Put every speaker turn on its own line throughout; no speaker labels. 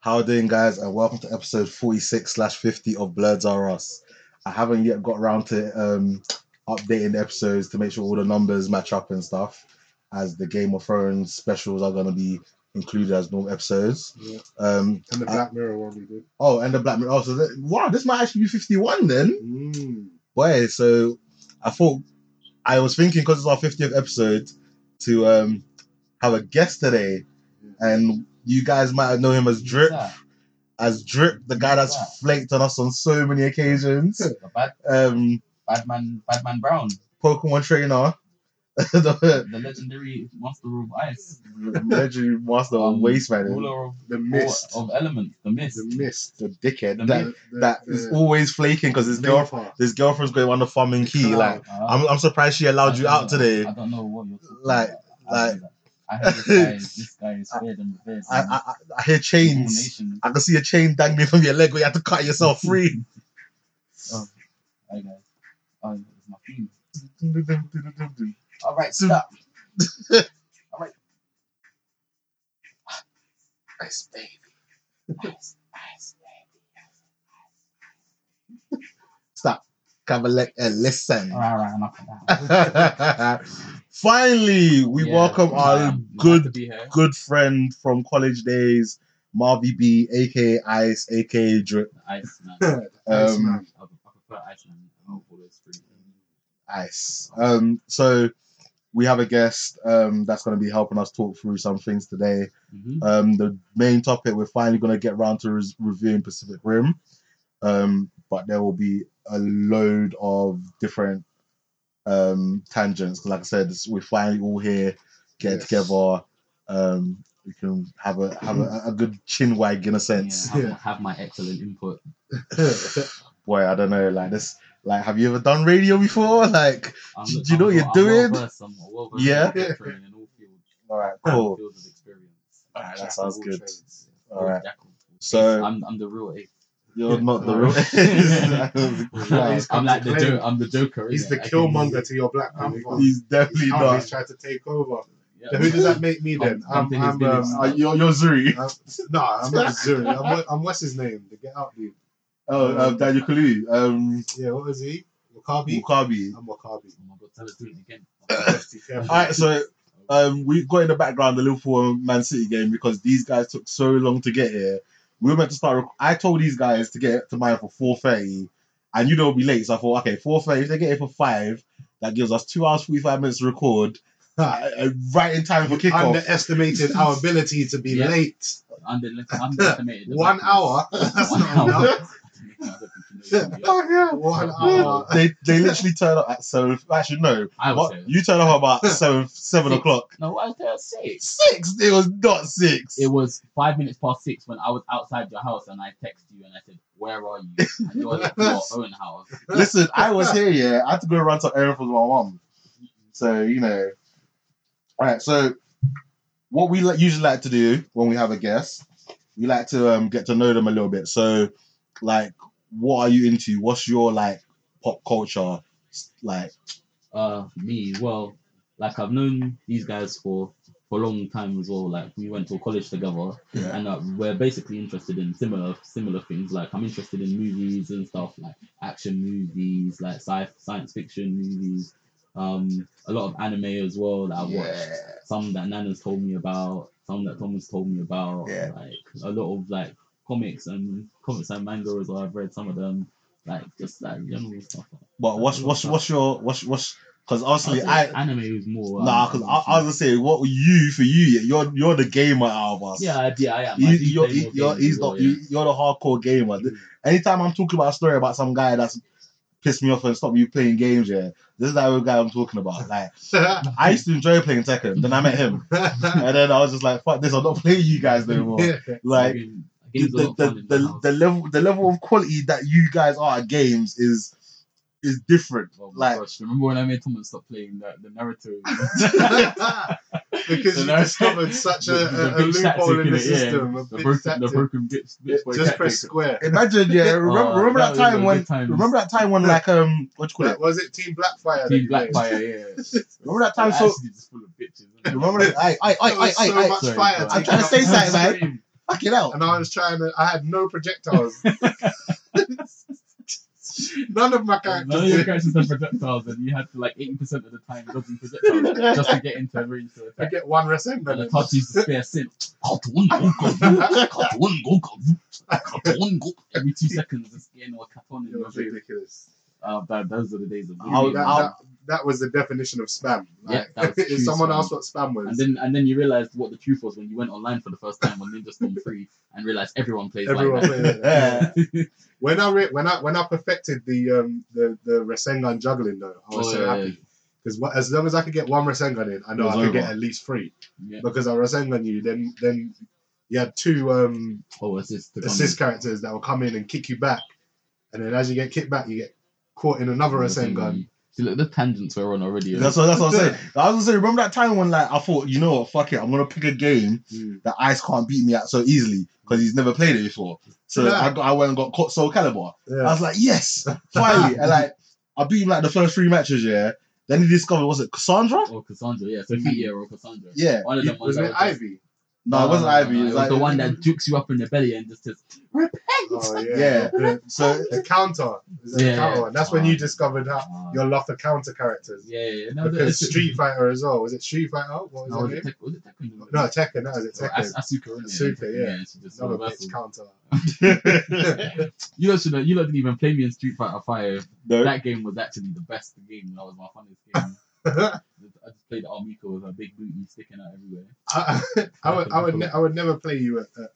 How are doing, guys? And welcome to episode 46 slash 50 of Blurs Are Us. I haven't yet got around to um, updating the episodes to make sure all the numbers match up and stuff, as the Game of Thrones specials are going to be included as normal episodes.
Yeah.
Um,
And the
I-
Black Mirror one we did.
oh, and the Black Mirror. Oh, so that, wow, this might actually be 51 then.
Mm,
Boy, so I thought I was thinking because it's our 50th episode to um, have a guest today, and you guys might know him as Drip. as Drip, the guy that's
Yeah.
flaked on us on so many occasions.
A Bad,
Um,
Badman, Badman Brown,
Pokemon trainer, the
the legendary monster of ice,
legendary master of
Um,
wasteland,
ruler of,
The Mist.
of elements, the mist.
The Mist.
the dickhead
the
that,
myth,
that is always flaking because his girl,
girlfriend.
his girlfriend's going on the farming key.
Clown.
Like,
Uh,
I'm, I'm surprised she
I
allowed
don't
you out
know,
today.
I don't know what you're talking
Like-
about. I don't know. I heard this guy, is- this guy is
I-
weird and reversed.
I, I, I- I hear chains. I can see a chain dangling from your leg where you have to cut yourself free.
Oh, I guys. Oh, it's my theme. All right, stop. All right.
Ice baby.
Ice, ice,
Stop. Cavalec and listen.
All right, all right, enough of that.
Finally, we
Yeah,
welcome
I
our
am glad to
good
be here.
good friend from college days, Marvy B, aka Ice, aka Drip.
Ice man. I
Um,
I prefer ice man. I'm all those three.
Ice. Um, so we have a guest um, that's going to be helping us talk through some things today.
Mm-hmm.
Um, the main topic we're finally going to get round to is reviewing Pacific Rim, um, but there will be a load of different um, tangents. 'Cause like I said, it's, we're finally all here, get
Yes.
together. Um, we can have a have a, a good chin wag in a sense.
Yeah, have,
Yeah.
have my excellent input.
Boy, I don't know, like this, like have you ever done radio before? Like,
I'm,
Do you know what you're doing?
Well-versed, I'm well-versed
Yeah.
in filtering in all fields,
all right,
all
cool.
fields of experience.
All right,
Jack
that
of
sounds
all
good.
trades.
All right,
Jack of all trades.
So-
I'm, I'm the real ace.
you're not the real.
He's
I'm
come
like
to
the
claim.
jo- I'm the Joker.
He's
innit?
the
I can use
Killmonger
it.
to your Black Panther.
No, he's definitely
He's
not.
tried to take over. So
Yeah.
who does that make me then?
Come- come
I'm,
to his
I'm,
village.
um,
Uh, you're, you're Zuri.
I'm- nah, I'm not Zuri. I'm, what- I'm what's his name? The Get Out dude.
Oh, um, Daniel Kalu. Um,
Yeah, what was he? Wakabi?
Mukabi.
I'm Wakabi.
Oh my god, tell us do it again.
Just be careful.
All right, so um, we've got in the background the Liverpool and Man City game because these guys took so long to get here. We were meant to start. Rec- I told these guys to get to mine for four thirty. I knew they'll be late, so I thought, okay, four thirty. If they get here for five, that gives us two hours forty five minutes to record, uh, uh, right in time for kickoff.
Underestimated our ability to be
Yeah.
late.
Under, underestimated. the
One
Blacklist.
hour. That's
One
not enough.
hour. I don't think you know who you are.
Oh, yeah.
One
Yeah,
hour.
they they literally turn up at seven. Actually, no.
I was
What,
there.
you turn up about seven seven
Six.
o'clock.
No, I was there at six.
Six. It was not six.
It was five minutes past six when I was outside your house and I texted you and I said, Where are you? And you were like, Your own house.
Listen, I was here, yeah. I had to go run to errands with my mom. So, you know. All right, so what we li- usually like to do when we have a guest, we like to um, get to know them a little bit. So, like, what are you into? What's your, like, pop culture? Like,
Uh, me, well, like I've known these guys for, for a long time as well. Like we went to college together
yeah.
and uh, we're basically interested in similar similar things. Like I'm interested in movies and stuff like action movies, like sci- science fiction movies, um, a lot of anime as well that I watched. some that Nana's told me about, some that Thomas told me about,
Yeah.
like a lot of like comics and comics and manga as well. I've read some of them, like just like general stuff.
But what's, what's, what's your, what's, what's, because honestly, I,
I'd say anime is more.
nah,
um,
because I, I was gonna say, what were you for you? You're, you're the gamer out of us.
yeah, I, yeah, I am. I
You,
do
you're,
play more
you're,
games
he's
as well,
not,
yeah.
you, you're the hardcore gamer. Th- Anytime I'm talking about a story about some guy that's pissed me off and stopped me playing games, yeah, this is the guy I'm talking about. Like, I used to enjoy playing Tekken, then I met him, and then I was just like, "Fuck this! I'm not playing you guys no more."
I
Like,
mean,
the,
games are
the,
not fun
the,
in my
the,
house.
the level the level of quality that you guys are at games is is different.
Oh my
Like,
gosh, remember when I made Thomas stop playing the, the narrative?
because
So
you
now-
discovered such
The-
a,
the
a, a
bitch
loophole in the
tactic, yeah,
system. a
the
bitch
broken, the
tactic.
broken bitch, bitch boy
Just
tactic.
press square.
imagine, yeah, remember,
Oh,
remember that
was a
time
good
when
time.
remember that time when like um what do you call it?
Was it Team Blackfire?
Team
that you
Blackfire, yeah.
Remember that time? So
Actually, just full of bitches.
remember that? I I I
made? There was
I
so
I.
much
Sorry,
fire.
bro.
I'm
taken
trying to say
out of
something,
the
man.
screen.
Fucking hell.
and I was trying to. I had no projectiles. None of my
None of your
characters. did.
characters have projectiles, and you had to like eighty percent of the time dodging projectiles just to get into a range to
I
attack.
get one rest end.
And I
And
can't use the spare synth. Cartoon, go, go, cartoon, go, go, cartoon, go. Every two seconds, it's getting or cartoon.
it was ridiculous.
Uh, that, those are the days of.
I'll-
that, that, that was the definition of spam. Like,
Yeah, that was
if
true
someone
spam.
asked what spam was,
And then and then you realized what the truth was when you went online for the first time on Ninja Storm 3 and realized everyone plays
everyone.
like
played it.
Yeah.
that.
When I re- when I when I perfected the um the the Rasengan juggling though, I was
Oh,
so
yeah,
happy because as long as I could get one Rasengan in, I know
It
I
was
could get
over.
at least three
yeah.
because I Rasengan you. Then then you had two um
Oh, assist. to come
assist
in.
characters that will come in and kick you back, and then as you get kicked back, you get caught in another Rasengan.
See, look, the tangents we're on already.
That's what, that's what I'm saying. I was gonna say, remember that time when like I thought, you know what, fuck it, I'm gonna pick a game
Mm.
that Ice can't beat me at so easily because he's never played it before. So
Yeah.
I, got, I went and got caught Soul Calibur. I
Yeah.
was like, yes, finally. and like I beat him like the first three matches, yeah. Then he discovered was it Cassandra?
Or Oh, Cassandra, yeah. Sophia or Cassandra.
Yeah.
One of them ones
Was
that
it
was just-
Ivy?
No, it wasn't
no, no,
Ivy.
no,
it was like
Uh, the one that jukes you up in the belly and just says,
Oh yeah.
Yeah.
The,
so
the counter. Is that
Yeah.
the counter one? That's when you discovered how
"Ah."
your love for counter characters.
yeah, yeah. No,
Because
it's-
Street Fighter as well. Was it Street Fighter? What was
No, was
that
it
name?
Tek- was it Tekken?
No, Tekken. That was it.
Or
Tekken.
As- Asuka, innit?
Asuka, yeah.
and she just
Another
reversals.
bitch counter.
You lot should know, you lot didn't even play me in Street Fighter 5.
no.
That game was actually the best game. That was my funniest game. I just played Armiko with her big booty sticking out everywhere.
I, I would, I would, ne- I would never play you at, at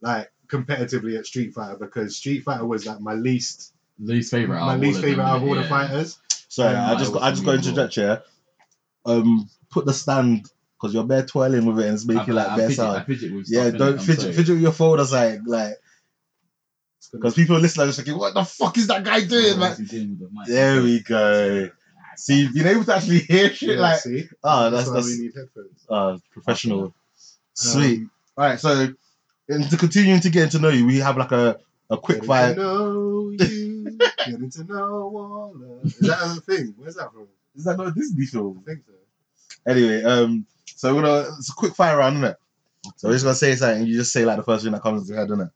like competitively at Street Fighter because Street Fighter was like my least,
Least favorite.
my least favorite out of all the fighters.
Sorry,
Yeah,
I
it
just
was
I just got
really
interject here. Um, put the stand because you're bare twirling with it and it's making like bare
fidget, I
sound.
fidget with
Yeah,
stuff, innit?
don't
I'm
fidget
sorry.
fidget with your phone. That's like like
It's gonna-
because people listen are just thinking, what the fuck is that guy doing?
Oh,
Like,
what's he doing with the mic?
there we go. See, you've been able to actually hear shit
Yeah,
like
see,
oh, that's
why
that's
we need headphones. Um,
uh, professional. Sweet. All right, so and to continuing to get to know you, we have like a a quick
Getting
vibe.
To know you, getting to know all of. Is that a thing? Where's that from?
Is that not a Disney
I
film?
think so.
Anyway, um, so we're gonna it's a quick fire round, isn't it? So we're just gonna say something. You just say like the first thing that comes to your head, isn't it?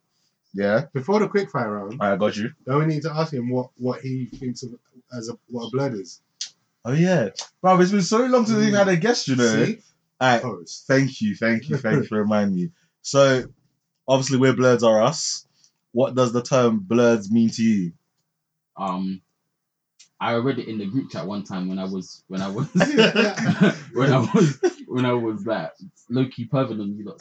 Yeah.
Before the quickfire round,
All right, got you.
don't we need to ask him what, what he thinks of as a, what a blurred is?
Oh yeah, bro. It's been so long since we've had a guest, you know.
See?
All right.
Post.
Thank you, thank you, thank you for reminding me. So, obviously, we're blurs are us. What does the term blurs mean to you?
Um, I read it in the group chat one time when I was when I was
yeah,
when I was when I was that low key perving on you lot,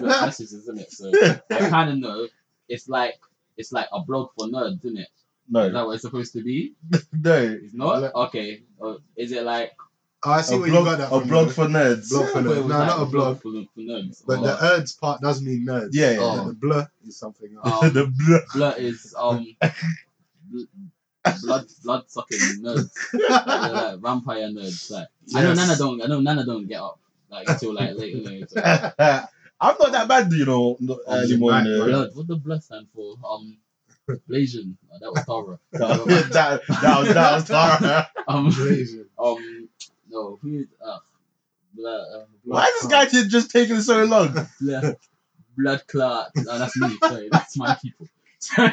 lot messages, isn't it? So I kind of know it's like it's like a blog for nerds, isn't it? Is
No,
that what it's supposed to be?
no.
It's not okay. Uh, is it like
Oh, I
A
see where
blog-
you got that
a
from.
blog
though.
for nerds.
Blog for
but it
nerds.
was
No,
like
not a blog.
for, for nerds?
But
or,
the erds part does mean nerds.
Yeah, yeah.
Oh.
The blur is something else.
um,
the blur.
Blood is um bl- blood blood sucking nerds, They're like vampire nerds. Like I know
Yes.
Nana don't I know Nana don't get up like until like late in the night. So,
I'm not that bad, you know. not
Um,
early morning.
right,
uh,
blood. What the blood stand for? Um, Blasian. Oh, that was Tara.
that, that, that was that was Tara.
Um,
Blazing.
um, no, who is uh, blood? Uh,
Why is this guy t- just taking so long?
Blood, blood clot. No, that's me. Sorry, that's my people.
You're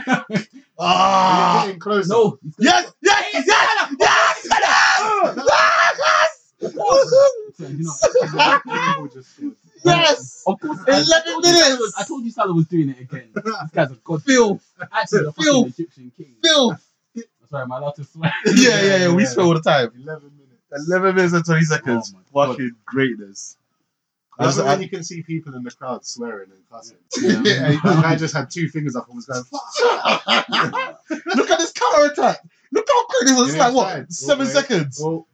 Ah,
getting closer.
no, it's not-
yes, yes, yes, yes, madam! yes, Woohoo!
sorry, you know,
People just thought-
yes.
Of course,
Eleven
I told you Salah
minutes!
was- I told you Salah was doing it again. This guy's a god.
Phil,
Actually, the
Phil.
fucking Egyptian king.
Phil.
Sorry, am I allowed to swear?
Yeah, yeah, yeah. We spent all the time.
Eleven minutes.
Eleven minutes and twenty seconds.
Oh my God.
Fucking greatness. I
I love
just,
it when
I,
you can see people in the crowd swearing and cussing.
Yeah.
Like, I just had two fingers up and was going. "Fuck."
look at this counter attack. Look how quick this was. It's
Yeah,
like
fine.
what seven
Okay.
seconds.
Oh,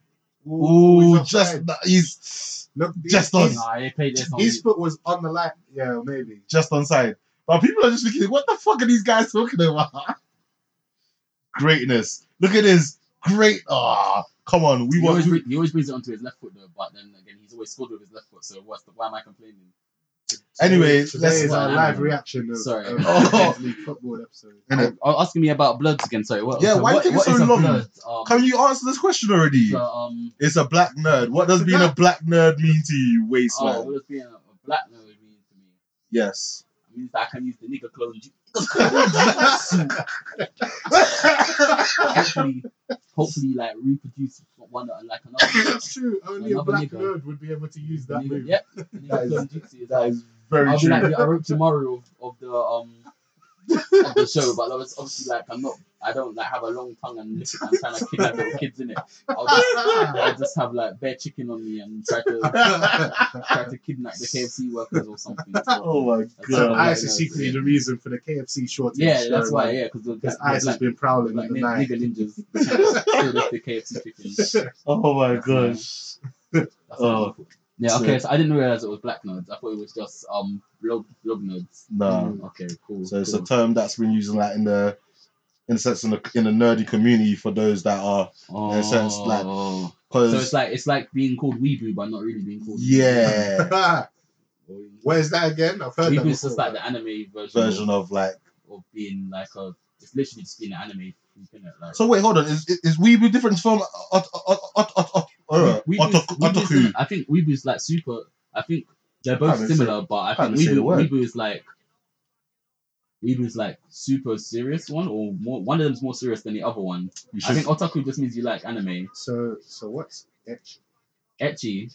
oh,
Ooh,
we've
just
offside.
he's
look.
just
his-
on.
Nah, he played this on
His foot was on the line. Yeah, maybe.
just on side. But people are just thinking, what the fuck are these guys talking about? Greatness. Look at this. Great. Ah, come on. We
he,
want.
always,
we-
bring- he always brings it onto his left foot though, but then again, he's always scored with his left foot. So what's the, why am I complaining?
Anyway,
today
let's-
is our
Wow.
live reaction of,
Sorry.
of
Oh.
Disney football episode.
Innit?
Oh, asking me about bloods again. Sorry. What,
Yeah,
so
why
what-
do you
what
take
is
so
a
long?
blood? Um,
Can you answer this question already?
so, um,
It's a black nerd. What does being a black nerd mean to you, wasteland?
oh, what does being a, a black nerd mean to me?
Yes.
I means that I can use the nigger clone. hopefully, hopefully, like reproduce one uh, like another.
That's true. Only a
Another
black
nigga.
nerd would be able to use that
nigger,
move.
yep, nigger
That is-
clone jitsu is
That
like-
is very
I'll be
true.
like the Orochimaru of, of the um of the show, but I was obviously like I'm not. I don't like have a long tongue and lip and trying to kick like little kids in it. I'll just, I'll just have like bare chicken on me and try to try to kidnap the KFC workers or something.
oh my
That's
so
god.
how I-
ice is secretly the reason for the KFC shortage.
yeah, that's why.
Because
Yeah, because the
ice has
like,
been prowling
like
in the
nin-
night.
nigger ninjas killed off the KFC chicken. That's
Oh my
Yeah.
gosh. Oh.
oh. Yeah, okay. So I didn't realize it was black nerds. I thought it was just um blog blog nerds.
No.
Okay, cool.
So it's
cool.
a term that's been used like in the in a sense in the in the nerdy community for those that are in a sense, like,
Oh.
because
So it's like it's like being called weeboo, but not really being called.
yeah
weeboo.
Where's that again? I've heard that
Weeboo
before.
is just like the anime version,
version
of,
of like.
of being like a. It's literally just being an anime. Isn't it? Like,
So wait, hold on. Is is- is weebu different from uh, ot- ot- ot- ot- ot- uh,
Weeb- Weeboo's-
otaku?
Weeboo's-
otaku?
I think weeboo is like super. I think they're both
haven't
similar, but I think
haven't seen the
weeboo,
word.
weeboo is like. Weeboo is like super serious one, or more, one of them's more serious than the other one.
You
I
should.
think otaku just means you like anime.
So, so what's etch?
Etchy,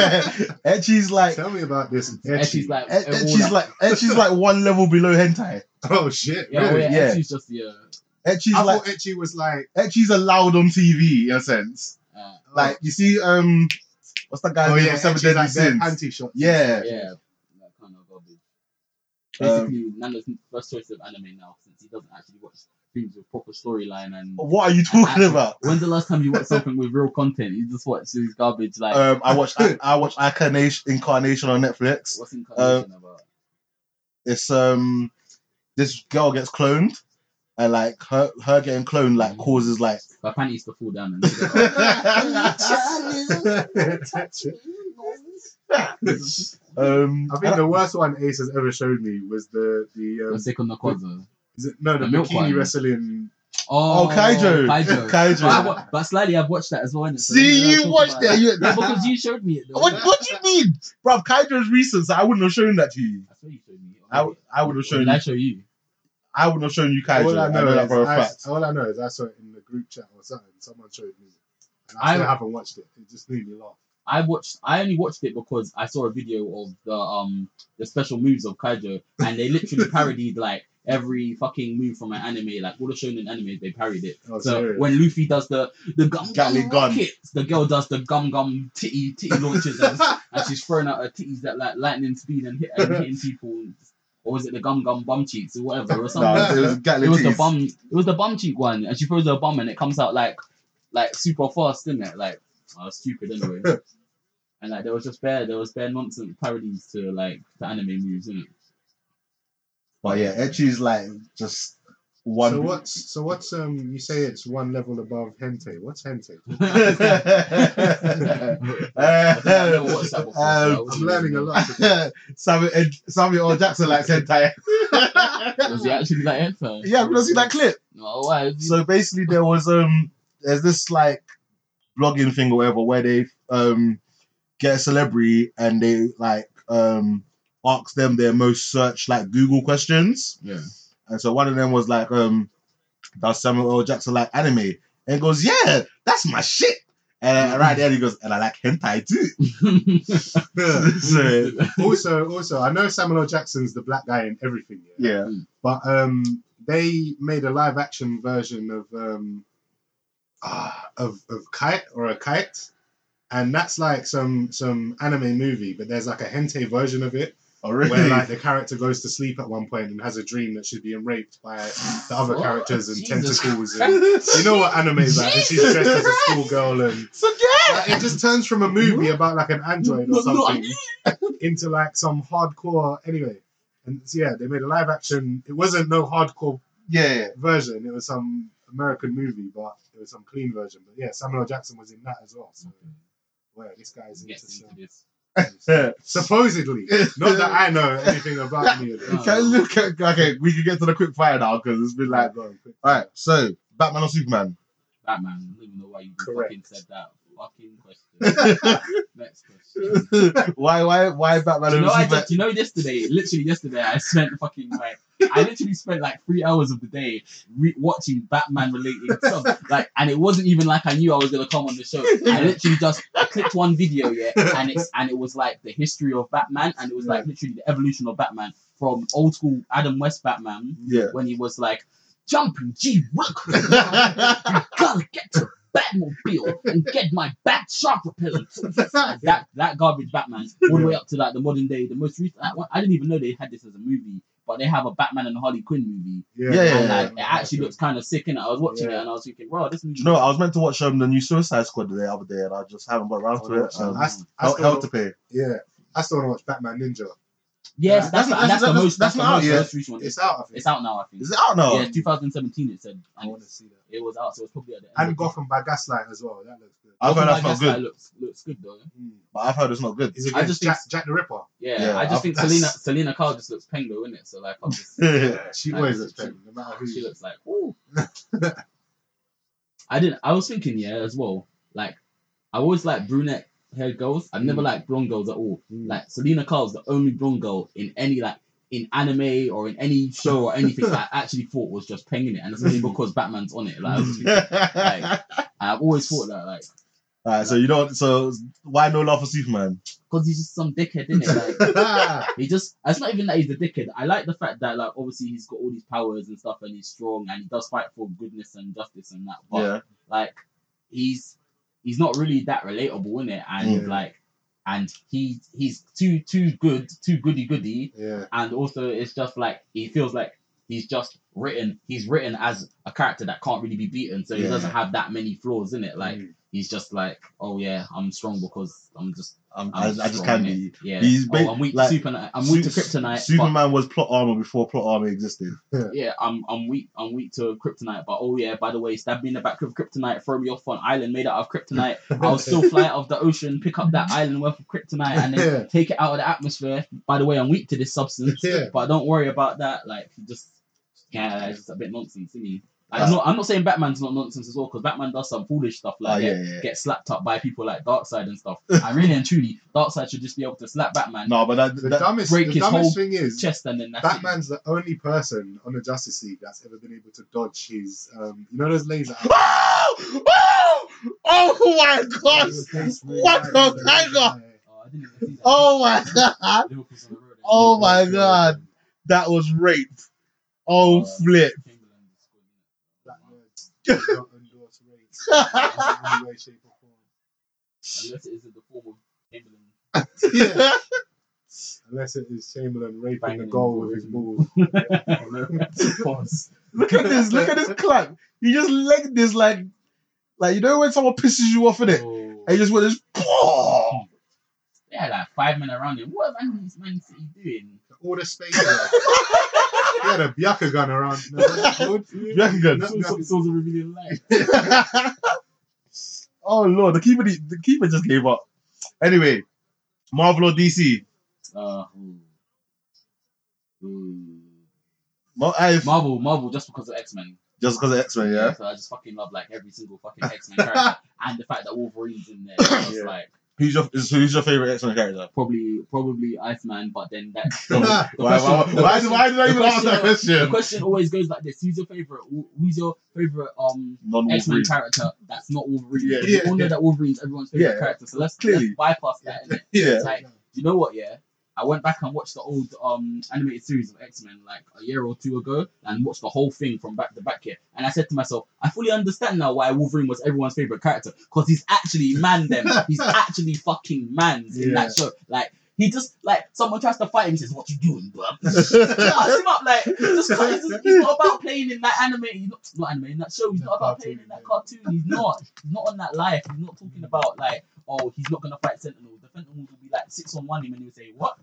Etchy's like
Tell me about this etchy.
etchy's like
Et-
all
Etchy's
that-
E-, like Etchy's like one level below hentai.
oh shit!
yeah, oh
really?
yeah,
yeah.
etchy's just the uh,
Etchy's
I
like
thought etchy was like
Etchy's allowed on TV in a sense.
uh,
Like you see, um, what's that guy?
oh
name
yeah,
from Seven
etchy's
Deadly
like their
Sins?
panty shot.
Yeah,
yeah, that kind of garbage.
Um,
Basically, Nando's first choice of anime now, since he doesn't actually watch things with proper storyline. And
What are you talking
Actually-
about?
when's the last time you watched something with real content? You just watch these garbage like
Um, I watched I, I watched Incarnation, Incarnation on Netflix.
what's incarnation about?
It's um this girl gets cloned, and like her her getting cloned like causes like
Her panties to fall down. And shit.
um
I think the worst one Ace has ever showed me was the the
The
um,
second Nakoza.
is it, no the,
The milk
bikini
one.
wrestling.
oh Kaijo
Kaijo. But, I
Kaijo.
wa- but slightly, I've watched that as well. innit? So
See
maybe I'll
you
talk
watched
about
that.
it.
You,
Yeah, because you showed me it. Though.
what what do you mean, bro? Kaijo's recent, so I wouldn't have shown that to you.
I swear you showed me. it.
I, w- I would have
Or
shown
did I
you.
show you.
I wouldn't have shown you Kaijo.
all I know,
that
is
for a
I,
fact.
all I know is I saw it in the group chat or something. Someone showed me, and I,
I-
still haven't watched it. It just made me laugh.
I watched. I only watched it because I saw a video of the um the special moves of Kaijo, and they literally parodied like every fucking move from an anime, like all the shonen animes. They parodied it.
Oh,
so
serious?
when Luffy does the the gum
Gatling
gum
gun.
rockets, the girl does the gum gum titty titty launches, and, and she's throwing out her titties at like lightning speed and, hit, and hitting people. Or was it the gum gum bum cheeks or whatever or something?
No, it was
it
Gatling
was the
titties.
bum. It was the bum cheek one, and she throws her bum, and it comes out like, like super fast, didn't it? Like, oh, stupid anyway. and like, there was just bare, there was bare nonsense parodies to like the anime moves, innit?
But yeah, Etchy's like just one.
So what's so what's um you say it's one level above hente? What's hente?
I think I've never watched that before, so I
Um,
wouldn't
I'm learning a
really know.
lot. today.
Samuel, Ed- Samuel L. Jackson likes hentai.
Was he actually like enter?
yeah, have you not seen that clip?
No, why? is he-
So basically, there was um, there's this like blogging thing or whatever where they um get a celebrity and they like um ask them their most searched like Google questions.
yeah.
And so one of them was like, um, does Samuel L. Jackson like anime? And he goes, yeah, that's my shit. And right there he goes, and I like hentai too. so
also, also, I know Samuel L. Jackson's the black guy in everything. Yeah.
yeah,
But um, they made a live action version of um, ah, of of kite or a kite, and that's like some some anime movie. But there's like a hente version of it
oh, really?
where like the character goes to sleep at one point and has a dream that she's being raped by the other
Oh,
characters and
Jesus
tentacles. And, you know what anime is like? and She's dressed as a schoolgirl and
so
like, it just turns from a movie about like an android or
Look, look.
something into like some hardcore anyway. And so, yeah, they made a live action. It wasn't no hardcore
yeah, yeah.
version. It was some American movie, but it was some clean version. But yeah, Samuel L. Jackson was in that as well. So wow, this guy's into
Gets into
some-
this.
yeah.
supposedly. Not that I know anything about any of
No.
it.
Can I look at, okay, we can get to the quick fire now because it's been like,
Go on, quick.
all right, so Batman or Superman?
Batman. I don't even know why you
Correct.
fucking said that. fucking question. Next question.
why, why, why Batman?
Do you, know,
overseas
I
Bat-
did, do you know yesterday, literally yesterday, I spent fucking like, I literally spent like three hours of the day re- watching Batman related stuff. Like, and it wasn't even like I knew I was gonna come on the show. I literally just I clicked one video, yeah, and it's and it was like the history of Batman, and it was like literally the evolution of Batman from old school Adam West Batman
yeah.
when he was like jumping, gee, welcome, gotta get to Batmobile and get my Bat Shark repellent that that garbage Batman all the way up to like the modern day, the most recent. I, I didn't even know they had this as a movie, but they have a Batman and Harley Quinn movie,
Yeah,
and
yeah,
like it actually looks kind of sick. And I was watching
Yeah.
it and I was thinking, wow, this movie.
Do you know, what? I was meant to watch um, the new Suicide Squad the other day, and I just haven't got around
Oh,
to it. Um,
I, s- I
hell,
still,
hell to pay.
yeah, I still want to watch Batman Ninja.
yes,
That's-
that's that's,
that's-
the
that's-
most that's,
that's not out
the most
yet.
most recent one. It's,
It's out. I think.
it's out now, I think.
Is it Oh. out now?
Yeah, 2017. It said
I
and
want to see that.
it was out, so it was probably at the end.
and
of-
Gotham by Gaslight as well. That looks good.
I've heard that's not
Gotham by
good,
Gaslight Looks looks good though.
but I've heard it's not good.
Is it
I
good?
just
Jack, Jack the Ripper?
Yeah,
Yeah,
I just
I've-
think
that's-
Selena Selena Kyle just looks peng though, innit? So like, I'm just,
She
Nah,
always
it's
looks
true.
better, no matter who.
she looks like, ooh. I didn't. I was thinking, yeah, as well. Like, I always like brunette haired girls. I've never
Mm.
liked blonde girls at all.
Mm.
Like Selena Kyle's the only blonde girl in any like in anime or in any show or anything that I actually thought was just penging it, and it's only because Batman's on it. Like, I was just-
Alright,
and I've always thought that, like,
so you don't. So why no love for Superman?
because he's just some dickhead, isn't it? Like,
Ah,
He just, it's not even that he's a dickhead. I like the fact that, like, obviously he's got all these powers and stuff and he's strong and he does fight for goodness and justice and that. But,
Yeah,
like, he's he's not really that relatable, in it? And,
Mm.
Yeah.
like, and he he's too, too good, too goody goody.
yeah.
And also, it's just like, he feels like he's just written, he's written as a character that can't really be beaten. So he
Yeah.
doesn't have that many flaws, in it? Like,
Mm.
he's just like, oh, yeah, I'm strong because I'm just
I'm,
I'm
I, I just
strong,
can't
innit?
be.
Yeah.
He's ba-
oh, I'm weak
like,
to Superni- I'm weak to
Su-
kryptonite.
Superman was plot armor before plot armor existed.
But yeah, I'm I'm weak. I'm weak to kryptonite. But oh yeah, by the way, stab me in the back of kryptonite, throw me off on island made out of kryptonite. I'll still fly out of the ocean, pick up that island worth of kryptonite, and then
Yeah.
take it out of the atmosphere. By the way, I'm weak to this substance.
Yeah.
But don't worry about that. Like just yeah, it's just a bit nonsense, isn't he? Like,
Yeah.
not, I'm not saying Batman's not nonsense as well, because Batman does some foolish stuff
Oh
like that
yeah, yeah.
get slapped up by people like Darkseid and stuff. and really and truly, Darkseid should just be able to slap Batman
No, but that,
The
that
dumbest,
break
the
his
dumbest
whole
thing is
chest and then that's it.
Batman's the only person on the Justice League that's ever been able to dodge his, um, you know, those laser.
Oh! Oh! Oh my god! What the tiger?
Oh, I didn't even see that.
Oh my god!
Liverpool's on the road.
Oh my god! That was rape.
Uh,
Oh flip.
Chamberlain scored. Unless it is in the form of Chamberlain.
yeah. Unless it is Chamberlain raping the
Banging
goal
the
with his
ball.
balls.
Pause.
Look at this! Look at this clap. You just leg this like, like you know when someone pisses you off in it,
Oh.
and you just went this. Pow!
Yeah, like five men around him. What man is Man City doing?
All the space. he had a Biaka gun around. No, what's it called?
Dragon gun.
No, no.
It's also revealing life.
oh lord, the keeper, the keeper just gave up. Anyway, Marvel or DC?
Uh, ooh. Ooh.
Mar- I,
Marvel, Marvel, just because of X Men.
just because of X Men, yeah.
So I just fucking love like every single fucking X Men character, and the fact that Wolverine's in there. It's just
Yeah.
like
Who's your is- who's your favorite X Men character?
probably, probably Iceman, but then that.
Why,
the
why,
question-
why, why,
the question-
why did I
the
even ask that
The
question?
question always goes like this: Who's your favorite? Who's your favorite um
Non
X Men
Wolverine.
character that's not Wolverine?
Yeah,
Yeah, we
yeah,
all know
yeah.
that Wolverine's everyone's favorite
Yeah,
character, so let's, let's
clearly.
bypass that. innit?
Yeah.
Like, you know what? Yeah, I went back and watched the old um animated series of X Men like a year or two ago, and watched the whole thing from back to back here. And I said to myself, I fully understand now why Wolverine was everyone's favorite character because he's actually man. Them, he's actually fucking man's in that show. Like. He just like someone tries to fight him. He says, "What you doing, bruv? cuts him up like he's, just, he's, just, he's not about playing in that anime. He's not, not anime in that show. He's
That
not about
cartoon,
playing in that
yeah.
cartoon. He's not. He's not on that life. He's not talking about like oh he's not gonna fight Sentinel. The Sentinel will be like six on one him and he'll say what.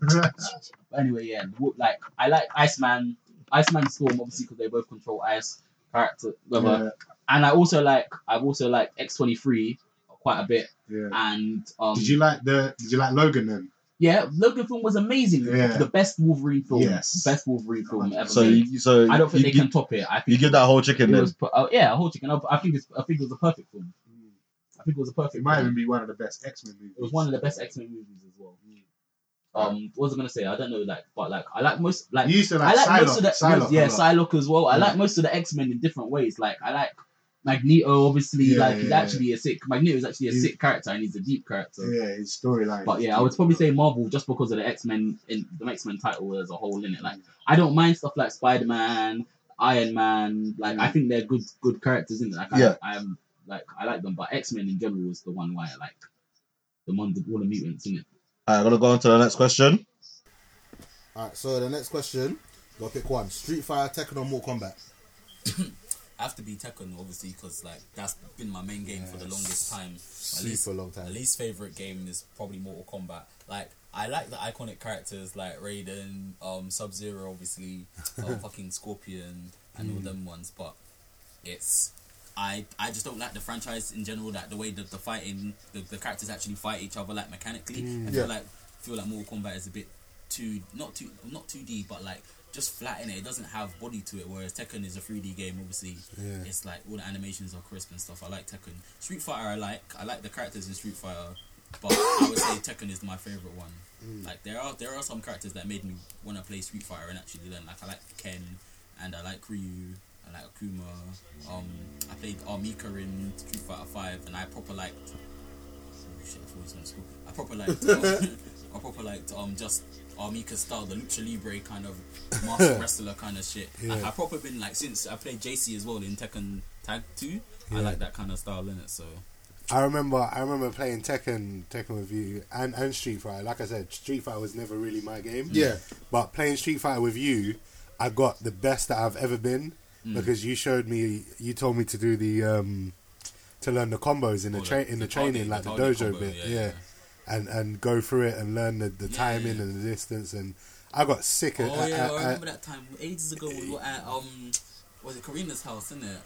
But anyway, yeah, wo- like I like Iceman, Iceman and Storm obviously because they both control ice character. blah, blah.
yeah.
And I also like I've also like X twenty three quite a bit
yeah.
and um
Did you like the? Did you like Logan then?
yeah Logan film was amazing.
Yeah.
The best Wolverine film.
Yes.
Best Wolverine film ever.
So,
made.
you, so
I don't think
you,
they can top it. I
you
think
give that whole chicken
it oh,
then.
was, uh, yeah, a whole chicken. I, I think it's, I think it was a perfect film. I Pig was a perfect.
It might
film.
even be one of the best X Men movies.
It was one of the best X Men movies as well.
Mm.
Um, what was I gonna say? I don't know, like, but like, I like most, like,
You used to
I
like,
like
Psylocke.
most of the
Psylocke
yeah
a lot.
Psylocke as well. I
Yeah.
like most of the X Men in different ways. Like I like Magneto, obviously.
Yeah,
like
yeah,
he's
yeah.
actually a sick Magneto is actually a
He's-
sick character and he's a deep character.
Yeah, his storyline.
But
is
yeah, I
deep.
would probably say Marvel just because of the X Men in the X Men title as a whole in it. Like I don't mind stuff like Spider Man, Iron Man. Like I think they're good good characters in it. Like I,
Yeah.
I am like I like them, but X Men in general is the one why I like the one the all the mutants in it.
I'm gonna go on to the next question.
Alright, so the next question, gotta pick one. Street Fighter, Tekken or Mortal Kombat?
I have to be Tekken, obviously, because like that's been my main game for the longest time. My least,
Super long
my
time.
least favorite game is probably Mortal Kombat. Like I like the iconic characters like Raiden, um, Sub Zero, obviously, um, fucking Scorpion, and all them ones. But it's I I just don't like the franchise in general. Like the way that the fighting, the, the characters actually fight each other like mechanically. I
Yeah.
feel like feel like Mortal Kombat is a bit too not too not two D, but like just flat in it. It doesn't have body to it. Whereas Tekken is a three D game, obviously.
Yeah.
It's like all the animations are crisp and stuff. I like Tekken. Street Fighter, I like. I like the characters in Street Fighter, but I would say Tekken is my favorite one. Like there are there are some characters that made me want to play Street Fighter and actually learn. Like I like Ken, and I like Ryu, I like Akuma. Um, I played Armika in Street Fighter Five, and I proper liked. Oh shit, I thought he was gonna score. I proper liked. Um, I proper liked um just Armika style, the lucha libre kind of master wrestler kind of shit.
Yeah.
I, I proper been like since I played JC as well in Tekken Tag Two. I like that kind of style in it. So
I remember I remember playing Tekken Tekken with you and, and Street Fighter. Like I said, Street Fighter was never really my game.
Yeah.
But playing Street Fighter with you, I got the best that I've ever been
Mm.
because you showed me you told me to do the um to learn the combos in the
Oh,
tra-
the-
in the,
the
training,
target-
like the,
the target
dojo
combo,
bit.
yeah,
Yeah.
yeah.
And and go through it and learn the, the
Yeah.
timing and the distance and I got sick at
oh
I,
yeah,
I,
I,
I-
remember that time ages ago we were at um. Was it Karina's house, innit?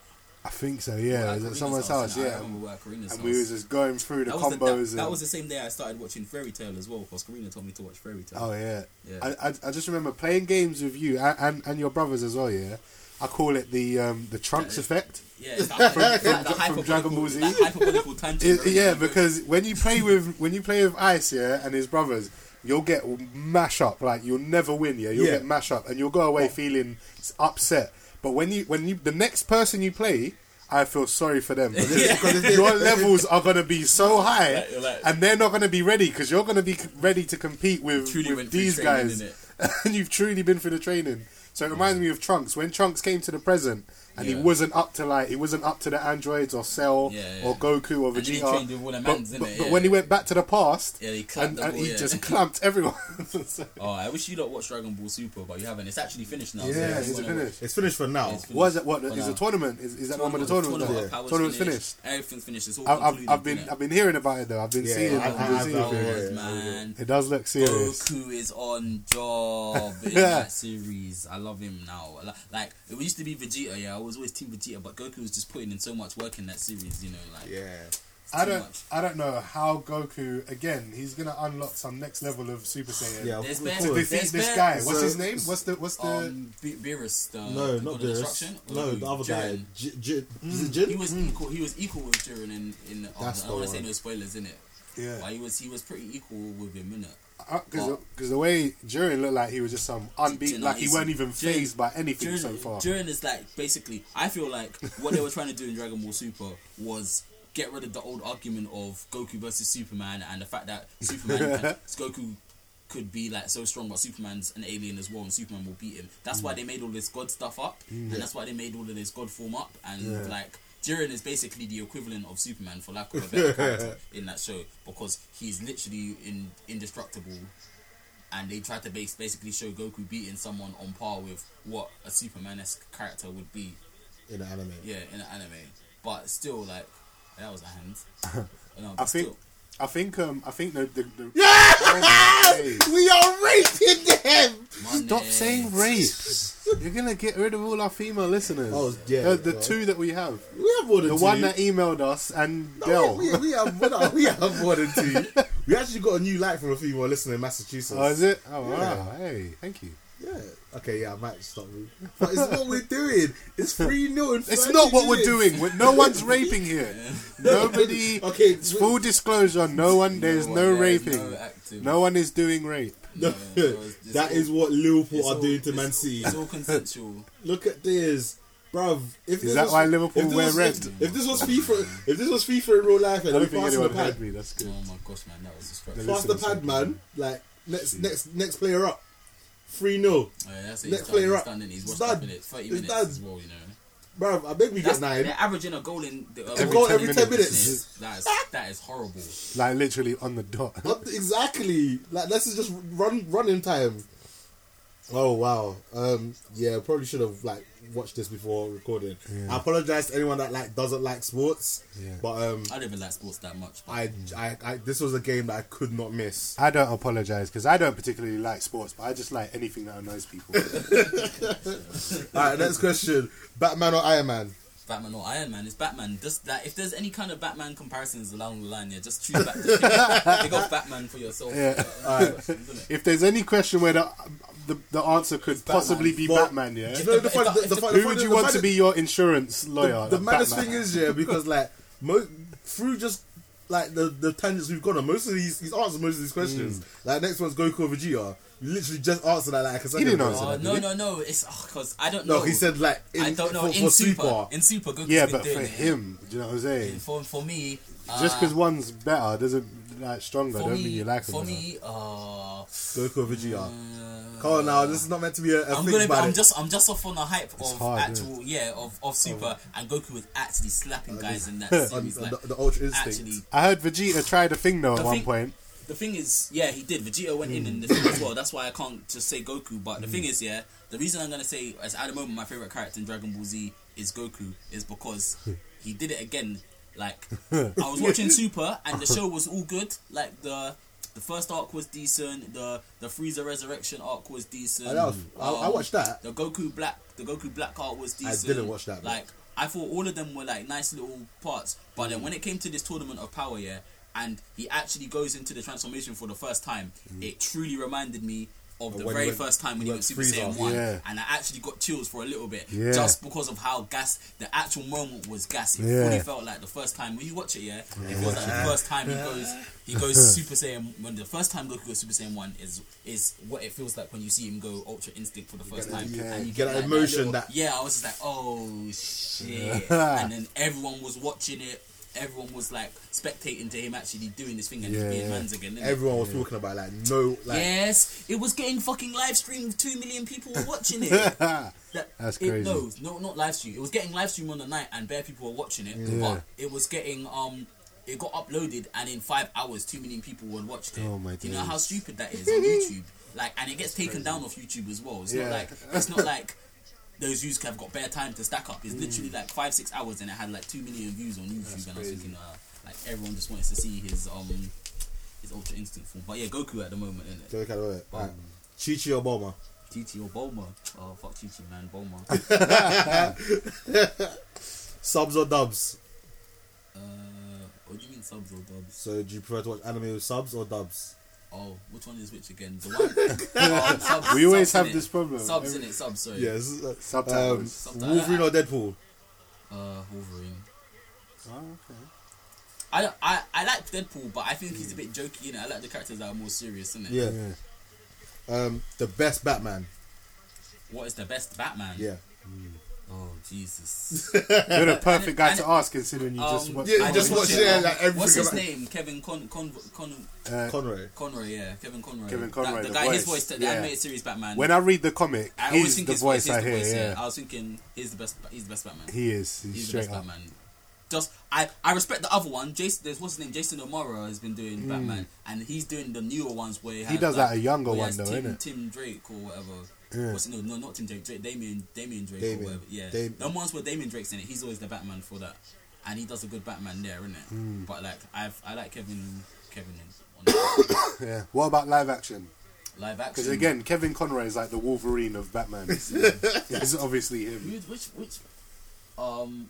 I think so, yeah.
At
It was
Karina's
at someone's house,
innit? I
yeah.
remember we were at Karina's
And
house.
we was just going through the
that
combos
Was the, that,
and
that was the same day I started watching Fairy Tale as well, because Karina told me to watch Fairy Tale.
Oh yeah.
Yeah.
I, I, I just remember playing games with you and, and, and your brothers as well. Yeah, I call it the um, the Trunks
Yeah.
effect.
yeah, it's like,
From-
like
from-
the
from
hyperbolical-
Dragon Ball Z.
that hyperbolical tangent.
It-
really.
yeah, because when you play with when you play with Ice, yeah, and his brothers, you'll get mash up. Like you'll never win. Yeah, you'll Yeah. get mash up, and you'll go away feeling s- upset. But when you when you the next person you play. I feel sorry for them. because Your levels are going to be so high,
Like- like-
and they're not going to be ready because you're going to be c- ready to compete with,
Truly
with
went through
these
training,
guys.
innit?
and you've truly been through the training. So it reminds me of Trunks when Trunks came to the present, and he
Yeah.
wasn't up to like he wasn't up to the androids or Cell
Yeah, yeah.
or Goku or
And then he
Vegeta.
trained with all the
but
mans, innit?
but- but
Yeah.
when he went back to the past,
Yeah, he clapped
and,
them
and
all,
he
yeah.
just clamped everyone. So-
Oh, I wish you lot watched Dragon Ball Super, but you haven't. It's actually finished now. so
yeah,
if you
it's
wanna watch-
finished.
It's finished for now.
it's finished.
Was it what is
For now.
the tournament? Is, is that one with the
Tournament-
tournament?
tournament,
yeah.
powers
Tournament's
finished.
finished.
Everything's finished. It's all
I, I've,
concluded,
I've been
innit?
I've been hearing about it though. I've been
Yeah,
seeing.
I-
I've been
I- I've-
seeing
I've-
it.
Powers,
yeah.
man.
It does look serious.
Goku is on job in
Yeah.
that series. I love him now. Li- Like it used to be Vegeta, yeah. I was always Team Vegeta, but Goku was just putting in so much work in that series, you know. Like
Yeah.
it's
I
too
don't.
much.
I don't know how Goku again. He's gonna unlock some next level of Super Saiyan.
Yeah.
There's
Of
been-
to
course.
defeat
There's
this
been-
guy. What's
so-
his name? What's the what's the
Um, Be- Beerus, the,
No,
the
not
god of
this.
destruction. Or
No, the other guy.
Jiren.
J- J- is it
He
Jin?
was equal. He was equal with Jiren in in. oh,
Mm. That's
I
the
don't want to say
one.
no spoilers in it.
yeah?
But he was he was pretty equal with him in it.
Because
Well-
because the way Jiren looked like he was just some unbeaten,
Jiren,
like he
he's-
weren't even
Jiren-
phased by anything
Jiren,
so far.
Jiren is like basically. I feel like what they were trying to do in Dragon Ball Super was get rid of the old argument of Goku versus Superman and the fact that Superman can, Goku could be like so strong, but Superman's an alien as well, and Superman will beat him. That's
Mm.
why they made all this God stuff up, and that's why they made all of this God form up, and like. Jiren is basically the equivalent of Superman, for lack of a better character, in that show because he's literally in, indestructible and they tried to base, basically show Goku beating someone on par with what a Superman esque character would be,
In the anime.
yeah, in an anime. But still, like that was a hand. No,
I
but
think
still,
I think um I think the, the, the
Yeah!
Oh my days.
We are raping them!
my
stop
name-
saying rape. You're gonna get rid of all our female listeners.
Oh, yeah,
the, the
well.
two that we have,
We have more than
the
two.
one that emailed us and
no,
Dell.
we, we, we have no, we have more than two. We actually got a new like from a female listener in Massachusetts.
Oh, is it? Oh,
Yeah.
wow. Hey, thank you.
Yeah. Okay. Yeah, I might stop. me. But it's what we're doing. It's three 0
It's not what we're doing. We're, no one's raping here. Nobody.
Okay.
It's full disclosure. No one. There's
one-
no
there is
raping.
no active-
No one is doing rape.
No,
Yeah, no, it's- it's
that
all-
is what Liverpool
It's
are
all-
doing to Man
it's-
City.
It's all consensual.
Look at this, bruv. If
Is
this
that
was-
why Liverpool
if this
wear
was-
red?
If, if this was FIFA, if this was FIFA in real life, and
I
we're
don't think
passing the
anyone
pad,
heard me. That's good.
Oh my gosh, man, that was disgraceful.
pass the pad, man. Like next, next, next player up. Three 0
Oh, yeah, that's it.
Next
he's
player
done,
up.
he's done, and he's
It's
watched
done.
up in it. 30
It's
minutes
done.
as well, you know.
bruv. I beg we
That's,
get
they're
nine.
averaging a goal in the, uh,
A
every
goal
10
every
minutes.
ten minutes.
That is, that is horrible.
Like literally on the dot.
Not exactly. Like this is just run running time. Oh wow. Um yeah, probably should have like watched this before recording. I apologize to anyone that like doesn't like sports.
Yeah.
But um
I don't even like sports that much. But
I, I I this was a game that I could not miss.
I don't apologize because I don't particularly like sports, but I just like anything that annoys people.
Alright, next question. Batman or Iron Man?
Batman or Iron Man, it's Batman. Just that if there's any kind of Batman comparisons along the line, yeah, just choose Batman. Pick up Batman for yourself.
Yeah.
Alright. If
if there's any question where the the, the answer could possibly be
Well,
Batman, yeah.
No, the funny- the- the funny-
Who would you
the
want
funny-
to be your insurance lawyer?
The
Like
maddest
Batman.
thing is, yeah, because like mo- through just like the, the tangents we've gone on, most of these he's answered most of these questions.
Mm.
Like next one's Goku over Vegeta. You literally just answered that like a second
didn't
ago.
answer
Oh, no, no, no. It's because I don't
No,
know.
he said like in,
I don't know.
for,
in
for
super,
Super.
in super, Goku's
Yeah,
been
but
doing
for
it.
him, do you know what I'm saying?
for for me, uh,
Just because one's better doesn't like stronger.
for
Don't
me,
mean you like him.
for
or
me, uh,
Goku over Vegeta. Come on now, this is not meant to be a, a
I'm
thing
gonna. Be,
about
I'm
it.
just. I'm just off on the hype of
hard, Oh,
actual. Yeah, of, of super and Goku was actually slapping guys in that series.
on
like,
the- the Ultra Instinct.
Actually,
something. I heard Vegeta tried a thing though at
I
one
think-
point.
the thing is, yeah, he did. Vegeta went in in the thing as well. That's why I can't just say Goku. But the thing is, yeah, the reason I'm gonna say as at the moment my favorite character in Dragon Ball Z is Goku is because he did it again. Like I was watching Super and the show was all good. Like the the first arc was decent. The the Frieza Resurrection arc was decent.
I, know, Oh, I, I
Um,
watched that.
the Goku Black, the Goku Black Heart was
I
decent.
didn't watch that,
Like I thought all of them were like nice little parts, but then when it came to this tournament of power, yeah, and he actually goes into the transformation for the first time, it truly reminded me of the
Mm-hmm. when he
very
went-
first time when
he
he
went
went Super
Frieza.
Saiyan one,
Yeah.
and I actually got chills for a little bit
Yeah.
just because of how gas the actual moment was gas. It
Yeah.
really felt like the first time when you watch it, yeah, it feels like the first time he goes he goes Super Saiyan when the first time Goku goes Super Saiyan one is is what it feels like when you see him go Ultra Instinct for the first
that-
time.
yeah,
and
you get that emotion that-
yeah, I was just like, oh shit, and then everyone was watching it. Everyone was like spectating to him actually doing this thing and just
Yeah,
being
yeah.
man's again. innit?
Everyone was talking about like no like
yes, it was getting fucking live streamed. Two million people were watching it. That,
That's
it-
crazy.
No, no, not live stream. It was getting live stream on the night, and bare people were watching it. But it was getting um, it got uploaded, and in five hours, two million people would watch it.
Oh my
Do you know
days.
how stupid that is on YouTube? Like, and it gets taken down off YouTube as well. It's
Yeah.
not like it's not like those views have got bare time to stack up. It's literally
Mm.
like five, six hours, and it had like two million views on YouTube. and I was thinking, uh, like everyone just wants to see his um. his Ultra instant form, but yeah, Goku at the moment, isn't it?
Joke out of it. Alright. Chi Chi or Bulma?
Titi or Bulma? Oh fuck, Titi man, Bulma.
Subs or dubs?
Uh, what do you mean subs or dubs?
So do you prefer to watch anime with subs or dubs?
Oh, which one is which again? The one. Oh, subs-
We always
subs,
have
innit?
this problem.
Subs in
Every-
it, subs. Sorry.
Yes. Um,
Subtitles.
Sometimes.
Wolverine or Deadpool?
Uh, Wolverine.
Oh, okay.
I, don't- I I like Deadpool, but I think he's a bit jokey. You know, I like the characters that are more serious. Isn't it?
Yeah.
Yeah.
Um, the best Batman.
What is the best Batman?
Yeah.
Oh Jesus.
You're the perfect guy
and it-
to ask, considering you just
Um,
watched.
Yeah,
the
I
just
whole
watch
thing.
it, yeah, like everything
What's his
about-
name? Kevin Con Con Con
Uh,
Conroy.
Conroy. Yeah, Kevin Conroy.
Kevin
That-
Conroy,
the,
the
guy, his
voice,
voice, the
yeah.
animated series Batman.
When I read the comic,
I always
he's
think
the
his
voice
is
I
the
hear.
voice,
Yeah,
I was thinking he's the best. He's the best Batman.
he is. He's,
He's the
straight
best
up.
Batman. Just I, I respect the other one. Jason, there's what's his name? Jason O'Mara has been doing Batman, and he's doing the newer ones where he, has,
Mm. does that a younger
where he
one
has
though,
Tim,
innit?
Tim Drake or whatever.
Yeah.
What's, no, no, not Tim Drake. Drake Damien, Damien Drake
Damien.
or whatever. Yeah,
Dam-
the ones where Damien Drake's in it, he's always the Batman for that, and he does a good Batman there, isn't it?
Mm.
But like I've, I like Kevin, Kevin. On
Yeah. What about live action?
live
Because
action.
again, Kevin Conroy is like the Wolverine of Batman. it's obviously him.
Who- which which um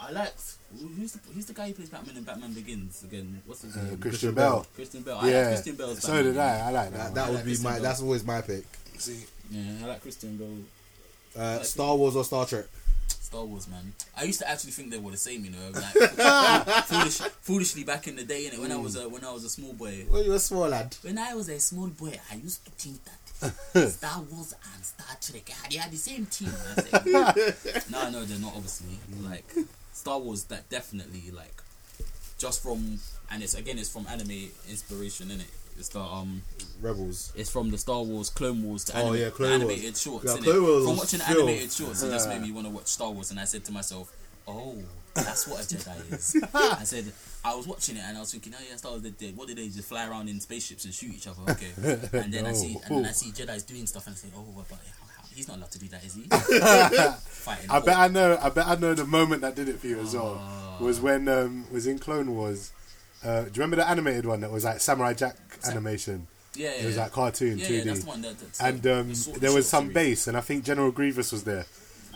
I liked who- who's the who's the guy who plays Batman in Batman Begins again? What's his
Uh,
name?
Christian Bell.
Christian Bell. I like
Yeah.
Oh, Christian Bell.
So did I. I like that.
That,
one.
that
I
would
like
be
this
my.
one.
That's always my pick.
See,
Yeah, I like Christian Bell.
Uh, Star Wars or Star Trek?
Star Wars, man. I used to actually think they were the same, you know, like foolish, foolishly back in the day. And when I was a when I was a small boy,
Well, you're a small lad.
when I was a small boy, I used to think that Star Wars and Star Trek ah, they are the same team. I said, no, no, they're not. Obviously, like Star Wars, that definitely like just from and it's again it's from anime inspiration, innit? It's the um
Rebels.
it's from the Star Wars Clone Wars to
Oh,
anime,
yeah, Clone
the animated
Wars.
shorts.
Yeah,
innit?
Clone Wars
From
was
watching
filth.
animated shorts, it just made me want to watch Star Wars, and I said to myself, "Oh, that's what a Jedi is." I said, I was watching it and I was thinking, "Oh yeah, Star Wars. They, they, what did they just fly around in spaceships and shoot each other?" Okay, and then I see and then I see Jedi's doing stuff, and I think, "Oh, but how, how, he's not allowed to do that, is he?" Fighting.
I bet I know. I bet I know the moment that did it for you as well.
Oh.
Was when um, was in Clone Wars. Uh, do you remember the animated one that was like Samurai Jack animation?
yeah, yeah,
It was
yeah.
like cartoon,
yeah,
2D.
yeah, that's the one. That, that's
and
the-
um,
the sort of
there was
short
some
series.
base, and I think General Grievous was there.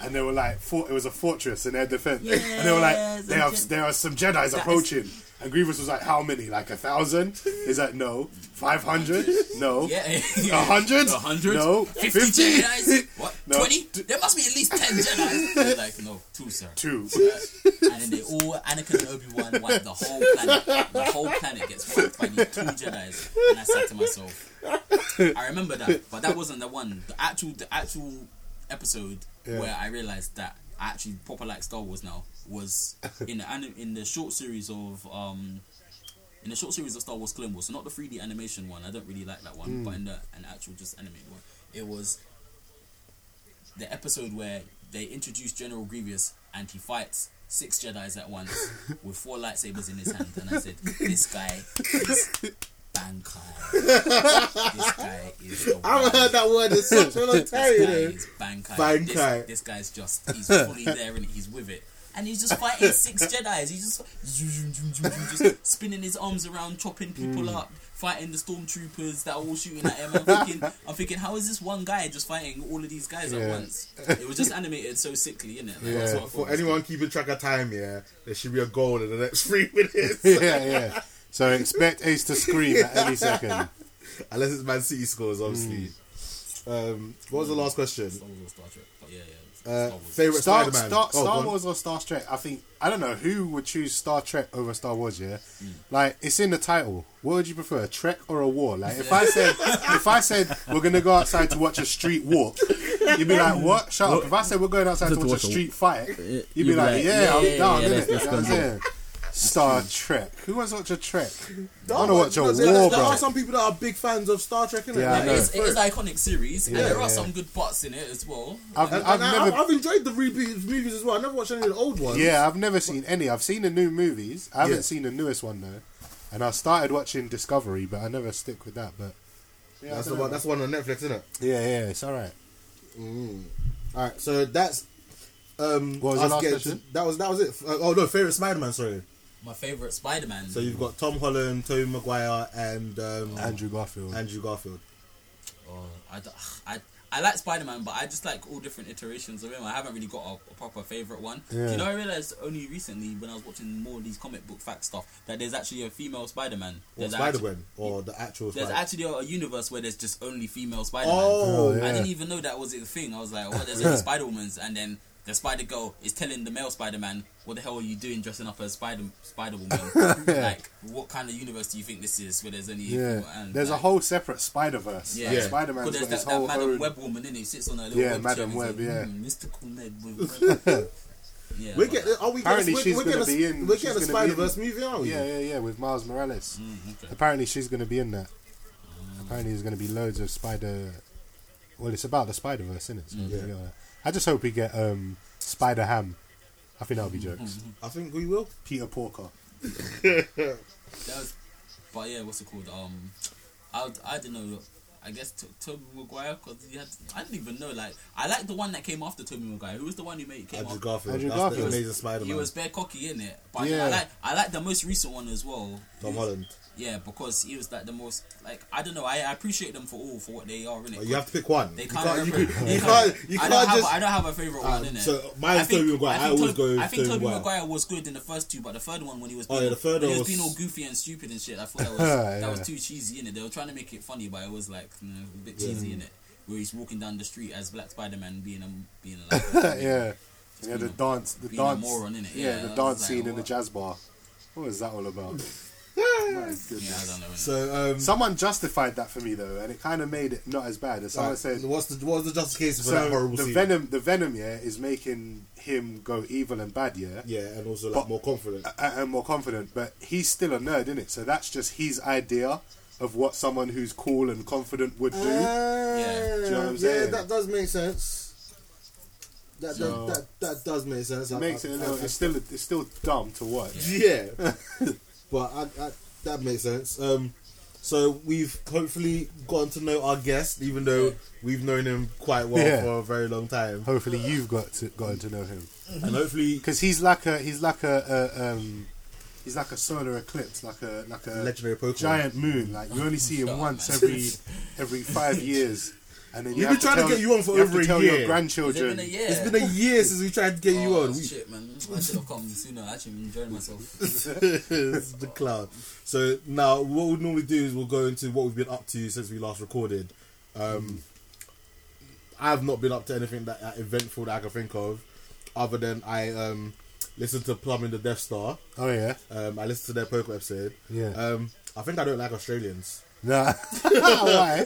And they were like, fort, it was a fortress in their defense.
Yeah,
and they were like,
some
there are,
Jed-
there are some Jedi's approaching. And Grievous was like, how many? Like a thousand? He's like, no. 500? No.
Yeah,
A hundred?
A hundred?
No.
Fifty,
Oh, Fifty?
Jedi's? What?
No.
Twenty? There must be at least ten Jedi's. They're like, no, two, sir.
Two.
And then they all Anakin and Obi Wan wipe the whole planet. The whole planet gets wiped by these two Jedi's. And I said to myself, I remember that, but that wasn't the one. The actual, the actual episode where I realized that I actually proper like Star Wars now was in the anim- in the short series of um in the short series of Star Wars Clone Wars, so not the 3D animation one. I don't really like that one,
Hmm.
but in the an actual just animated one, it was the episode where they introduce General Grievous and he fights six Jedi's at once with four lightsabers in his hand, and I said, "This guy is Bankai. This guy is the
I haven't
one."
heard that word in such a long time.
This
you
guy
know.
is Bankai.
Bankai.
This, this guy's just, he's fully there and he's with it. And he's just fighting six Jedi's. He's just, zoom, zoom, zoom, zoom, zoom, just spinning his arms around, chopping people up, fighting the stormtroopers that are all shooting at him. I'm thinking, I'm thinking, how is this one guy just fighting all of these guys at once? It was just animated so sickly, innit? Like, that's what I thought
For
was
anyone keeping track of time, yeah, there should be a goal in the next three minutes.
yeah, yeah. So expect Ace to scream at any second.
Unless it's Man City scores, obviously.
Mm.
Um, what was the last question?
Star Wars or Star Trek. But yeah, yeah.
Uh,
Star Wars.
favorite
Star,
Spider-Man.
Star,
Oh, go
Star
on.
Wars or Star Trek? I think I don't know who would choose Star Trek over Star Wars. Yeah, like it's in the title. What would you prefer, a trek or a war? Like if I said if I said we're gonna go outside to watch a street walk, you'd be like, what? Shut up! If I said we're going outside to watch a street fight, you'd be like, yeah, I'm down.
yeah,
innit?
let's- let's
You know what I'm
go.
saying? Star Trek. Who wants to watch a trek? I want to
No,
watch a
no,
war,
there, there
bro.
are some people that are big fans of Star Trek, innit?
Yeah, I
Like,
know.
It's, it is an iconic series, and
Yeah,
there are
yeah.
some good parts in it as well.
I've,
and-
I've
and I-
never.
I've enjoyed the reboots movies as well. I never watched any of the old ones.
Yeah, I've never seen any. I've seen the new movies. I haven't
Yeah.
seen the newest one though, and I started watching Discovery, but I never stick with that. But yeah,
that's
I
the
don't
one.
know.
That's the one on Netflix, isn't it?
yeah, yeah, it's all right.
All right, so that's. Um,
What was the
us
last
getting
question?
to- that was that was it. Uh, oh no, favorite Spider-Man. Sorry.
My favorite Spider-Man.
So you've got Tom Holland, Tobey Maguire, and um,
Andrew Garfield.
Andrew Garfield.
Oh, I, d- I, I like Spider Man, but I just like all different iterations of him. I haven't really got a, a proper favorite one. Do
Yeah.
You know, I realized only recently when I was watching more of these comic book fact stuff that there's actually a female Spider Man.
Or
There's
Spider
actu-
Gwen, or the actual.
There's
Spider-
actually a, a universe where there's just only female Spider Man.
oh,
yeah.
I didn't even know that was a thing. I was like, oh, there's only Spider Woman's, and then the Spider Girl is telling the male Spider Man, "What the hell are you doing dressing up as Spider Spider Woman? Like, what kind of universe do you think this is where there's only
yeah,
and,
there's a
like,
whole separate Spider Verse.
Yeah.
Yeah,
Yeah.
Spider
Well,
Man's
there's
got
that,
his
that
whole
Madam
own.
Web woman, innit? Who sits on her little
Yeah,
web
Madam
chair and
Web,
says,
yeah.
"Hmm, mystical Ned Web. Web." yeah,
We're
but-
getting. Are we
Apparently
getting, we're,
she's
we're
gonna
getting a,
be in-
We're
she's
getting a
gonna be
Spider Verse
in-
movie, aren't we?
Oh, Yeah, yeah, yeah. With Miles Morales.
Mm, okay.
Apparently, she's going to be in that. Apparently, there's going to be loads of Spider. Well, it's about the Spider Verse, isn't it? So it's gonna be all right. I just hope we get um, Spider Ham. I think that'll be jokes.
Mm-hmm.
I think we will.
Peter Porker.
That was, but yeah, what's it called? Um, I, I don't know. I guess to Toby Maguire because he had. I didn't even know. Like I like the one that came after Toby Maguire. Who was the one who made came
Andrew
after?
Garfield.
Andrew
That's
Garfield.
the amazing Spider
He
Man.
was bare cocky in it, but
Yeah.
I like I like the most recent one as well.
Tom Holland.
Yeah, because he was like the most like I don't know. I, I appreciate them for all for what they are in
Oh,
it.
you have to pick one.
They
you
can't
can't. You,
reference-
can,
they
you can't. You
I
can't
don't have
just.
I don't have a favorite one in
Um,
it.
so mine is Toby Maguire. I, always go with
I think
Toby
Toby
Maguire.
Maguire was good in the first two, but the third one when he was
Oh,
being,
yeah, the third
when he
one
was being
was-
all goofy and stupid and shit, I thought that was that was too cheesy in it. They were trying to make it funny, but it was like you know, a bit cheesy in it. Where he's walking down the street as Black Spider Man, being a being like
yeah. Yeah, the dance, the
being a
dance,
moron, innit? Yeah,
yeah,
that
the
was
dance
like,
scene in the
what?
jazz bar. What was that all about?
yeah, I don't know. innit?
So um,
Someone justified that for me though, and it kind of made it not as bad as someone
like,
said.
what's the what's the justification for
So
that horrible
the
scene?
venom, the venom, yeah, is making him go evil and bad, yeah,
Yeah, and also like
But- Uh,
more confident.
a- and more confident. But he's still a nerd, isn't it? So that's just his idea of what someone who's cool and confident would do.
Uh,
yeah,
you know what I'm
yeah,
saying?
that does make sense. That
So-
that, that that does make sense.
it makes it a little. It's still, it's still dumb to watch.
yeah, but I, I, that makes sense. Um, so we've hopefully gotten to know our guest, even though we've known him quite well
Yeah.
for a very long time,
Hopefully, you've got to, gotten to know him
and hopefully
because he's like a, he's like a, a um, he's like a solar eclipse, like a, like a
legendary Pokemon.
giant moon. Like you only see him
Shut up,
once
man.
every every five years, and then you
We've
have
been trying to
tell-
get you on for
have to
over a
tell
year.
Your
It's
grandchildren.
been a year.
It's been a year since we tried to get you
Oh,
on. We,
shit, man. I should have come sooner. Actually, I'm enjoying myself.
It's the cloud. So now, what we normally do is we'll go into what we've been up to since we last recorded. Um, I've not been up to anything that, that eventful that I can think of, other than I um, listened to Plumbing the Death Star.
Oh yeah,
Um, I listened to their Poker episode.
Yeah.
Um, I think I don't like Australians.
nah. Why?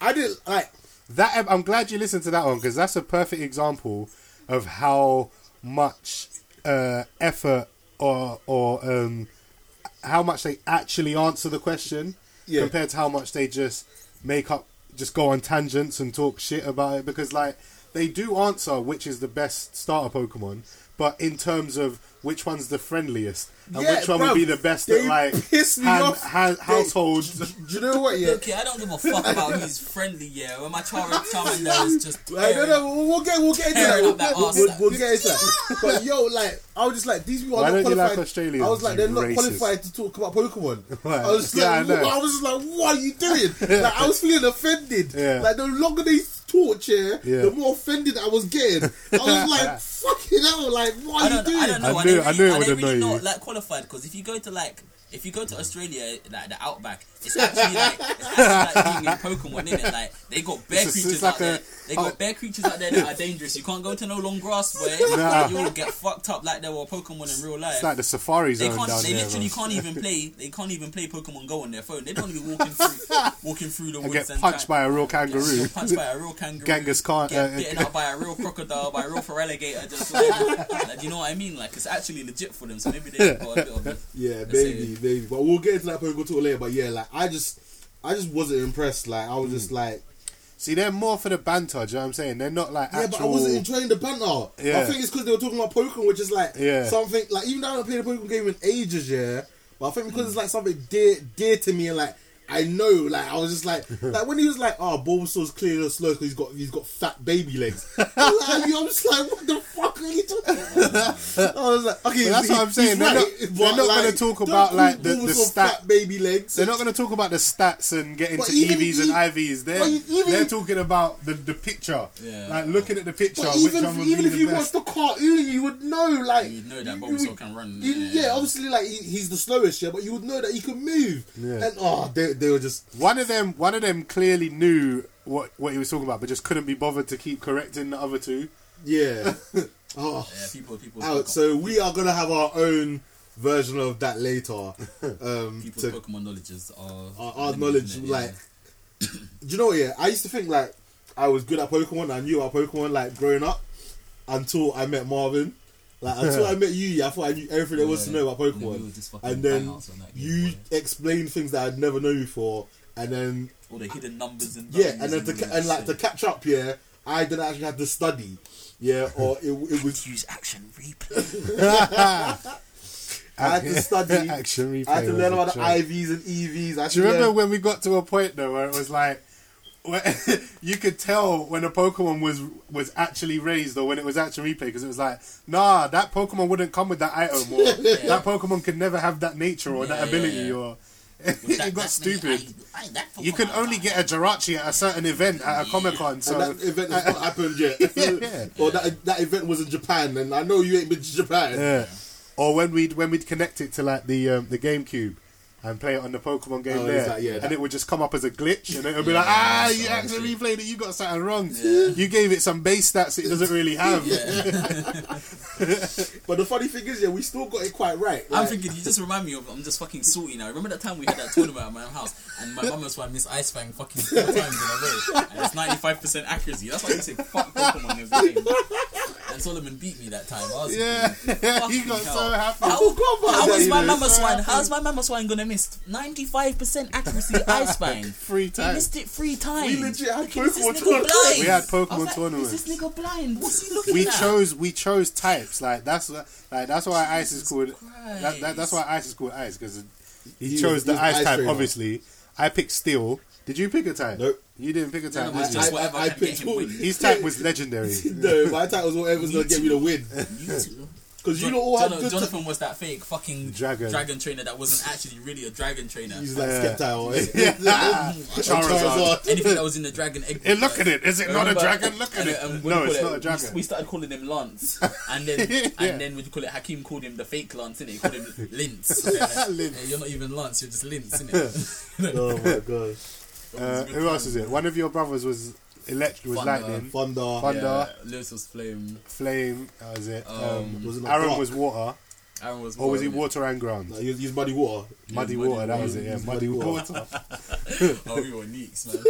I didn't like.
That ep- I'm glad you listened to that one because that's a perfect example of how much uh, effort or or um, how much they actually answer the question
Yeah.
compared to how much they just make up, just go on tangents and talk shit about it. Because like they do answer which is the best starter Pokemon, but in terms of which one's the friendliest and
Yeah,
which one
bruv,
would be the best
they
at like
piss me
hand-
off.
hand-
They-
households.
Do you know what? Yeah.
Okay, I don't give a fuck about who's friendly. Yeah, when my Char- Charmander was just.
I don't know. We'll, we'll get we'll get into that.
Tearing
We'll,
up that
we'll-
arse,
we'll-
like-
we'll get into that. But yo, like I was just like these people are
Why
not
don't you like
qualified.
Australians,
I was like
you
they're not
racist?
qualified to talk about Pokemon.
Right.
I was just
Yeah, I
like
know.
I, was just like what are you doing? like I was feeling offended.
Yeah.
Like the longer they taught yeah,
Yeah.
the more offended I was getting. I was like fucking hell. Like what
I
are you
don't,
doing?
I don't know.
I
are
knew-
they
I
really,
knew it
are
would
they really
annoy you.
not like qualified? Because if you go to like, if you go to Australia, like the outback, it's actually like, it's actually like being in Pokemon, isn't it? Like they got bear
It's just-
creatures
it's
out
like
there.
a- oh.
They got bear creatures out there that are dangerous. You can't go to no long grass where
Nah.
you'll get fucked up like there were Pokemon in real life.
It's like the safari
They
zone
can't.
down
They
there.
literally
man.
can't even play. They can't even play Pokemon Go on their phone. They don't even walking through, walking through the
and
woods
get punched
try-
by a real kangaroo.
Get punched by a real kangaroo.
Genghis Khan,
Get
uh,
bitten up by a real crocodile, by a real feraligator. Just like, like, you know what I mean? Like it's actually legit for them. So maybe they've got a bit of. A,
Yeah,
Let's
maybe,
say-
maybe. But we'll get into that Pokemon talk later. But yeah, like I just I just wasn't impressed. Like I was
Hmm.
just like.
See, they're more for the banter. Do you know what I'm saying? They're not like
Yeah,
actual.
but I wasn't enjoying the banter.
Yeah.
I think it's because they were talking about Pokemon, which is like
Yeah.
something like even though I haven't played a Pokemon game in ages, yeah. But I think because it's like something dear dear to me and like I know, like I was just like like when he was like, "Oh, Bulbasaur's clearly a slow because he's got he's got fat baby legs." I was like, I'm just like, what the fuck are you talking? about? I was like, okay,
But that's
he-
what I'm saying,
he's
they're not-
right,
they're
but,
not gonna
like,
talk
don't
about,
call
like, the- the
Bulbasaur
stat-
fat baby legs.
they're not going to talk about the stats and get into
But even
EVs
e-
and IVs. They're,
but even-
they're talking about the, the picture.
Yeah.
Like looking at the picture,
But
which
even
one would
even
be
if
the
you
best.
watched the cartoon, you would know like
You'd know that
you
Bulbasaur
would-
can run.
you-
Yeah.
yeah, obviously like he, he's the slowest, yeah, but you would know that he could move.
Yeah.
And oh, they, they were just
One of them, one of them clearly knew what what he was talking about, but just couldn't be bothered to keep correcting the other two.
yeah. oh,
yeah, people, people.
out. So we are gonna have our own version of that later. Um,
people's
to
Pokemon knowledges are
our, our
limited,
knowledge,
innit?
like, do you know what? Yeah, I used to think like I was good at Pokemon. I knew about Pokemon like growing up until I met Marvin. Like until I met you, yeah, I thought I knew everything there was to
Yeah.
know about
And then we were
Pokemon.
just fucking
and then
bangouts on that game,
you
boy.
explain things that I'd never known before, and then
all the hidden numbers and
yeah,
values
and then to, ca-
all
and
that shit.
like to catch up, yeah, I didn't actually have to study, yeah, or it, it was
use action replay.
I had to study,
Action
I
replay
had to
was
learn
a
about the
joke.
IVs and EVs. I had
Do you
to
remember
learn-
when we got to a point though where it was like you could tell when a Pokemon was was actually raised or when it was actually replayed because it was like, nah, that Pokemon wouldn't come with that item or that Pokemon could never have that nature or
Yeah,
that
yeah,
ability
yeah.
or
With
it
that-
got
that
stupid.
thing, I- I- that
you could
Pokemon,
only
I-
get a Jirachi at a certain event at a Comic Con, so
and that event has not happened yet.
Yeah.
Or that that event was in Japan, and I know you ain't been to Japan.
Yeah. Or when we'd when we'd connect it to like the um, the GameCube and play it on the Pokemon game
Oh,
there,
it's like, yeah, that-
and it would just come up as a glitch, and it would be
Yeah,
like, ah,
that's
you
what I
actually
think.
replayed it, you got something wrong.
Yeah.
You gave it some base stats it doesn't really have.
But the funny thing is, yeah, we still got it quite right.
I'm
Like,
thinking, you just remind me of, I'm just fucking salty now. Remember that time we had that tournament at my house and my mum was why Miss Ice Fang fucking four times in a row and it's 95% accuracy. That's why they say fuck Pokemon in the game. And Solomon beat me that time. I was
Yeah,
Fucking
he got so
hell.
happy.
How,
forgot about
how
that,
is
you
my
know,
mama
so
swine?
happy.
How's my mama swine gonna miss? Ninety-five percent accuracy ice bang.
Three
He
times.
missed it three times.
we legit had
Is this
Pokemon
nigga
tournament.
blind?
We had
I was
Pokemon
like,
tournaments.
Is this nigga blind? What's he looking
We
at?
chose we chose types like that's wha- like that's why ice is called
Christ.
that, that, that's why ice is called ice because he,
He
chose
was-
the
he was
ice,
ice
type
trainer.
obviously. I picked steel. Did you pick a type?
Nope.
You didn't pick a
No,
type.
it was
did
just
you?
whatever
I-
I,
I
kept
picked
getting winning.
His type was legendary.
no, my title was whatever's gonna get me the win.
You two.
Because you
Jon-
know all had
Jono-
good.
Jonathan was that fake fucking
Dragon.
trainer that wasn't actually really a dragon trainer.
He's like
Yeah.
Skeptile. eh?
Yeah. Charizard.
Charizard.
Anything that was in the dragon egg.
Hey, look at it. Is it not a
Remember-
dragon? Look at
and,
it.
um, what do
no,
you
it's
call
not a
it?
dragon.
We, we started calling him Lance, and then
Yeah.
and then we call it Hakim called him the fake Lance, innit? He called him Lince. Yeah,
Lince.
You're not even Lance, you're just Lince, innit?
Oh my god.
Uh, who else is it? One of your brothers was electric, was
Thunder.
lightning.
Thunder.
Thunder.
Yeah, Lewis was flame.
Flame. That was it. Um,
Was it not
Aaron
dark?
was water,
Aaron was.
or was he
Warren.
water and ground?
No, he was- he was muddy water.
muddy
muddy
water. That
water.
was it. Yeah,
He's
muddy
muddy water.
water.
Oh, we were neeks, man.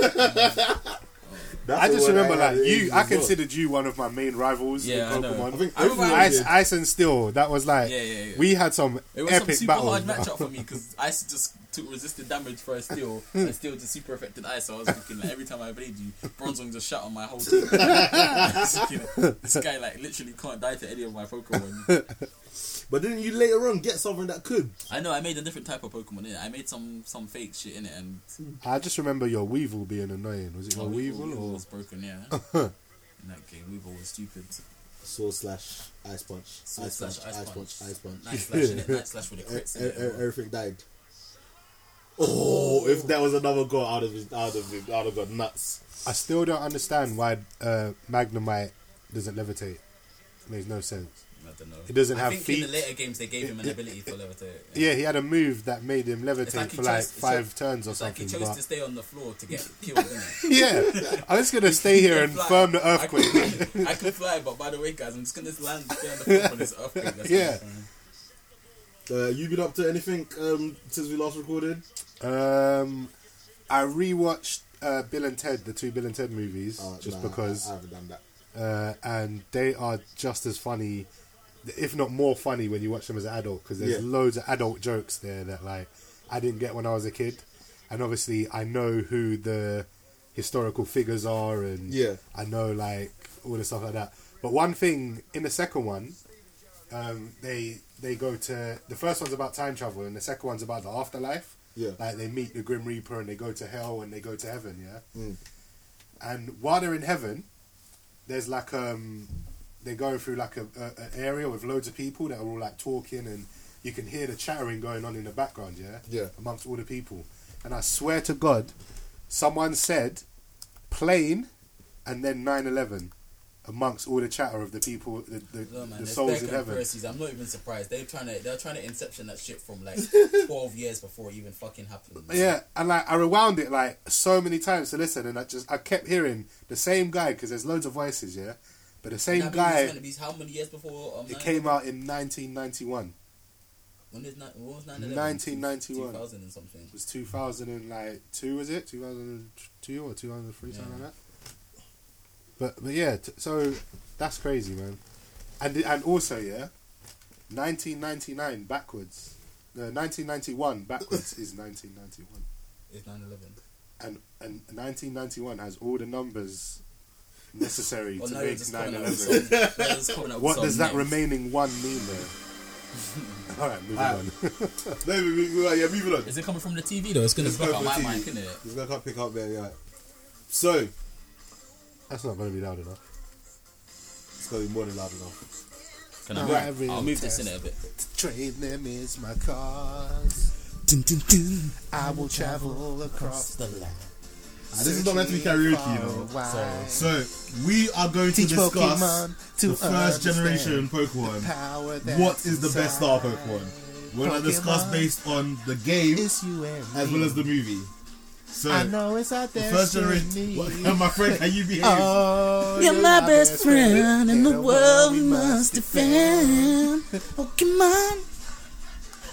That's
I
the
just
word
remember
had
like
in
you.
as
I
well.
considered you one of my main rivals
Yeah, I
in
know.
Pokemon.
I think
I remember
everyone
I-
Ice,
did.
Ice and Steel. That was like
Yeah, yeah, yeah.
we had some
It was some
epic
super
battles.
hard matchup for me because Ice just took resisted damage for a steal
Hmm.
and Steel just super affected Ice. So I was thinking like every time I played you, Bronzong just shut on my whole team. I was thinking, this guy like literally can't die to any of my Pokemon.
But didn't you later on get something that could?
I know I made a different type of Pokemon in it. I made some some fake shit in it and
I just remember your Weevil being annoying. Was it your
Oh,
Weevil or
was broken. Yeah, in that game Weevil was stupid.
Sword slash ice punch.
Sword
ice,
slash
punch, ice punch. Ice punch.
Night slash in it. Night slash with the
E-
crits.
Eh,
e- e-
In it.
everything died. Oh, if that was another goal, I'd have, been- I'd have, been- I'd have got nuts.
I still don't understand why uh, Magnemite doesn't levitate. makes no sense.
I don't know.
It doesn't
I
have
think in
feet.
the later games they gave him an ability for levitate.
Yeah, he had a move that made him levitate
like he
for like
chose- it's
five
like-
turns or
It's like he
something.
chose to
but
stay on the floor to get killed. innit?
yeah, I'm just gonna stay here and
Fly.
firm the
I
earthquake.
could- I could fly, but by the way, guys, I'm just gonna land stay on the floor on this earthquake. That's
Yeah.
gonna happen.
Uh, you been up to anything um, since we last recorded?
Um, I rewatched uh, Bill and Ted, the two Bill and Ted movies,
Uh,
just
nah,
because,
I, I haven't done that.
uh, and they are just as funny, if not more funny, when you watch them as an adult because there's
Yeah.
loads of adult jokes there that like I didn't get when I was a kid, and obviously I know who the historical figures are, and
Yeah.
I know like all the stuff like that. But one thing in the second one, um, they they go to the first one's about time travel, and the second one's about the afterlife.
Yeah.
Like they meet the Grim Reaper and they go to hell and they go to heaven, yeah?
Mm.
And while they're in heaven, there's like um they're going through like a, a an area with loads of people that are all like talking and you can hear the chattering going on in the background, yeah?
Yeah.
Amongst all the people. And I swear to God, someone said plane and then 9-11 amongst all the chatter of the people the, the,
No, man,
the
there's
souls in
bare
heaven.
conspiracies. I'm not even surprised. They're trying to they're trying to inception that shit from like 12 years before it even fucking happened.
Yeah, and like I rewound it like so many times to listen, and I just I kept hearing the same guy because there's loads of voices, yeah, but the
And
same
that movie's
guy.
meant to be how many years before? Um,
It
nine-
came out in 1991.
When is nine? What was 9/11?
1991.
2000 and something.
It was 2000 and like two, was it 2002 or 2003 something
Yeah.
like that? But but yeah, t- so that's crazy, man. And and also yeah, 1999 backwards, no 1991 backwards is 1991.
It's 9/11.
and and 1991 has all the numbers necessary
Well,
to
now you're
make
Oh, just coming
911.
out with some- now you're just coming out with
What
some
does that
next.
remaining one mean there? All right, moving on.
No, we- we- we- yeah, moving on.
Is it coming from the TV though? It's gonna
It's
block out
coming
my
from
mic,
the TV.
isn't it?
He's gonna come pick up there, yeah. So
That's not going to be loud enough.
it's gonna be more than loud enough.
Can I
Right.
move?
Every
I'll move this in
test.
it a bit.
Trade them is my cause. I will travel across the land.
Ah, this is not meant to be karaoke, you know. So we are going to discuss the first generation Pokemon. What is the best star Pokemon? We're gonna discuss based on the game as well as the movie. So
I know it's out
the
there.
first generation. What, my friend, can you behave?
Oh, you're my best friend in the world we must defend. Pokemon,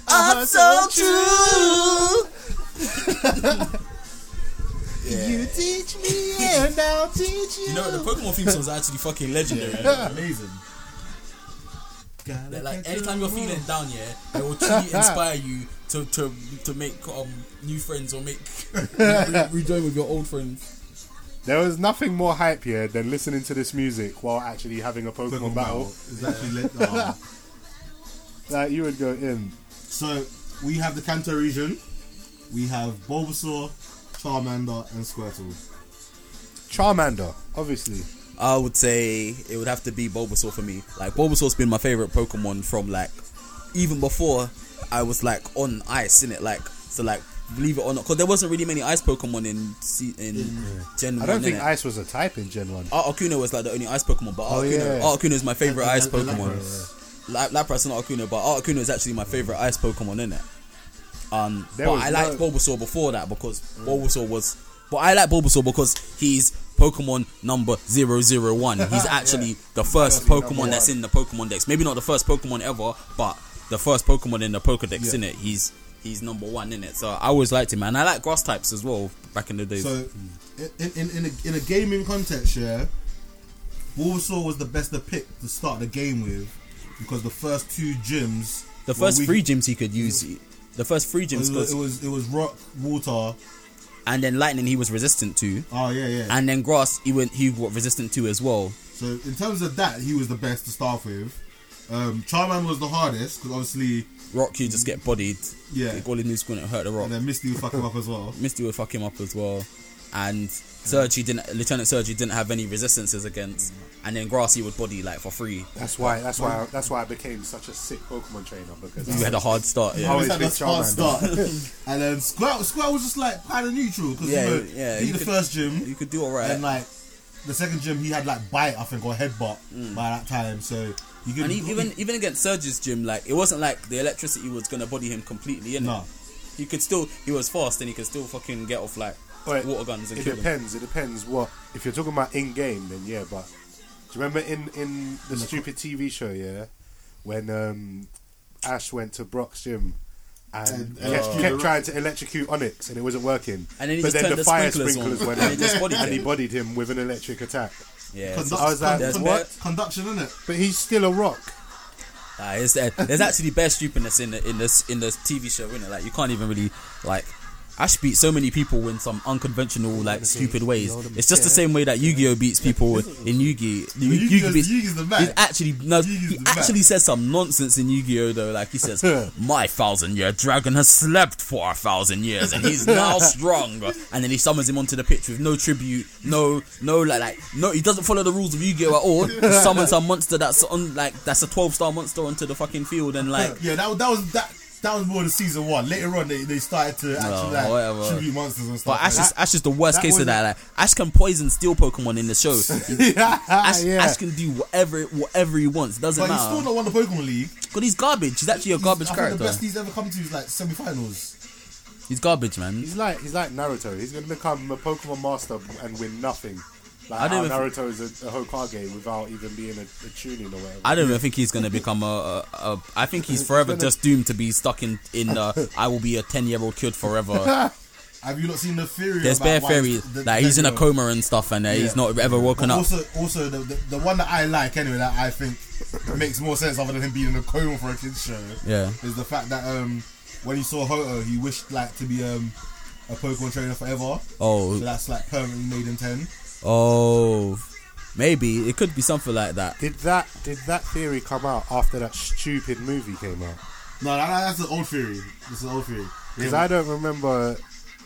I'm so true. You teach me and I'll teach you.
You know, the Pokemon theme songs are actually fucking legendary.
Amazing.
Like, like anytime you're feeling down, yeah, it will truly inspire you to, to to make um new friends or make re- rejoin with your old friends.
There is nothing more hype here than listening to this music while actually having a Pokemon,
Pokemon
battle.
battle is actually lit. Ah.
Like you would go in.
So we have the Kanto region. We have Bulbasaur, Charmander, and Squirtle.
Charmander, obviously.
I would say it would have to be Bulbasaur for me. Like Bulbasaur's been my favorite Pokemon from like even before I was like on ice in it. Like so, like believe it or not, because there wasn't really many ice Pokemon in se- in Gen
I
One.
don't think
innit?
Ice was a type in Gen 1.
Articuno was like the only ice Pokemon, but Articuno,
Oh, yeah.
Articuno is my favorite
And-
ice
and- and
Pokemon. La- Lapras and Articuno, but Articuno is actually my favorite ice Pokemon, isn't it? Um,
There
but
was
I liked
no- Mm.
Bulbasaur before that because Bulbasaur was. But I like Bulbasaur because he's Pokemon number 001. He's actually the first Pokemon that's in the Pokemon Dex. Maybe not the first Pokemon ever, but the first Pokemon in the Pokedex, in it. He's he's number one in it. So I always liked him, and I like grass types as well back in the days.
So in in in a, in a gaming context, yeah, Bulbasaur was the best to pick to start the game with because the first two gyms,
The
were
first
weak.
three gyms he could use. The first three
It
gyms,
was, it
'cause-
was it was rock, water.
and then lightning he was resistant to,
Oh yeah, yeah.
and then grass he went he was resistant to as well.
So in terms of that, he was the best to start with. Um, Charmander was the hardest because obviously,
Rock you just get bodied.
Yeah.
Like, all he knew was going to hurt the rock.
and then Misty was fucking up as well.
Misty would fuck him up as well, and Sergi didn't Lieutenant Sergi didn't have any resistances against, and then grass he would body like for free.
That's why. That's why. I, that's why I became such a sick Pokemon trainer because
You
I,
had a hard start. Yeah.
Oh,
Always
it's
had
been
this hard
Charmander.
start, and then Squirtle, Squirtle was just like kind of neutral because
Yeah,
you know,
yeah,
he
you
did the
could-
first gym.
You could do all right.
And like the second gym, he had like bite, I think, or headbutt by that time. So you
Mm.
can
and he, even even against Sergi's gym, like it wasn't like the electricity was gonna body him completely. In
No.
he could still he was fast and he could still fucking get off like
Wait,
water guns and
it
kill them.
depends. It depends what. If you're talking about in game, then yeah. But do you remember in in the stupid TV show? Yeah, when um, Ash went to Brock's gym. And, uh, kept, kept trying to electrocute Onyx and it wasn't working.
And then he
but
just
then
turned
the
the
fire
sprinklers on,
sprinklers went
and
on
he just bodied
and he
him.
bodied him with an electric attack.
Yeah,
conduct,
I was like,
con-
There's
conduct-
what?
conduction in it.
But he's still a rock.
Nah, it's, uh, there's actually bare stupidness in the in this in the TV show, innit? Like you can't even really like Ash beat so many people in some unconventional like stupid ways. It's just the same way that Yu-Gi-Oh beats people in Yu-Gi.
Yugi's-
Yu-Gi beats.
Yugi's the
He
man.
actually no,
Yugi's
he
the man.
actually says some nonsense in Yu-Gi-Oh though. Like he says, "My thousand year dragon has slept for a thousand years, and he's now strong." And then he summons him onto the pitch with no tribute, no, no, like, like, no. He doesn't follow the rules of Yu-Gi-Oh at all. He summons a monster that's on, like, that's a twelve-star monster onto the fucking field, and like,
Yeah, that, that was that. That was more than season one. Later on, they, they started to actually like
whatever.
tribute monsters and stuff.
But Ash
like
is, Ash is the worst
that
case
wasn't-
of that. Like, Ash can poison steel Pokemon in the show. Ash,
yeah.
Ash can do whatever whatever he wants. Doesn't
Ah, but he's still
matter.
not won the Pokemon League.
Because he's garbage. He's actually a garbage
I think the
character.
best he's ever come to is like semi-finals.
He's garbage, man.
He's like he's like Naruto. He's gonna become a Pokemon master and win nothing.
I
Like
don't
how
even-
Naruto is a, a Hokage without even being a, a Chunin or whatever.
I don't even think he's going to become a, a, a. I think he's forever just doomed to be stuck in in. Uh, I will be a ten year old kid forever.
Have you not seen the theory?
There's
about
bare
why
fairy
the-
like he's in a
the-
coma and stuff, and uh, he's
Yeah.
not ever woken up.
Also, also the, the the one that I like anyway that I think makes more sense other than him being in a coma for a kids show.
Yeah.
is the fact that um when he saw Hoto, he wished like to be um a Pokemon trainer forever. So
Oh,
that's like permanently made him ten.
oh, maybe it could be something like that.
Did that did that theory come out after that stupid movie came out?
No, that, that's an old theory. This is an old theory.
Because I don't remember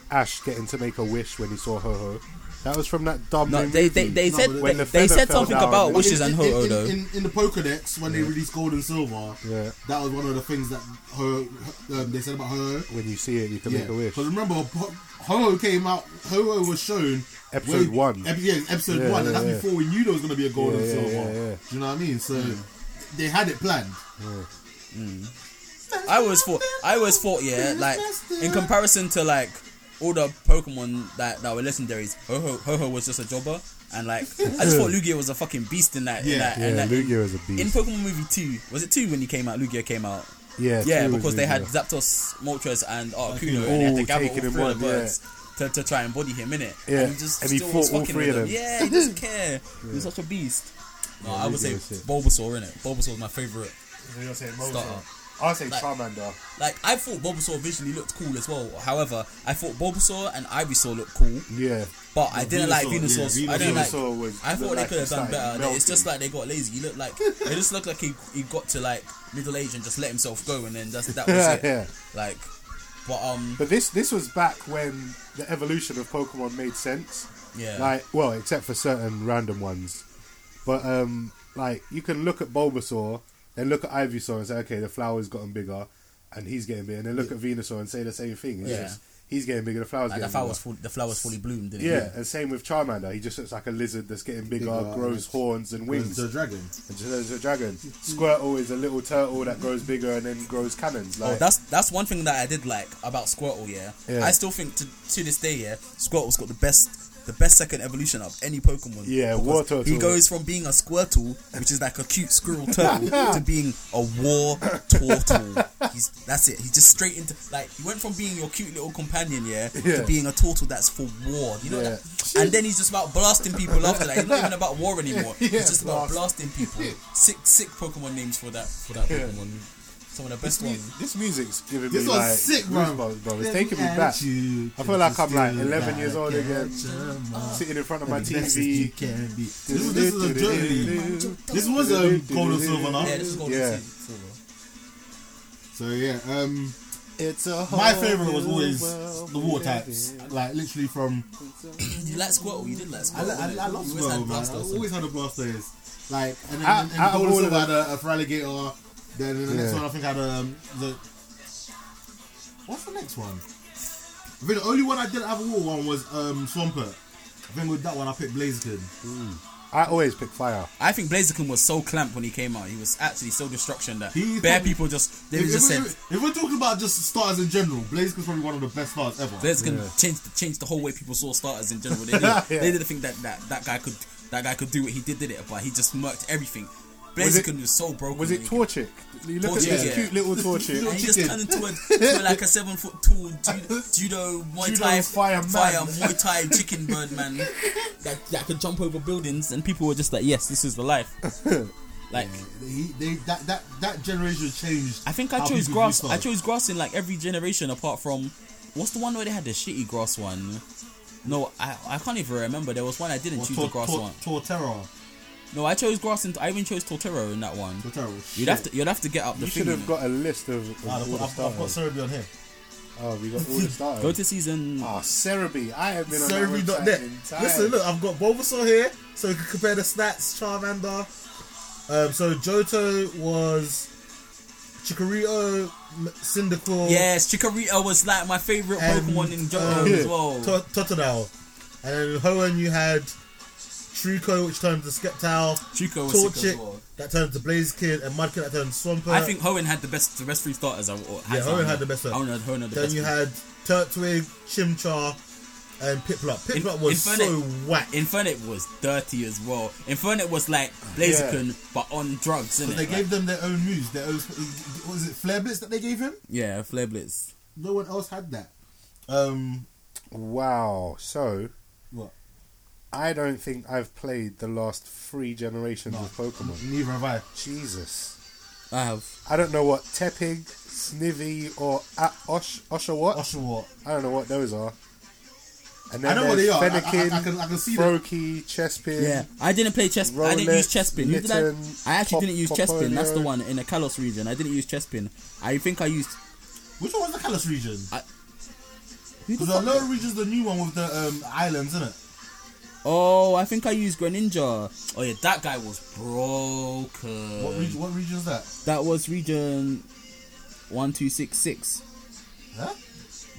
Ash getting to make a wish when he saw Ho Ho.
That was from that dumb.
No,
new
they they,
movie.
they said
but
they,
when the feather
they said
fell
something
down,
about
it-
wishes
in,
and
in-
ho
in,
though.
in, in the Pokedex when they released Gold and Silver,
Yeah.
that was one of the things that her, um, they said about her.
When you see it, you can
Yeah,
make a wish.
because remember, Ho came out. Ho was shown
Episode
way-
one.
ep- yeah, episode
Yeah,
one, and
yeah,
that's
yeah.
before we knew there was going to be a gold
Yeah,
and
yeah,
silver.
yeah, yeah.
Do you know what I mean? So they had it planned.
I always thought I always thought yeah, like in comparison to like all the Pokemon that, that were legendaries, Ho Ho Ho Ho was just a jobber, and like I just thought Lugia was a fucking beast in that. in
Yeah,
that,
Yeah,
in, that
Lugia is a
in
beast.
Pokemon movie two, was it two when he came out? Lugia came out.
yeah,
Yeah,
true,
because they had
Lugia.
Zapdos, Moltres, and Articuno, and they had to
All
gather all
taken in
three of the
one, yeah.
birds to, to try and body him in it.
Yeah,
and he just
and he
still
fought
was
all
fucking
three
with
of
them.
them.
Yeah, he doesn't care. He was such a beast. No, I would
Lugia
say
was sick.
Bulbasaur in it. Bulbasaur was my favorite
You're saying
starter.
I say
Like-
Charmander.
Like I thought Bulbasaur visually looked cool as well. However, I thought Bulbasaur and Ivysaur looked cool,
Yeah,
but I didn't like Venusaur.
yeah,
I didn't like.
Venusaur was-
I thought
looked
they
like
could have
he
done
started
better. They- It's just
melting.
like they got lazy. He looked like it just looked like he, he got to like middle age and just let himself go, and then that's that was
Yeah,
it.
yeah.
Like, but um,
But this this was back when the evolution of Pokemon made sense.
yeah,
Like, well, except for certain random ones. But um, like you can look at Bulbasaur, then look at Ivysaur and say, okay, the flower's gotten bigger, and he's getting bigger, and then look at Venusaur and say the same thing. It's
Yeah.
just, he's getting bigger, the flower's
like the
getting
flowers
bigger.
full, the flowers fully bloomed. Didn't
Yeah, and same with Charmander. He just looks like a lizard that's getting bigger,
Bigger,
grows
and-
horns and
Wings
wings.
to a dragon.
And just as a dragon. Squirtle is a little turtle that grows bigger and then grows cannons.
Oh,
Like
that's that's one thing that I did like about Squirtle. Yeah,
Yeah.
I still think to to this day, yeah, Squirtle's got the best the best second evolution of any Pokemon.
Yeah,
Because
War Turtle.
He goes from being a Squirtle, which is like a cute squirrel turtle, to being a War Turtle. He's that's it. He's just straight into like he went from being your cute little companion, yeah,
Yeah.
to being a turtle that's for war. You know
Yeah.
that. And then he's just about blasting people after that. He's not even about war anymore.
Yeah,
he's just about
blast.
blasting people. Sick, sick Pokemon names for that for that
Yeah.
Pokemon. Some of the
this,
best
mu-
ones.
this music's giving
This
me
one's
like
sick, bro.
goosebumps, bro. It's
Let
taking me
me
back.
at you,
I feel like
just
I'm like
do
11 years old
like
again,
Jama.
sitting in front of my
Best as you
TV.
can be. This, was- this was a journey. This was a gold and silver, no?
Oh, Yeah, this is called
Yeah.
Sea- Silver.
So yeah, um,
It's a
my
whole
favorite
new
was always
world
the water
we live
types.
in.
Like literally from
You like Squirtle? You did like
I,
Squirtle.
li- I,
innit?
I love
You always had
Squirtle, man.
Blastoise,
I always had a Blastoise. Like, and then,
Out-
and,
out
and
of
Golden
all of
Silver had a, a Feraligatr. Then the next
Yeah.
one, I think, had um, the. What's the next one? I think the only one I didn't have a war one was um, Swampert. I think with that one, I picked Blaziken.
I always pick fire.
I think Blaziken was so clamped when he came out. He was actually so destruction that
He
bare
probably-
people just they
If,
just
if,
said
we- if, we're talking about just starters in general, Blaziken's probably one of the best starters ever.
Blaziken changed the, changed the whole way people saw starters in general. They, did, not they didn't think that, that that guy could that guy could do what he did did it, but he just murked everything.
Was it-
Blaziken was, so broken.
Was
when
it
he
Torchic? You look
Torchic,
at this
yeah.
cute little
and
Torchic.
he just turned into a to like a seven foot tall ju- judo Muay
Judo
Thai
fire man.
fire Muay Thai chicken bird man that, that could jump over buildings and people were just like yes this is the life like
He, they, that, that, that generation changed.
I think I
how
chose
people view
grass I
starters.
chose grass in like every generation apart from what's the one where they had the shitty grass one no I, I can't even remember there was one I didn't
Or
choose
Tor-
the grass
Tor-
one
Torterra.
no I chose grass and I even chose Torterra in that one
Torterra was
you'd
shit.
have to you'd have to get up the
You
thing
should
you
have
know.
got a list of, of
Nah, I've
all
got-
the
I've got I've got
starters.
Cerebi on here.
Oh, we got all the
go
starters.
to season
Ah, Cerebi. I have been on that website
Cerebi.net.
in time.
Listen, look, I've got Bulbasaur here, so you can compare the stats. Charmander. Um, so Johto was Chikorito, M- Cyndaquil,
Yes, Chikorita was like my favorite
And,
Pokemon in Johto
um,
as well.
To- Totodile, and then Hoenn you had Truco, which turned to Skeptile,
Chico was sick as
Torchic
well.
that turned to Blaziken, and Mudkip that turned to Swampert.
I think Hoenn had the best, the best three starters. I, or,
yeah,
hands
Hoenn
down.
had the best one.
Hoenn had, Hoenn had the
Then
best.
you
one.
had Turtwig, Chimchar, and Piplup.
In-
Piplup was so
Infernape-
whack.
Infernape was dirty as well. Infernape was like Blaziken but on drugs,
But
innit?
they
Like,
gave them their own moves. Their own what was it flare blitz that they gave him?
yeah, Flare Blitz.
No one else had that. Um,
Wow. So,
What?
I don't think I've played the last three generations of Pokemon.
neither have I.
Jesus.
I have.
I don't know what Tepig, Snivy, or A- Osh Oshawott.
Oshawott.
I don't know what those are. And
I
then
know what they
there's
are. I,
Fennekin,
I- I can, I can see them.
Froakie, Chespin.
Yeah, I didn't play chess. I didn't use
Rolex,
chesspin. Who did I,
Mitten,
I actually
Pop-
didn't use chesspin. That's the
Popolio.
one in the Kalos region. I didn't use chesspin. I think I used.
Which one was the Kalos region?
I-
Because the lower region's the new one with the um, islands, isn't it?
Oh, I think I used Greninja. Oh yeah, that guy was broken.
What region? What region is that?
That was region one two six six.
Huh?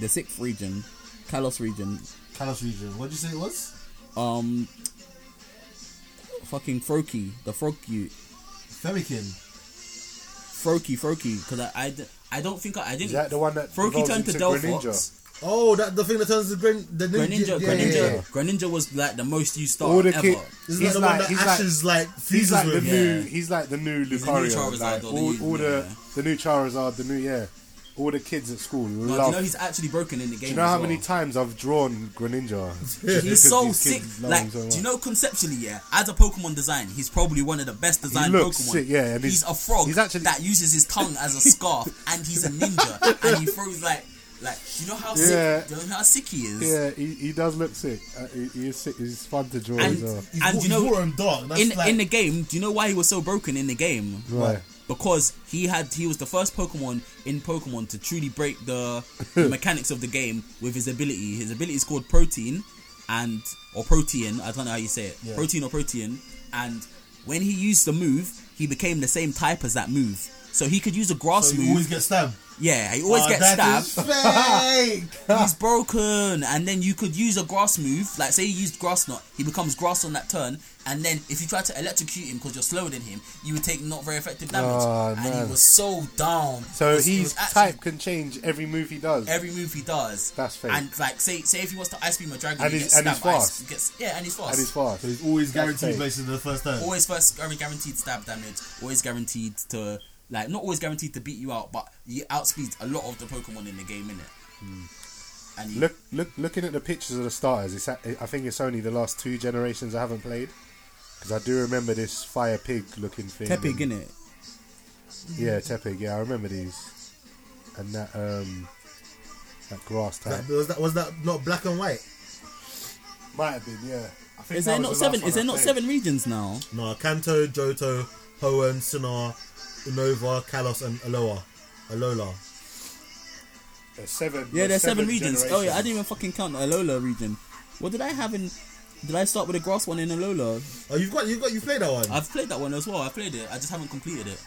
The sixth region, Kalos region.
Kalos region. What did you say it was?
Um, fucking Froakie, the frog you,
Femikin.
Froakie, Froakie. Because I, I, d- I don't think I, I didn't.
Is that the one that
Froakie
evolves
turned to
into
Delphox.
Oh, that the thing that turns the Gren, the ninja,
Greninja,
yeah,
Greninja,
yeah, yeah.
Greninja was like the most used star
All the
ever.
kid-
Isn't
He's
that the
like-
one
he's
that
like-
Ashes like
He's
fuses
like the
with?
new. He's like the new
the new
Lucario.
Charizard,
like,
or the
all
new-
all the
yeah.
the new Charizard, the new yeah. All the kids at school
Like,
love.
you know he's actually broken in the game.
do you know
as
how
well.
many times I've drawn Greninja?
He's
Because
so
these
sick.
kids love
Like,
him so
do you
much.
know conceptually, yeah, as a Pokemon design, he's probably one of the best designed
looks
Pokemon.
sick, yeah, and
he's,
he's-
a frog
he's actually-
that uses his tongue as a scarf, and he's a ninja, and he throws like, like, do you know
Yeah.
how sick, do you know how sick he is.
Yeah, he, he does look sick. Uh, he, he is sick. He's fun to draw as
And,
well.
He's,
and
wa-
you know,
he's water and dark. That's
in
like,
in the game, do you know why he was so broken in the game?
Right.
Because he had he was the first Pokemon in Pokemon to truly break the, the mechanics of the game with his ability. His ability is called Protein, and or Protean. I don't know how you say it. Protein or Protean. And when he used the move, he became the same type as that move. So he could use a grass
so Oh, you
move.
always get stabbed.
yeah, he always
Ah,
gets
that
stabbed.
is fake.
He's broken, and then you could use a grass move. Like say you used grass knot, he becomes grass on that turn, and then if you try to electrocute him because you're slower than him, you would take not very effective damage.
Oh,
and
man.
he was so down. It
So
was- it
his
was actually-
type can change every move he does.
Every move he does,
That's fake.
And like, say, say if he wants to ice beam a dragon,
And
he
he's-
gets
and he's
stabbed, ice-
fast.
he gets- yeah, and he's fast.
and he's fast.
So he's always guaranteed
fake.
basically the first time.
always first I mean, guaranteed stab damage. Always guaranteed to like not always guaranteed to beat you out, but he outspeeds a lot of the Pokemon in the game, innit? And he,
Hmm. Look, look, looking at the pictures of the starters, it's, a- I think it's only the last two generations I haven't played because I do remember this fire pig looking thing. and-
innit?
Yeah, Tepig. Yeah, I remember these. And that um, that grass type
That, was that was that not black and white?
might have been. Yeah, I think
Is
that
there
was
not
the last
seven?
one
Is
I
there not
played.
seven regions now?
No, Kanto, Johto, Hoenn, Sinnoh, Unova, Kalos, and Alola. Alola.
There's seven.
Yeah, there's seven, regions. Oh yeah, I
generations.
didn't even fucking count the Alola region. What did I have in? Did I start with a grass one in Alola?
Oh, you've got you've got you played that one.
I've played that one as well. I played it. I just haven't completed it.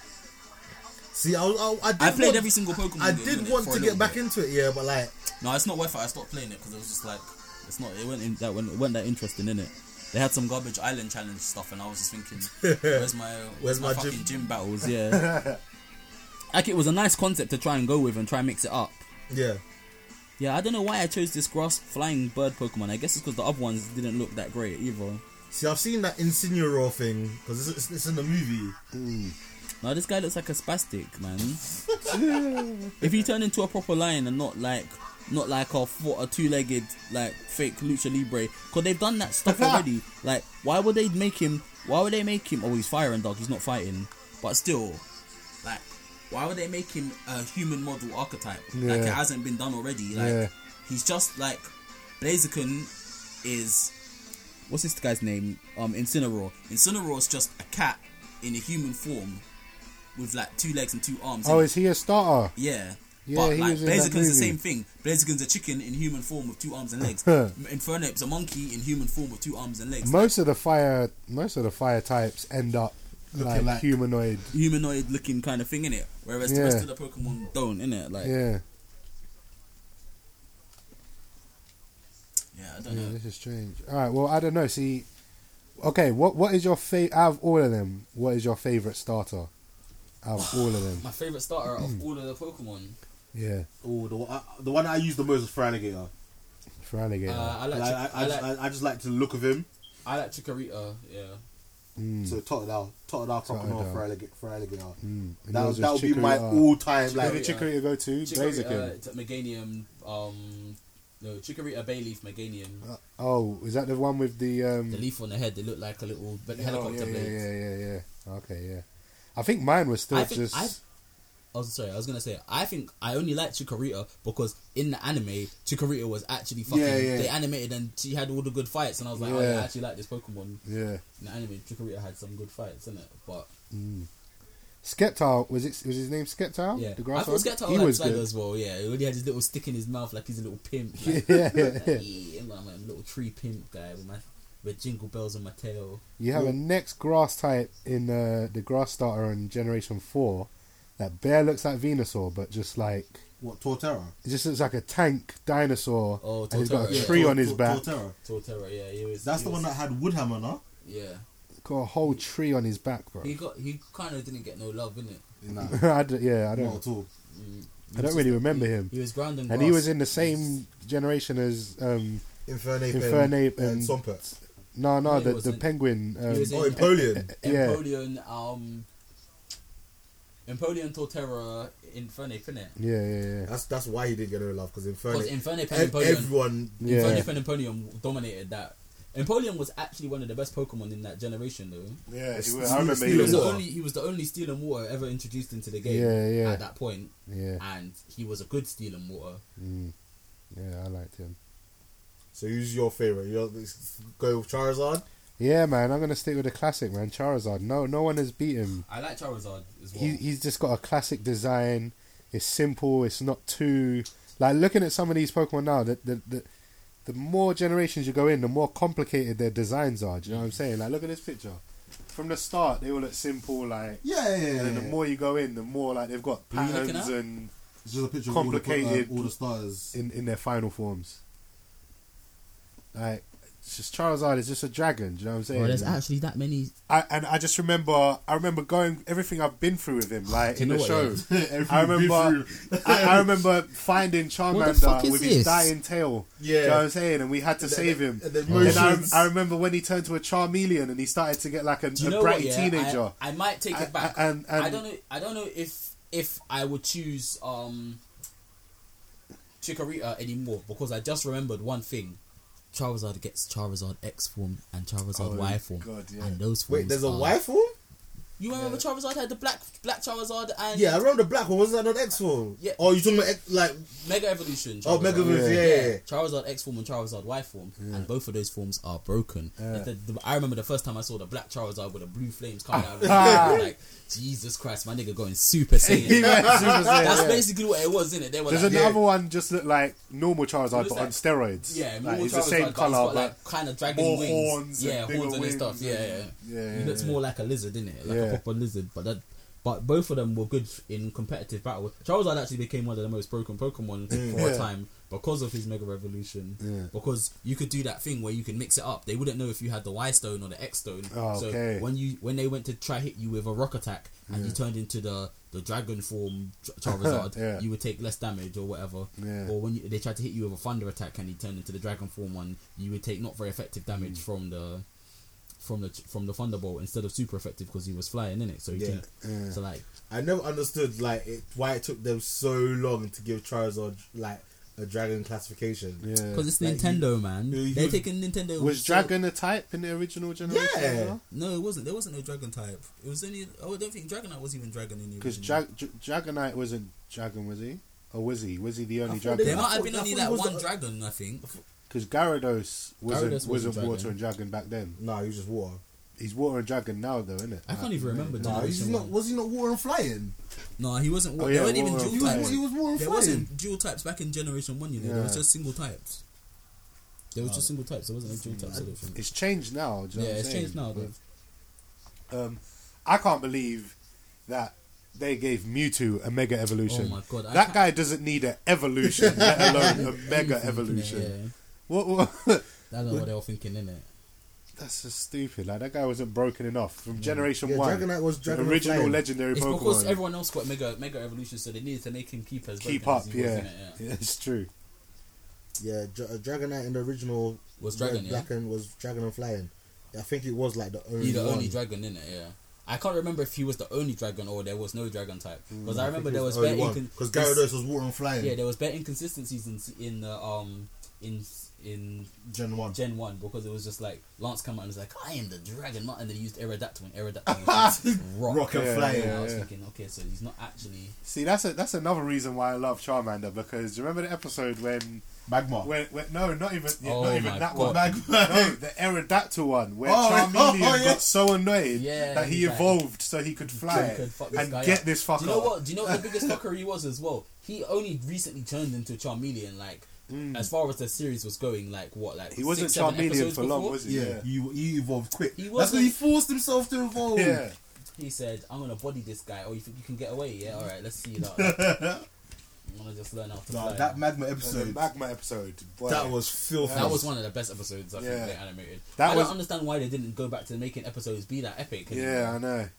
See, I, I, I did
I played
want,
every single Pokemon.
I
game in
did
it
want
for a
to
little
get back
bit.
into it, yeah, but like
No, it's not worth it. I stopped playing it because it was just like it's not. It went in that went, it went that interesting in it. They had some garbage island challenge stuff, and I was just thinking, where's my where's my,
my gym?
fucking gym, battles? Yeah. like it was a nice concept to try and go with and try and mix it up.
yeah.
Yeah, I don't know why I chose this grass flying bird Pokemon. I guess it's because the other ones didn't look that great either.
See, I've seen that Incineroar thing because it's, it's, it's in the movie.
Now this guy looks like a spastic man. if he turned into a proper lion and not like not like a four, a two-legged like fake lucha libre, because they've done that stuff already. Like, why would they make him? Why would they make him? Oh, he's firing dog. He's not fighting, but still, like, why would they make him a human model archetype? Like, it
Yeah.
hasn't been done already. Like,
Yeah.
he's just like Blaziken is what's this guy's name? Um, Incineroar. Incineroar's just a cat in a human form with like two legs and two arms.
Oh,
And-
is he a starter?
yeah.
Yeah,
but
he
like
was in that
Blaziken's the
movie.
same thing. Blaziken's a chicken in human form with two arms and legs. Infernape's a monkey in human form with two arms and legs.
Most of the fire, most of the fire types end up like,
like-
humanoid.
Humanoid looking kind of thing in it, whereas the
Yeah.
rest of the Pokemon don't in it. Like, yeah,
Yeah,
I don't
yeah,
know.
this is strange. All right, well, I don't know. See, okay, what what is your favorite out of all of them? What is your favorite starter out of all of them?
My favorite starter out
Hmm.
of all of the Pokemon.
Yeah,
Oh, the, one- I, the one I used the most was Feraligatr.
for alligator.
Uh, I like.
Like, I,
Chick-
I,
I,
just,
like.
I, I just like the look of him.
I like Chikorita. Yeah.
Mm.
So Totodile, Totodile, Crocodile,
Totodile.
Feraligatr. Feraligatr.
Mm. And
That,
yours
was, that would
is
be my
Chikorita.
all-time
Who
like.
did Chikorita go to?
uh,
Blaziken.
Chikorita, Meganium. Um, no, Chikorita, Bayleaf, Meganium.
Oh, is that the one with the um?
The leaf on the head, they look like a little but
oh, yeah, yeah,
helicopter blade.
yeah, yeah, yeah. Okay, yeah. I think mine was still
I think
just.
I. I was sorry. I was gonna say. I think I only like Chikorita because in the anime, Chikorita was actually fucking.
Yeah, yeah.
They animated and she had all the good fights, and I was like, oh yeah,
Yeah.
I actually like this Pokemon.
Yeah.
In the anime, Chikorita had some good fights, in it. But
Skeptile was it? Was his name Skeptile?
yeah,
The grass
I thought
one?
Skeptile
He
liked
was
Zygarde
good.
as well. Yeah, he already had his little stick in his mouth like he's a little pimp. Like,
yeah, yeah,
like,
yeah.
yeah, I'm a little tree pimp guy with my
with jingle bells on my tail.
You have a next grass type in uh, the grass starter in Generation 4 that bear looks like Venusaur, but just like.
What Torterra?
It just looks like a tank dinosaur.
Oh,
and he's got a
Torterra, yeah.
tree
Tor-
on his
Tor-
back.
Torterra.
Torterra, yeah, he was.
That's
he
the
was-
one that had Woodhammer, no?
Yeah,
Got a whole tree on his back, bro.
he got he kind of didn't get no love, didn't it?
No,
I d- yeah, I
not
don't.
at all.
I don't really remember him.
He was ground and
And he was in the same generation as um,
Infernape,
Infernape
and, and
and-
Swampert.
no, no,
No, he
the, the
wasn't.
penguin.
He
Um,
was
Oh,
in-
Empoleon.
yeah.
Empoleon, um, Empoleon, Torterra, Infernape, innit?
yeah, yeah, yeah.
That's that's why he didn't get no love because
Because
Infernape.
Infernape
ev-
and Empoleon,
everyone,
Yeah.
Infernape and Empoleon dominated that. Empoleon was actually one of the best Pokemon in that generation, though.
Yeah,
he
yeah,
was- I remember
He was the
Water.
only he was the only steel and water ever introduced into the game
Yeah, yeah.
at that point,
yeah,
and he was a good steel and water.
mm, yeah. I liked him.
So who's your favorite? You know, go with Charizard.
Yeah, man, I'm gonna stick with the classic, man. Charizard. No, no one has beat him.
I like Charizard as well.
He, he's just got a classic design. It's simple. It's not too like looking at some of these Pokemon now. The the, the the more generations you go in, the more complicated their designs are. Do you know what I'm saying? Like, look at this picture. From the start, they all look simple. Like,
Yeah, yeah, yeah.
and then the more you go in, the more like they've got
Who you looking
patterns
at?
and
it's just a picture of all the-
complicated-
uh,
all the, stars.
in in their final forms. Like, it's just Charizard is just a dragon. Do you know what I'm saying?
Oh, there's actually that many.
I and I just remember I remember going everything I've been through with him, like in
you
the
know
show.
what,
I remember I, I remember finding
fuck
Charmander
is
with
this?
his dying tail. Do you know what I'm saying? And we had to save him.
And then
And I,
motions.
I remember when he turned to a Charmeleon and he started to get like a, a
Do you know
bratty
what? Yeah,
teenager.
I, I might take
I-
it back.
I- and- and-
I don't know. I don't know if if I would choose um Chikorita anymore because I just remembered one thing. Charizard gets Charizard X form and Charizard
Oh,
Y form,
God, yeah.
and those forms.
Wait, there's a
are-
Y form?
You remember Charizard had the black black Charizard and
Yeah, I remember the black one. Wasn't that not X form?
Yeah.
Oh, you talking about X, like
Mega Evolution.
oh
Charizard.
Mega yeah.
Yeah.
Yeah, yeah. yeah.
Charizard X form and Charizard Y form, and both of those forms are broken. The- the- I remember the first time I saw the black Charizard with the blue flames coming out. Of it, I was like Jesus Christ, my nigga going Super
He
Saiyan.
went Super Saiyan,
That's
yeah.
basically what it was, isn't it? They were
There's
like,
another one just looked like normal Charizard
Looks
but
like-
on steroids.
yeah,
like,
more
it's the
Charizard,
same
but
color,
it's got,
but
like, kind of dragon
more
wings,
horns and
yeah,
bigger
horns and
wings
stuff. Yeah, yeah.
yeah,
He looks
yeah.
more like a lizard, didn't it? Like
Yeah.
a proper lizard, but that. But both of them were good in competitive battle. Charizard actually became one of the most broken Pokemon for
Yeah.
a time because of his Mega Revolution.
Yeah.
Because you could do that thing where you can mix it up. They wouldn't know if you had the Y Stone or the X Stone.
Oh, okay.
So when you when they went to try hit you with a Rock Attack and you turned into the the Dragon form Ch- Charizard,
Yeah.
you would take less damage or whatever.
Yeah.
Or when you, they tried to hit you with a thunder attack and he turned into the dragon form one, you would take not very effective damage from the from the from the thunderbolt instead of super effective because he was flying in it. So he
Yeah.
didn't. So like
I never understood like it, why it took them so long to give Charizard like a dragon classification.
yeah.
because it's
Like,
Nintendo, man.
you- you
They're
would-
taking Nintendo.
Was
so-
Dragon a type in the original generation?
Yeah.
No, it wasn't. There wasn't no dragon type. It was only. I don't think Dragonite was even dragon in the
Because
original.
Dra- Dra- Dragonite wasn't Dragon, was he? Or was he? Was he the only
thought
there
Dragon?
might
I
have
thought-
been
I
only
thought it
that
was
one
the-
dragon, I think.
Because Gyarados wasn't,
Gyarados wasn't
wasn't
dragon.
water and dragon back then.
No, he was just water.
He's water and dragon now, though, isn't it?
I can't even remember.
No, he's
generation
not.
one.
Was he not water and flying?
No, he wasn't.
Oh,
there
yeah,
weren't even
Warrior
dual
He
Flying.
types.
was, he was water and
There
flying.
wasn't dual types back in Generation One, you know. There was
Yeah.
just single types. There was just single types. There wasn't a dual types. I don't think.
It's changed now. Do you know
Yeah,
what I'm
it's
saying?
changed now. Though.
Um, I can't believe that they gave Mewtwo a Mega Evolution.
Oh my God, I
that
can't-
guy doesn't need an evolution, let alone a Mega Evolution.
Yeah, yeah.
What? what?
I don't know what they were thinking, innit?
That's just stupid. Like that guy wasn't broken enough from Generation
Yeah,
One.
Dragonite was Dragonite
original
flying.
legendary
It's
Pokemon.
because everyone else got mega mega evolution, so they needed to make him keep as
Keep
broken
up,
as he was,
yeah.
innit?
yeah, it's true.
Yeah, Dra- uh, Dragonite in the original
Was dragon,
Red,
yeah.
Black and was Dragon and flying. I think it was like the only
He the
one.
only dragon, innit? Yeah. I can't remember if he was the only dragon or there was no dragon type
Mm.
because I remember there was bare incon-
because Gyarados was water and flying.
yeah there was bare inconsistencies in in the um in in
Gen one.
Gen 1 because it was just like Lance came out and was like, I am the dragon, and then he used Aerodactyl, and Aerodactyl was just rock.
Rock and
Yeah,
flying.
And I was
yeah.
thinking, okay, so he's not actually.
See, that's a, that's another reason why I love Charmander because do you remember the episode when
Magma.
when, when no, not even yeah,
Oh
not even
my
that
God.
one. No, the Aerodactyl one where
Oh,
Charmeleon
oh, yeah.
got so annoyed
Yeah,
that he
he's like-
evolved so he could fly
he could fuck this
and
guy
get
up.
this fucker.
Do you know what? Do you know what the biggest fucker he was as well? He only recently turned into Charmeleon. Like As far as the series was going, like what, like
Mm. He wasn't
six, seven
Charmeleon
episodes
for long,
before?
was he?
You he evolved quick.
He
That's
wasn't-
when he forced himself to evolve.
Yeah.
He said, "I'm gonna body this guy. Oh, you think you can get away? Yeah, all right, let's see you that. I'm gonna just learn how to
Nah,
fly.
that
So
magma
the
episode.
Magma episode. boy.
That was filthy.
That was one of the best episodes I
Yeah.
think they animated.
That
I
was-
don't understand why they didn't go back to making episodes be that epic.
Yeah, I know.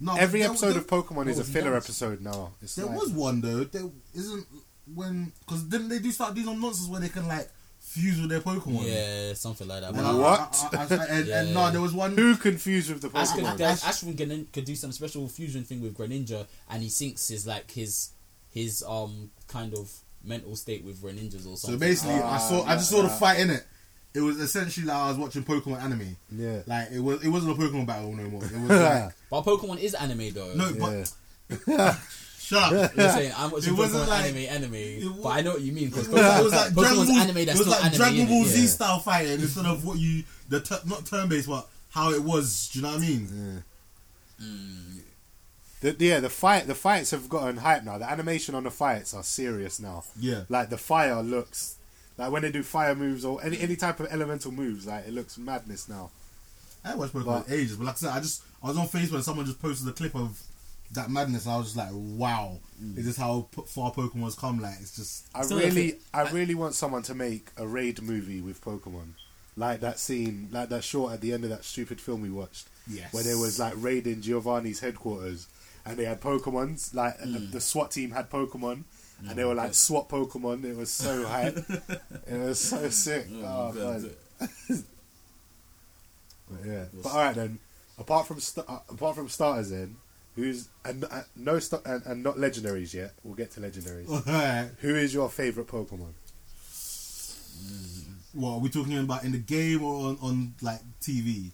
No, but
Every
there-
episode
there-
of Pokemon is a
was
filler
nuts.
episode now. It's
There
like-
was one though. There isn't when because didn't they do start doing some nonsense where they can like fuse with their Pokemon?
yeah, something like that.
And I-
But
What?
I- I- I- and, and no, there was one.
Who confused with the
Ash could,
Pokemon?
Ash, Ash from Grenin- could do some special fusion thing with Greninja, and he syncs his like his his um kind of mental state with Greninja's or
So
something.
basically, I
Ah,
saw. I
yeah,
just saw the
yeah.
fight in it. It was essentially like I was watching Pokemon anime.
Yeah.
Like it was. It wasn't a Pokemon battle no more. It was like
but Pokemon is anime though.
no,
Yeah.
but shut up.
You're saying I'm watching
It wasn't
Pokemon
like-
anime,
it
anime,
wa-
but I know what you mean because
It was, like- it was like Dragon
Pokemon's
Ball,
anime
it
that's
was
not
like
anime.
Dragon
innit?
Ball Z
Yeah.
style fighting instead of what you the ter- not turn based but how it was. Do you know what I mean?
The, yeah, the fight, the fights have gotten hype now. The animation on the fights are serious now.
Yeah.
like the fire looks like when they do fire moves or any any type of elemental moves, like it looks madness now.
I watched Pokemon for ages, but like I said, I just I was on Facebook and someone just posted a clip of that madness. And I was just like, wow,
Mm.
is this how p- far Pokemon's come? Like it's just
I
Still,
really,
if it-
I, really want someone to make a raid movie with Pokemon, like that scene, like that short at the end of that stupid film we watched,
Yes.
where they was like raiding Giovanni's headquarters, and they had Pokemon's, like and the, the SWAT team had Pokemon. And they were like SWAT Pokemon. It was so hype. it was so sick. Oh, man. But yeah. But all right then. Apart from st- uh, apart from starters, then who's and uh, no st- and, and not legendaries yet. We'll get to legendaries.
Alright.
Who is your favorite Pokemon?
What are we talking about in the game or on, on like TV?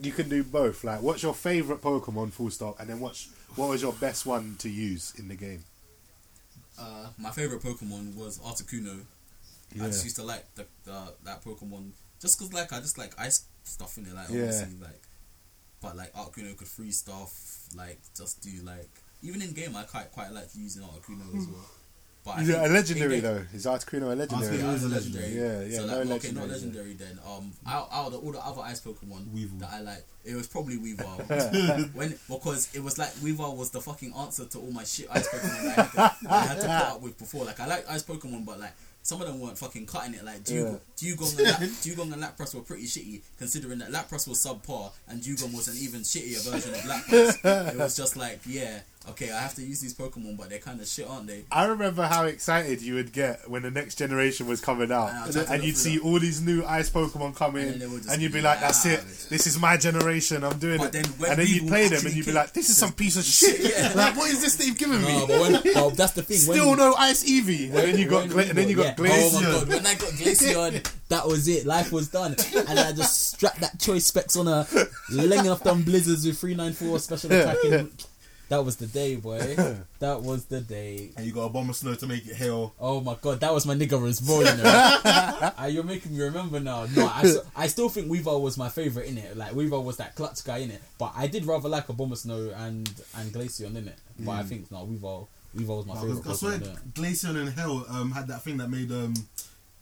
You can do both. Like, what's your favorite Pokemon? Full stop. And then what's what was your best one to use in the game?
Uh, my favorite Pokemon was Articuno.
Yeah.
I just used to like the, the that Pokemon just because like I just like ice stuff in it, like
Yeah.
obviously like, but like Articuno could freeze stuff, like just do like even in game I quite quite like using Articuno as well. But I
Is it
think
Hmm. a
in
legendary
game-
though? Is Articuno a legendary?
Yeah,
Articuno
it's
is
a
a
legendary.
legendary. Yeah, yeah, no
So like, okay,
legendary,
not
yeah.
legendary then. Um, out, out of all the other ice Pokemon
Weevil.
that I like, it was probably Weavile. when because it was like Weavile was the fucking answer to all my shit ice Pokemon that I had to, I had to put up with before. Like I like ice Pokemon, but like. Some of them weren't fucking cutting it. Like Dugong, Dugong, and Lap, Dugong and Lapras were pretty shitty, considering that Lapras was subpar and Dugong was an even shittier version of Lapras. it was just like, yeah, okay, I have to use these Pokemon, but they're kind of shit, aren't they?
I remember how excited you would get when the next generation was coming out,
I
and,
tried to look
you'd
through
see
them.
all these new ice Pokemon come
And
in,
then they would
and,
just
you'd be
be
like, "That's it.
mad."
This is my generation. I'm doing
But
it."
then when
and then you'd
Weevil
play them,
actually
and you'd be
came-
like, "This is some piece of shit.
Yeah.
Like, what is this they've given me?
No, but when, but that's the thing.
Still
when,
no Ice Eevee." And then you got,
When
Gla- and then you
yeah.
got
Oh my
Glaceon.
god, when I got Glaceon, that was it. Life was done. And I just strapped that choice specs on her, laying off them blizzards with 394 special attacking. That was the day, boy. That was the day.
And you got a bomb of snow to make it hail.
Oh my god, that was my nigga as well, you know. Ah, you're making me remember now. No, I, s- I still think Weaver was my favourite in it. Like Weaver was that clutch guy in it, but I did rather like Obama Snow and and Glaceon in it. But I think no, Weaver Weaver was my favourite.
I swear,
Pokemon, innit?
Glaceon and Hell um, had that thing that made um,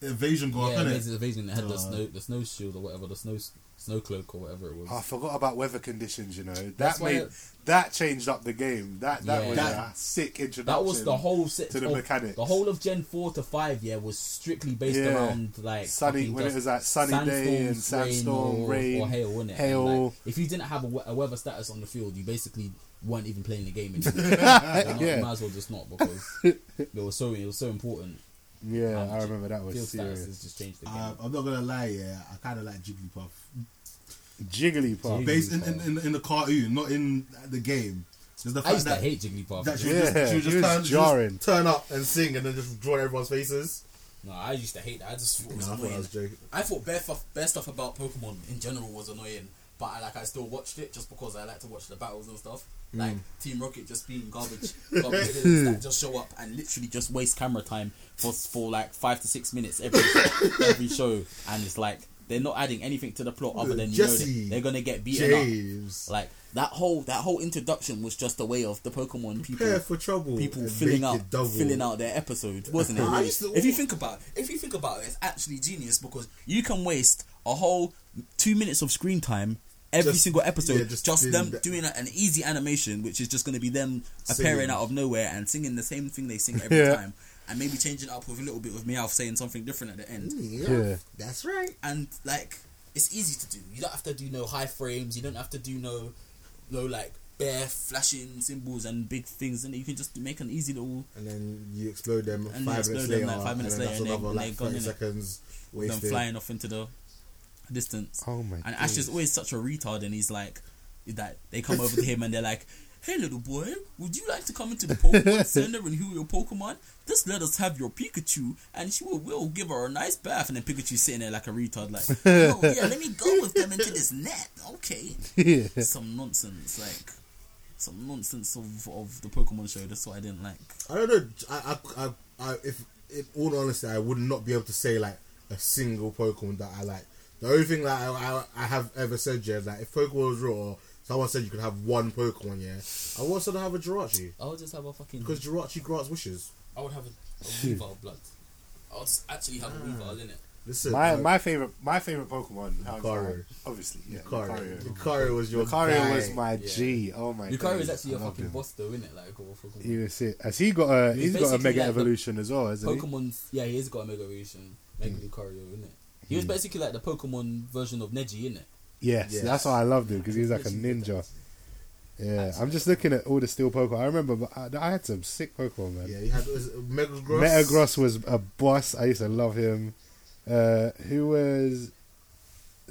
Evasion go
Yeah,
up in
Amazing
it.
Invasion. It had the
Uh,
snow, the snow shield or whatever, the snow snow cloak or whatever it was.
Oh, I forgot about weather conditions. You know that
That's why
made
it-
that changed up the game. That that
Yeah.
was
That-
a sick introduction.
that was the whole set
to the
of-
mechanics.
The whole of Gen four to five, yeah, was strictly based
Yeah.
around like
Sunny
fucking
when it
just
was that sunny day and
sandstorms,
sandstorm,
rain, or,
rain,
or hail, wasn't it? And,
hail.
like, if you didn't have a, we- a weather status on the field, you basically weren't even playing the game anymore. you, know, you
Yeah.
might as well just not because it was so it was so important.
Yeah,
Um,
I remember that
Field
was
status
serious.
has just changed the game.
Uh, I'm not gonna lie, yeah, I kind of like Jigglypuff.
Jigglypuff.
Jigglypuff.
Based in, in, in, in the cartoon, not in the game. There's the
I
fact
used to
that
hate Jigglypuff.
That she
Yeah,
would just, she would
he
just
was
turn, she would
jarring.
just turn up and sing and then just draw everyone's faces.
no, I used to hate that. I just thought it was
No, I thought I
annoying.
was joking.
I thought bare, stuff, bare stuff about Pokemon in general was annoying, but I, like I still watched it just because I like to watch the battles and stuff.
Mm.
Like Team Rocket just being garbage, garbage villains that just show up and literally just waste camera time for for like five to six minutes every every show, and it's like they're not adding anything to the plot other than you know
Jesse,
that they're gonna get beaten up.
James.
Like That whole that whole introduction was just a way of the Pokemon people
Prepare for trouble.
people
and
filling
make
out
it double.
filling out their episode, wasn't it?
I
really?
used to-
if you think about if you think about it, it's actually genius because you can waste a whole two minutes of screen time every
Just-
single episode
yeah, just
just, them
doing-
doing an easy animation, which is just going to be them
Singing.
appearing out of nowhere and singing the same thing they sing every
Yeah.
time, and maybe changing it up with a little bit of Meowth saying something different at the end
Yeah,
Yeah.
that's right.
and like it's easy to do. You don't have to do no high frames. You don't have to do no no like bare flashing symbols and big things, and you can just make an easy little
And then you explode them
And
five
you
minutes
explode
later.
them, like, five minutes
and then
later,
that's
and they-
another
and
like
they gone,
thirty
innit?
seconds
them
wasted.
flying off into the distance.
Oh my
and Ash is always such a retard, and he's like that. They come over to him and they're like. Hey little boy, would you like to come into the Pokemon Center and heal your Pokemon? Just let us have your Pikachu, and she will will give her a nice bath. And then Pikachu's sitting there like a retard, like, "No, yeah, let me go with them into this net, okay?"
Yeah.
some nonsense, like some nonsense of, of the Pokemon show. That's what I didn't like.
I don't know. I, I, I, I, if in all honesty, I would not be able to say like a single Pokemon that I like. The only thing that I, I, I have ever said, yeah, is like if Pokemon was raw, or someone said you could have one Pokemon, yeah, I would also have a Jirachi
I would just have a fucking.
because Jirachi grants wishes.
I would have a, a Weavile blood. I'll just actually have a
Ah.
Weavile in it.
Listen,
My
uh,
my favorite my favorite Pokemon. hands
Lucario.
down, Obviously, yeah.
Lucario,
Lucario.
Lucario was your
Lucario
guy.
was my
Yeah.
G. Oh my.
Lucario is
days,
actually
I
a
loved
fucking
him.
boss though, innit? Like, or fucking
He was it. Has he got a?
He's
He's got a
basically
mega
like the
evolution as well, isn't he? Hmm.
Pokemon. Yeah, he has got a Mega Evolution, Mega Lucario, innit? He was basically like the Pokemon version of Neji, innit?
Yes,
Yeah.
that's why I loved him because he was like a ninja. Yeah, I'm just looking at all the steel Pokemon. I remember, but I, I had some sick Pokemon, man.
Yeah, you had was it Metagross.
Metagross was a boss. I used to love him. Uh, who was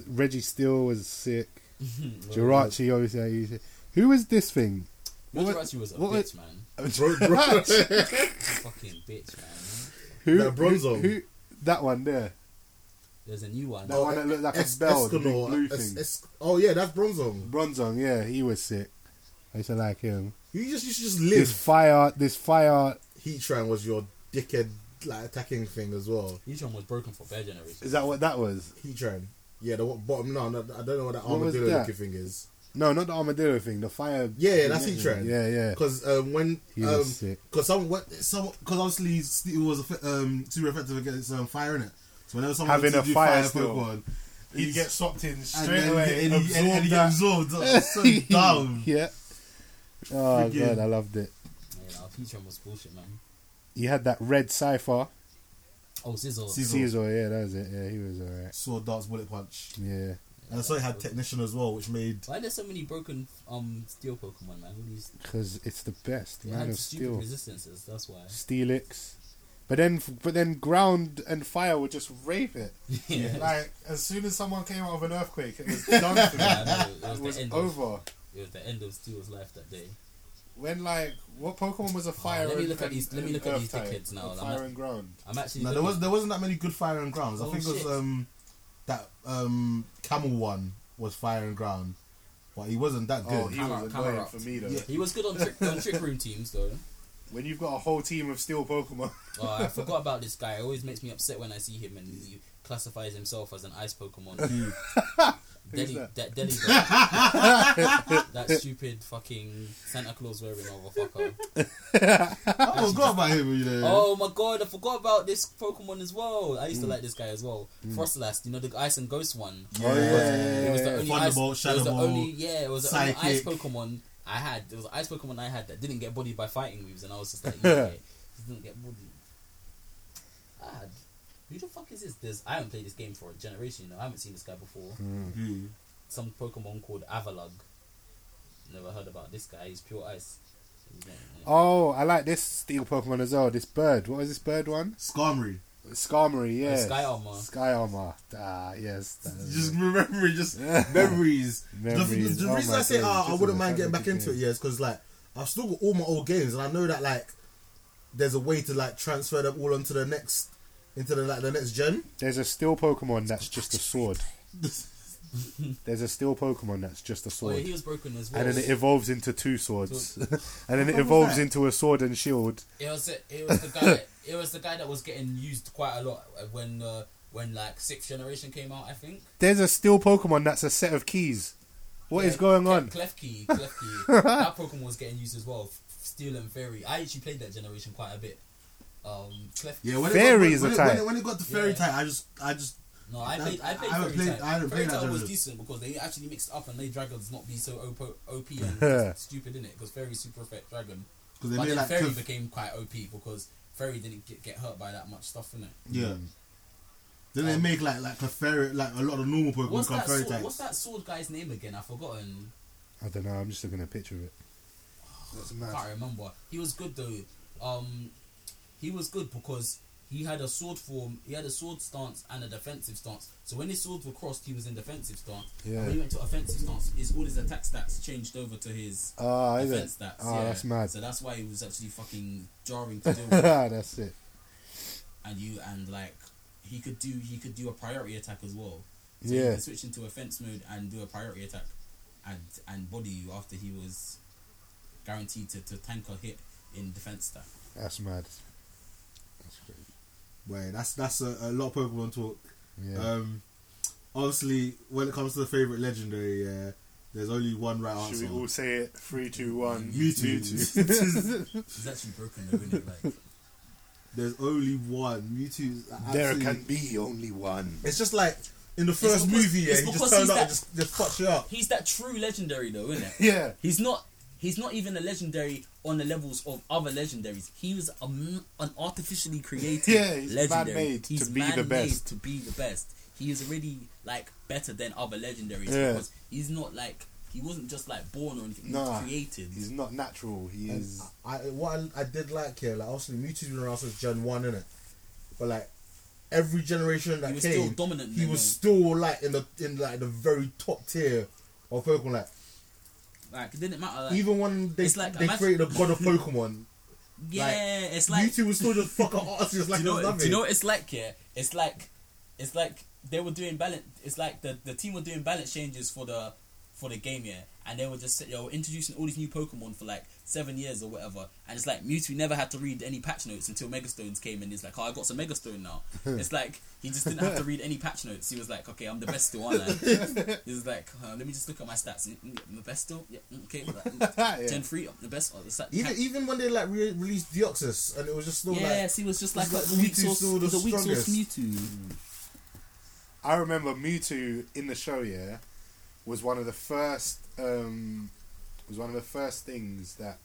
Reggie Steele was sick. Jirachi, obviously. I used to- Who was this thing? What was-
Majorachi was a
what
bitch,
was-
man.
Bro- bro-
Fucking bitch, man.
Who,
That
who,
Bronzong.
who- That one there.
There's a new one.
That one that looked like a
Es-
bell, the big
Escanor,
blue
Es-
thing.
Es- oh yeah, that's Bronzong.
Bronzong, yeah, he was sick. I used to like him.
You just you should just
This
live.
fire, this fire.
Heatran was your dickhead like attacking thing as well.
Each one was broken for their generation.
Is that what that was?
Heatran. Yeah, the what, bottom. No, no, I don't know what that
What was
armadillo
that?
looking thing is.
No, not the armadillo thing. The fire.
Yeah, yeah, that's Heatran.
Yeah, yeah.
Because um, when
He was
um,
sick.
because some what some because obviously Steel was effe- um, super effective against um, fire in it. So whenever someone
Having
wanted to
a
do
fire
fire
still.
Pokemon,
He
he's-
gets swapped in
and
straight
then-
away.
and he, and, and he
that.
absorbed. That was so dumb.
yeah. Oh
Freaking-
god, I loved it.
Yeah, nah, Each one was bullshit, man.
You had that red cipher.
Oh, Sizzle.
Caesar
Caesar, yeah, that was it. Yeah, he was alright.
saw Dart's bullet punch,
Yeah.
and so he had technician as well, which made
Why are there so many broken um steel Pokemon, man? All these
Because it's the best.
they
Man
had
of
stupid
Steel.
resistances. That's why.
Steelix. But then, but then, ground and fire would just rape it.
Yeah.
Like as soon as someone came out of an earthquake, it was done for
Yeah, I
them.
know, it was
It
the
was
end of-
over.
It was the end of Steel's life that day.
When like what Pokemon was a fire?
Oh, let me
and-
look at these- let me look at
and
these
earth type?
dickheads now,
Or
I'm
Fire
not-
and ground.
I'm actually.
No, there
looking-
was there wasn't that many good fire and grounds. I
Oh,
think it
shit.
was um that um camel one was fire and ground, but he wasn't that good.
Oh, he
Come
was
on, come
annoying
on.
for me though.
Yeah.
He was good on trick on trick room teams though.
When you've got a whole team of steel Pokemon.
Oh, I forgot about this guy. It always makes me upset when I see him and he classifies himself as an ice Pokemon. Deli,
that?
that Deli guy. that stupid fucking Santa Claus wearing motherfucker.
I forgot about him, you know.
Oh my god, I forgot about this Pokemon as well. I used to like this guy as well. Frostlass, you know the ice and ghost one.
Mm. yeah, yeah,
It was the only ice, it
Thunderbolt,
was the
Shadowbolt,
only yeah, it was the only ice
Psychic.
Pokemon I had. It was the ice Pokemon I had that didn't get bodied by fighting moves, and I was just like, yeah, it didn't get bodied. I had. Who the fuck is this? There's, I haven't played this game for a generation. You know, I haven't seen this guy before.
Mm.
Some Pokemon called Avalug. Never heard about this guy. He's pure ice. He's not- yeah.
Oh, I like this steel Pokemon as well. This bird. What was this bird one?
Skarmory.
Skarmory, yeah.
Sky Armor.
Sky Armor. Ah, yes. that is
Just
it.
remembering, just memories. The-
Memories.
The, the
Oh
reason
my
I say
days,
uh, I
just
wouldn't
a
mind getting back
nostalgic
into it,
game.
yeah, is because like I've still got all my old games, and I know that like there's a way to like transfer them all onto the next into the like the next gen.
There's a steel Pokemon that's just a sword. There's a steel Pokemon that's just a
Oh, yeah,
sword.
he was broken as well.
And then it evolves into two swords. and then it
was
evolves
that?
into a sword and shield.
It was it was the guy that, it was the guy that was getting used quite a lot when uh, when like sixth generation came out. I think
There's a steel Pokemon that's a set of keys. What is going on?
Klefki, Klefki. that Pokemon was getting used as well. Steel and Fairy. I actually played that generation quite a bit. Um, Klefki.
Yeah, when
Fairy
it
is
got, when,
a
it-
type.
When it, when it got to fairy
Yeah.
type, I just, I just,
No, I
That-
played. I played.
I haven't
Fairy
played-
Type.
I haven't
Fairy
played that
Type was
genre.
decent because they actually mixed up and made dragons not be so OP, OP and stupid in it because Fairy super effect dragon.
because they
But
made
then
like,
Fairy
Cliff-
became quite OP because Fairy didn't get, get hurt by that much stuff in it.
yeah. Then they
Um,
make like like a fairy, like a lot of normal Pokemon
What's
become
that,
fairy
sword,
types.
what's that sword guy's name again? I've forgotten.
I don't know. I'm just looking at a picture of it. That's
I
mad.
can't remember. He was good though. Um, he was good because he had a sword form. He had a sword stance and a defensive stance. So when his swords were crossed, he was in defensive stance.
Yeah.
And when he went to offensive stance, his all his attack stats changed over to his
Oh, is
defense
it?
stats.
Oh,
yeah.
that's mad.
So that's why he was actually fucking jarring to deal with.
that's it.
and you and like he could do he could do a priority attack as well. So he
Yeah.
could switch into offense mode and do a priority attack and and body you after he was guaranteed to, to tank a hit in defense stat.
That's mad. That's crazy.
Wait, that's that's a, a lot of Pokemon talk.
Yeah.
Um, obviously, when it comes to the favorite legendary, yeah, there's only one right
Should
answer.
we all say it? Three, two, one.
Mewtwo.
He's actually broken though, isn't it? Like
There's only one. Mewtwo. is
There
absolutely-
can be only one.
It's just like in the first
because-
movie, yeah,
it's
he
because
just turned
he's
up
that-
and just just fucked you up.
he's that true legendary though, isn't it?
Yeah.
He's not he's not even a legendary on the levels of other legendaries. He was a m an artificially created
Yeah, he's
legendary.
man-made to
he's
be the
man-made
best.
to be the best. He is already like better than other legendaries
Yeah.
because he's not like he wasn't just like born or anything. He
Nah.
was created.
He's not natural. He is.
I what I, I did like here, like obviously Mewtwo's been around since Gen One, innit? But like every generation that
He was
came,
still dominant
He
then,
was
yeah.
still like in the in like the very top tier of Pokemon. Like
like it didn't matter. Like,
even when they
it's like,
they
imagine-
created a god of Pokemon,
yeah, it's like
Mewtwo was still just fucking artists like
do you know,
it was
what,
nothing.
do you know what it's like yeah it's like it's like they were doing balance it's like the, the team were doing balance changes for the for the game yeah and they were just sit- they were introducing all these new pokemon for like seven years or whatever and it's like Mewtwo never had to read any patch notes until megastones came and he's like oh I got some megastone now it's like he just didn't have to read any patch notes he was like okay I'm the best still aren't I he's like uh, let me just look at my stats Mm, mm, I'm the best still yeah mm, okay
Yeah.
gen 3 I'm the best oh, it's like-
even even when they like re- released Deoxys and it was just still like
yes, he was just like,
it's like
a weak
Mewtwo's
source,
still the
he's a weak source
strongest.
Mewtwo.
I remember Mewtwo in the show. Yeah, was one of the first. Um, was one of the first things that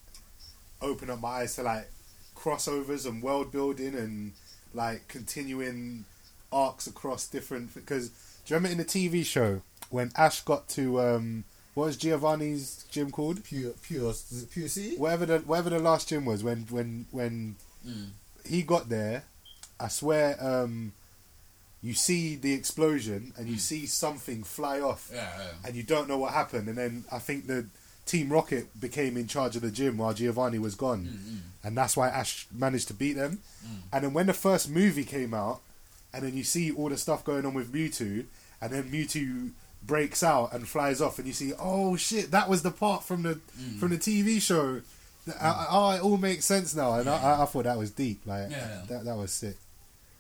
opened up my eyes to like crossovers and world building and like continuing arcs across different. Because do you remember in the TV show when Ash got to um, what was Giovanni's gym called?
pure pure is it pure C?
Whatever the whatever the last gym was when when when he got there, I swear. Um, you see the explosion and you see something fly off
Yeah, yeah.
and you don't know what happened. And then I think the Team Rocket became in charge of the gym while Giovanni was gone,
Mm,
and that's why Ash managed to beat them. And then when the first movie came out, and then you see all the stuff going on with Mewtwo, and then Mewtwo breaks out and flies off, and you see, oh shit, that was the part from the
Mm.
from the TV show. Th- I- I- Oh, it all makes sense now, and I I, I thought that was deep. Like
Yeah.
that, that was sick.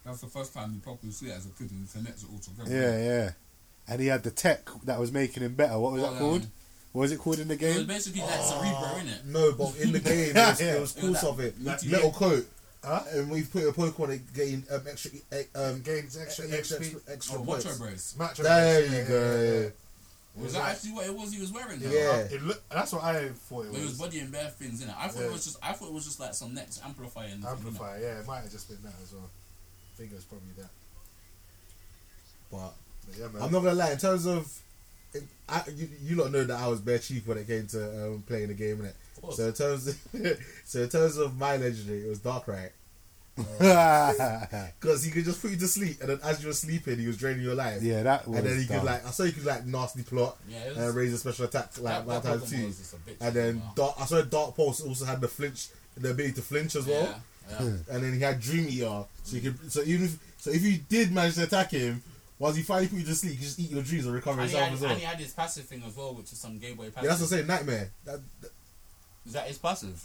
That's the first time you properly see it as a kid and it connects it all together.
Yeah, yeah. And he had the tech that was making him better. What was
Oh,
that
yeah.
called? What was it called in the
It was
game?
basically like Cerebro, innit?
No, but in the game, it was, it was
Yeah.
cool
Yeah,
stuff. It
that-
metal coat, and we put a Pokemon and gain um, extra eh, um
Gains extra
eh, extra
XP.
extra
Oh,
points.
Watcher Bros.
Match
There
yeah,
you
yeah,
go.
Was that actually what it was he was wearing? Though?
Yeah.
yeah. It look, that's what I thought it
But it was
was.
body and bare things, innit? I thought
Yeah.
it was just, I thought it was just like some next amplifier. And
Amplifier, yeah, it might have just been that as well. I think it was probably that.
But
But yeah, man.
I'm not gonna lie. In terms of, in- I, you, you lot know that I was bare cheap when it came to um, playing the game, innit?
course.
So in terms, so in terms of my legendary, it was Darkrai
yeah,
because he could just put you to sleep, and then as you were sleeping, he was draining your life.
that was.
And then he
dumb.
could like, I saw he could like nasty plot,
Yeah, it was-
and raise a special attack like
That-
one
that
time
Pokemon
too.
was just a bitch
And then
as
Dark, I saw Dark Pulse also had the flinch, the ability to flinch as well.
Yeah, yeah.
And then he had Dream ER, so you could, so even if, so if you did manage to attack him, once he finally put you to sleep, you just eat your dreams and recover
And he,
yourself
had,
as well.
and he had his passive thing as well, which is some Game Boy passive.
yeah, that's what I'm saying, Nightmare. That, that-
Is that his passive?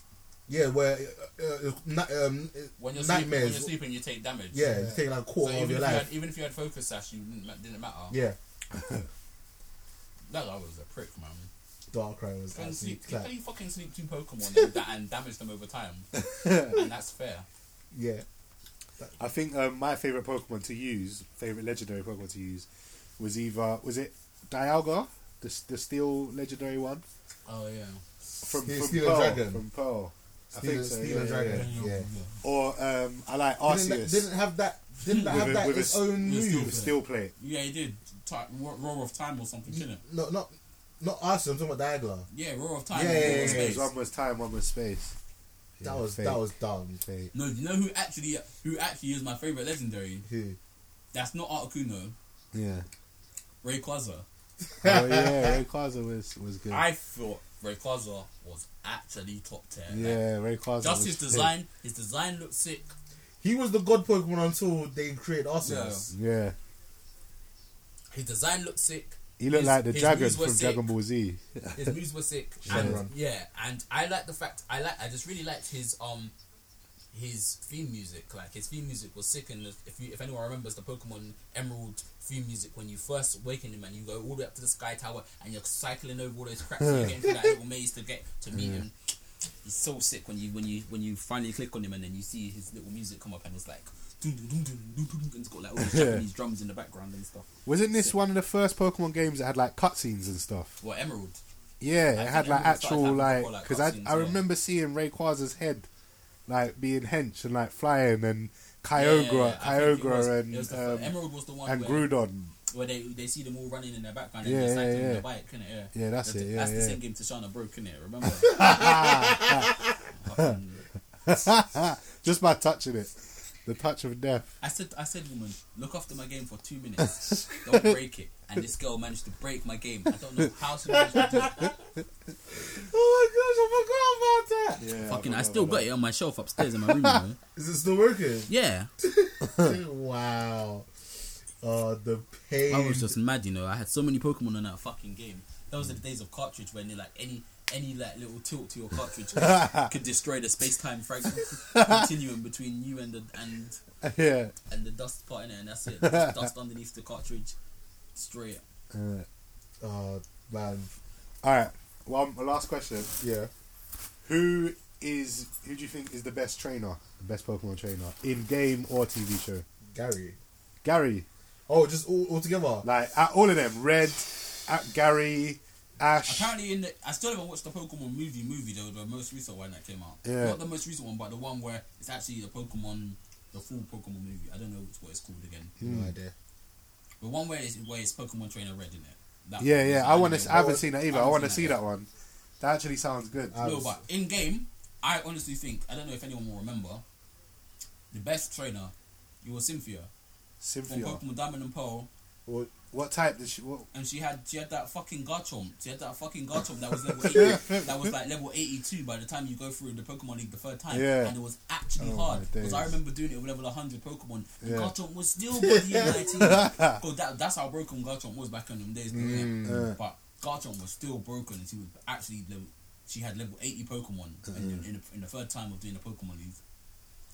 yeah, where uh, uh, na- um, uh,
When you're, sleeping, when you're
nightmares.
sleeping, you take damage.
yeah, you take like a
So
quarter
even, if
of
you
your
had,
life.
even if you had focus sash, you didn't, ma- didn't matter.
Yeah,
That guy was a prick, man.
Darkrai was
Can
absolutely
sneak,
clap.
can you fucking sneak two Pokemon and, da- and damage them over time? and that's fair.
Yeah.
I think um, my favorite Pokemon to use, favorite legendary Pokemon to use, was either was it Dialga, the s- the steel legendary one
Oh yeah.
from
Steel-
from
Steel and
Pearl,
Dragon.
from Pearl. I
Steel,
think so,
Steel
yeah,
and
yeah,
Dragon. Yeah.
Mm-hmm.
Or um, I like Arceus.
Didn't, that, didn't have that. Didn't that
With
have
a-
that
with a
its
s-
own
with a
move?
With steel plate.
Yeah, he did. Ti Ro- Roar of Time or something, didn't it?
No, not not Arsenal. I'm talking about Diagla.
Yeah, Roar of Time.
Yeah,
and
yeah,
Roar
yeah,
of
yeah.
Space.
One was time, one was space.
That was
fake.
that was dumb.
No, you know who actually who actually is my favorite legendary?
Who?
That's not Articuno.
Yeah.
Rayquaza.
Oh yeah, Rayquaza was was good.
I thought Rayquaza was actually top tier.
yeah, Rayquaza.
Just
was
his
sick.
design. His design looked sick.
He was the god Pokemon until they created Arceus.
Yeah,
His design looked sick.
he looked
His-
like the
his
dragon
moves were
from
sick.
Dragon Ball Z.
His moves were sick.
Shenron.
and, yeah, and I like the fact I like I just really liked his um his theme music. Like his theme music was sick and if you if anyone remembers the Pokemon Emerald theme music when you first awaken him and you go all the way up to the sky tower and you're cycling over all those cracks and you're getting through that little maze to get to meet him. It's so sick when you when you when you finally click on him and then you see his little music come up and it's like dun dun dun dun dun dun, and it's got like all these Japanese drums in the background and stuff.
Wasn't this one of the first Pokemon games that had like cutscenes and stuff?
Well, Emerald.
Yeah, it
think
had like
everyone started
actual
having
like
proper, like,
because I
cutscenes,
I
yeah.
remember seeing Rayquaza's head like being hench and like flying and Kyogre,
I think it was-
Kyogre
it was the fir-
and um,
Emerald was the one
and
where-
Groudon.
where they they see them all running in their background and
Yeah,
they're
yeah,
cycling
yeah.
their bike, innit? Yeah,
Yeah, that's it, yeah,
that's the
yeah.
same game Tashana broke, innit? Remember?
Just by touching it, the touch of death.
I said, I said, woman, look after my game for two minutes, don't break it. And this girl managed to break my game. I don't know how she managed to do it.
Oh my gosh, I forgot about that.
Yeah,
Fucking, I still got it on my shelf upstairs in my room. you know?
Is it still working?
Yeah,
wow. Oh, the pain.
I was just mad, you know. I had so many Pokemon on that fucking game. Those are the days of cartridge when they like any. Any like little tilt to your cartridge could, could destroy the space time frag- continuum between you and the and
Yeah,
and the dust part in it, and that's it. Just dust underneath the cartridge, destroy it.
oh man,
All right. One last question.
yeah.
Who is who do you think is the best trainer, the best Pokemon trainer in game or TV show?
Gary.
Gary,
Oh, just all, all together.
like uh, all of them. Red, uh, Gary, Ash.
Apparently, in the I still haven't watched the Pokemon movie movie though, the most recent one that came out.
Yeah.
Not the most recent one, but the one where it's actually the Pokemon, the full Pokemon movie. I don't know which what it's called again.
mm.
No idea.
But one where it's, where it's Pokemon Trainer Red in it. That
Yeah,
one.
yeah. I want
don't
to.
know.
I haven't seen that either. I
haven't
want to
seen
see
that
that one. That actually sounds good.
No, but in game, I honestly think I don't know if anyone will remember. The best trainer, you were Cynthia from
Cynthia.
Pokemon Diamond and Pearl.
What, what type did she? What,
and she had she had that fucking Garchomp. She had that fucking Garchomp that was level 80, that was like level eighty two by the time you go through the Pokemon League the third time.
Yeah.
And it was actually
Oh,
hard.
my
Because I
days.
remember doing it with level hundred Pokemon. And
Yeah.
Garchomp was still body nineteen. Because Oh, that, that's how broken Garchomp was back in them days. though, yeah. But Garchomp was still broken and she was actually level, she had level eighty Pokemon in, in, the, in the third time of doing the Pokemon League.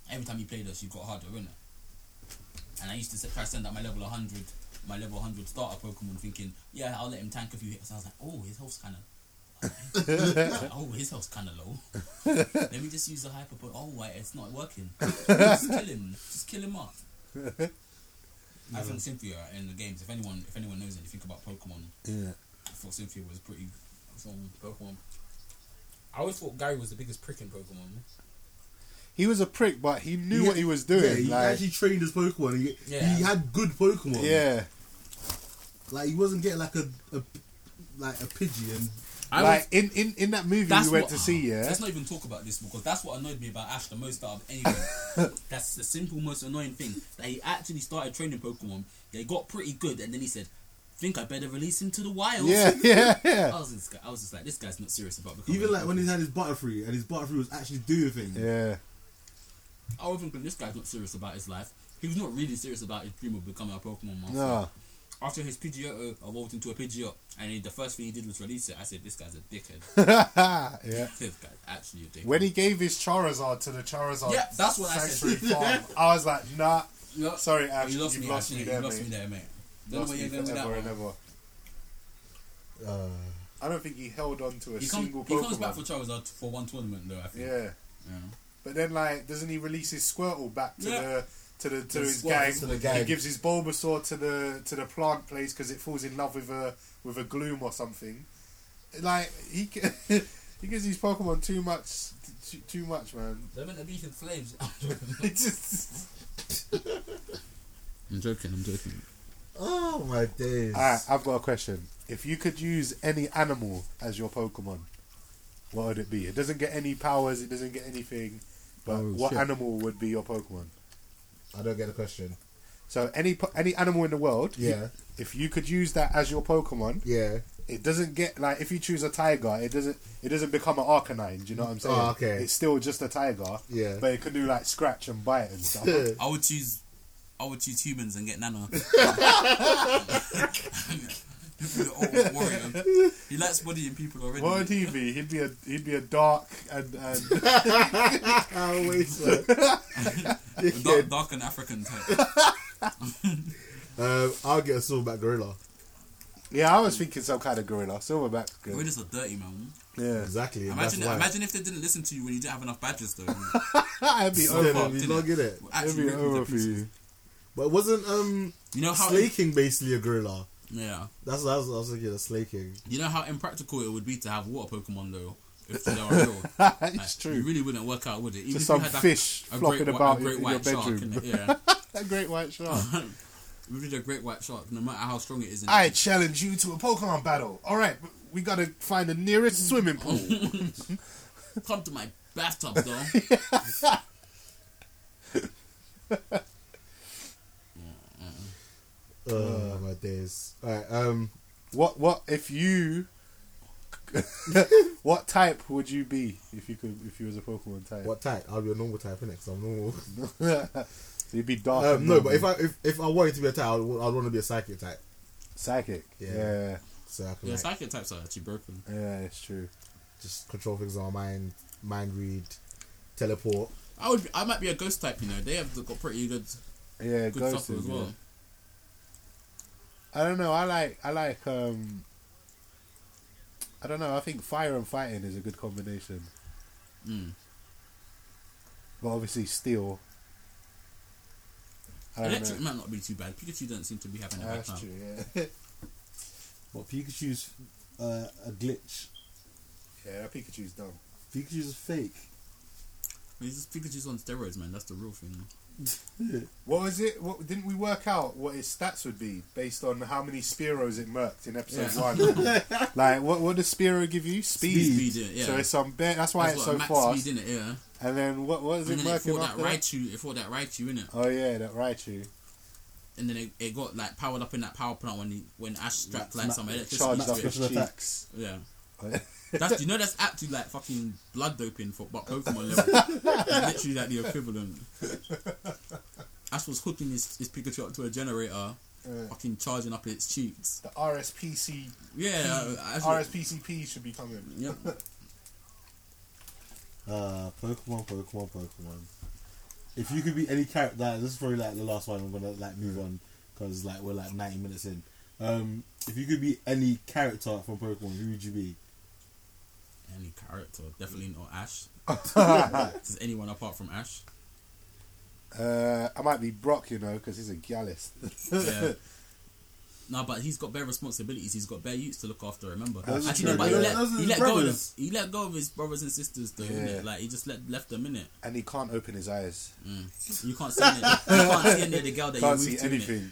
Every time you played her she got harder, innit? And I used to s- try to send out my level 100, my level 100 starter Pokemon, thinking, yeah, I'll let him tank a few hits. I was like, oh, his health's kind of. oh, his health's kind of low. let me just use the hyper. But oh, wait, it's not working. just kill him. Just kill him up. I think Cynthia in the games. If anyone, if anyone knows anything about Pokemon,
Yeah.
I thought Cynthia was pretty from Pokemon. I always thought Gary was the biggest prick in Pokemon.
He was a prick, but he knew
Yeah,
what he was
Yeah,
doing.
he
like,
actually trained his Pokemon. He,
Yeah.
he had good Pokemon.
yeah.
like he wasn't getting like a, a like a pigeon.
I
like in, in in that movie we went to see. Yeah.
Ah, Let's not even talk about this because that's what annoyed me about Ash the most out of anything. that's the simple, most annoying thing that he actually started training Pokemon. They got pretty good, and then he said, "Think I better release him to the wild."
Yeah, yeah, yeah.
I was, this guy, I was just like, this guy's not serious about becoming.
Even
a
like when he
Pokemon.
had his Butterfree and his Butterfree was actually doing things.
Yeah.
I was thinking this guy's not serious about his life. He was not really serious about his dream of becoming a Pokemon master.
No.
After his Pidgeotto evolved into a Pidgeot, and he, the first thing he did was release it. I said, this guy's a dickhead.
yeah.
this guy's actually a dickhead.
When he gave his Charizard to the Charizard
Yeah, that's what I said.
sanctuary farm, I was like, nah,
Yeah.
sorry, Ash,
you lost
you've
me,
lost
Ash,
me
innit?
there,
you lost
mate.
me there, mate. Don't know
lost
where
me
you're going with that
forever and
one.
ever.
Uh,
I don't think he held on to a
He, comes,
single
he
Pokemon.
comes back for Charizard for one tournament though. I think.
yeah. But then, like, doesn't he release his Squirtle back to
Yeah.
the to the to,
The
his
Squirtle
gang?
to the gang.
He gives his Bulbasaur to the to the plant place because it falls in love with a with a Gloom or something. Like he ca- he gives these Pokemon too much too, too much, man.
They're meant to be in flames.
It's just
I'm joking. I'm joking.
oh my days.
All right, I've got a question. If you could use any animal as your Pokemon, what would it be? It doesn't get any powers. It doesn't get anything. But
Oh,
what
shit.
animal would be your Pokemon?
I don't get the question.
So any po- any animal in the world,
Yeah,
if you could use that as your Pokemon,
yeah.
it doesn't get like if you choose a tiger, it doesn't it doesn't become an Arcanine. Do you know what I'm saying?
Oh, okay.
It's still just a tiger,
Yeah.
but it can do like scratch and bite and stuff.
I would choose. I would choose humans and get Nana. the old warrior. He likes bodying people already.
what would he be? He'd be a he'd be a dark and, and
I'll wait for it.
dark, dark and African type.
Um, I'll get a silverback gorilla.
yeah. I was thinking some kind of gorilla, silverback
We're
gorilla.
just a dirty man.
Yeah,
Exactly. and
Imagine,
that's why.
imagine if they didn't listen to you when you didn't have enough badges though.
that'd be
It's
over.
gonna be
didn't
long, innit?
It'd
Actually,
be
ripped into
over for
pieces.
you.
But wasn't um
You know how
Slaking basically a gorilla?
yeah.
That's what I was, I was thinking of Slaking.
You know how impractical it would be to have water Pokemon though. If they are real,
it's
Like,
true.
You really wouldn't work out, would it? Even
Just
if
some
you had, like,
fish
a
flopping
great, whi-
about
a great
in
white
your
shark,
bedroom.
innit? yeah.
That great white shark.
We did a great white shark, no matter how strong it is.
I challenge you to a Pokemon battle. All right, we gotta find the nearest swimming pool.
Come to my bathtub, though.
Oh my days. Alright, um
What what if you what type would you be if you could if you was a Pokemon type?
what type? I'll be a normal type, innit? Because I'm normal.
You'd be dark.
Um,
and
no, but if
normal.
I if, if I wanted to be a type, I'd, wa- I'd want to be a psychic type.
psychic,
Yeah.
yeah. yeah,
So I can
yeah,
like,
psychic types are actually broken.
it's true.
just control things in my mind, mind read, teleport.
I would. I might be a ghost type. You know, they have got pretty good,
Yeah,
good
ghost
stuff as
is, yeah.
well.
I don't know. I like I like um. I don't know. I think fire and fighting is a good combination,
Mm.
but obviously steel. I don't
Electric
know.
might not be too bad. Pikachu don't seem to be having a bad
That's
time.
true. Yeah,
But Pikachu's uh, a glitch.
yeah. that Pikachu's dumb.
Pikachu's a fake.
It's just Pikachu's on steroids, man. That's the real thing. man.
What was it? What didn't we work out what his stats would be based on how many Spearows it murked in episode one? like, what what does Spearow give you? Speed.
Speed, yeah, yeah.
So it's on bare. That's why
It's
it's
got
so
a max
fast.
speed in it, yeah.
and then what what is
And
it
then it
working
fought that
after? That?
Raichu. It fought that Raichu, innit?
Oh yeah, that Raichu.
And then it, it got like powered up in that power plant when he, when Ash strapped like some
Charged up
electricity to it.
his cheeks.
Yeah. That's you know that's actually like fucking blood doping for but Pokemon level. it's literally like the equivalent. Ash was hooking his, his Pikachu up to a generator,
Yeah.
fucking charging up its cheeks.
The RSPC
Yeah, uh, Ash was-
RSPCP should be coming.
Yep.
Uh, Pokemon, Pokemon, Pokemon. If you could be any character, this is probably like the last one. I'm gonna like move on because like we're like 90 minutes in. Um, if you could be any character from Pokemon, who would you be?
Any character, definitely not Ash. Is anyone apart from Ash?
Uh, I might be Brock, you know, because he's a Gallus.
Yeah. No, but he's got bare responsibilities. He's got bare youths to look after. Remember,
Those are
actually, no,
true.
but he
Those-
let,
those are
he
his
let go. Of, them-
brothers.
he let go of his brothers and sisters, though.
Yeah.
innit? Like he just let, left them in it.
and he can't open his eyes.
You can't see any, you can't see any of the girl that
Can't
you
see
moved to. innit?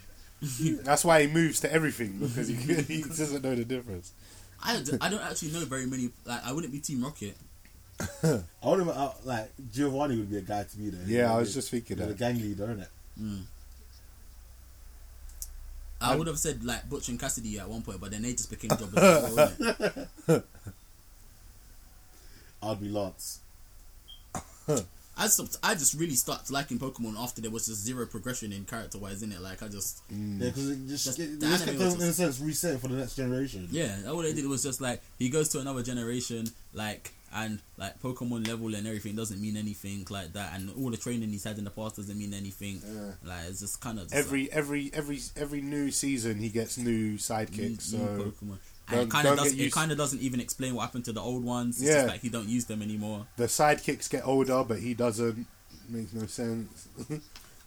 anything. That's why he moves to everything because he, he doesn't know the difference.
I don't, I don't actually know very many. Like, I wouldn't be Team Rocket.
I would have like Giovanni would be a guy to be there.
Yeah, I was
He'd
just thinking
be the
that.
gang leader, innit?
I would have said like Butch and Cassidy at one point, but then they just became jobbers. as well, innit?
I'd be Lance.
I stopped, I just really started liking Pokemon after there was just zero progression in character wise in it. Like I just
Yeah, because it just,
That's-
it,
the
just
anime
kept
was
them, in a sense reset for the next generation.
yeah, all they did was just like he goes to another generation, like and like Pokemon level and everything doesn't mean anything like that, and all the training he's had in the past doesn't mean anything. Like it's just kind of just,
Every every every every new season, he gets new
like, new,
sidekicks. So
new Pokemon.
Don't-
and it kind
don't
of
get
does it
used-
kind of doesn't even explain what happened to the old ones. It's
Yeah.
just like he don't use them anymore.
The sidekicks get older, but he doesn't. Makes no sense.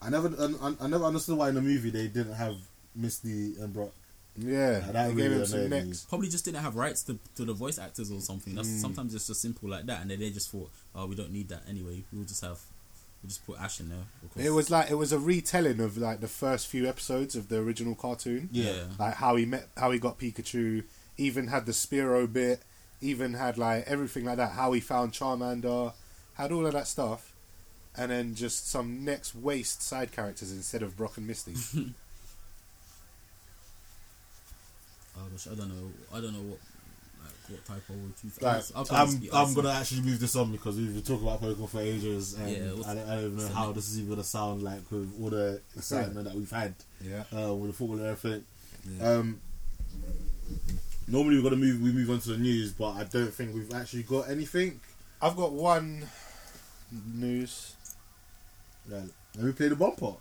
I never, I, I- I never understood why in the movie they didn't have Misty and Brock.
Yeah,
Nah, that
they
really
gave him some
annoyed me.
necks.
Probably just didn't have rights to, to the voice actors or something.
Mm.
That's sometimes it's just simple like that, and then they just thought, oh, we don't need that anyway. We'll just have we'll just put Ash in there. because-
It was like it was a retelling of like the first few episodes of the original cartoon.
yeah.
like how he met, how he got Pikachu, even had the Spearow bit, even had like everything like that. How he found Charmander, had all of that stuff, and then just some next waste side characters instead of Brock and Misty.
Oh gosh, I don't know. I don't know what like what type of world you.
Like,
I'll probably
I'm,
speak
I'm
after.
gonna actually move this on because we've been talking about Pokemon for ages, and
Yeah, what's-
I, don't, I don't even know
what's the
how
next-
this is even gonna sound like with all the excitement that we've had
yeah,
uh, with the football and everything. Um, normally we're gonna move, we move on to the news, but I don't think we've actually got anything.
I've got one news.
Yeah, let me play the bumper.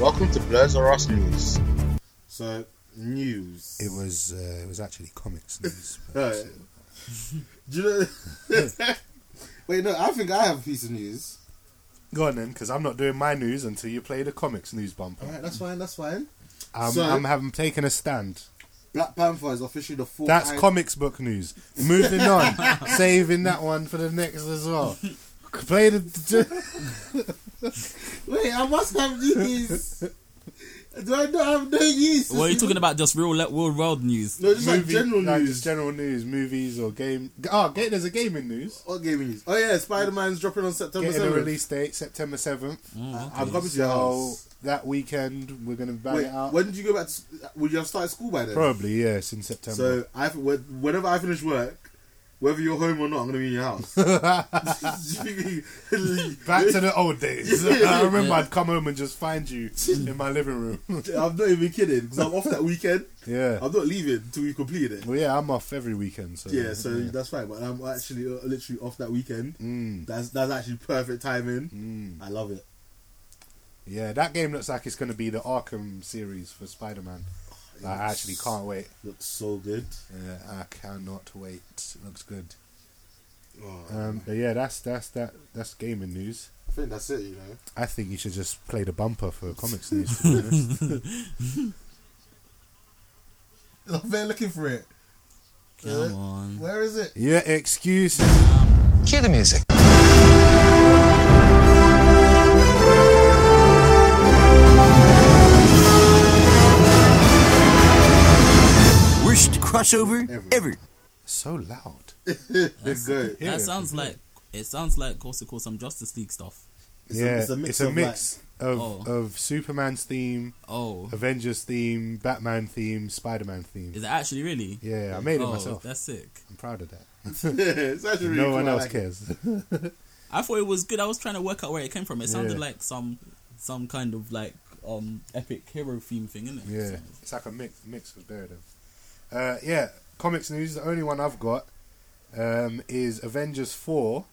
Welcome to Blurs or Us News.
So news.
It was uh, it was actually comics news.
Alright. Do you know? Wait, no. I think I have a piece of news.
Go on then, because I'm not doing my news until you play the comics news bumper.
All right, that's fine. That's fine.
I'm,
So-
Um, I'm having taken a stand.
Black Panther is officially the fourth.
That's
Iron-
comics book news. Moving on, saving that one for the next as well. Play the.
Wait, I must have news. Do I not have no news?
What are you talking about? Just real le- real world news.
No, just
Movie-
like general
no,
news.
just general news, movies or game. Oh, ga- there's a gaming news.
What gaming news? Oh yeah, Spider Man's dropping on September
Getting a
seventh.
release date September seventh.
I'm coming to
So
your house.
that weekend we're gonna bang
Wait,
it out.
when did you go back? to... s- Would you have started school by then?
Probably yes, in September.
So I, when- whenever I finish work, whether you're home or not, I'm gonna be in your house.
Back
Back
to the old days. I remember I'd come home and just find you in my living room.
I'm not even kidding because I'm off that weekend.
yeah.
I'm not leaving until we completed it.
Well, yeah, I'm off every weekend. So
Yeah, so that's fine. But I'm actually uh, literally off that weekend.
Mm,
That's that's actually perfect timing.
mm.
I love it.
Yeah, that game looks like it's gonna be the Arkham series for Spider-Man.
It
I actually
looks-
can't wait.
Looks so good.
Yeah, I cannot wait. Looks good.
Oh,
Um, but yeah, that's that's that that's gaming news.
I think that's it. You know.
I think you should just play the bumper for comics news. to be honest.
I'm there looking for it.
Come on.
Where is it?
yeah, excuses.
Cue the music.
Worst crossover
Ever.
ever.
So loud.
Let's go.
Yeah.
That sounds like it sounds like Corsica called some Justice League stuff.
It's a-
yeah,
it's a mix of,
of,
Oh.
of Superman's theme,
Oh,
Avengers theme, Batman theme, Spider Man theme.
is it actually really?
Yeah, I made it
oh,
myself.
That's sick.
I'm proud of that.
it's actually really
no
cool.
one uh,
I
else
like it.
cares.
I thought it was good. I was trying to work out where it came from. It sounded
Yeah.
like some some kind of like um epic hero theme thing, innit?
yeah,
So-
it's like a mix mix of both of them. Uh, yeah, comics news. The only one I've got um, is Avengers 4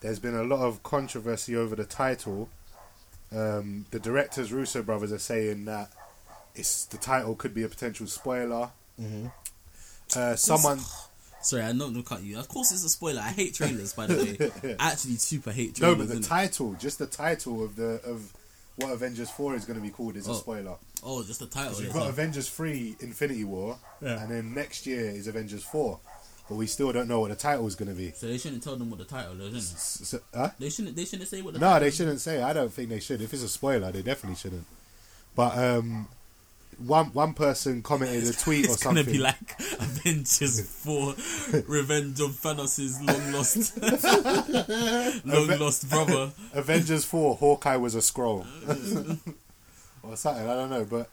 There's been a lot of controversy over the title. Um, the directors, Russo brothers, are saying that it's the title could be a potential spoiler. Uh, someone,
Sorry, I don't know cut you. Of course, it's a spoiler. I hate trailers, by the way. I actually super hate
no,
trailers.
but the
innit?
title, just the title of the of what Avengers Four is going to be called is a
Oh.
spoiler.
oh, just the title.
You've
yeah.
got Avengers Three, Infinity War,
Yeah.
and then next year is Avengers Four, but we still don't know what the title is going to be.
So they shouldn't tell them what the title is, innit?
S- so- huh?
They shouldn't. They shouldn't say what the
No, they shouldn't say. I don't think they should. If it's a spoiler, they definitely shouldn't. But um, one one person commented a tweet or
It's gonna
something.
be like Avengers Four: Revenge of Thanos' long lost, long
Aven-
lost brother.
Avengers Four: Hawkeye was a scroll or something. I don't know, but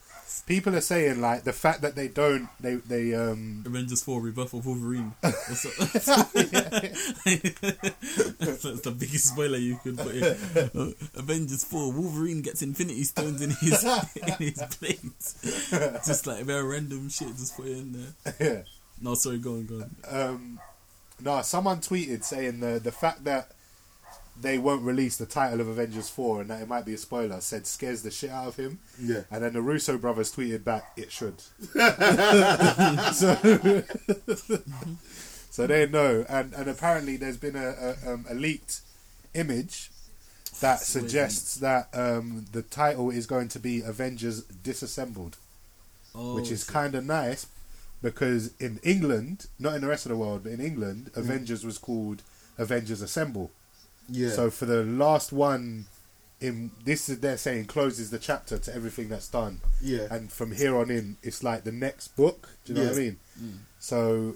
people are saying like the fact that they don't they they um
Avengers 4 Rebirth of Wolverine. That's, that's the biggest spoiler you could put in. Uh, Avengers 4 Wolverine gets Infinity Stones in his in his plates. Just like very random shit, just put it in there. No, sorry, go on, go on.
um no someone tweeted saying the the fact that they won't release the title of Avengers 4 and that it might be a spoiler said scares the shit out of him
Yeah.
and then the Russo brothers tweeted back it should so they know and and apparently there's been a a, um, a leaked image that suggests that um, the title is going to be Avengers Disassembled
Oh,
which is kind of nice because in England, not in the rest of the world, but in England,
Mm.
Avengers was called Avengers Assemble.
Yeah.
So for the last one, in this is they're saying closes the chapter to everything that's done,
yeah.
and from here on in, it's like the next book. Do you know what I
Yeah. Mm.
mean? So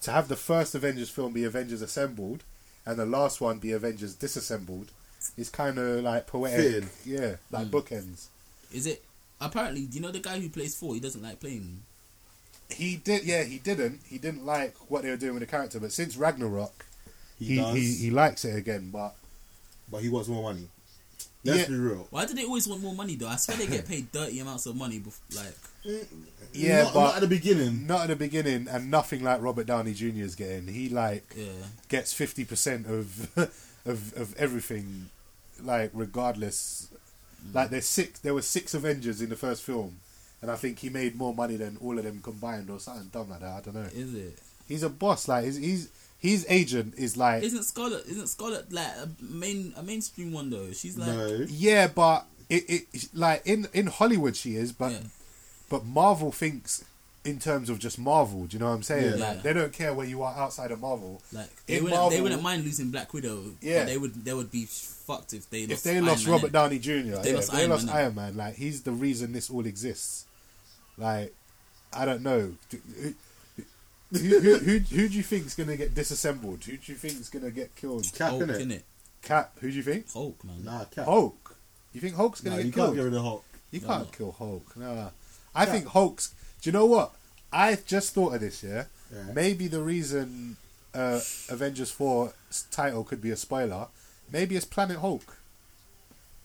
to have the first Avengers film be Avengers Assembled, and the last one be Avengers Disassembled. is kind of like poetic,
Fitting. Mm.
yeah, like bookends.
Is it apparently? You know the guy who plays four. He doesn't like playing.
He did, yeah. He didn't. He didn't like what they were doing with the character, but since Ragnarok, he he,
He does.
he, likes it again. But
but he wants more money. Let's
Yeah.
be real.
Why do they always want more money though? I swear they get paid dirty amounts of money. Bef- like
Yeah,
not,
but-
not at the beginning.
not at the beginning, and nothing like Robert Downey Jr.'s getting. He like
yeah,
gets fifty percent of of of everything, like regardless. Like there's six. There were six Avengers in the first film, and I think he made more money than all of them combined, or something dumb like that. I don't know.
is it?
He's a boss. Like he's he's his agent is like
Isn't Scarlet? Isn't Scarlet like a main a mainstream one though? She's like
No.
Yeah, but it, it like in in Hollywood she is, but
Yeah.
but Marvel thinks in terms of just Marvel. Do you know what I'm saying?
Yeah.
Like, they don't care where you are outside of Marvel.
like they
In
wouldn't, they
Marvel-
wouldn't mind losing Black Widow.
Yeah.
but they would they would be fucked if they
If
lost
they
Iron
lost
Man,
Robert
innit?
Downey Jr., yeah, if
they
they
lost
lost,
Iron
Iron,
Man,
Man, like he's the reason this all exists. Like, I don't know. Do- who- who, who, who, who do you think's gonna get disassembled? Who do you think's gonna get killed?
Cap
Hulk
in
in
it.
it.
Cap? Who do you think?
Hulk man.
Nah, cap.
Hulk? You think Hulk's gonna
Nah, you
get
can't
killed?
get rid of Hulk.
You
No,
can't
no.
kill Hulk. Nah. I think Hulk's. Do you know what? I just thought of this, yeah?
Yeah.
Maybe the reason uh, Avengers 4 title could be a spoiler, maybe it's Planet Hulk.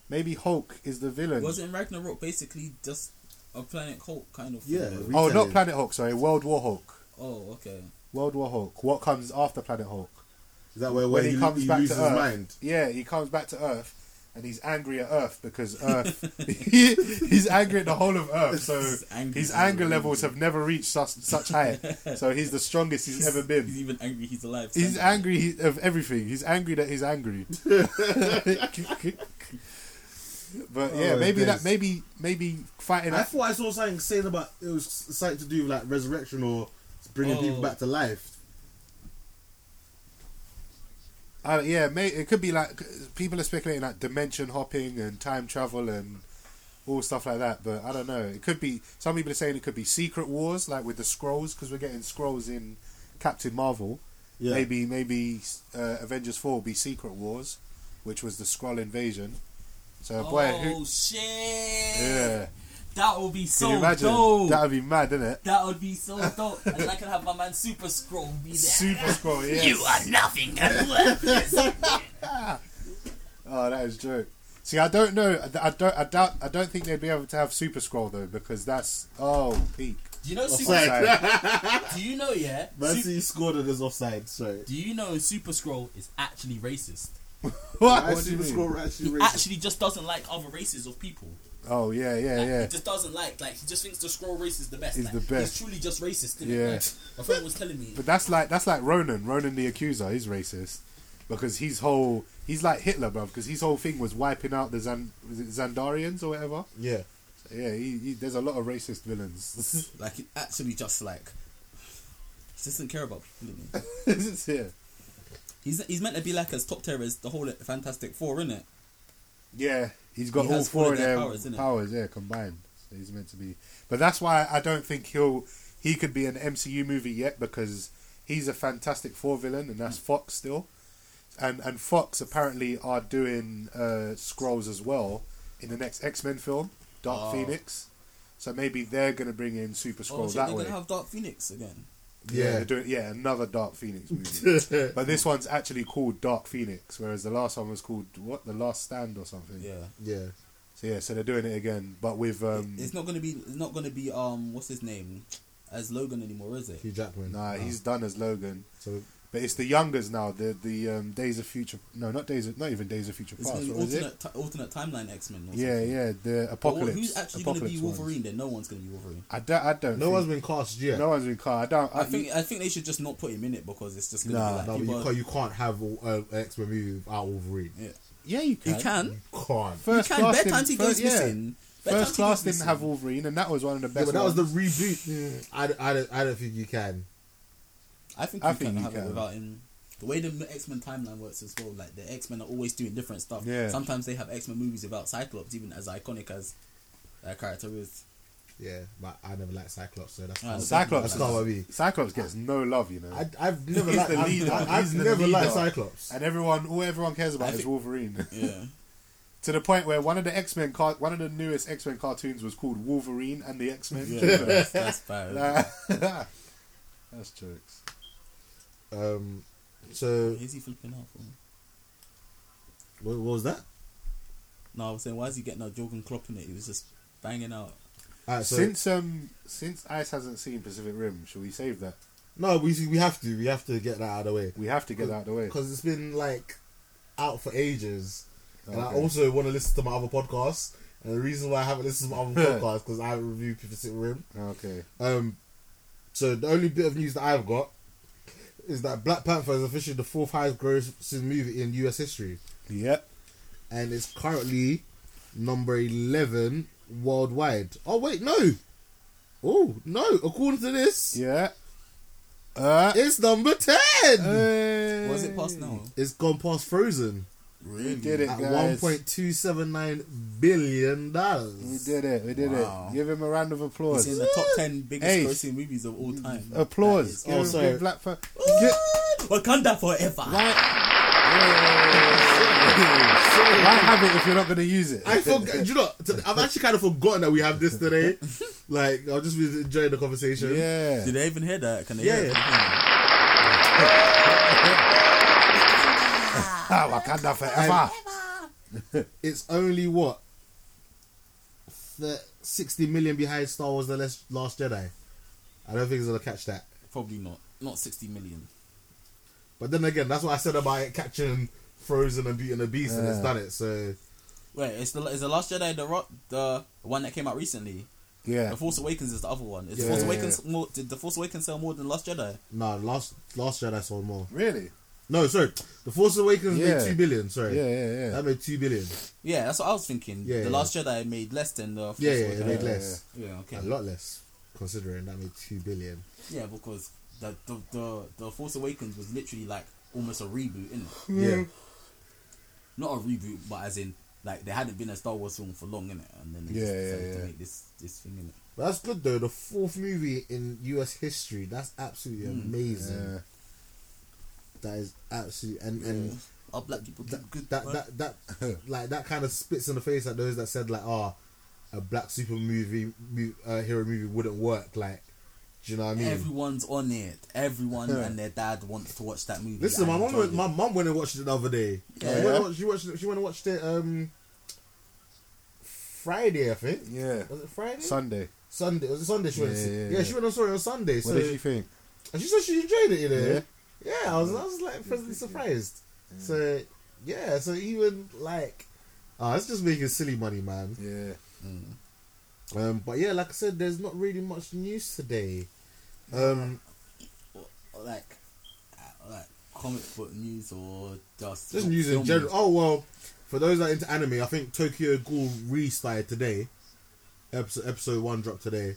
Maybe Hulk is the villain.
Wasn't Ragnarok basically just a Planet Hulk kind of?
Yeah.
thing?
oh, not
retelling.
Planet Hulk, sorry. World War Hulk.
Oh, okay.
World War Hulk. What comes after Planet Hulk?
Is that where,
When
where
he
he,
comes
he
back to
loses
Earth.
his mind?
Yeah, he comes back to Earth and he's angry at Earth because Earth. he's angry at the whole of Earth, so
He's angry.
his anger levels have never reached such, such height. So he's the strongest he's ever been.
He's even angry. He's alive.
He's angry he- of everything. He's angry that he's angry. but yeah,
Oh,
maybe that
days.
maybe maybe fighting.
I thought I saw something saying about it was something to do with like resurrection or bringing
Oh.
people back to life.
uh, yeah, may, it could be like people are speculating like dimension hopping and time travel and all stuff like that. But I don't know. It could be some people are saying it could be secret wars like with the scrolls because we're getting scrolls in Captain Marvel.
Yeah.
Maybe maybe uh, Avengers Four will be Secret Wars, which was the Skrull invasion. So
Oh
boy, who,
shit!
yeah,
That would be so
can you imagine?
dope.
That would be mad, isn't it?
That would be so dope. and I can have my man Super Scroll be there.
Super Skrull, yeah.
You are nothing and worthless.
Oh, that is joke. See, I don't know. I- I don't. I doubt. I don't think they'd be able to have Super Scroll though, because that's oh peak.
do you know Super?
Offside.
Do you know yeah?
Man
Su-
City scored and there's offside. Sorry.
do you know Super Scroll is actually racist?
What?
I
What do you
see the
mean?
score actually
He
racist.
actually just doesn't like other races of people.
Oh yeah, yeah,
Like,
yeah.
He just doesn't like. Like he just thinks the scroll race is the best.
Is
like,
the best.
He's truly just racist. Isn't
Yeah.
It? Like, my friend was telling me.
But that's like that's like Ronan. Ronan the Accuser is racist because his whole he's like Hitler, bruv, Because his whole thing was wiping out the Zan, was it Zandarians or whatever.
Yeah.
Yeah, he, he, there's a lot of racist villains.
Like it actually just like he doesn't care about people. innit?
yeah.
He's he's meant to be like as top tier as the whole Fantastic Four, isn't it?
yeah, he's got
He
all
has
four
all
of their powers,
innit?
yeah, combined. So he's meant to be, but that's why I don't think he'll he could be an MCU movie yet because he's a Fantastic Four villain, and that's Fox still, and and Fox apparently are doing uh, scrolls as well in the next X Men film, Dark Phoenix. So maybe they're going to bring in Super Scroll
Ah. Oh, so
that
they're
way.
gonna have Dark Phoenix again.
Yeah, they're doing yeah another Dark Phoenix movie, but this one's actually called Dark Phoenix, whereas the last one was called what the Last Stand or something.
Yeah,
Yeah.
So yeah, so they're doing it again, but with um,
it's not gonna be. It's not gonna be. Um, what's his name? As Logan anymore, is it?
Hugh Jackman.
nah, he's done as Logan,
So
but it's the youngers now. The the um, Days of Future, no, not Days, of, not even Days of Future
It's gonna
Past.
be
What was it?
alternate, ti alternate timeline X Men.
Yeah, yeah, the
Or
Apocalypse.
who's actually going to
Apocalypse
be
ones.
Wolverine? Then no one's going to be Wolverine.
I don't. I don't.
no
think-
one's been cast yet.
No one's been caught. I don't.
I think I think they should just not put him in it because it's just going to
Nah,
be like
No, but
people.
you,
are-
can't, you can't have uh, an X Men movie without Wolverine.
Yeah.
Yeah, you can.
you can.
You can't.
First
you can.
class
Bed
didn't-
Tanti
first-
goes
yeah.
missing. Bed
First
Tanti
class
goes
didn't
missing.
have Wolverine, and that was one of the
Yeah,
best.
but that was
ones.
the reboot. I, d- I, don't- I don't think you can.
I think
I
you
think
can
you
have it
can.
without him. The way the X Men timeline works as well, like the X Men are always doing different stuff.
Yeah.
Sometimes they have X Men movies without Cyclops, even as iconic as that character is.
Yeah, but I never liked Cyclops, so that's
Ah,
not-
Cyclops.
That's not what I mean.
Cyclops gets no love, you know.
I, I've never
He's
liked.
the leader.
I've, I've
He's the
never liked
leader.
Cyclops.
and everyone, all everyone cares about
I
is
think-
Wolverine.
Yeah.
to the point where one of the X Men, car- one of the newest X Men cartoons was called Wolverine and the X Men.
yeah. That's bad.
That's jokes.
Um, so
Is he flipping out for?
what, what was that?
No, I was saying, why is he getting a Jorgen Klopp in it? He was just banging out.
Alright, so,
since um, since Ice hasn't seen Pacific Rim, shall we save that?
no, we we have to we have to get that out of the way
We have to get that out of the way.
because it's been like out for ages, and I
Okay.
also want to listen to my other podcasts. And the reason why I haven't listened to my other podcasts because I haven't reviewed Pacific Rim.
Okay.
Um, so the only bit of news that I've got is that Black Panther is officially the fourth highest grossing movie in U.S. history.
Yep.
and it's currently number 11 worldwide. Oh, wait, no. Oh, no. According to this,
Yeah. Uh,
it's number 10.
Was it past now?
it's gone past Frozen
We did it,
at
guys.
$1.279 billion.
We did it. We did
Wow.
it. Give him a round of
It's in
applause.
the top ten biggest
Hey.
grossing movies of all time. That
Applause.
is-
Give
Oh,
him
sorry.
a big black fa- Get-
What? Wakanda forever.
Why have it if you're not going to use it?
I forgot. you know, to- I've actually kind of forgotten that we have this today. Like, I'll just be enjoying the conversation.
Yeah.
Did they even hear that? Can they
Yeah,
hear it?
Ah, Wakanda forever.
It's only what? The 60 million behind Star Wars The Last- Last Jedi. I don't think it's going to catch that.
Probably not. Not sixty million.
But then again, that's what I said about it catching Frozen and Beauty and the Beast, and it's done it. So
Wait, it's the is the Last Jedi the ro- the one that came out recently.
Yeah.
The Force Awakens is the other one. Is
Yeah,
the Force
yeah,
Awakens more? Did the Force Awakens sell more than Last Jedi?
no, last last Jedi sold more.
Really?
No, sorry, The Force Awakens
Yeah.
made two billion. Sorry,
Yeah, yeah, yeah.
that made two billion.
Yeah, that's what I was thinking. the
Yeah, yeah.
Last Jedi made less than the Force
Yeah, yeah,
Awakens.
it made less,
Yeah, okay.
a lot less, considering that made two billion.
Yeah, because the the, the the Force Awakens was literally like almost a reboot, innit?
Yeah,
Not a reboot, but as in like there hadn't been a Star Wars film for long, innit? And then they
Yeah,
just
yeah,
decided to
yeah.
make this this thing, innit?
but that's good though. The fourth movie in U.S. history. That's absolutely amazing.
Yeah.
That is absolutely and and.
Our black people do good.
that
work.
that that like that kind of spits in the face at those that said like ah a black super movie mo- uh, hero movie wouldn't work like do you know what I mean
Everyone's on it. Everyone and their dad wants to watch that movie.
listen
and
my mom
enjoy
went,
it.
my mom went and watched it the other day
Yeah.
she, went and watched, she watched she went and watched it um Friday I think
Yeah.
was it Friday
Sunday.
Sunday was it Sunday she went
Yeah,
to see-
yeah,
yeah,
yeah.
she went and saw it on Sunday
What
so
did you think?
and she said she enjoyed it you know yeah, I was I was like pleasantly surprised so yeah so even like ah it's just making silly money man
Yeah.
Um, but yeah, like I said, there's not really much news today. Um,
like uh, like comic book news or just
just news in
film
general. Oh well, for those that are into anime, I think Tokyo Ghoul restarted today. Episode episode one dropped today.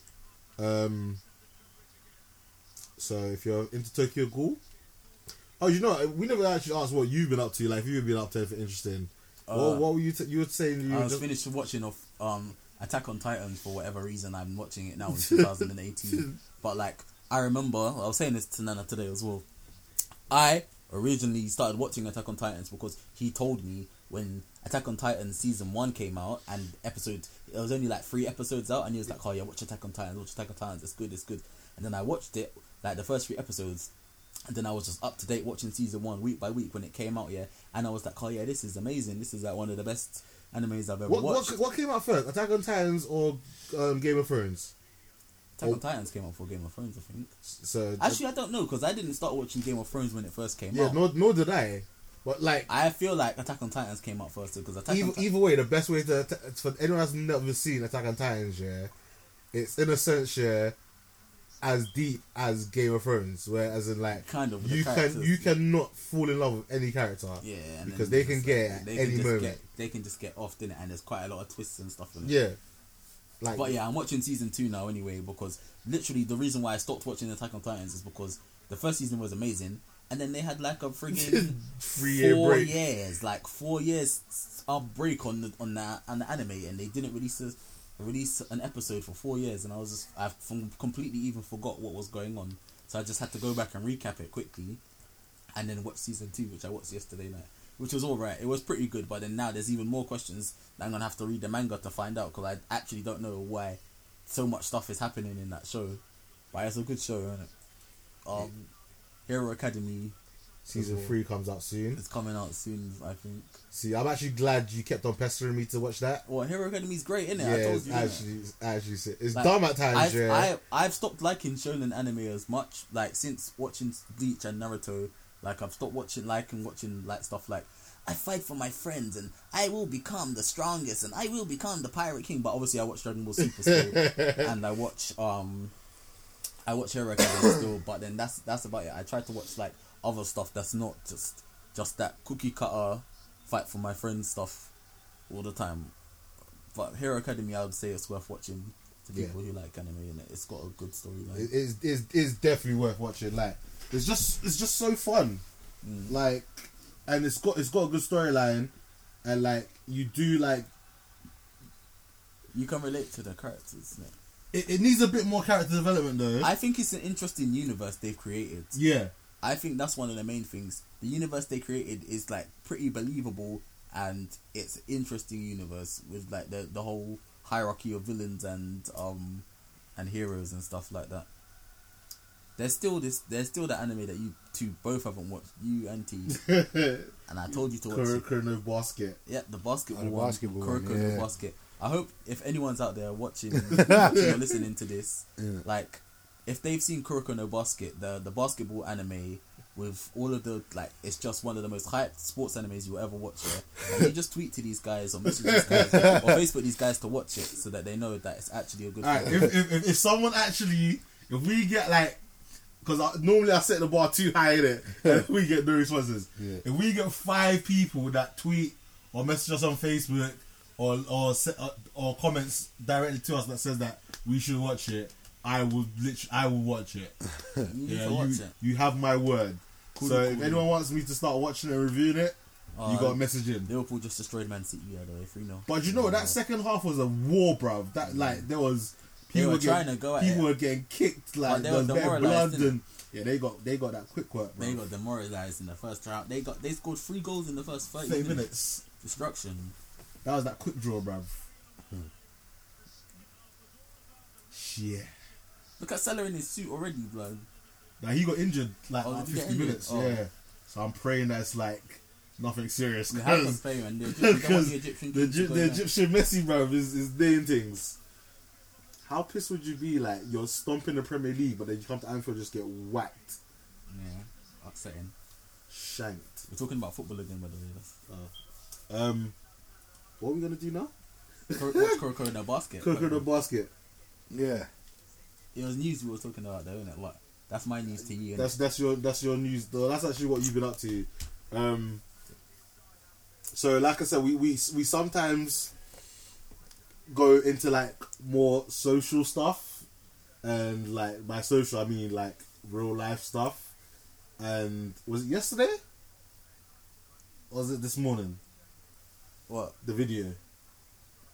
Um, so if you're into Tokyo Ghoul, oh, you know, what? we never actually asked what you've been up to. Like, if you've been up to anything interesting.
Uh,
what, what were you? T- you were saying oh, you
I
were
was
just-
finished watching of um Attack on Titan for whatever reason. I'm watching it now in 2018. but like I remember, I was saying this to Nana today as well. I originally started watching Attack on Titans because he told me when Attack on Titans season one came out and episode it was only like three episodes out and he was like, "Oh yeah, watch Attack on Titans, watch Attack on Titans, it's good, it's good." And then I watched it like the first three episodes, and then I was just up to date watching season one week by week when it came out, yeah. And I was like, "Oh yeah, this is amazing. This is like one of the best animes I've ever
What, what,
watched."
what came out first? Attack on Titans or um, Game of Thrones?
Attack
Oh.
on Titans came out for Game of Thrones, I think.
So
Actually, I don't know because I didn't start watching Game of Thrones when it first came
yeah,
out.
nor, nor did I. But like
I feel like Attack on Titans came out first because Attack
either,
on Titans.
either way, the best way to atta- for anyone that's never seen Attack on Titans, yeah, it's in a sense, yeah, as deep as Game of Thrones, where as in like
Kind of, the
you can
characters.
you cannot fall in love with any character,
Yeah, and
because
then
they can
just,
get
like,
at
they
any
can just
moment,
Get, they can just get off, didn't it? And there's quite a lot of twists and stuff. In it.
yeah, like
But yeah, I'm watching season two now anyway because literally the reason why I stopped watching Attack on Titans is because the first season was amazing and then they had like a friggin'
Three year
four
break.
years, like four years of break on the on the on the anime and they didn't release a, release an episode for four years and I was just I f- completely even forgot what was going on so I just had to go back and recap it quickly and then watch season two, which I watched yesterday night, which was all right. It was pretty good, but then now there's even more questions that I'm gonna have to read the manga to find out because I actually don't know why so much stuff is happening in that show. But it's a good show, isn't it? Um, Hero Academy
season three comes out soon.
is coming out soon, I think.
See, I'm actually glad you kept on pestering me to watch that.
Well, Hero Academy's great, isn't it?
yeah,
I told
it's
you. innit?
actually, it's actually, sick. it's
Like,
dumb at times,
I've,
yeah.
I, I've stopped liking shonen anime as much. Like since watching Bleach and Naruto, like I've stopped watching, liking watching like stuff like I fight for my friends and I will become the strongest and I will become the pirate king. But obviously, I watch Dragon Ball Super still, and I watch um, I watch Hero Academia still. But then that's that's about it. I try to watch like other stuff that's not just just that cookie cutter fight for my friends stuff all the time. But Hero Academy, I would say it's worth watching to
Yeah.
people who like anime, and it's got a good storyline.
it is is is definitely worth watching. Like it's just it's just so fun. Like and it's got it's got a good storyline and like you do like
you can relate to the characters. innit?
it, it needs a bit more character development though.
I think it's an interesting universe they've created.
yeah.
I think that's one of the main things. The universe they created is like pretty believable, and it's an interesting universe with like the the whole hierarchy of villains and um and heroes and stuff like that. There's still this. There's still the anime that you two both haven't watched. You and T, and I told you to watch it.
Kuroko no basket.
Yeah, the basketball
Oh, the
one.
basketball
Kuroko's
one, yeah.
the basket. I hope if anyone's out there watching, watching or listening to this, like if they've seen Kuroko no Basket, the the basketball anime with all of the like, it's just one of the most hyped sports animes you'll ever watch. Yeah? And you just tweet to these guys or message these guys or Facebook these guys to watch it so that they know that it's actually a good.
Alright,
thing.
if, if, if if someone actually if we get like because I, normally I set the bar too high in it, and we get no responses.
Yeah.
If we get five people that tweet or message us on Facebook or or se- uh, or comments directly to us that says that we should watch it, I will literally I will watch it.
you need
yeah,
to watch
you,
it.
you have my word. so if
cool.
anyone wants me to start watching it and reviewing it,
Uh,
you got to message in.
Liverpool just destroyed Man City by the way, three 0
But you know that second half was a war, bruv. That like there was
Mm. They
people
were
were getting,
trying to go at
people
it.
were getting kicked like
they
there
were
was a bit of
demoralised,
blood
didn't
and yeah, they got they got that quick work, bro.
They got demoralized in the first round. They got they scored three goals in the first thirty
Thirty
minutes.
minutes.
Destruction.
That was that quick draw, bruv.
Hmm.
Yeah.
Look at Salah in his suit already, blood.
Like he got injured like
Oh,
at
did he get
fifty
injured?
minutes.
Oh.
Yeah. So I'm praying that's like nothing serious
We have to
because
play and the Egyptian, don't want
because
the Egyptian.
the,
king to
Egy-
go
the
there.
Egyptian Messi, bruv, is, is doing things. How pissed would you be like you're stomping the Premier League, but then you come to Anfield just get whacked,
Yeah, upsetting.
shanked?
We're talking about football again, by the way. That's-
Um, what are we gonna do now?
Cor- Watch Kuroko in the basket.
Cook the basket.
Yeah.
It was news we were talking about, though, innit? Like, that's my news to you. innit?
That's that's your that's your news. Though. That's actually what you've been up to. Um, so like I said, we we we sometimes go into like more social stuff, and like by social I mean like real life stuff. And was it yesterday? Or was it this morning?
What?
The video,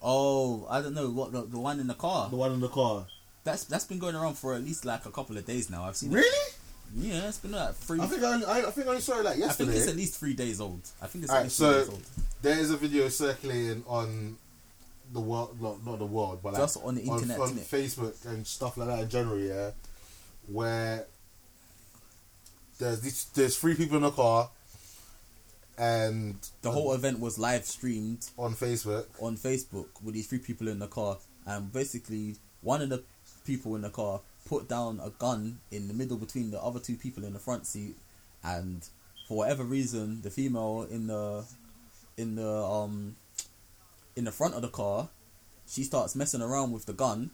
Oh, I don't know. What the, the one in the car?
the one in the car.
That's that's been going around for at least like a couple of days now. I've seen. It.
Really?
Yeah, it's been like three.
I think I, I, I think I only saw it like
I think
yesterday.
it's at least three days old. I think it's at
Alright,
least
so-
three days old.
there is a video circulating on the world, not, not the world, but like
Just on the internet,
on,
innit?
Facebook and stuff like that in general, yeah, where there's these, there's three people in a car, and
The whole event was live streamed
on Facebook,
on Facebook with these three people in the car, and basically one of the people in the car put down a gun in the middle between the other two people in the front seat, and for whatever reason, the female in the in the um in the front of the car, she starts messing around with the gun,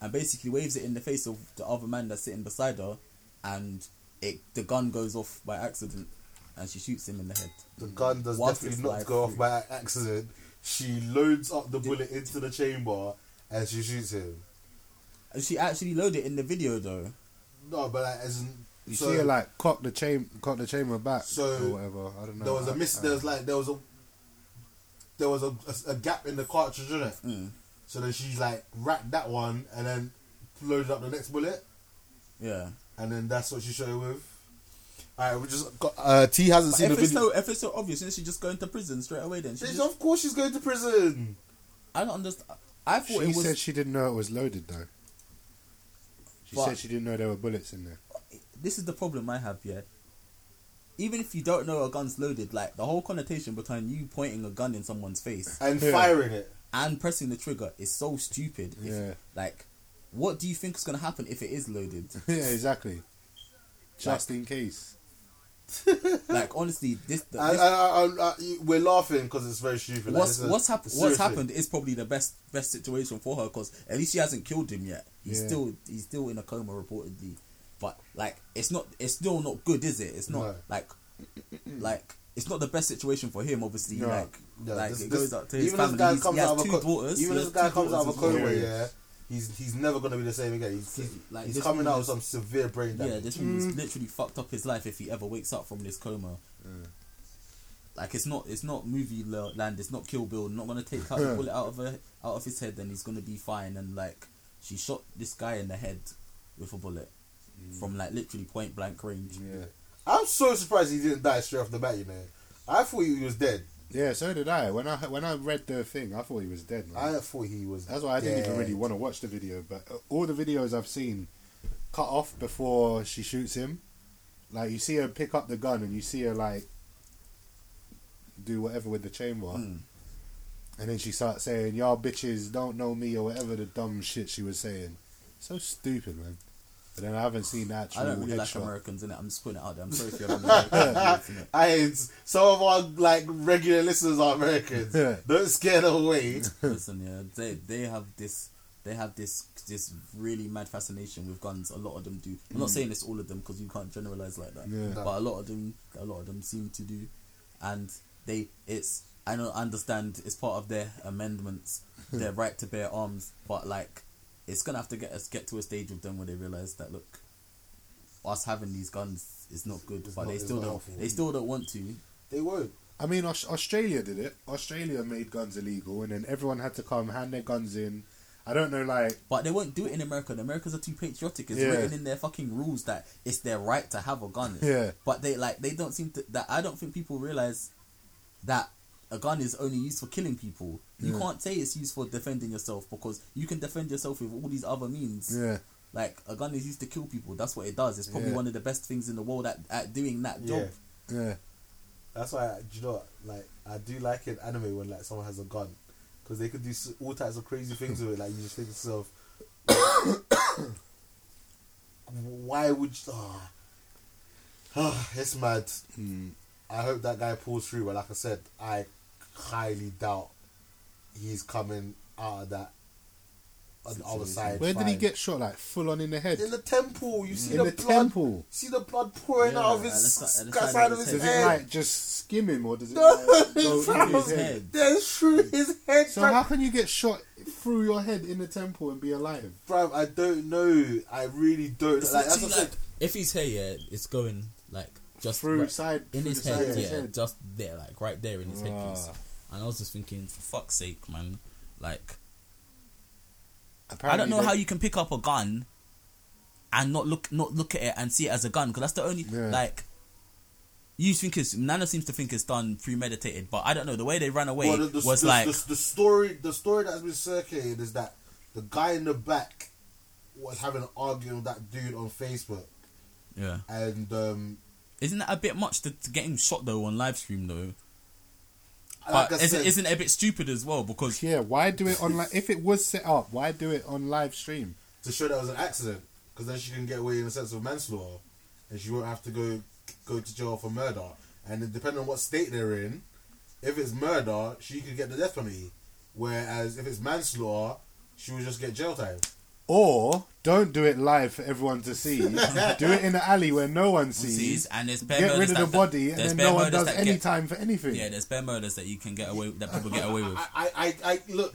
and basically waves it in the face of the other man that's sitting beside her, and it the gun goes off by accident, and she shoots him in the head.
the gun does
Whilst
definitely
it's
not
live
go off
free.
by accident. She loads up the bullet into the chamber and she shoots him.
And she actually loaded it in the video though.
No, but like, as in,
You
so-
see her like cock the chain, cock the chamber back
So,
or whatever. I don't know.
there was a
I-
miss.
I-
There was like there was a there was a, a, a gap in the cartridge, in it?
Mm.
So then she's like racked that one and then loaded up the next bullet,
Yeah.
and then that's what she shot it with. Alright, we just got. Uh, T hasn't
But
seen
if
the
it's
video.
so if it's so obvious, isn't she just going to prison straight away? Then she
Bitch,
just,
of course she's going to prison.
I don't understand. I thought
She
it was
said she didn't know it was loaded though. She
But-
said she didn't know there were bullets in there.
this is the problem I have, yeah. Even if you don't know a gun's loaded, like the whole connotation between you pointing a gun in someone's face
And
Yeah.
firing it.
and pressing the trigger is so stupid. If,
Yeah.
Like, what do you think is going to happen if it is loaded?
yeah, exactly. Just in case.
like, honestly, this. The,
I,
this
I, I, I, I- we're laughing because it's very stupid. like,
what's
it's a-
what's happened? What's
seriously.
happened is probably the best best situation for her because at least she hasn't killed him yet. He's
Yeah.
still he's still in a coma reportedly, but like it's not it's still not good, is it? It's not
No.
like like it's not the best situation for him. Obviously,
No.
like
Yeah,
like
this-
it
this-
goes out to his
even
family.
this guy
He's-
comes
he has
out of
two
a co-
daughters.
Even
He
this
has
guy
two
comes out
daughters
of a
as well.
coma, yeah, he's he's never gonna be the same again. He's, he's,
Like,
he's
this
coming
woman-
out with some severe brain damage.
Yeah, this
Mm.
woman's literally fucked up his life if he ever wakes up from this coma.
Mm.
Like it's not it's not movie lo- land. It's not Kill Bill. Not gonna take out the bullet out of her out of his head, and he's gonna be fine. And like she shot this guy in the head with a bullet from like literally point blank range.
Mm. Yeah.
I'm so surprised he didn't die straight off the bat. You know, I thought he was dead.
Yeah, so did I. When I when I read the thing, I thought he was dead. man.
I thought he was.
That's why I didn't even
dead.
really want to watch the video. But uh, all the videos I've seen cut off before she shoots him. Like you see her pick up the gun and you see her like do whatever with the chamber,
Hmm.
and then she starts saying, "Y'all bitches don't know me" or whatever the dumb shit she was saying. So stupid, man. But then I haven't seen the actual
I don't really like
headshot.
Americans in it. I'm just putting it out there. I'm sorry if you're an American. innit?
I it's- some of our like regular listeners are Americans.
Yeah.
Don't scare them away.
Listen, yeah, they they have this they have this this really mad fascination with guns. A lot of them do. I'm not
Mm.
saying it's all of them because you can't generalize like that.
Yeah.
But a lot of them, a lot of them seem to do, and they it's I don't understand it's part of their amendments, their right to bear arms. But like, it's gonna have to get us get to a stage with them where they realize that look, us having these guns is not good.
It's
but
not-
they
it's
still
not
don't.
helpful.
They still don't want to.
They won't.
I mean, Aus- Australia did it. Australia made guns illegal, and then everyone had to come hand their guns in. I don't know, like
But they won't do it in America. The Americans are too patriotic. It's
Yeah.
written in their fucking rules that it's their right to have a gun.
Yeah.
But they like they don't seem to that I don't think people realize that a gun is only used for killing people. You can't say it's used for defending yourself because you can defend yourself with all these other means.
yeah,
Like a gun is used to kill people. That's what it does. It's probably
Yeah.
one of the best things in the world at, at doing that job.
Yeah.
yeah.
That's why, do you know, what? like I do like in anime when like someone has a gun, because they could do s- all types of crazy things with it. Like you just think to yourself, why would you? ah, ah, it's mad.
Hmm.
I hope that guy pulls through. But like I said, I highly doubt he's coming out of that on the other side.
Where did he
fine.
get shot? Like full on in the head.
In the temple, you see
In
the,
the
blood.
temple.
See the blood pouring
Yeah,
out of
at
his
the si-
s-
at the
side,
side
of
of
his
his
Does
head.
it like just skim him, or does it
No,
like,
it's
go
from
through his
his
head?
head.
That's through his head.
So
bruv.
how can you get shot through your head in the temple and be alive?
Bruv, I don't know. I really don't.
It's
Like, that's
literally
what I said.
like-
If he's here, yeah, it's going like just
Through
right-
side
in
through
his
the side
head,
of
yeah,
his head.
just there, like right there in his headpiece.
Ah.
And I was just thinking, for fuck's sake, man, like
Apparently
I don't know
they-
how you can pick up a gun and not look not look at it and see it as a gun because that's the only
Yeah.
like. You think it's Nana seems to think it's done premeditated, but I don't know. The way they ran away
Well, the, the,
was
the,
like
the, the story. The story that's been circulated is that the guy in the back was having an argument with that dude on Facebook,
yeah.
and um,
Isn't that a bit much to, to get him shot though on live stream though?
like
But
I
isn't,
said,
isn't it a bit stupid as well because
Yeah, why do it on like if it was set up? Why do it on live stream?
to show that it was an accident, because then she can get away in a sense of manslaughter, and she won't have to go go to jail for murder. And it- depending on what state they're in, if it's murder, she could get the death penalty, whereas if it's manslaughter, she will just get jail time.
Or don't do it live for everyone to see. do it in the alley where no one
disease
sees.
and there's bare
Get
murders
rid of the
that-
body, and
there's
then
bare
no one
murders
does
that
any
get-
time for anything.
Yeah, there's bare murders that you can get away that people get away with.
I, I, I, I look.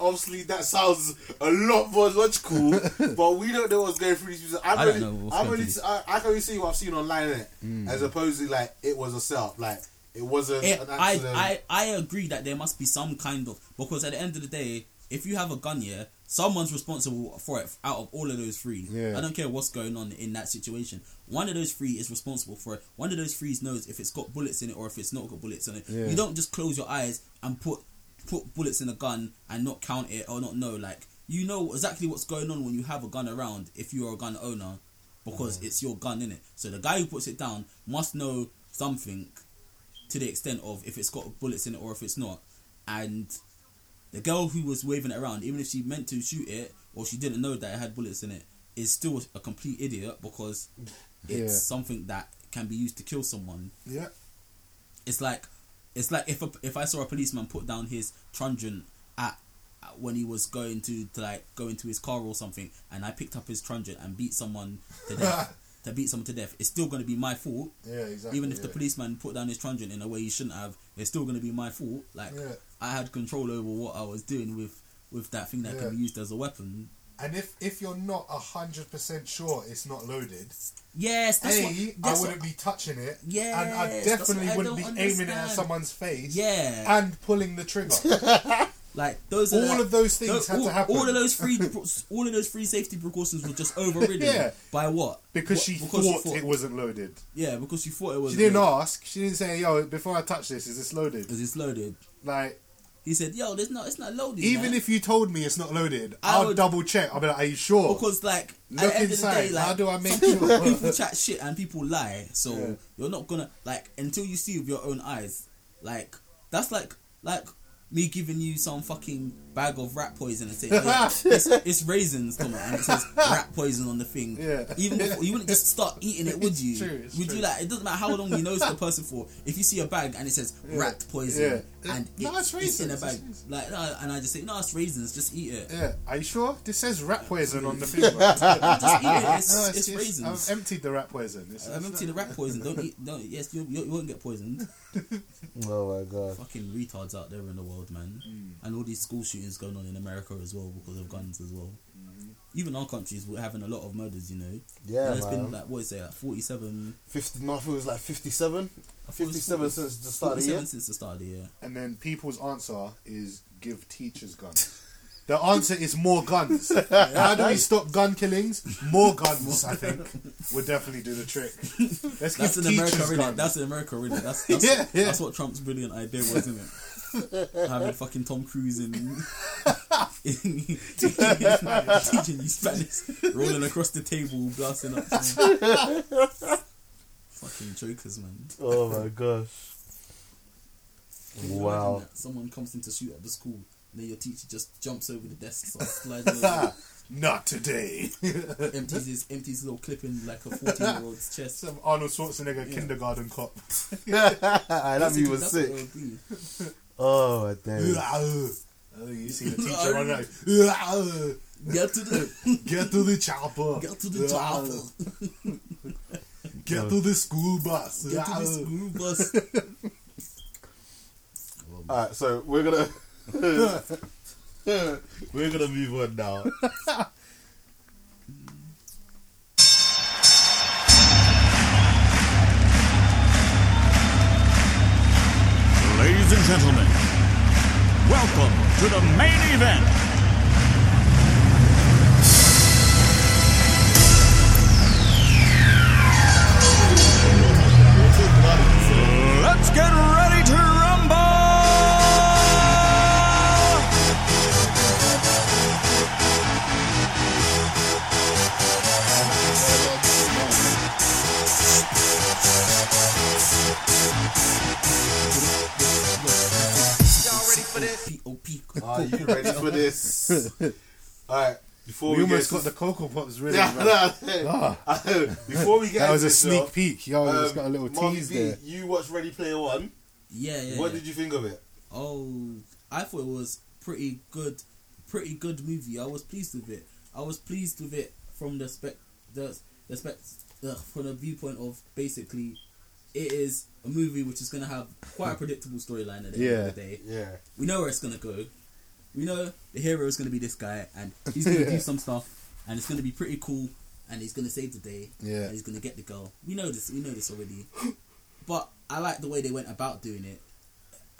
Obviously, that sounds a lot more logical, but we don't know what's going through these people. I'm
I don't
only,
know what's
I'm
going
only,
through Hmm.
I, I can only see what I've seen online, innit? as opposed to like it was a setup, like it wasn't
It-
an accident.
Eh, I, I I agree that there must be some kind of because at the end of the day, if you have a gun, yeah, someone's responsible for it out of all of those three.
Yeah.
I don't care what's going on in that situation. One of those three is responsible for it. One of those three knows if it's got bullets in it or if it's not got bullets in it.
Yeah.
You don't just close your eyes and put put bullets in a gun and not count it or not know like you know exactly what's going on when you have a gun around if you're a gun owner because it's your gun in it. So the guy who puts it down must know something to the extent of if it's got bullets in it or if it's not. And the girl who was waving it around, even if she meant to shoot it or she didn't know that it had bullets in it, is still a complete idiot because it's
Yeah.
something that can be used to kill someone.
Yeah.
It's like it's like if a, if I saw a policeman put down his truncheon at, at when he was going to, to like go into his car or something, and I picked up his truncheon and beat someone to death. to beat someone to death, it's still going to be my fault.
Yeah, exactly.
Even if the policeman put down his truncheon in a way he shouldn't have, it's still going to be my fault. Like
Yeah.
I had control over what I was doing with with that thing that
Yeah.
can be used as a weapon.
And if if you're not hundred percent sure it's not loaded,
Yes, that's
a
what.
I
That's
wouldn't
what
be touching it.
Yes,
and I
that's
definitely
what I
wouldn't be
don't
aiming it at
understand.
someone's face.
yeah,
and pulling the trigger.
like those. Are
all
the-
of those things
Tho-
had
all,
to happen.
all of those free, all of those free safety precautions were just overridden
Yeah.
by what?
because
What-
she
because
thought, it wasn't loaded.
Yeah, because she thought it was.
She didn't ask. She didn't say, "Yo, before I touch this, is this loaded?"
because it's loaded.
Like,
He said, "Yo, there's not. It's not loaded."
even
man."
if you told me it's not loaded,
I
I'll
would-
double check. I'll be like, "Are you sure?"
because like at
Look
the end
inside.
of the day, like,
How do I make
some people-
sure?
people chat shit and people lie? So
Yeah.
you're not gonna like until you see with your own eyes. Like that's like like me giving you some fucking bag of rat poison and saying yeah, it's, it's raisins, come on, and it says rat poison on the thing.
Yeah.
Even before, you wouldn't just start eating it, would
It's
you?
true, it's
would
true.
you like? It doesn't matter how long you know the person for. If you see a bag and it says rat poison
Yeah.
and
No,
it's,
it's
it's in a
raisins,
bag,
it's raisins.
like no, and I just say no, it's raisins. Just eat it.
yeah, are you sure? This says rat poison on the thing. right?
Just eat it. It's,
No, um,
it's, raisins.
I've emptied the rat poison. It's,
I've emptied the rat poison. Don't eat. Don't. Yes, you, you, you won't get poisoned.
oh my god.
Fucking retards out there in the world, man. And all these school shootings going on in America as well because of guns as well. Even our countries we're having a lot of murders, you know.
Yeah,
and it's
man.
been like what is it, like forty-seven?
50, no, I think it was like 57.
I thought it was
57
40
since the start of the
47
year.
since the start of the year.
And then people's answer is give teachers guns. The answer is more guns. How do we stop gun killings? More guns, I think, would definitely do the trick. Let's
That's
give
in America,
teachers
really.
guns.
That's in America, really. That's that's,
Yeah, yeah.
that's what Trump's brilliant idea was, isn't it? Having fucking Tom Cruise in, in- teaching you Spanish, rolling across the table, blasting up. Some, fucking jokers, man.
Oh my gosh.
Can you
Wow.
imagine that? Someone comes in to shoot at the school, and then your teacher just jumps over the desk, starts sliding over,
Not today.
empties his empties his little clip in like a fourteen year old's chest.
Some Arnold Schwarzenegger kindergarten cop.
that view was
That's what it
sick.
would be.
Oh my days.
Oh, you see the teacher running
ah,
out.
Get to the
Get to the chopper.
get to the chopper.
Get to the school bus.
Get to the school bus.
Alright, so we're gonna. we're gonna move on now.
Ladies and gentlemen, welcome to the main event.
get ready to rumble!
Are you ready for this? All right. Before we,
We almost
get
got the Cocoa Pops really.
Yeah,
man. Ah.
no. Before we get
That was
into
a
this,
sneak
though,
peek. Yo,
um,
it's got a little
Marvin
tease
B,
there.
You watched Ready Player One.
Yeah, yeah.
What
yeah.
did you think of it?
Oh, I thought it was pretty good, pretty good movie. I was pleased with it. I was pleased with it from the spec, the, the spec, uh, from the viewpoint of basically, it is a movie which is gonna have quite a predictable storyline at the end
Yeah.
of the day.
Yeah.
We know where it's gonna go. We know the hero is gonna be this guy, and he's gonna do some stuff, and it's gonna be pretty cool, and he's gonna save the day,
Yeah.
and he's gonna get the girl. We know this. We know this already. But I like the way they went about doing it.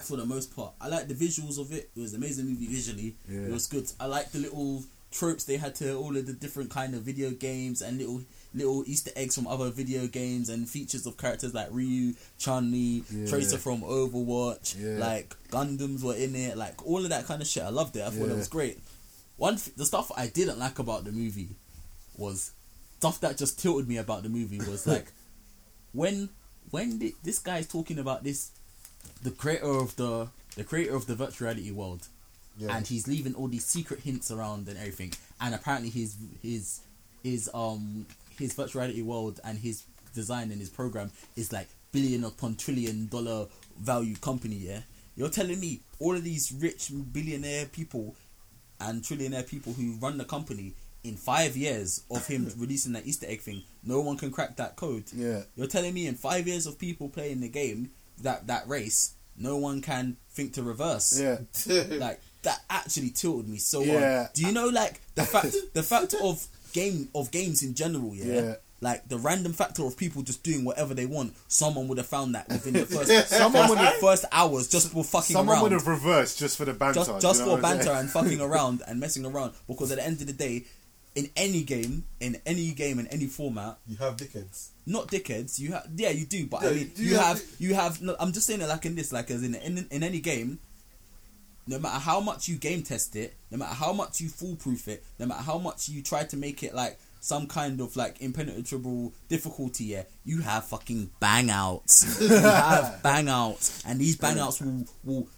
For the most part, I like the visuals of it. It was an amazing movie visually. It was good. I like the little tropes they had to all of the different kind of video games and little little Easter eggs from other video games and features of characters like Ryu, Chun Li, Tracer from Overwatch. Like Gundams were in it. Like all of that kind of shit. I loved it. I thought it was great. One th- the stuff I didn't like about the movie was stuff that just tilted me about the movie was like when when thi- this guy's talking about this the creator of the the creator of the virtual reality world and he's leaving all these secret hints around and everything and apparently his his his um his virtual reality world and his design and his program is like billion upon trillion dollar value company yeah you're telling me all of these rich billionaire people and trillionaire people who run the company in five years of him releasing that Easter egg thing, no one can crack that code.
Yeah.
You're telling me in five years of people playing the game, that that race, no one can think to reverse.
Yeah.
Like that actually tilted me so
Yeah.
hard. Do you know like the fact the fact of game of games in general, yeah?
Yeah.
Like the random factor of people just doing whatever they want, someone would have found that within the first someone within the first hours just for fucking
Someone
around
would have reversed just for the banter.
just
do you
just
know
for
what I'm
banter
saying?
and fucking around and messing around because at the end of the day in any game in any game in any format
You have dickheads.
not dickheads you have yeah you do but I
Yeah,
mean
do
you,
you
have,
have
you have no, I'm just saying it like in this like as in in, in any game no matter how much you game test it, no matter how much you foolproof it, no matter how much you try to make it like some kind of like impenetrable difficulty, yeah, you have fucking bang outs. you have bang outs, and these bang outs will will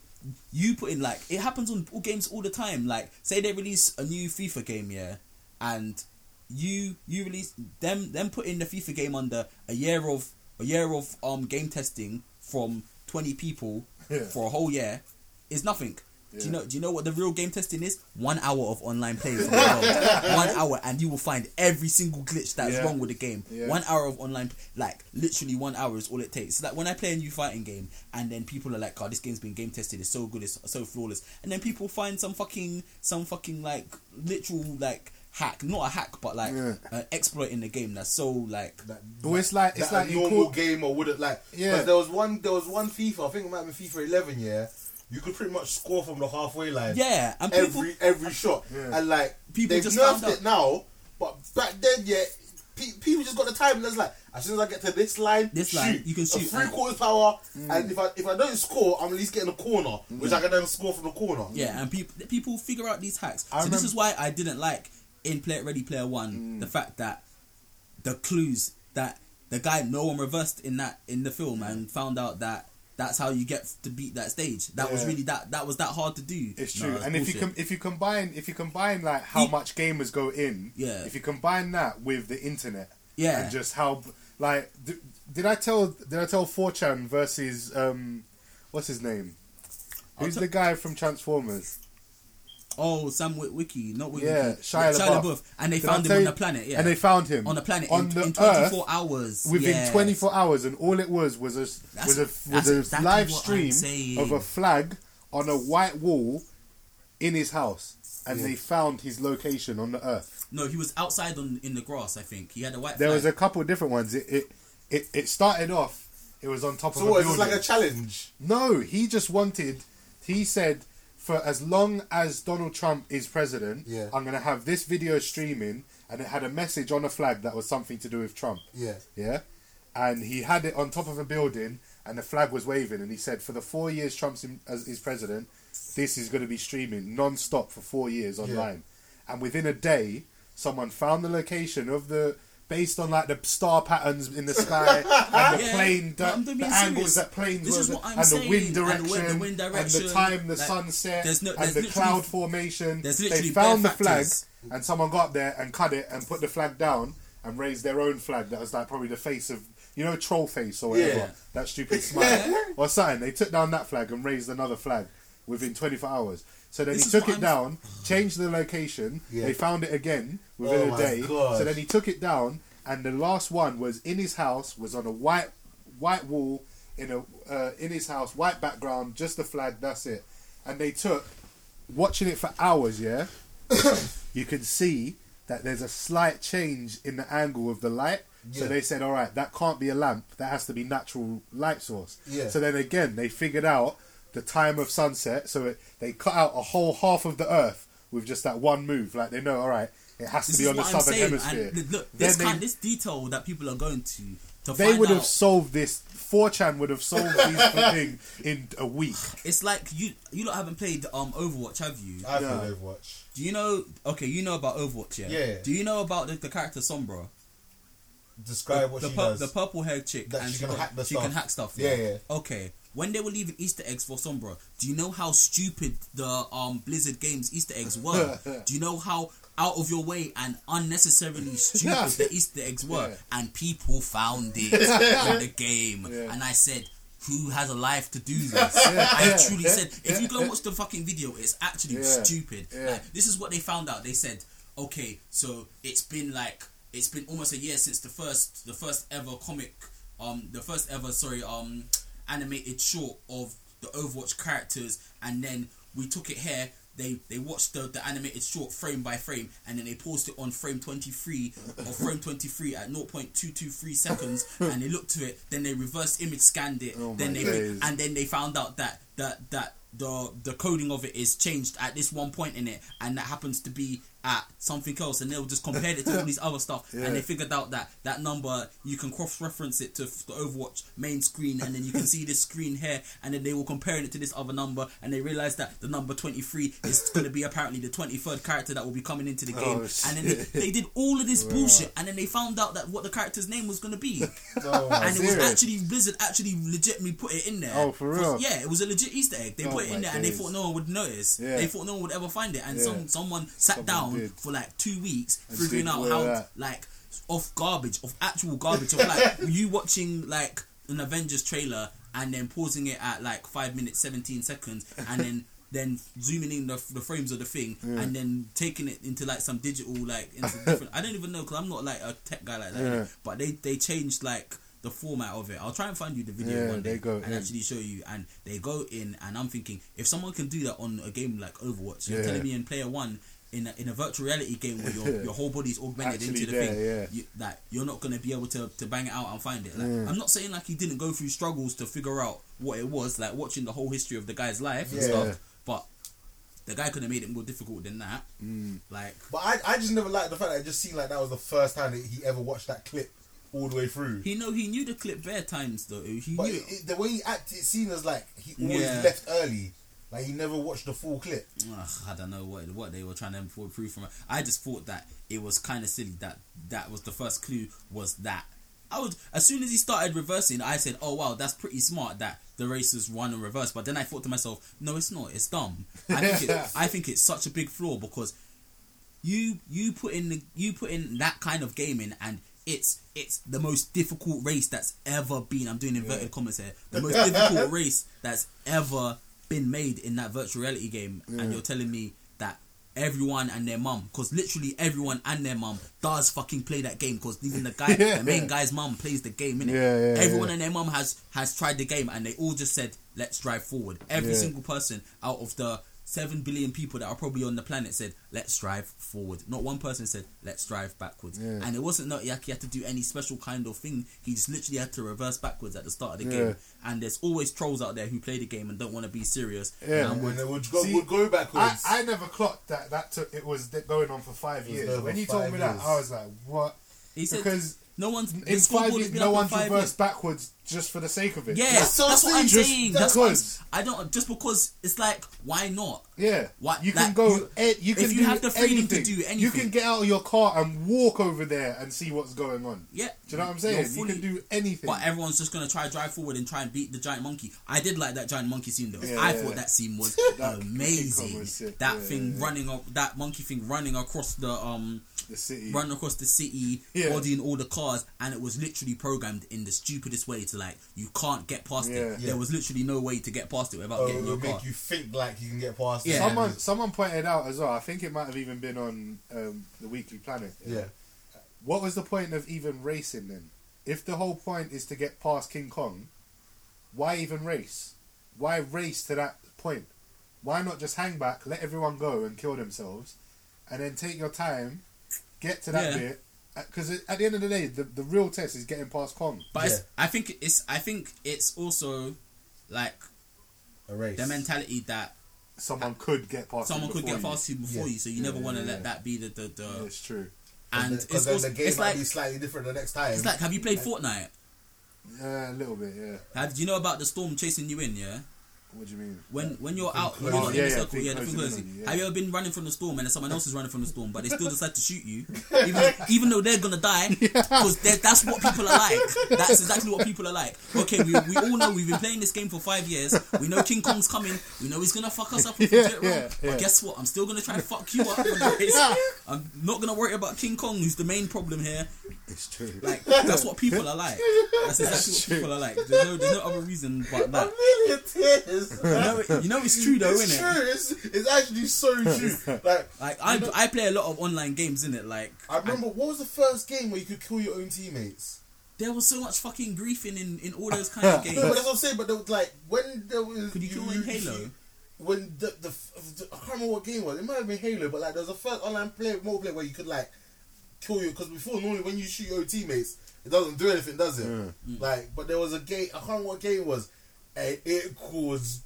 you put in like it happens on all games all the time. Like say they release a new FIFA game, yeah, and you you release them them put in the FIFA game under a year of a year of um game testing from twenty people for a whole year is nothing. Do you know? Do you know what the real game testing is? One hour of online play. is all it is. One hour, and you will find every single glitch that's
Yeah.
wrong with the game.
Yeah.
One hour of online, like literally one hour is all it takes. Like when I play a new fighting game, and then people are like, "God, this game's been game tested. It's so good. It's so flawless." And then people find some fucking, some fucking like literal like hack, not a hack, but like
Yeah.
an exploit in the game that's so like
But it's like it's
that
like
a
in
normal
court-
game or would it like
Yeah.
yeah there was one there was one FIFA I think it might have been FIFA 11 yeah you could pretty much score from the halfway line
yeah, and
every
people
every shot and like
People
they've
just
nerfed
found
it now but back then yeah pe- people just got the time that's like as soon as I get to this line
This
shoot.
line, you can shoot.
a three quarters power and if I if I don't score I'm at least getting a corner which I can then score from the corner
Yeah, and people people figure out these hacks. so this is why I didn't like in Play Ready Player
Mm.
One the fact that the clues that the guy no one reversed in that in the film and found out that that's how you get to beat that stage. That was
Yeah.
really that that was that hard to do.
It's
Nah,
true,
it's
and if you
bullshit.
com- if you combine if you combine like how
You-
much gamers go in,
Yeah.
If you combine that with the internet,
Yeah.
and just how like d- did I tell did I tell 4chan versus um what's his name? Who's
t-
the guy from Transformers?
oh Sam Wit- Wiki not Wiki
Yeah, Shia LaBeouf.
and they
Did I
found him
tell
on
you-
the planet yeah
And they found him
on the planet
on
in,
the
in
Earth
24 hours
within
Yeah.
24 hours, and all it was was a was a was
that's
a
exactly
live
what I'm
stream
saying.
of a flag on a white wall in his house, and they found his location on the Earth.
No, he was outside on in the grass. I think he had a white.
There
flag.
was a couple of different ones. It it, it it started off. It was on top
so
of a
what is this
building.
like a challenge
no, he just wanted. He said, for as long as Donald Trump is president,
Yeah.
I'm gonna have this video streaming, and it had a message on a flag that was something to do with Trump.
yeah
Yeah, and he had it on top of a building, and the flag was waving, and he said, "For the four years Trump's in, as is president, this is going to be streaming non-stop for four years online." And within a day, someone found the location of the. Based on like the star patterns in the sky and the
Yeah,
plane,
but I'm
di-
being
the
serious.
angles that planes
This
were,
is what I'm
and the
saying,
wind
and the wi- the
direction,
wind
and
direction,
the time, the
like,
sunset,
there's no-
and
there's
the
literally-
cloud formation.
there's
They
literally
found the
bare
flag,
factors.
and someone got up there and cut it and put the flag down and raised their own flag that was like probably the face of you know troll face or whatever
Yeah.
that stupid smile or something. They took down that flag and raised another flag within 24 hours. So then
This
he
is
took
what
it
I'm-
down, changed the location. They found it again
Oh
within
my
a day.
gosh.
So then he took it down, and the last one was in his house, was on a white white wall in a uh, in his house, white background, just the flag. That's it. And they took watching it for hours. Yeah, you can see that there's a slight change in the angle of the light. So
Yeah.
they said, all right, that can't be a lamp. That has to be natural light source.
Yeah.
So then again, they figured out the time of sunset. So it, they cut out a whole half of the Earth with just that one move. Like they know, all right, it has
This
to be
is
on the
what I'm
southern
saying.
hemisphere.
And look,
Then
this,
they-
kind, this detail that people are going to to
they
find
would
out.
have solved this. 4chan would have solved this thing in a week.
It's like you you lot haven't played um Overwatch, have you?
Uh,
I feel Overwatch.
Do you know? Okay, you know about Overwatch, yeah.
Yeah.
Do you know about the, the character Sombra?
Describe
the,
what
the,
she
pur-
does.
the purple haired chick
That
and
she can
got-
hack the
she
stuff.
can hack stuff.
Yeah, yeah.
Okay. When they were leaving Easter eggs for Sombra, do you know how stupid the um Blizzard Games Easter eggs were? do you know how out of your way and unnecessarily stupid the Easter eggs were? And people found it in the game. And I said, who has a life to do this? I truly said, if you go and watch the fucking video, it's actually stupid. Like, this is what they found out. They said, okay, so it's been like it's been almost a year since the first the first ever comic, um, the first ever sorry, um, animated short of the Overwatch characters, and then we took it here. They, they watched the, the animated short frame by frame and then they paused it on frame 23 or frame 23 at 0.223 seconds and they looked to it then they reverse image scanned it then
Oh my
they
days.
and then they found out that that that the the coding of it is changed at this one point in it and that happens to be at something else and they'll just compare it to all these other stuff and they figured out that that number you can cross reference it to f- the overwatch main screen and then you can see this screen here and then they were comparing it to this other number and they realized that the number 23 is going to be apparently the 23rd character that will be coming into the game
Oh,
and then they, they did all of this bullshit and then they found out that what the character's name was going to be
Oh, my
and it was
serious?
actually Blizzard actually legitimately put it in there.
Oh, for real?
yeah, it was a legit Easter egg. They
Oh,
put it
my
in there, and they
days.
thought no one would notice.
Yeah.
They thought no one would ever find it, and
Yeah.
some someone sat down
did.
for like two weeks figuring
see
out
where
how
we're at.
like of garbage, of actual garbage, of like you watching like an Avengers trailer and then pausing it at like five minutes seventeen seconds, and then. Then zooming in the, the frames of the thing and then taking it into like some digital like into different. I don't even know because I'm not like a tech guy like that.
Yeah.
But they they changed like the format of it. I'll try and find you the video
Yeah,
one day
they go
and
in.
actually show you. And they go in, and I'm thinking if someone can do that on a game like Overwatch, you're
Yeah.
telling me in Player One. In a, in a virtual reality game where your, your whole body's augmented
Actually
into the
there,
thing,
yeah.
you, like you're not gonna be able to, to bang it out and find it. Like, I'm not saying like he didn't go through struggles to figure out what it was, like watching the whole history of the guy's life and
Yeah.
stuff. But the guy could have made it more difficult than that.
Mm.
Like
But I, I just never liked the fact that it just seemed like that was the first time that he ever watched that clip all the way through.
he know he knew the clip bare times though. He
but
knew
it, it- the way he acted, it seemed as like he always
Yeah.
left early. Like he never watched the full clip.
Ugh, I don't know what what they were trying to improve prove from it. I just thought that it was kind of silly that that was the first clue was that. I would as soon as he started reversing, I said, "Oh wow, that's pretty smart that the racers run in reverse." But then I thought to myself, "No, it's not. It's dumb." I think it, I think it's such a big flaw because you you put in the, you put in that kind of gaming and. It's it's the most difficult race that's ever been. I'm doing inverted commas here. The most difficult race that's ever been made in that virtual reality game, and you're telling me that everyone and their mum, because literally everyone and their mum does fucking play that game, because even the guy, the main guy's mum plays the game, innit?
Yeah, yeah,
everyone
yeah.
and their mum has has tried the game, and they all just said, "Let's drive forward." Every
Yeah.
single person out of the seven billion people that are probably on the planet said, "Let's drive forward." Not one person said, "Let's drive backwards." And it wasn't that like he had to do any special kind of thing. He just literally had to reverse backwards at the start of the game. And there's always trolls out there who play the game and don't want to be serious.
Yeah.
And
And then would go,
See,
would go
I,
backwards.
I never clocked that that took, it was th- going on for five
It was
years.
going
When
for
you told
five
me that,
years.
I was like, what?
he said,
because
"No one's the
in five
scoreboard has
years,
been
no
up in
one's
five
reversed
years."
backwards just for the sake of it.
Yeah,
That's
that's,
so
what I'm
serious.
saying.
That's
That's what
close.
I'm- I don't just because it's like why not?
Yeah,
What-
you can
like,
go.
you-
eh, you
if
can
you
do
have the freedom to
anything.
do
You
anything.
can get out of your car and walk over there and see what's going on.
Yeah,
Do you know what I'm
you're
saying? You
fully-
can do anything.
But everyone's just gonna try to drive forward and try and beat the giant monkey. I did like that giant monkey scene though.
Yeah,
I
yeah,
thought
yeah.
that scene was
That
amazing.
cucumber was sick,
that
yeah,
thing
yeah.
running up, that monkey thing running across the um,
the city.
running across the city,
Yeah.
bodying all the cars, and it was literally programmed in the stupidest way to like you can't get past
Yeah.
it. There was literally no way to get past it without
Oh,
getting
it'll
your car.
make you think like you can get past
Yeah.
it.
Someone, someone pointed out as well. I think it might have even been on um, the Weekly Planet.
Yeah.
What was the point of even racing then? If the whole point is to get past King Kong, why even race? Why race to that point? Why not just hang back, let everyone go and kill themselves, and then take your time, get to that
Yeah.
bit? Because at the end of the day, the, the real test is getting past Kong.
But it's, I think it's I think it's also like
A race.
the mentality that
Someone could get past.
someone
him
could
before
get
you.
past you before
Yeah.
you, so you never
yeah,
want to
yeah.
let that be the the, the
Yeah, it's true.
and
Because
it's,
then
also,
the game
it's
might
like
be slightly different the next time.
it's like have you played Fortnite?
Yeah, a little bit. Yeah.
Have, do you know about the storm chasing you in? Yeah,
What do you mean?
when when you're out, when
closing.
you're not
Yeah,
in the
yeah,
circle,
thing
yeah, the thing
closing in
closes.
on you, yeah.
Have you ever been running from the storm and then someone else is running from the storm, but they still decide to shoot you, even even though they're gonna die because that's what people are like. That's exactly what people are like. Okay, we, we all know we've been playing this game for five years. We know King Kong's coming. We know he's gonna fuck us up if we
Yeah,
do it wrong.
yeah, yeah.
But guess what? I'm still gonna try to fuck you up. Anyways. I'm not gonna worry about King Kong, who's the main problem here.
It's true.
Like that's what people are like. That's exactly what people are like. There's no, there's no other reason but that.
Really, it is.
You know, it- you know it's true though,
it's
isn't it?
true. It's, it's actually so true. Like
Like I, I play a lot of online games, in it. Like
I remember, what was the first game where you could kill your own teammates?
there was so much fucking griefing in in all those kind of games.
No, but that's what I'm saying. But there was, like when there was,
Could you kill in Halo?
When the, the, the I can't remember what game it was. It might have been Halo, but like there was a first online play multiplayer where you could like kill your. Because before normally when you shoot your own teammates, it doesn't do anything, does it?
Mm.
Like, but there was a game. I can't remember what game it was. And it caused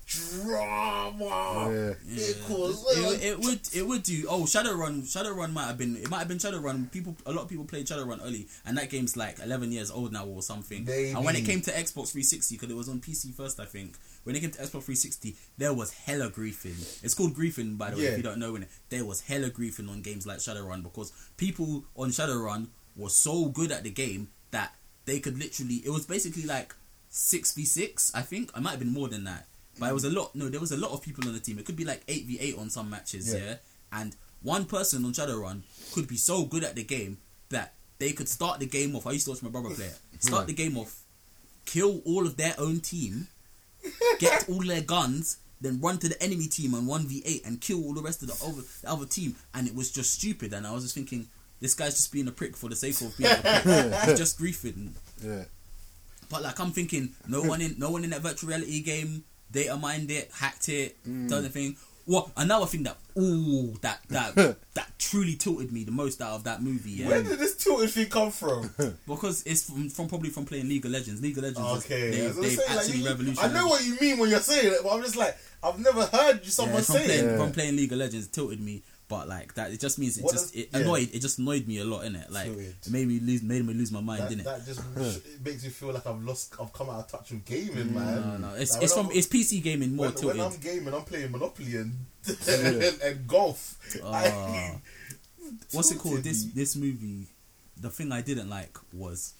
drama. It caused.
It, it would it would do oh Shadowrun Shadowrun might have been it might have been Shadowrun people a lot of people played Shadowrun early and that game's like 11 years old now or something and when it
Maybe.
came to Xbox 360 because it was on PC first I think when it came to Xbox 360 there was hella griefing it's called griefing by the way
Yeah.
if you don't know it there was hella griefing on games like Shadowrun because people on Shadowrun were so good at the game that they could literally it was basically like 6v6 I think I might have been more than that but it was a lot. No, there was a lot of people on the team. It could be like eight v eight on some matches, yeah. And one person on Shadowrun could be so good at the game that they could start the game off. I used to watch my brother play it. Start the game off, kill all of their own team, get all their guns, then run to the enemy team on one v eight and kill all the rest of the other the other team. And it was just stupid. And I was just thinking, this guy's just being a prick for the sake of being a prick. He's just griefing.
Yeah.
But like I'm thinking, no one in no one in that virtual reality game data mined it, hacked it, done the thing. Well, another thing that ooh that that that truly tilted me the most out of that movie, yeah,
Where did this tilted thing come from?
because it's from, from probably from playing League of Legends. League of Legends, is-
Okay,
they,
that's what I'm
they've
saying, like,
actually
you-
revolutionized.
I know what you mean when you're saying it, but I'm just like, I've never heard you someone
yeah, from
say
playing,
it.
from playing League of Legends tilted me, but like that it just means it
What
just
does-
it
yeah.
annoyed it just annoyed me a lot in it. Like
Tilted.
it made me lose made me lose my mind,
That,
didn't it?
that just it makes me feel like I've lost, I've come out of touch with gaming, man.
No, no, it's
Like,
it's
when
from
I'm-
it's PC gaming more
when,
tilted.
when I'm gaming, I'm playing Monopoly and and, and golf. I,
Ah. what's it called?
Tilted
This
me.
this movie, the thing I didn't like was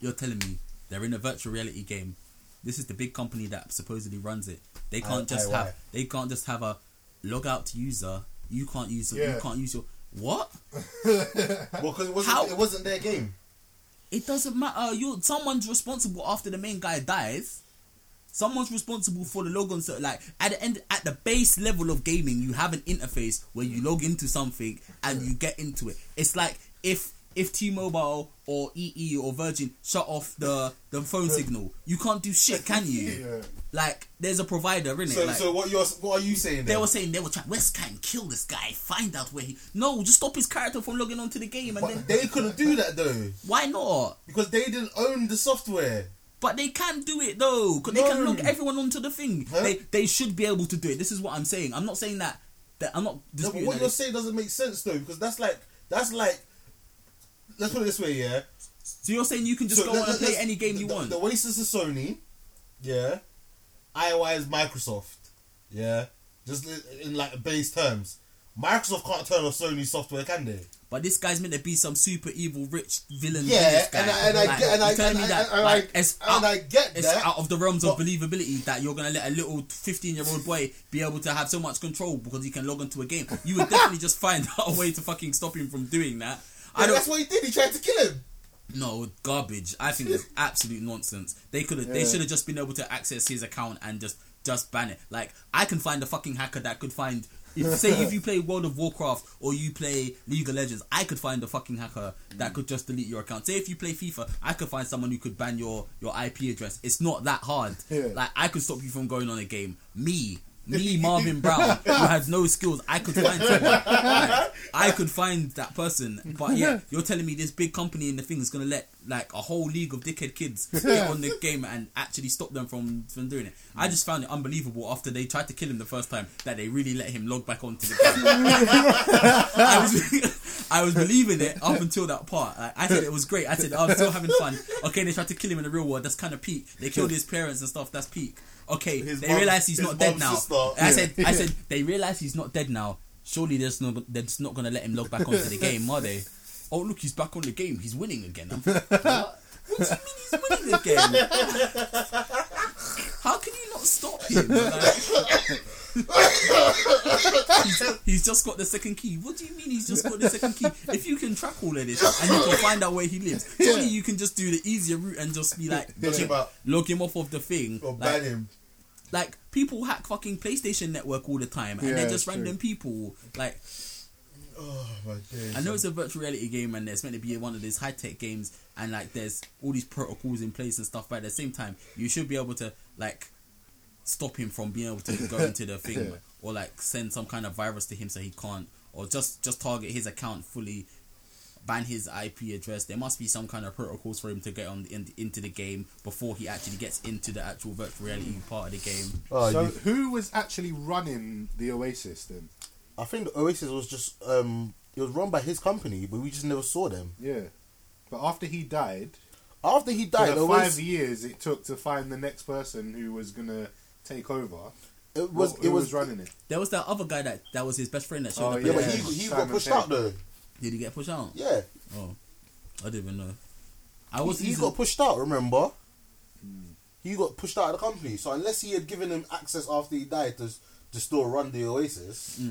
you're telling me they're in a virtual reality game. This is the big company that supposedly runs it. They can't just
IY.
have they can't just have a log out to user. You can't use
Yeah.
you can't use your what?
well, because it wasn't,
How-
it wasn't their game.
It doesn't matter. You someone's responsible after the main guy dies. Someone's responsible for the login. So, like at the end, at the base level of gaming, you have an interface where you log into something and you get into it. It's like if if T-Mobile or EE or Virgin shut off the the phone signal, you can't do shit, can you? Like there's a provider in it.
So,
like,
so what you're, what are you saying?
they
then?
were saying they were trying. Let's try and kill this guy. Find out where he. No, just stop his character from logging onto the game, and then
but they couldn't do that though
why not?
because they didn't own the software.
But they can do it though. 'cause They can
No.
log everyone onto the thing.
Huh?
They they should be able to do it. This is what I'm saying. I'm not saying that that I'm not
No, but
disputing
what
that
you're
they-
saying doesn't make sense though, because that's like that's like let's put it this way, yeah.
So you're saying you can just
So
go
let-
on and
let-
play
let's-
any game you
the,
want?
The Oasis is Sony. Yeah. IOI is Microsoft. Yeah. Just li- in like base terms. Microsoft can't turn off Sony software, can they?
But this guy's meant to be some super evil rich villain.
Yeah,
business guy.
and I, and I
Like,
get and I
you telling
and
me
I-
that
and I-
like, it's
and
out-
I get
it's
that.
out of the realms of believability that you're gonna let a little 15 year old boy be able to have so much control because he can log into a game. You would definitely just find a way to fucking stop him from doing that. I
And
don't.
that's what he did. He tried to kill him.
No garbage. I think it's absolute nonsense. They could have. They should have just been able to access his account and just just ban it. Like I can find a fucking hacker that could find. If, say if you play World of Warcraft or you play League of Legends, I could find a fucking hacker that could just delete your account. Say if you play FIFA, I could find someone who could ban your your IP address. It's not that hard. Like I could stop you from going on a game. Me. Me, Marvin Brown, who has no skills, I could find someone. Like, I could find that person. But yeah, you're telling me this big company in the thing is gonna let like a whole league of dickhead kids get on the game and actually stop them from from doing it. I just found it unbelievable after they tried to kill him the first time that they really let him log back onto the game. I was I was believing it up until that part. Like, I said it was great. I said "Oh, I'm still having fun. Okay, they tried to kill him in the real world. That's kind of peak. They killed his parents and stuff. That's peak. Okay,
His
they
mum-
realize he's
his
not dead
mum's
now.
sister.
I said, I said, they realize he's not dead now. Surely there's no, they're just not gonna let him log back onto the game, are they? Oh look, he's back on the game. He's winning again. I'm like, what? what do you mean he's winning again? How can you not stop him? Like- he's, he's just got the second key. What do you mean he's just got the second key? If you can track all of this and you can find out where he lives, surely you can just do the easier route and just be like,
Talking about
log him off of the thing. like,
or Oh, ban him.
like people hack fucking PlayStation Network all the time, and
Yeah,
they're
it's
just
true.
random people. Like
Oh my days.
I know it's a virtual reality game, and it's meant to be one of these high tech games, and like there's all these protocols in place and stuff. But at the same time, you should be able to like stop him from being able to go into the thing, or like send some kind of virus to him so he can't, or just just target his account fully, ban his IP address. There must be some kind of protocols for him to get on in, into the game before he actually gets into the actual virtual reality part of the game.
Oh,
so
you-
who was actually running the Oasis then?
I think the Oasis was just um it was run by his company, but we just never saw them.
Yeah. But after he died,
After he
for
died,
the
the
five
Oasis,
years it took to find the next person who was gonna take over.
it was
who
it was,
running it.
There was that other guy that that was his best friend that showed
Oh,
up.
yeah,
Yeah,
but
Yeah.
he, he got
Simon
pushed
Pegg.
out though.
Did he get pushed out?
Yeah,
Oh, I didn't even know. I
he,
was
he got pushed out. Remember, he got pushed out of the company. So unless he had given him access after he died to to still run the Oasis,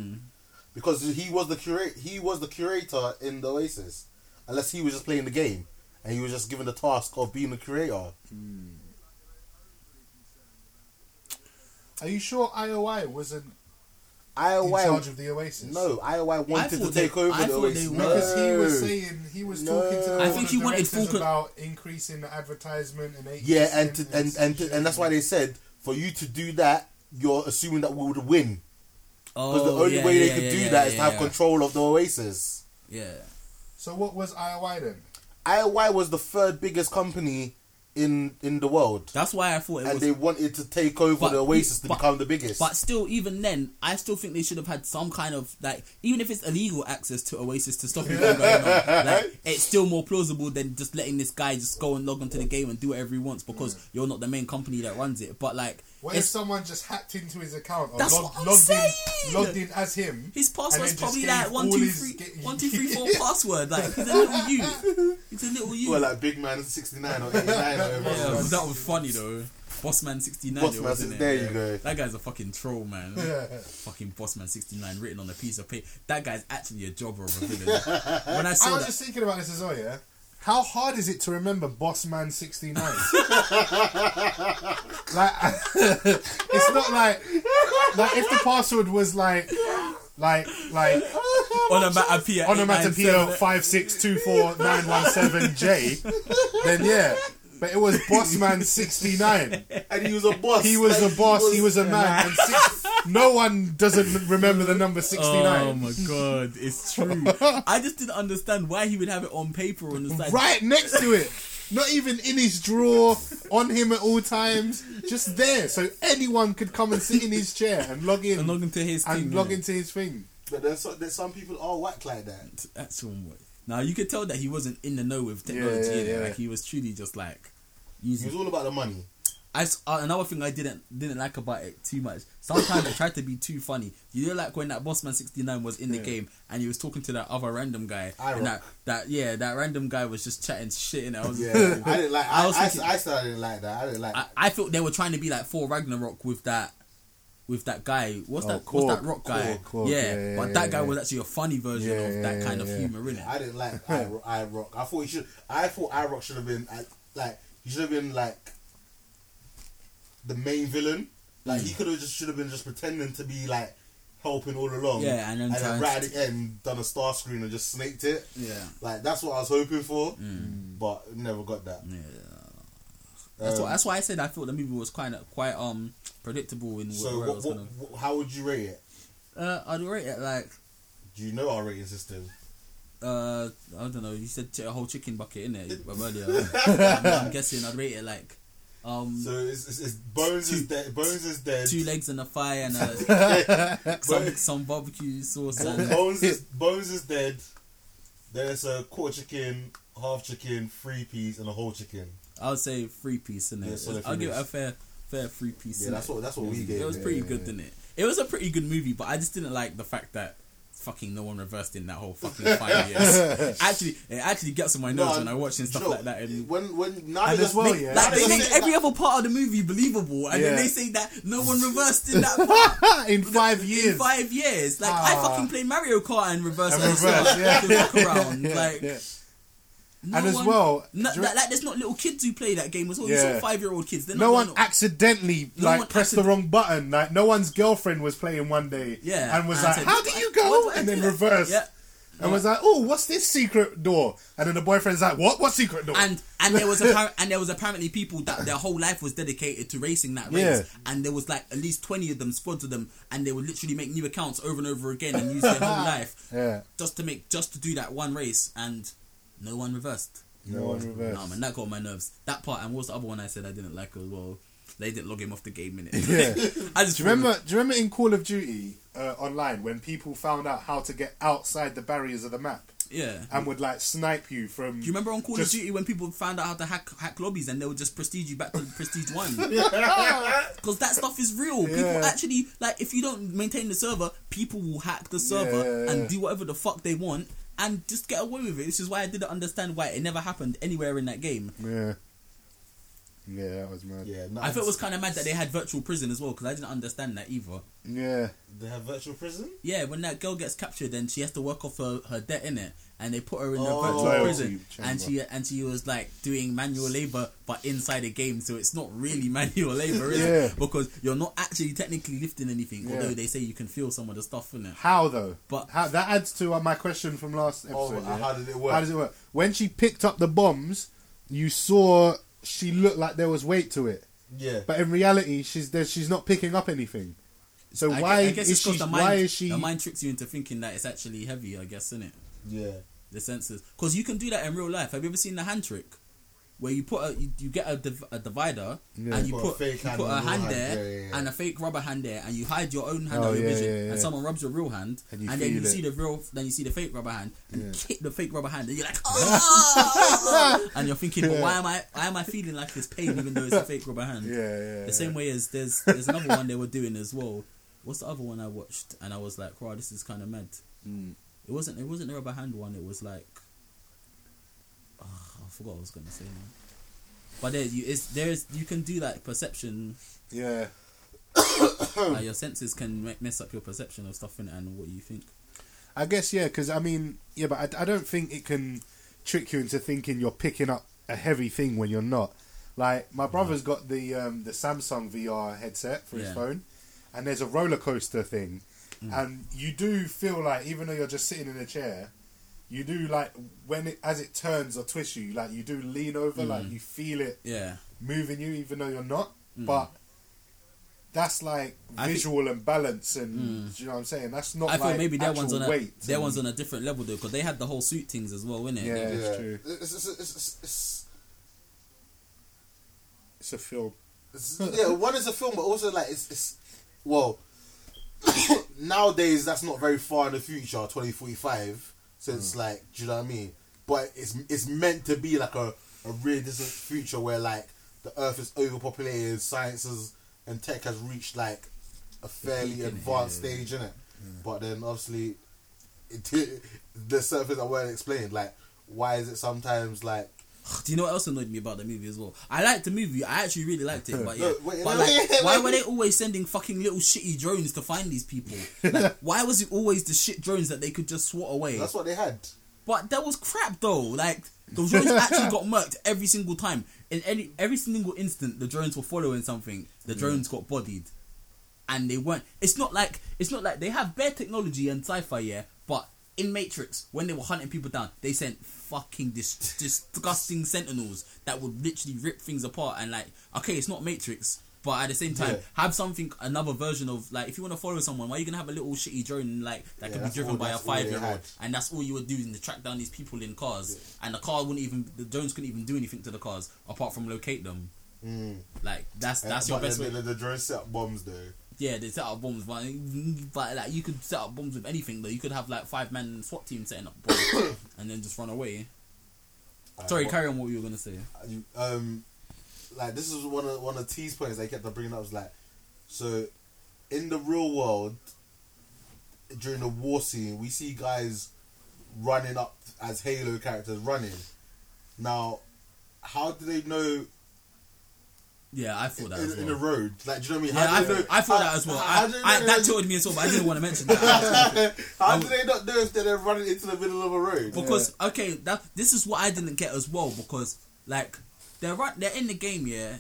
because he was the curate, he was the curator in the Oasis. Unless he was just playing the game and he was just given the task of being the curator.
Are you sure IOI wasn't in
IOI,
charge of the Oasis?
no, IOI wanted to
thought they-
take over
I
the
thought they
Oasis.
were-
No.
Because he was saying he was
No.
talking to. The
I
one
think
of
he
the
wanted
directors
full con-
about increasing the advertisement and agency
Yeah, and to, and
some
and,
shit.
to, and that's why they said for you to do that, you're assuming that we would win because
Oh,
the only way they could do that is to have control of the Oasis.
Yeah,
So what was IOI then?
IOI was the third biggest company in in the world,
that's why I thought it
and
was.
they wanted to take over
But-
the Oasis to
but-
become the biggest.
but still, even then, I still think they should have had some kind of like, even if it's illegal access to Oasis to stop him from going on. Like, it's still more plausible than just letting this guy just go and log onto the game and do whatever he wants because you're not the main company that runs it. But like,
What if
it's-
someone just hacked into his account or
That's
logged,
what I'm
logged in,
saying!
logged in as him?
His
and
password's
then just
probably
gave
like one
all
two
his
three
get-
one two three four password. Like he's a little you. He's a little you.
well, like Big Man is sixty nine or eighty nine or whatever.
yeah,
it was.
that was funny though. Bossman sixty nine.
Bossman, there you go.
That guy's a fucking troll, man. fucking Bossman sixty nine written on a piece of paper. That guy's actually a jobber of a villain. when I
I
saw
was
that,
just thinking about this as well. Yeah, how hard is it to remember Bossman sixty nine? like, it's not like like if the password was like like like
onomatopoeia.
onomatopoeia
897.
five six two four nine one seven J, then yeah. But it was Bossman sixty nine.
and he was a boss.
He was
Like,
a boss. He was a man. And six, no one doesn't remember the number sixty
Oh
nine.
my god, it's true. I just didn't understand why he would have it on paper on the side.
right next to it. Not even in his drawer, on him at all times, just there, so anyone could come and sit in his chair and log in
And log into his
and
thing,
log
innit?
into his thing.
But there's, so- there's some people are whack like that.
That's all. Now you could tell that he wasn't in the know with technology.
yeah,
innit?
yeah.
Like he was truly just like
It
using.
was all about the money.
I s- uh, another thing I didn't didn't like about it too much. Sometimes I tried to be too funny. You know, like when that Bossman sixty nine was in the game and he was talking to that other random guy,
Iro.
and that, that yeah, that random guy was just chatting shit, and I was
Yeah, I didn't like. I,
I was
I,
thinking-
I still didn't like that. I didn't like.
I, I felt they were trying to be like for Ragnarok with that with that guy. What's
Oh,
that?
Korg,
what's that rock guy?
Korg, Korg,
yeah,
yeah, yeah,
but
yeah,
that guy
yeah.
was actually a funny version
Yeah,
of
yeah,
that
yeah,
kind of
yeah.
humor, innit?
I didn't like I, I Rock. I thought he should. I thought I Rock should have been I, like he should have been like the main villain. Like
Hmm.
he could have just should have been just pretending to be like helping all along.
Yeah, and then trying
right at the end done a star screen and just snaked it.
yeah,
Like that's what I was hoping for, but never got that. Um,
yeah. Hmm.
Um,
That's why. That's why I said I thought the movie was quite quite um predictable in
So
where it
what,
was
what,
gonna.
what- how would you rate it?
Uh, I'd rate it like
Do you know our rating system?
uh I don't know. You said ch- a whole chicken bucket in it earlier. I'm, I'm guessing I'd rate it like um
So it's, it's, it's Bones is dead. Bones is dead.
two legs in a fire and a, some some barbecue sauce and
Bones is Bones is dead. There's a quarter chicken, half chicken, three piece, and a whole chicken.
I would say three piece in
Yeah,
it.
solid
I'll
three
give it a
piece.
fair, fair three piece.
Yeah, that's what that's what we gave.
It was
it.
pretty good, didn't it? It was a pretty good movie, but I just didn't like the fact that fucking no one reversed in that whole fucking five years. actually, it actually gets on my nerves when I'm watching stuff
Joe,
like that. And,
when when now
And
they
as
just
well,
make-
yeah.
now
like they
just
make
say
every
that-
other part of the movie believable, and then
Yeah.
they say that no one reversed in that part
in five
in
years. Ah.
five years. Like I fucking played Mario Kart and reversed
And
and
reversed, yeah.
walk around.
Yeah,
like
yeah.
no
and as
one-
well,
no,
dr-
like, like there's not little kids who play that game. It's all
Yeah.
five year old kids. They're
no
not,
one
they're not-
accidentally
No
like
one
pressed the wrong button. Like no one's girlfriend was playing one day,
Yeah,
and was
and
like,
said,
"How do
"I-
you
why
go?"
do I
and
do
then
that?
reversed,
Yeah.
and was like, "Oh, what's this secret door?" And then the boyfriend's like, "What? What secret door?"
and and there was appar- and there was apparently people that their whole life was dedicated to racing that race,
Yeah.
and there was like at least twenty of them, squads of them, and they would literally make new accounts over and over again and use their whole life
yeah,
just to make just to do that one race, and no one reversed.
no one reversed.
Nah, man, that got on my nerves. That part, and what was the other one I said I didn't like as well? They didn't log him off the game in it.
Yeah.
I just
Do you remember? Do you remember in Call of Duty uh, online when people found out how to get outside the barriers of the map
Yeah.
and would like snipe you from?
Do you remember on Call
Just-
of Duty when people found out how to hack hack lobbies and they would just prestige you back to prestige one? Because that stuff is real. People
Yeah.
actually like if you don't maintain the server, people will hack the server
Yeah.
and do whatever the fuck they want and just get away with it. This is why I didn't understand why it never happened anywhere in that game.
Yeah, yeah, that was mad.
Yeah, no,
I thought it was kind of mad that they had virtual prison as well because I didn't understand that either.
yeah.
they have virtual prison.
Yeah, when that girl gets captured and she has to work off her, her debt in it, and they put her in a
Oh,
virtual
loyalty
prison,
chamber.
and she and she was like doing manual labor but inside a game, so it's not really manual labor, is
Yeah.
it? Because you're not actually technically lifting anything,
Yeah.
although they say you can feel some of the stuff in it.
How though?
But- Oh,
how, that adds to uh, my question from last episode.
uh,
yeah?
how did it work?
How does it work? When she picked up the bombs, you saw she looked like there was weight to it,
Yeah,
but in reality, she's there, she's not picking up anything. So
I, gue-
why
I guess
is
it's
she?
because the mind,
why is she?
the mind tricks you into thinking that it's actually heavy. I guess, isn't it?
yeah.
The sensors, because you can do that in real life. Have you ever seen the hand trick? Where you put a you, you get a, div- a divider and you
Put a
put,
fake
you
hand
put a
and a
hand
real
there
hand. Yeah, yeah, yeah.
and a fake rubber hand there and you hide your own hand
Oh,
on your
yeah,
vision
yeah,
and
yeah.
someone rubs your real hand
And
and,
you
then
feel
you
it.
see the real then you see the fake rubber hand and you kick the fake rubber hand and you're like oh! and you're thinking but why am I why am I feeling like this pain even though it's a fake rubber hand
yeah, yeah.
the same way as there's there's another one they were doing as well. What's the other one I watched and I was like, wow, this is kind of mad.
Mm.
It wasn't it wasn't the rubber hand one. It was like, Ah, I forgot what I was gonna say. Now. But there you is there's you can do like perception.
yeah.
like your senses can me- mess up your perception of stuff in and what you think.
I guess yeah, because I mean yeah, but I, I don't think it can trick you into thinking you're picking up a heavy thing when you're not. Like my brother's got the um, the Samsung VR headset for his
Yeah.
phone, and there's a roller coaster thing, and you do feel like even though you're just sitting in a chair, you do like when it as it turns or twists you, like you do lean over, like you feel it
Yeah,
moving you even though you're not, but. That's like
Mm. I think- Mm.
visual and balance, and do you know what I'm saying. That's not.
I
like
thought maybe their one's
actual
on a
weight
their
and-
one's on a different level though because they had the whole suit things as well, innit?
Yeah,
Yeah.
it's true.
It's, it's, it's, it's, it's,
It's a film.
it's- yeah, one is a film, but also like it's, it's well, nowadays that's not very far in the future, twenty forty five. So it's like, do you know what I mean? But it's it's meant to be like a, a really distant future where like the Earth is overpopulated, sciences and tech has reached like a fairly advanced stage in it. But then obviously, it did, there's certain things that weren't explained. Like, why is it sometimes like
Do you know what else annoyed me about the movie as well? I liked the movie. I actually really liked it, but yeah.
Look, wait,
but
wait,
like,
wait,
why
wait.
were they always sending fucking little shitty drones to find these people? Like, why was it always the shit drones that they could just swat away?
that's what they had?
But that was crap though. Like the drones actually got murked every single time. In any every single instant, the drones were following something. The drones got bodied, and they weren't. It's not like it's not like they have bare technology and sci-fi, yeah. But in Matrix, when they were hunting people down, they sent fucking dis- disgusting sentinels that would literally rip things apart. And like, okay, it's not Matrix. But at the same time, have something another version of like if you want to follow someone, why are you gonna have a little shitty drone like that
Yeah,
could be
that's
driven
all-
by a
that's all they
five year old
had.
and that's all you were doing to track down these people in cars and the car wouldn't even the drones couldn't even do anything to the cars apart from locate them like that's that's your
But
best
then
way
The, the drones set up bombs though.
yeah they set up bombs but, but like you could set up bombs with anything though you could have like five man SWAT team setting up bombs and then just run away sorry
what-
carry on what you were gonna say
you- um, like this is one of one of T's points they kept on bringing up was like, so in the real world during the war scene we see guys running up as Halo characters running. Now, how do they know
yeah I thought that
in,
as well
in the road? Like, do you know what I mean?
yeah,
how
I,
do they
thought,
know-
I thought
how-
that as well.
how
I,
do they
I,
know
that
they're-
told me as well, but I didn't want to mention that.
how do they not know if they're running into the middle of a road?
Because okay, that this is what I didn't get as well. Because like they're right, they're in the game, yeah.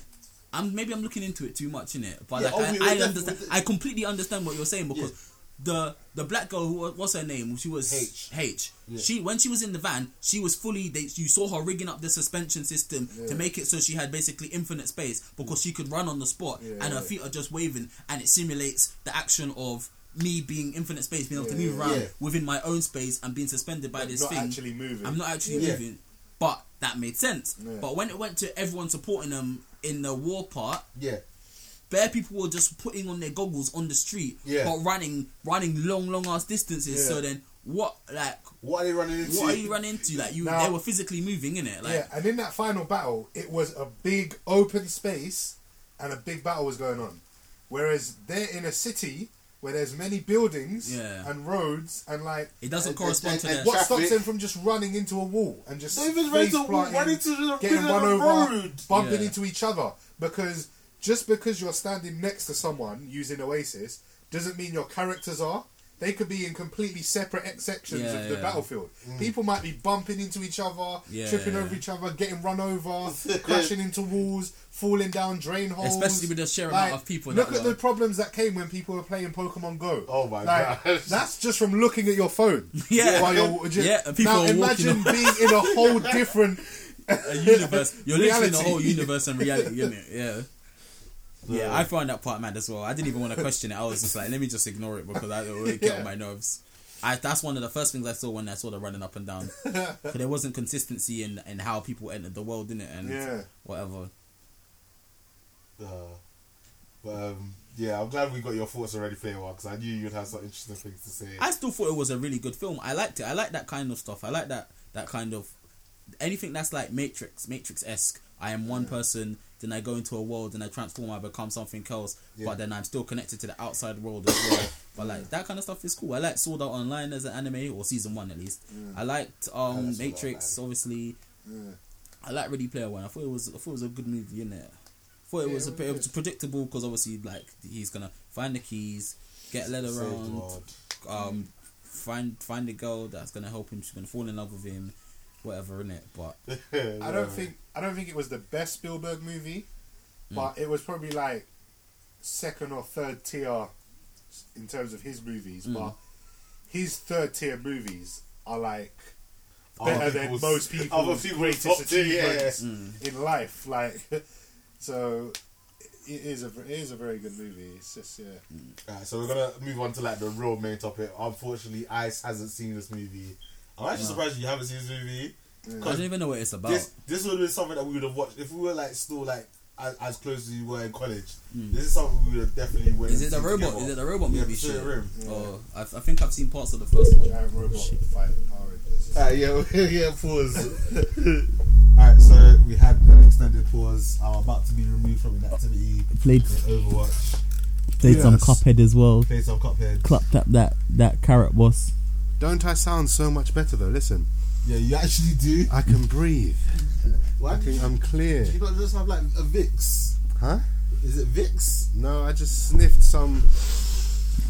I'm maybe I'm looking into it too much in it, but
Yeah,
like
oh, we- we
I, I
def-
understand.
we def-
I completely understand what you're saying because the the black girl, who, what's her name? She was
H.
H. She when she was in the van, she was fully. They, you saw her rigging up the suspension system to make it so she had basically infinite space because she could run on the spot and her feet are just waving, and it simulates the action of. Me being infinite space, being able to move around
Yeah.
within my own space and being suspended by this
not
thing.
actually moving.
I'm not actually
Yeah.
moving. But that made sense. But when it went to everyone supporting them in the war part,
yeah,
bare people were just putting on their goggles on the street,
Yeah.
but running running long, long ass distances.
Yeah.
So then what like
what are they running into?
what are you running into? Like you
Now-
they were physically moving, innit? Like
yeah, and in that final battle, it was a big open space and a big battle was going on. Whereas they're in a city where there's many buildings
Yeah.
and roads and like
it doesn't
And-
correspond
and-
to
and
that.
what
Traffic.
stops them from just running into a wall and just
They even ran
face
to-
planting,
ran into the
getting
middle
run
of the
over,
road.
bumping
Yeah.
into each other? Because just because you're standing next to someone using Oasis doesn't mean your characters are. They could be in completely separate sections
Yeah,
of the
yeah.
battlefield.
Mm.
People might be bumping into each other,
Yeah,
tripping
yeah.
over each other, getting run over, crashing into walls, falling down drain holes.
Especially with the sheer amount of people
Look
that
at
were-
the problems that came when people were playing Pokemon Go.
Oh my
Like,
God.
That's just from looking at your phone.
Yeah.
While you're just-
Yeah, and people
now
are walking
imagine
on-
being in a whole different.
a universe. You're literally in the
Reality.
whole universe and reality, isn't it? Yeah. Yeah, I found that part mad as well. I didn't even want to question it. I was just like, let me just ignore it because I don't really get on my nerves. I, that's one of the first things I saw when I saw the running up and down. 'Cause there wasn't consistency in, in how people entered the world, in it, and
Yeah.
whatever.
Uh, but um, yeah, I'm glad we got your thoughts already, Player One, because I knew you'd have some interesting things to say.
I still thought it was a really good film. I liked it. I like that kind of stuff. I like that that kind of anything that's like Matrix, Matrix esque. I am one person, then I go into a world and I transform. I become something else,
Yeah.
but then I'm still connected to the outside world as well. but like that kind of stuff is cool. I like Sword Art Online as an anime or season one at least. I liked
Sword
um
Art
Matrix, obviously. I like Ready Player One. I thought it was I thought it was a good movie, innit? I thought it was a bit it was predictable because obviously like he's gonna find the keys, get led
Saved the
around,
world.
um, find find a girl that's gonna help him. She's gonna fall in love with him, whatever in it. But
I don't think I don't think it was the best Spielberg movie,
Hmm.
but it was probably like second or third tier in terms of his movies.
Hmm.
But his third tier movies are like
Other
better than
people's-
most
other
people's
people's
greatest
top tier, yeah.
achievements in life. Like so. It is a it is a very good movie. It's just yeah.
Alright, so we're gonna move on to like the real main topic. Unfortunately, Ice hasn't seen this movie. I'm actually surprised you haven't seen this movie.
I don't even know what it's about.
This this would have been something that we would have watched if we were like still like as, as close as we were in college. This is something we would have definitely. went
Hmm. is it
and
the
seen
robot?
together.
Is it the robot
Yeah,
movie?
Pacific
shit?
Rim.
Oh, I, I think I've seen parts of the first one.
Giant robot fighting Power Rangers.
Uh, yeah, yeah, pause. Alright, so we had an extended pause. I'm about to be removed from inactivity.
Played
in Overwatch.
played some
Yes.
Cuphead as well.
Played some Cuphead.
Clapped up that that carrot boss.
Don't I sound so much better though? Listen,
Yeah, you actually do.
I can breathe.
Why
I
can
can, I'm clear.
you not just have like a Vicks?
Huh?
Is it Vicks?
No, I just sniffed some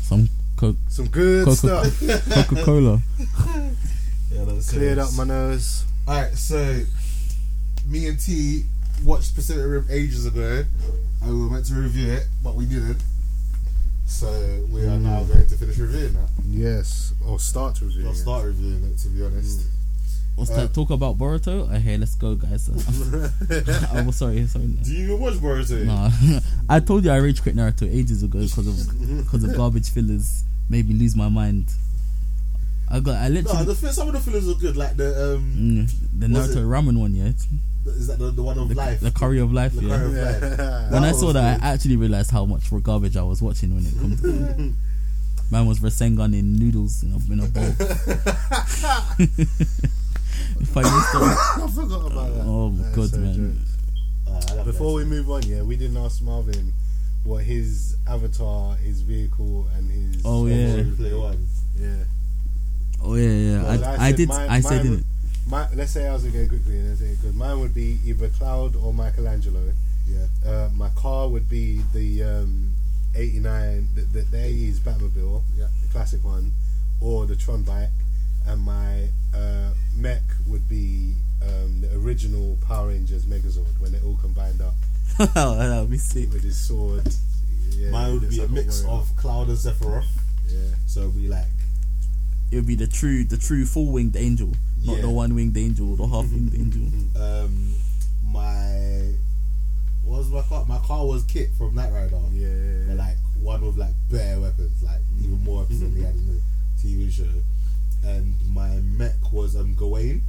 Some co-
some good
Coca-
stuff.
Coca Cola.
Yeah, that's
Cleared up my nose.
Alright, so me and T watched Pacific Rim ages ago, and we were meant to review it, but we didn't. So we are now going to finish reviewing that.
Yes, or start reviewing.
I'll
it.
start reviewing it to be honest.
What's that talk about Boruto? Okay, let's go, guys. I was sorry, sorry.
Do you even watch Boruto?
Nah, I told you I rage quit Naruto ages ago because of because of garbage fillers made me lose my mind. I got I
No,
literally
the fi- some of the fillers were good, like the um,
Mm, the
Was
Naruto
it-
ramen one, yeah,
is that the, the one of
the,
life?
the curry of life,
The
yeah.
curry of life. That
when I
one
saw
was
that,
good.
I actually realized how much for garbage I was watching when it comes. to Man was Rasengan in noodles in a, in a bowl. if I missed it,
I forgot about that.
oh my
That's
god,
so
man!
Uh, I love
Before
that.
we move on, yeah, we didn't ask Marvin what his avatar, his vehicle, and his.
Oh, yeah.
Before we play one.
yeah.
Oh yeah, yeah.
Well,
I, I,
said
did.
mine-
I said
mine
it.
would- My, let's say I was again quickly, and because mine would be either Cloud or Michelangelo.
Yeah.
Uh, my car would be the um, '89, the, the, the '80s Batmobile,
Yeah.
the classic one, or the Tron bike, and my uh, mech would be um, the original Power Rangers Megazord when it all combined up
that would be sick.
with his sword. Yeah,
Mine would
it's
be a
like
mix
warrior.
of Cloud and Sephiroth,
yeah.
so it'd be like
It would be the true, the true full winged angel, not
Yeah.
the one winged angel, the half winged angel.
um, my what was my car? My car was Kit from Knight Rider.
Yeah, yeah, yeah.
But like one with like bare weapons, like even more weapons than we had in the TV show. And my mech was um Gawain,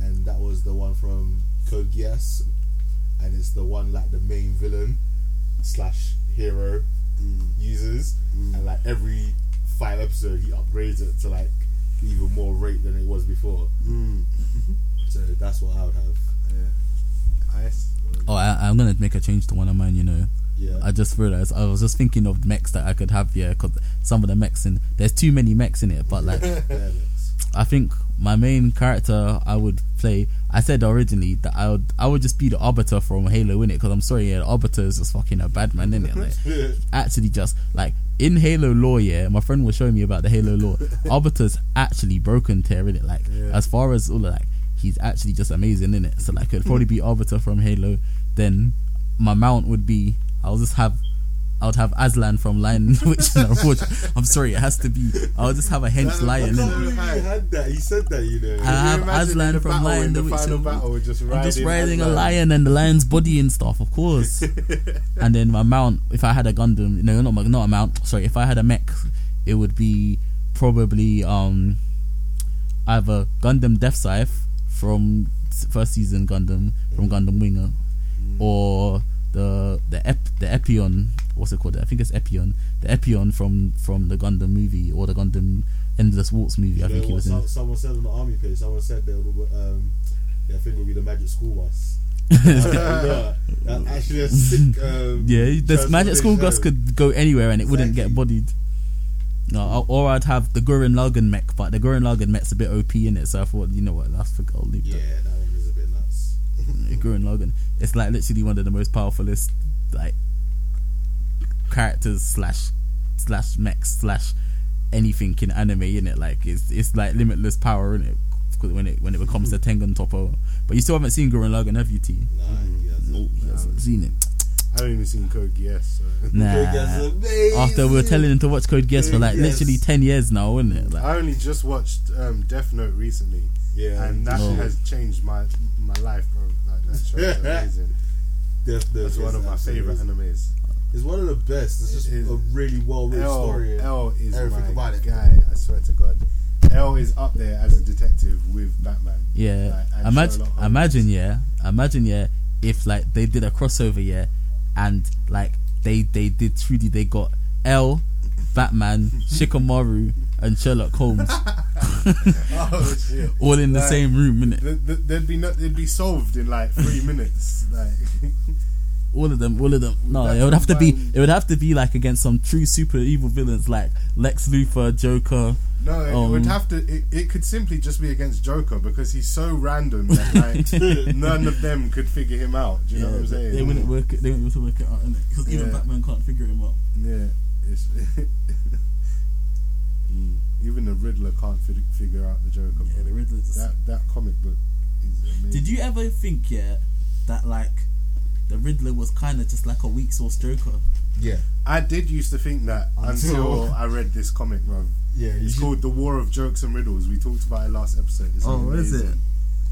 and that was the one from Code Geass, and it's the one like the main villain slash hero uses, and like every five episode he upgrades it to like even more rate than it was before. So that's what I would have.
Ice.
Oh, I, I'm gonna make a change to one of mine. You know,
Yeah.
I just realized I was just thinking of mechs that I could have. Yeah, because some of the mechs in there's too many mechs in it. But like,
Yeah, that's-
I think my main character I would play. I said originally that I would I would just be the Arbiter from Halo in it because I'm sorry, yeah, the Arbiter is just fucking a bad man in it. Like, actually, just like in Halo lore, yeah, my friend was showing me about the Halo lore. Arbiter's actually broken tier in it. Like as far as all of, like he's actually just amazing in it. So like it'd probably be Arbiter from Halo. Then my mount would be I'll just have I would have Aslan from Lion Witch and Roach. I'm sorry, it has to be. I'll just have a hench
I
lion.
can't
innit?
believe you had that. He said that, you know.
I
Can you
have
imagine in
Aslan
the
from
battle,
Lion
in the
the Witch.
final
and-
battle, we're just
I'm just
riding
riding a
Aslan.
lion and the lion's body and stuff, of course. and then my mount, if I had a Gundam, no, not my, not a mount. Sorry, if I had a mech, it would be probably um either Gundam Death Scythe from s- first season Gundam from Gundam Winger, Mm. or the the Ep, the Epion. What's it called? I think it's Epion. The Epion from from the Gundam movie or the Gundam Endless Waltz movie. I
You know
think he
what
was in.
some, someone said on the army page. Someone said that um, their thing would be the magic school bus. yeah, that's actually a sick. Um,
Yeah, the magic school bus
bus
could go anywhere and it wouldn't get
Exactly.
bodied. No, I- or I'd have the Gurren Lagann mech, but the Gurren Lagann mech's a bit OP in it, so I thought, you know what, that's for I'll leave
Yeah,
that.
that one is a bit nuts.
The Gurren Lagann, it's like literally one of the most powerfulest like characters slash slash mech slash anything in anime in it. Like it's it's like limitless power in it when it when it becomes a Tengen Toppo. But you still haven't seen Gurren Lagann, have you, T?
Nah, yeah, that's-
No, you haven't seen it.
I haven't even seen Code Yes. So.
Big
Nah.
as amazing.
after we were telling him to watch Code Geass for like
Yes.
literally ten years now, wasn't it? Like,
I only just watched um, Death Note recently,
Yeah,
and that
No.
has changed my my life, bro. Like that show is amazing.
Death Note
That's
is
one of my
absolutely
favorite
amazing.
animes.
It's one of the best. It's just
It is.
a really well written
L,
story.
L is
Everything
my
about it.
guy. I swear to God, L is up there as a detective with Batman.
yeah.
Like, and
imagine,
Sherlock Holmes.
imagine, yeah. Imagine, yeah. If like they did a crossover, yeah, and like they they did truly they got L, Batman, Shikamaru, and Sherlock Holmes
Oh shit.
all in the
Right.
same room, innit?
Th- th- They'd be no- they'd be solved in like three minutes. Like
All of them, all of them. No,
That's
it would have to be.
combined.
It would have to be like against some true super evil villains like Lex Luthor, Joker.
no, it would
Um.
have to. It, it could simply just be against Joker because he's so random that like none of them could figure him out. Do you know what I'm saying?
They wouldn't work it. They wouldn't be able to work it out, innit? Because even
Yeah.
Batman can't figure him out.
Yeah, it's even the Riddler can't fi- figure out the Joker.
Yeah,
bro.
the Riddler just-
that that comic book is amazing.
Did you ever think yeah that like the Riddler was kind of just like a weak source Joker?
Yeah,
I did used to think that until,
Until-
I read this comic, bro.
yeah. You
It's
should-
called The War of Jokes and Riddles. We talked about it last episode. It's
Oh, is
amazing.
it?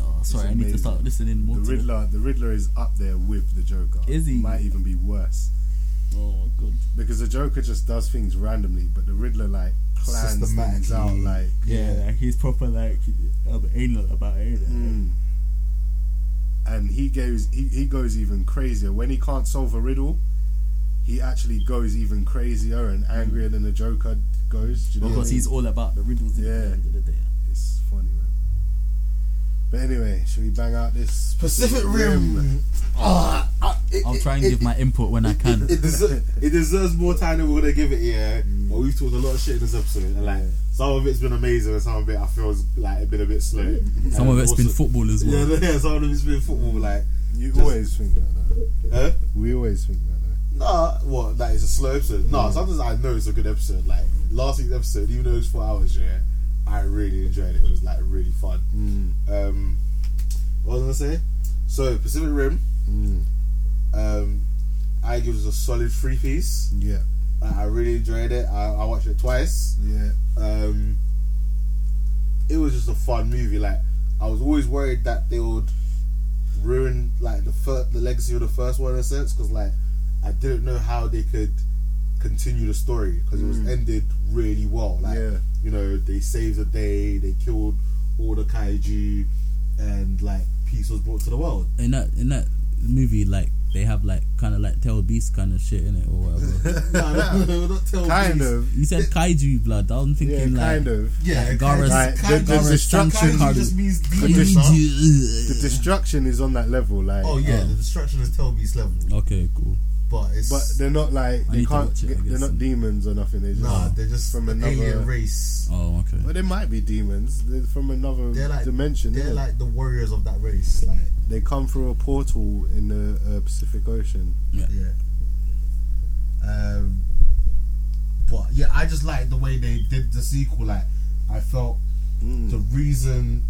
Oh, sorry, I need to
amazing.
start listening more.
The
to
Riddler, the Riddler is up there with the Joker.
Is he?
Might even be worse
Oh god.
because the Joker just does things randomly, but the Riddler like plans things
Systematically.
out. Like,
Yeah, like he's proper like um, anal about it. like.
mm. and he goes, he, he goes even crazier when he can't solve a riddle. He actually goes even crazier and angrier than the Joker goes. Do you know what I
Because
mean?
he's all about the riddles. Yeah. At
Yeah.
the end of the day.
It's funny, man. But anyway, should we bang out this
Pacific Rim. Ah, I- it-
I'll
it-
try and
it-
give my input when I can.
It, deser- it deserves more time than we're gonna give it. Yeah, but we've talked a lot of shit in this episode, and like some of it's been amazing, and some of it I feel has like been a bit slow.
Some
And
of it's been
also-
football as well.
Yeah, yeah, some of it's been football. Like,
You
Just-
always think that, though.
huh?
We always think that, though.
Nah, what? That is a slow episode. Nah, sometimes I know it's a good episode. Like last week's episode, even though it was four hours, yeah, I really enjoyed it. It was like really fun. Um, what was I gonna say? So Pacific Rim, mm. um, I give us a solid three piece.
Yeah,
I I really enjoyed it. I, I watched it twice.
yeah.
Um, it was just a fun movie. Like I was always worried that they would ruin like the fir- the legacy of the first one in a sense because like I didn't know how they could continue the story because it was ended really well. Like
Yeah.
you know they saved the day, they killed all the kaiju, and like peace was brought to the world.
in that in that movie, like they have like kind of like tail beast kind of shit in it or whatever.
no, no, no, not tell
Kind
peace.
of.
you said kaiju blood. I'm
Yeah,
thinking like
kind of.
Yeah,
like
kaiju-
Gara's,
Like, the- the
Gara's
destruction-
sanctuary.
kaiju just means demons.
The
Kaiju.
destruction is on that level, like.
Oh yeah, the destruction is tell beast level,
Okay, cool.
but it's
But they're not like
I
they
need to
can't.
watch it, I
get- they're
guess.
not demons or nothing. They just
Nah, they're just
from
an
another.
alien race.
Oh, okay.
Well, they might be demons. They're from another
They're like
dimension.
They're
innit?
like the warriors of that race. Like
they come through a portal in the uh, Pacific Ocean.
yeah. Um, but yeah, I just like the way they did the sequel. Like I felt
Mm.
the reason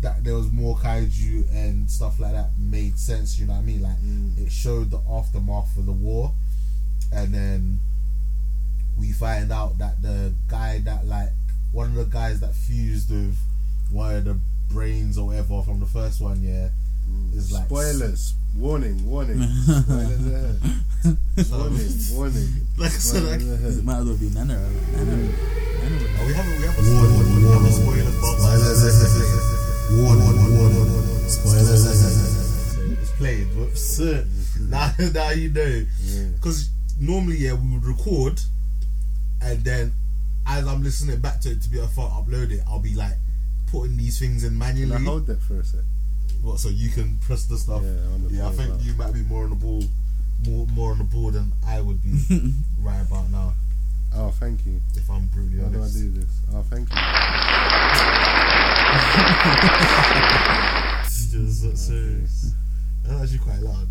that there was more kaiju and stuff like that made sense. You know what I mean? Like
Mm.
it showed the aftermath of the war, and then we find out that the guy that like one of the guys that fused with one of the brains or whatever from the first one, yeah, is like
Mm. Spoilers. Warning. Warning. Spoilers ahead. warning. Warning.
Like I said, like,
Spoilers ahead.
It might as well be Nana. right? Nana. Nana.
we have a we have a spoiler, we have a spoiler bubble. It's played. Whoops. now, now you know. Because normally, yeah, we would record, and then as I'm listening back to it to be able to upload it, I'll be like putting these things in
Can I
manually.
hold that for a sec?
What, so you can press the stuff.
Yeah, on the
Yeah, I
ball,
think
wow.
you might be more on the ball, more more on the ball than I would be right about now.
Oh, thank you.
If I'm brutally
How do I
honest.
do this? Oh, thank you.
Just so- so- That's actually quite loud.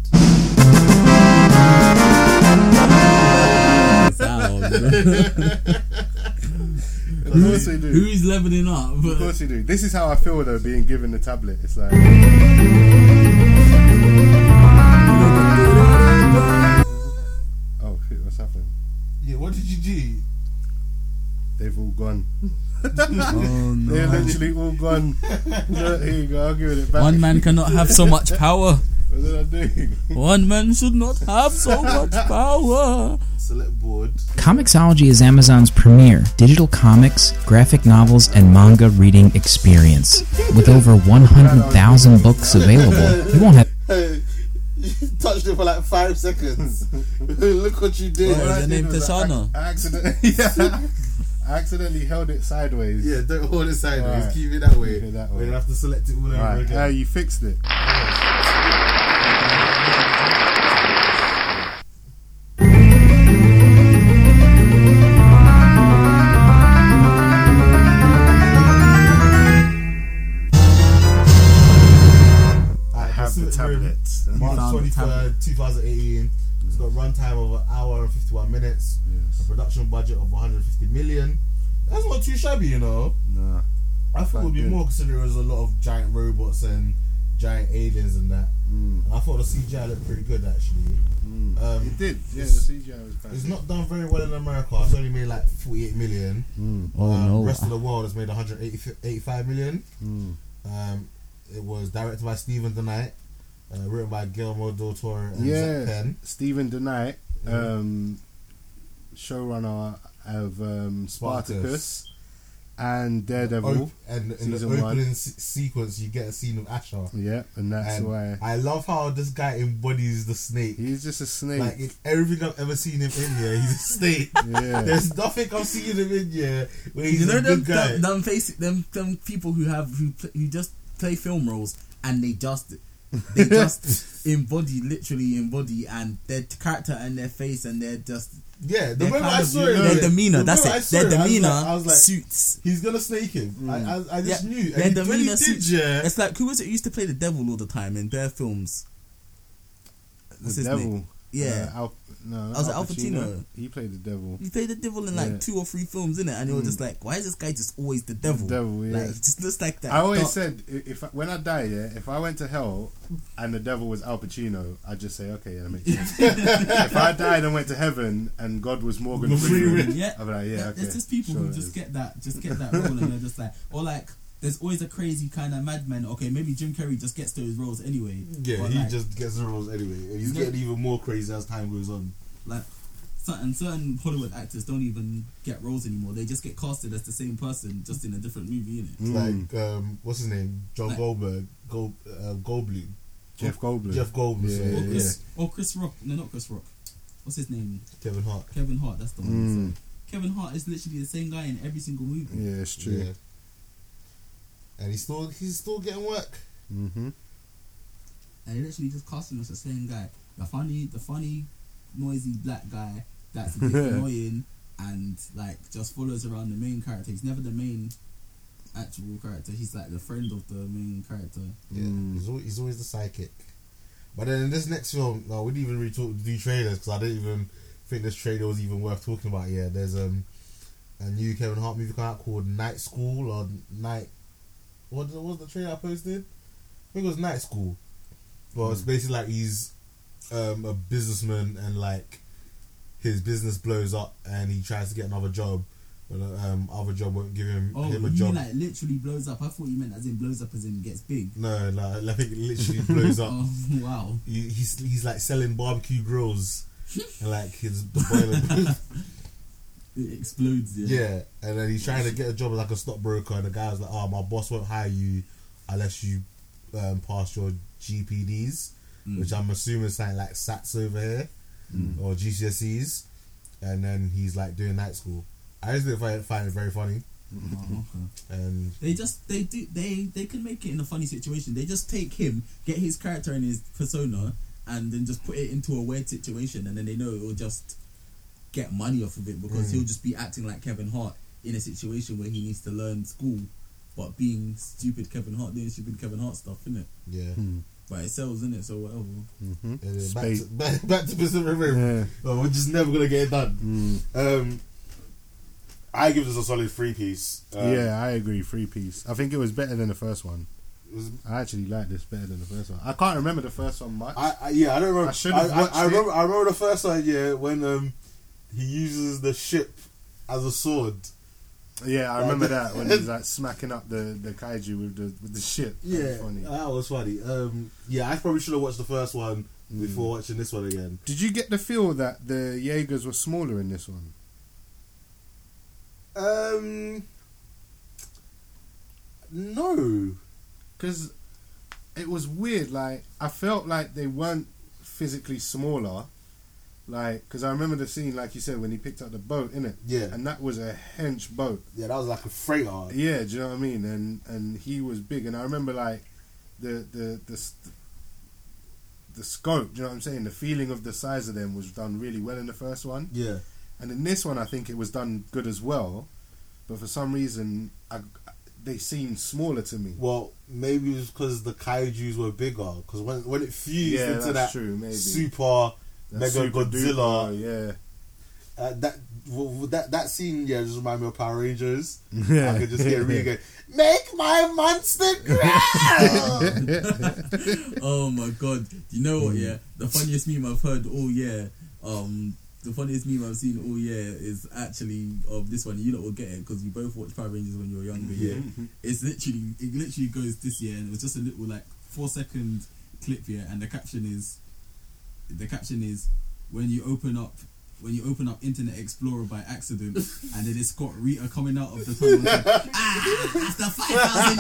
Down.
Of course we do.
Who's leveling up?
Of course we do. This is how I feel though, being given the tablet. It's like. Oh shit! What's happening?
Yeah, what did you do?
They've all gone.
Oh,
They're
no.
literally all gone. Look, here you go. I'm giving it back.
One man cannot have so much power.
What did I do?
One man should not have so much power.
Select board.
Comixology is Amazon's premier digital comics, graphic novels, and manga reading experience. With over 100,000 books available, you won't have
Hey, you touched it for like five seconds. Look what you did.
What is her name?
It was
Tashana.
a ac- Accident. yeah. I accidentally held it sideways.
Yeah, don't hold it sideways.
Alright.
Keep it that way.
Keep it that
We
way.
don't have to select it all over
Right,
again.
now you fixed it. I have the tablets.
March twenty third, two thousand eighteen. It's got runtime of an hour and fifty one minutes.
Yes.
A production budget of one hundred fifty million. That's not too shabby, you know.
Nah.
I thought it would be
Quite good.
more considering there's a lot of giant robots and giant aliens and that. And I thought the CGI looked pretty good actually. Um,
Mm. It did. Yeah, the
it's-
CGI was bad.
It's not done very well in America. It's only made like 48 million.
Oh,
um,
no.
rest of the world has made 185 million.
Mm.
Um, it was directed by Stephen Knight, uh, written by Guillermo del Toro and
yeah,
Zach Penn.
Stephen DeKnight, um, showrunner of um, Spartacus,
Spartacus.
and Daredevil.
Op- and in the
season
opening
one.
se- sequence, you get a scene of Asher.
Yeah, and that's
And
why
I love how this guy embodies the snake.
he's just a snake.
Like in everything I've ever seen him in here, he's a snake.
Yeah.
There's nothing I've seen him in here where he's
you know
a
them,
good guy.
them them face them them people who have who pl- who just play film roles and they just they just embody literally embody and their character and their face and their just
yeah, the
their,
moment I
kind of-
saw him,
their
like-
demeanor
the
that's
moment I
it
saw
their
him, I was
demeanor
like- I was like,
suits
He's gonna snake him. I, I, I just
Yeah,
knew.
their
And he, when he
demeanor
did,
suits
yeah,
it's like who was it who used to play the devil all the time in their films what's
the
his
devil.
name yeah
Uh, Al, no, not
I
Al
was like, Al
Pacino.
Pacino.
He played the devil.
He played the devil in like
Yeah. Mm.
two or three films, innit? And you were just like, why is this guy just always the devil?
devil, yeah.
Like, he just looks like that.
I always
dark-
said i- if I, when I die, yeah, if I went to hell and the devil was Al Pacino, I'd just say okay, yeah, that makes sense. if I died and went to heaven and God was Morgan Freeman,
Yeah.
I'd be like, yeah,
There-
okay.
There's just people
sure
who
it
just
is.
get that, just get that role, and they're just like, or like, there's always a crazy kind of madman. Okay, maybe Jim Carrey just gets to his roles anyway.
yeah,
But,
he
like,
just gets the roles anyway, and he's
Yeah.
getting even more crazy as time goes on.
like certain certain Hollywood actors don't even get roles anymore. They just get casted as the same person, just in a different movie, innit?
Mm.
Like, um, what's his name? John
Like-
Goldberg, Gold, uh, Goldblum,
Jeff Goldblum.
Jeff Goldblum, sorry.
Or
Yeah,
Chris, or Oh, Chris Rock. No, not Chris Rock. What's his name?
Kevin Hart.
Kevin Hart. That's the one. So, Kevin Hart is literally the same guy in every single movie.
yeah, it's true.
Yeah. And he's still he's still getting work.
Mm-hmm.
and they literally just cast him as the same guy. The funny, the funny, noisy black guy that's a bit annoying and like just follows around the main character. He's never the main actual character. He's like the friend of the main character.
Yeah,
Mm.
he's, always, he's always the psychic. But then in this next film, no, we didn't even really talk do trailers because I didn't even think this trailer was even worth talking about. Yeah, there's um a new Kevin Hart movie coming out called Night School or Night. What what was the trailer I posted? I think it was Night School. Well,
Hmm.
it's basically like he's um, a businessman and like his business blows up and he tries to get another job, but um, other job won't give him
Oh,
him
you
a job.
like literally blows up. I thought you meant as in blows up as in gets big.
no, like, like it literally blows up.
Oh wow!
He- he's he's like selling barbecue grills and like his the boiler
It explodes. Yeah.
yeah and then he's trying to get a job as like a stockbroker and the guy was like oh my boss won't hire you unless you um, pass your GPDs
Mm.
which I'm assuming is something like SATs over here or GCSEs and then he's like doing night school I just didn't find, find it very funny
Oh, okay.
and
They just they do they they can make it in a funny situation. They just take him, get his character and his persona, and then just put it into a weird situation, and then they know it will just get money off of it
Mm.
because he'll just be acting like Kevin Hart in a situation where he needs to learn school, but being stupid Kevin Hart doing stupid Kevin Hart stuff, innit?
yeah,
But it sells, innit? So whatever.
And then back,
Space.
to, back, back to Pacific Rim
Yeah.
Oh, we're just never gonna get it done. Um, I give this a solid three piece. Uh,
yeah, I agree. Three piece. I think it was better than the first one.
it was-
I actually like this better than the first one. I can't remember the first one much.
I, I yeah, I don't remember.
I
I,
should've
I, I,
watched it.
remember. I remember the first one. Yeah, when um, he uses the ship as a sword.
yeah, I remember that when he's like smacking up the, the kaiju with the with the ship. That was funny.
that was funny. Um, yeah, I probably should have watched the first one before watching this one again.
Did you get the feel that the Jaegers were smaller in this one?
Um, no,
Because it was weird. Like I felt like they weren't physically smaller, Like, because I remember the scene, like you said, when he picked up the boat, innit?
Yeah.
And that was a hench boat.
Yeah, that was like a freighter.
Yeah, do you know what I mean? And and he was big, and I remember like the the the s- the scope. Do you know what I'm saying? The feeling of the size of them was done really well in the first one.
Yeah.
And in this one, I think it was done good as well, but for some reason, I, they seemed smaller to me.
Well, maybe it was because the kaiju's were bigger. Because when when it fused
Yeah,
into
that's
that
true, maybe.
super
That
mega
super
Godzilla,
duper,
yeah, uh, that w- w- that that scene, yeah, just remind me of Power Rangers.
Yeah.
I could just hear Ryu going,
Make my monster growl!
oh my god! Do you know what?
Mm.
Yeah, the funniest meme I've heard all year. Um, the funniest meme I've seen all year is actually of this one. You lot will get it because you both watched Power Rangers when you were younger. Yeah,
Mm-hmm,
Mhm.
it's literally it literally goes this year, and it was just a little like four second clip here, and the caption is the caption is when you open up. When you open up Internet Explorer by accident, and then it's got Rita coming out of the tunnel. and, ah, after five thousand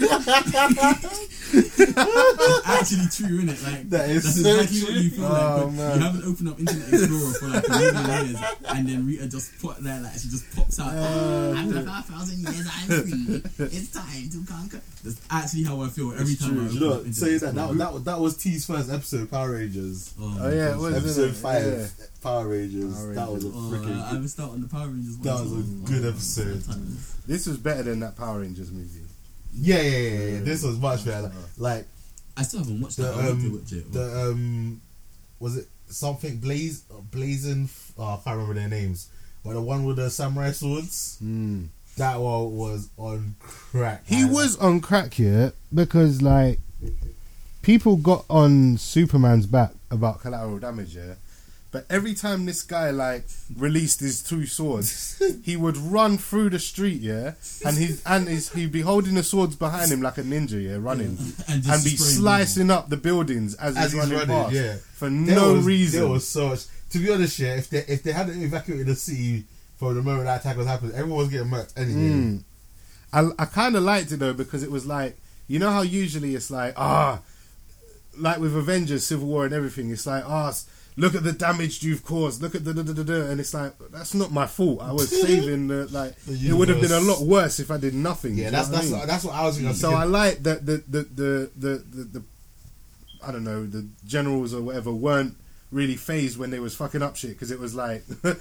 years, it's actually true, isn't it? Like
That is
that's
so
exactly
true.
what you feel
Oh,
like. but
man.
You haven't opened up Internet Explorer for like a million years, and then Rita just put that like she just pops out.
Oh,
"Ah, after
shit.
five thousand years, I'm free. It's time to conquer. That's actually how I feel every
It's
time
true.
I open up
Look,
Internet
say that that,
Explorer.
that that was T's first episode, Power Rangers.
Oh,
Oh, yeah, it was,
episode
wasn't it?
five,
Yeah.
Power, Rangers.
Power
That was a
Rangers. Oh, uh,
freaking.
I missed out on the Power Rangers.
that was a good episode.
This was better than that Power Rangers movie.
Yeah, yeah, yeah, yeah. This was much better.
Uh,
Like, like-
I still haven't watched
the,
that. I want to
um,
watch it.
The um, was it something blaze uh, blazing? Oh, I can't remember their names. But the one with the samurai swords. That one was on crack.
Mm. He was on crack, yeah, because like people got on Superman's back about collateral damage, yeah. But every time this guy like released his two swords, he would run through the street, yeah, and his and his, he'd be holding the swords behind him like a ninja, yeah, running
And
and,
just
be
spraying
slicing up the buildings as, he's running, past
yeah,
for
There
no
was-
reason.
There was so much. To be honest, yeah, if they if they hadn't evacuated the city from the moment that attack was happening, everyone was getting murked anyway.
Mm. I, I kind of liked it though because it was like you know how usually it's like ah, like with Avengers, Civil War, and everything. It's like ah, s- look at the damage you've caused. Look at the da da da da, and it's like that's not my fault. I was saving the like.
The
it would have been a
universe.
lot worse if I did nothing.
Yeah,
do you
that's-
know what I
that's-
mean?
that's what I was gonna
So
think.
I like that the the the the the, the, I don't know the generals or whatever weren't really phased when they was fucking up shit because it was like.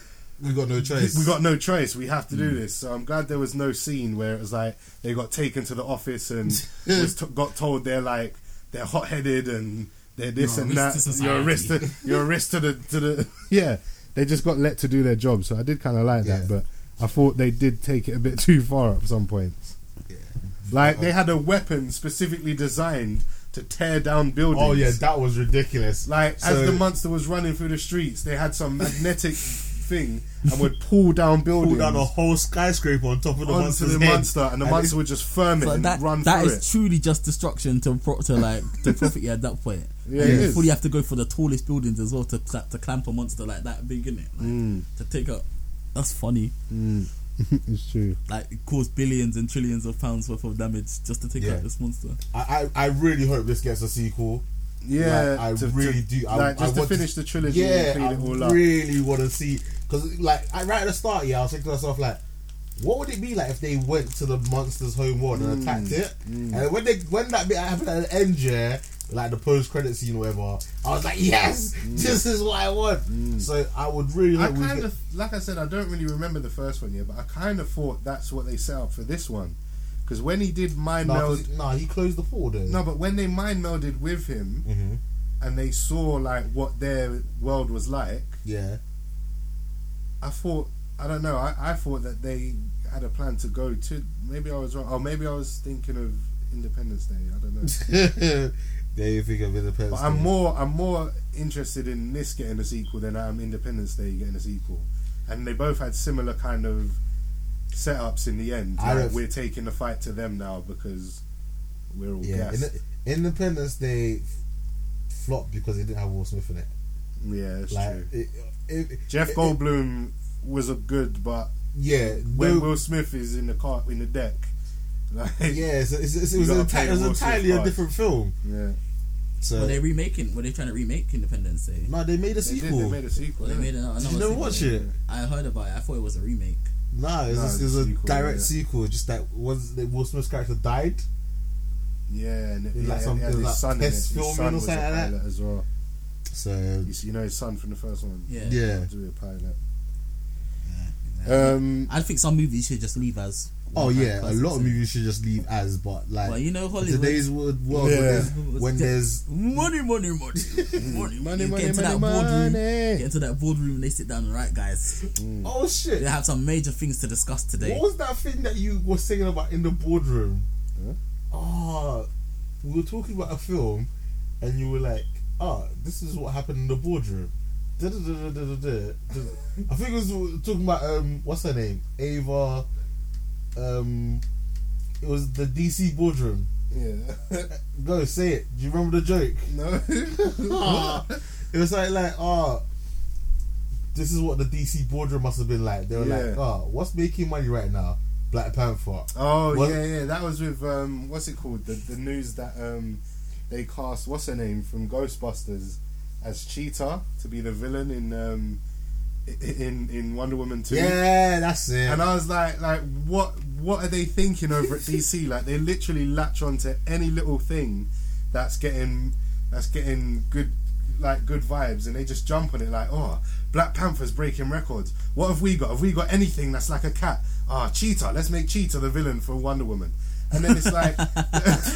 We got no choice.
We got no choice. We have to
Hmm.
do this. So I'm glad there was no scene where it was like they got taken to the office and was t- got told they're like they're hot headed and they're this
You're a
and
risk
that.
to
You're a risk to you're a risk to the to the yeah. They just got let to do their job. So I did kind of like that, but I thought they did take it a bit too far at some points. Like
Uh-huh.
they had a weapon specifically designed to tear down buildings.
Oh yeah, that was ridiculous.
Like
So-
as the monster was running through the streets, they had some magnetic thing and would pull down buildings,
pull down a whole skyscraper on top of the
onto
monster's
the
head.
monster, and the monster would just firm it
So
and
that
run
that
through
is truly just destruction to pro- to like to property at that point.
Yeah,
and
it
you
is.
fully have to go for the tallest buildings as well to cla- to clamp a monster like that big in it like, to take up. That's funny.
it. it's true.
Like it caused billions and trillions of pounds worth of damage just to take
Yeah. Uh,
out this monster.
I, I I really hope this gets a sequel.
Yeah,
Like, I
to-
really
to-
do. I,
like, just
I
to
want
finish the trilogy and
Yeah,
clean it all
I
up.
really want to see because like I, right at the start, yeah, I was thinking to myself like, what would it be like if they went to the monster's home world and
Mm,
attacked it?
mm.
And when they when that bit happened at the end, yeah, like the post credit scene, or whatever, I was like, yes,
Mm.
this is what I want. So I would really.
I
hope we
kind
get-
of, like I said, I don't really remember the first one yet, but I kind of thought that's what they set up for this one, because when he did mind
Nah, 'cause
meld,
he- nah, he closed the portal.
no, but when they mind melded with him,
Mhm.
and they saw like what their world was like,
Yeah.
I thought I don't know. I, I thought that they had a plan to go to. Maybe I was wrong. Or maybe I was thinking of Independence Day. I don't know.
There you think of Independence
but I'm
Day.
more I'm more interested in this getting a sequel than I am Independence Day getting a sequel. And they both had similar kind of setups in the end.
I
Like,
don't-
we're taking the fight to them now because we're all
Yeah,
gas.
Ind- Independence Day f- flopped because it didn't have Will Smith in it.
yeah, that's
Like,
true.
it- it-
Jeff
it-
Goldblum was a good, but
Yeah,
when
no-
Will Smith is in the car in the deck, like
Yeah, so it's, it's, it
you
was,
gotta
an,
play
enti- it was
Will Smith
entirely a
card.
different film.
Yeah.
So
Were they remaking? Were they trying to remake Independence Day?
no, they made a
They did,
sequel.
They made a sequel.
Well, they
yeah.
made another.
Did you
another
never
sequel.
watch it?
I heard about it. I thought it was a remake.
Nah, it's
Nah,
just,
it's
it was
a
a
sequel,
direct
yeah.
sequel. Just that was that Will Smith's character died.
Yeah, and it,
Like
yeah,
some-
and
like
his son in it.
test
His
filming
son
or
was a
something like that.
pilot as well.
So
You, see, you know his son from the first one.
Yeah.
yeah.
Do a pilot.
Yeah.
Um,
I think some movies should just leave as.
Oh yeah, a
classics,
lot of
innit?
movies should just leave as, but like
But you know Hollywood.
today's world, world
Yeah.
when there's, when there's
money, money, money, money,
money,
You
money,
get into
money,
that boardroom. Get
money.
into that boardroom. They sit down. Right, guys.
Mm.
oh shit.
They have some major things to discuss today.
What was that thing that you were singing about in the boardroom?
Huh?
Oh, we were talking about a film, and you were like, "Ah, this is what happened in the boardroom." Da, da, da, da, da, da, da. I think it was we were talking about um, what's her name, Ava. Um, it was the DC boardroom.
Yeah.
Go say it. Do you remember the joke?
no.
Ah, it was like like ah, this is what the DC boardroom must have been like. They were
Yeah.
like ah, what's making money right now? Black Panther.
Oh
What-
yeah, yeah. That was with um, what's it called? The the news that um, they cast what's her name from Ghostbusters as Cheetah to be the villain in um, i- i- in in Wonder Woman two.
Yeah, that's it.
And I was like, like, what, what are they thinking over at DC? Like, they literally latch onto any little thing that's getting, that's getting good, like, good vibes, and they just jump on it. Like, oh, Black Panther's breaking records. What have we got? Have we got anything that's like a cat? Ah, Cheetah. Let's make Cheetah the villain for Wonder Woman. And then it's like,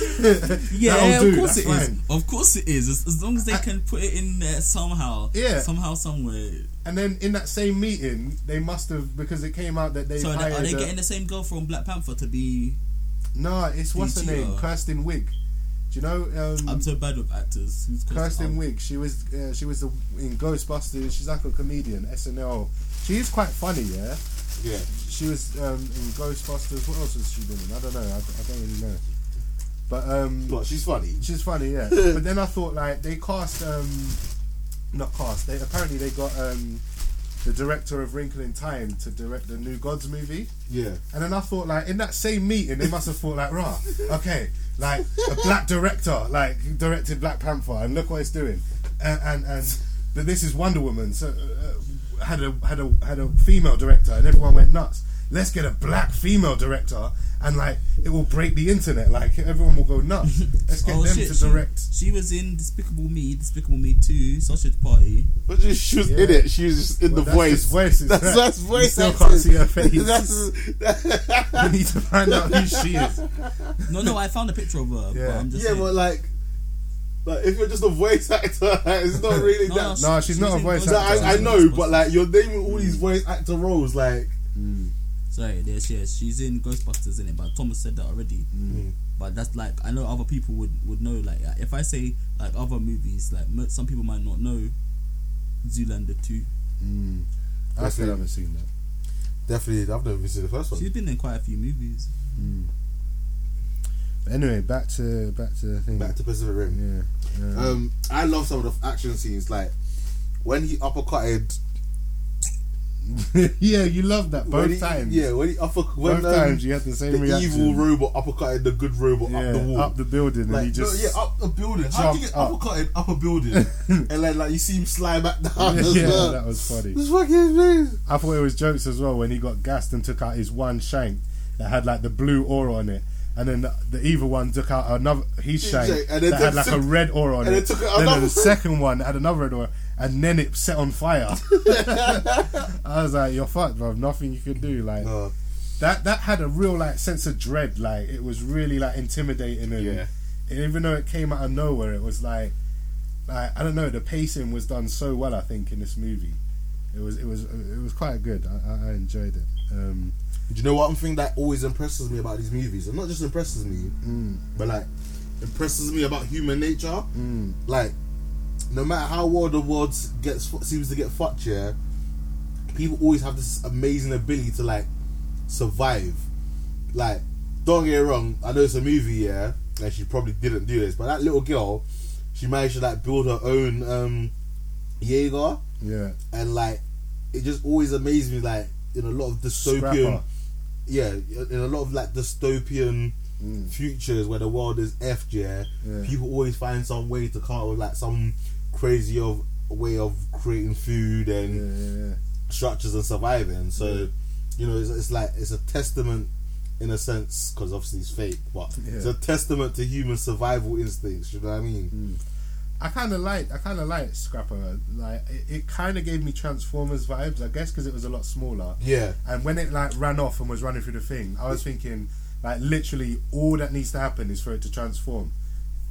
Yeah,
that'll
of
do,
course it
that's
is.
fine.
Of course it is. As, as long as they can put it in there somehow.
Yeah.
Somehow, somewhere.
And then in that same meeting, they must have because it came out that they
So are they,
hired.
are they
a-
getting the same girl from Black Panther to be?
no, it's what's her
DTR?
name? Kirsten Wig. Do you know? Um,
I'm so bad with actors. Who's
Kirsten Wig. She was uh, she was the, in Ghostbusters. She's like a comedian. SNL. She is quite funny. Yeah.
Yeah.
She was um, in Ghostbusters. What else has she been in? I don't know. I, I don't really know. But um,
But she's funny.
she's funny. Yeah. but then I thought like they cast um, not cast. They apparently they got um, the director of Wrinkle in Time to direct the New Gods movie.
Yeah.
And then I thought, like, in that same meeting, they must have thought, like, rah, okay, like, a black director, like, who directed Black Panther, and look what it's doing. And, and, and but this is Wonder Woman, so uh, had, a, had, a, had a female director, and everyone went nuts. Let's get a black female director, and, like, it will break the internet. Like, everyone will go nuts. Let's get
Oh,
them
shit,
to
she-
direct.
She was in Despicable Me, Despicable Me 2, Sausage Party.
But just, she was in
Yeah.
it. She was just in
Well,
the
that's
voice.
just voices.
That's that's voice.
You still
acting.
can't see her face.
That's that-
We need to find out who she is.
No, no, I found a picture of her. But
Yeah.
I'm just
yeah,
saying.
but like, like if you're just a voice actor, it's not really
No,
that.
no,
No,
she-
she's
she
not
was
a
in
voice
Ghostbusters.
No, I, I know,
Ghostbusters.
but like you're naming all these voice actor roles, like
Sorry, there's yeah, she's in Ghostbusters in it, but Thomas said that already.
Mm.
But that's like I know other people would would know. Like uh, if I say like oh, other movies, like mo- some people might not know Zoolander two.
I still haven't seen that.
Definitely, I've never seen the first one.
She's been in quite a few movies.
But anyway, back to back to the thing.
Back to Pacific Rim.
yeah. yeah.
Um, I love some of the action scenes, like when he uppercutted.
yeah, you love that both
when he,
times.
Yeah, when he uppercut.
both
When, um,
times you had the same
the
reaction.
evil robot uppercutted the good robot
yeah,
up the wall.
building,
like,
and he just
no, yeah, up a building. How do you
jumped
get
up.
uppercutted up a building? and then, like, you see him slide back down as
yeah,
well.
that was funny.
This fucking thing.
I thought it was jokes as well when he got gassed and took out his one shank that had like the blue aura on it. And then the, the evil one took out another his
His
shank
shank, and then
that had
took-
like a red aura on
and
it.
then took out
then
another-
the second one had another red aura, and then it set on fire. I was like, "You're fucked, bro. Nothing you can do." Like
No.
that. That had a real like sense of dread. Like it was really like intimidating, and
Yeah.
and even though it came out of nowhere, it was like, like I don't know. The pacing was done so well. I think in this movie, it was it was it was quite good. I, I- I enjoyed it. Um,
Do you know one thing that always impresses me about these movies? And not just impresses me, but like impresses me about human nature. Like, no matter how well the world gets fu- seems to get fucked, yeah, people always have this amazing ability to like survive. Like, don't get it wrong. I know it's a movie, yeah, and she probably didn't do this, but that little girl, she managed to like build her own um Jaeger,
yeah,
and like it just always amazed me. Like in a lot of dystopian
Scrapper.
yeah, in a lot of like dystopian futures where the world is effed, yeah,
Mm. Yeah.
people always find some way to come up with like some crazy of way of creating food and
Yeah, yeah, yeah.
structures and surviving. So, you know, it's, it's like it's a testament in a sense because obviously it's fake, but it's
Yeah.
a testament to human survival instincts. You know what I mean?
Mm. I kind of like I kind of like Scrapper. Like it, it kind of gave me Transformers vibes, I guess, because it was a lot smaller.
Yeah.
And when it like ran off and was running through the thing, I was thinking like literally all that needs to happen is for it to transform,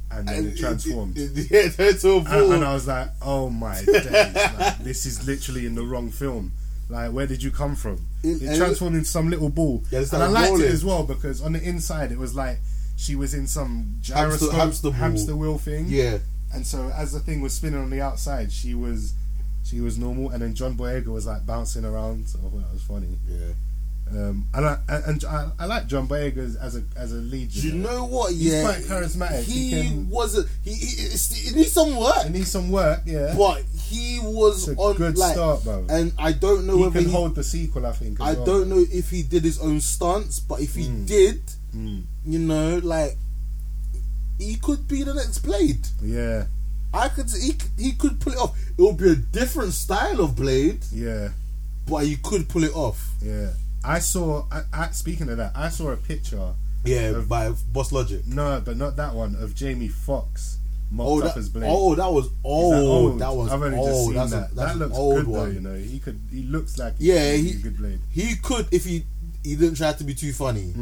and then it,
it-
transformed.
it- it- yeah, that's all.
and, and I was like, oh my days, like, this is literally in the wrong film. Like, where did you come from?
It-
It,
and it-
transformed into some little ball,
Yeah, it's
and I
like
liked
rolling.
it as well because on the inside it was like she was in some gyroscope
hamster
hamster,
ball.
wheel thing,
Yeah,
and so as the thing was spinning on the outside, she was she was normal, and then John Boyega was like bouncing around. So I thought that was funny.
yeah.
Um, and I and I, I like John Boyega as- as a as a lead.
Do you know what?
He's
yeah,
quite charismatic.
He,
He can-
wasn't. He, he, it's- it needs some work,
It needs some work, yeah.
but he was
It's a
on
good
like,
start, bro.
and I don't know
he
whether
can
he-
hold the sequel, I think. as
I
well. Hmm.
don't know if he did his own stunts, but if he did, you know, like he could be the next Blade.
Yeah,
I could he he could pull it off. It would be a different style of Blade,
yeah,
but he could pull it off.
yeah. I saw. I, I, speaking of that, I saw a picture.
Yeah,
Of-
by Boss Logic.
No, but not that one of Jamie Fox mocked
Oh
up
that,
as Blade.
oh, that was
Is that
old. That was
I've only just
old.
seen
That's,
that.
A, that's
that looks
an old
good
one.
though. You know, he could. He looks like he
Yeah,
could be
he-
a good blade. Mm.
He could if he he didn't try to be too funny.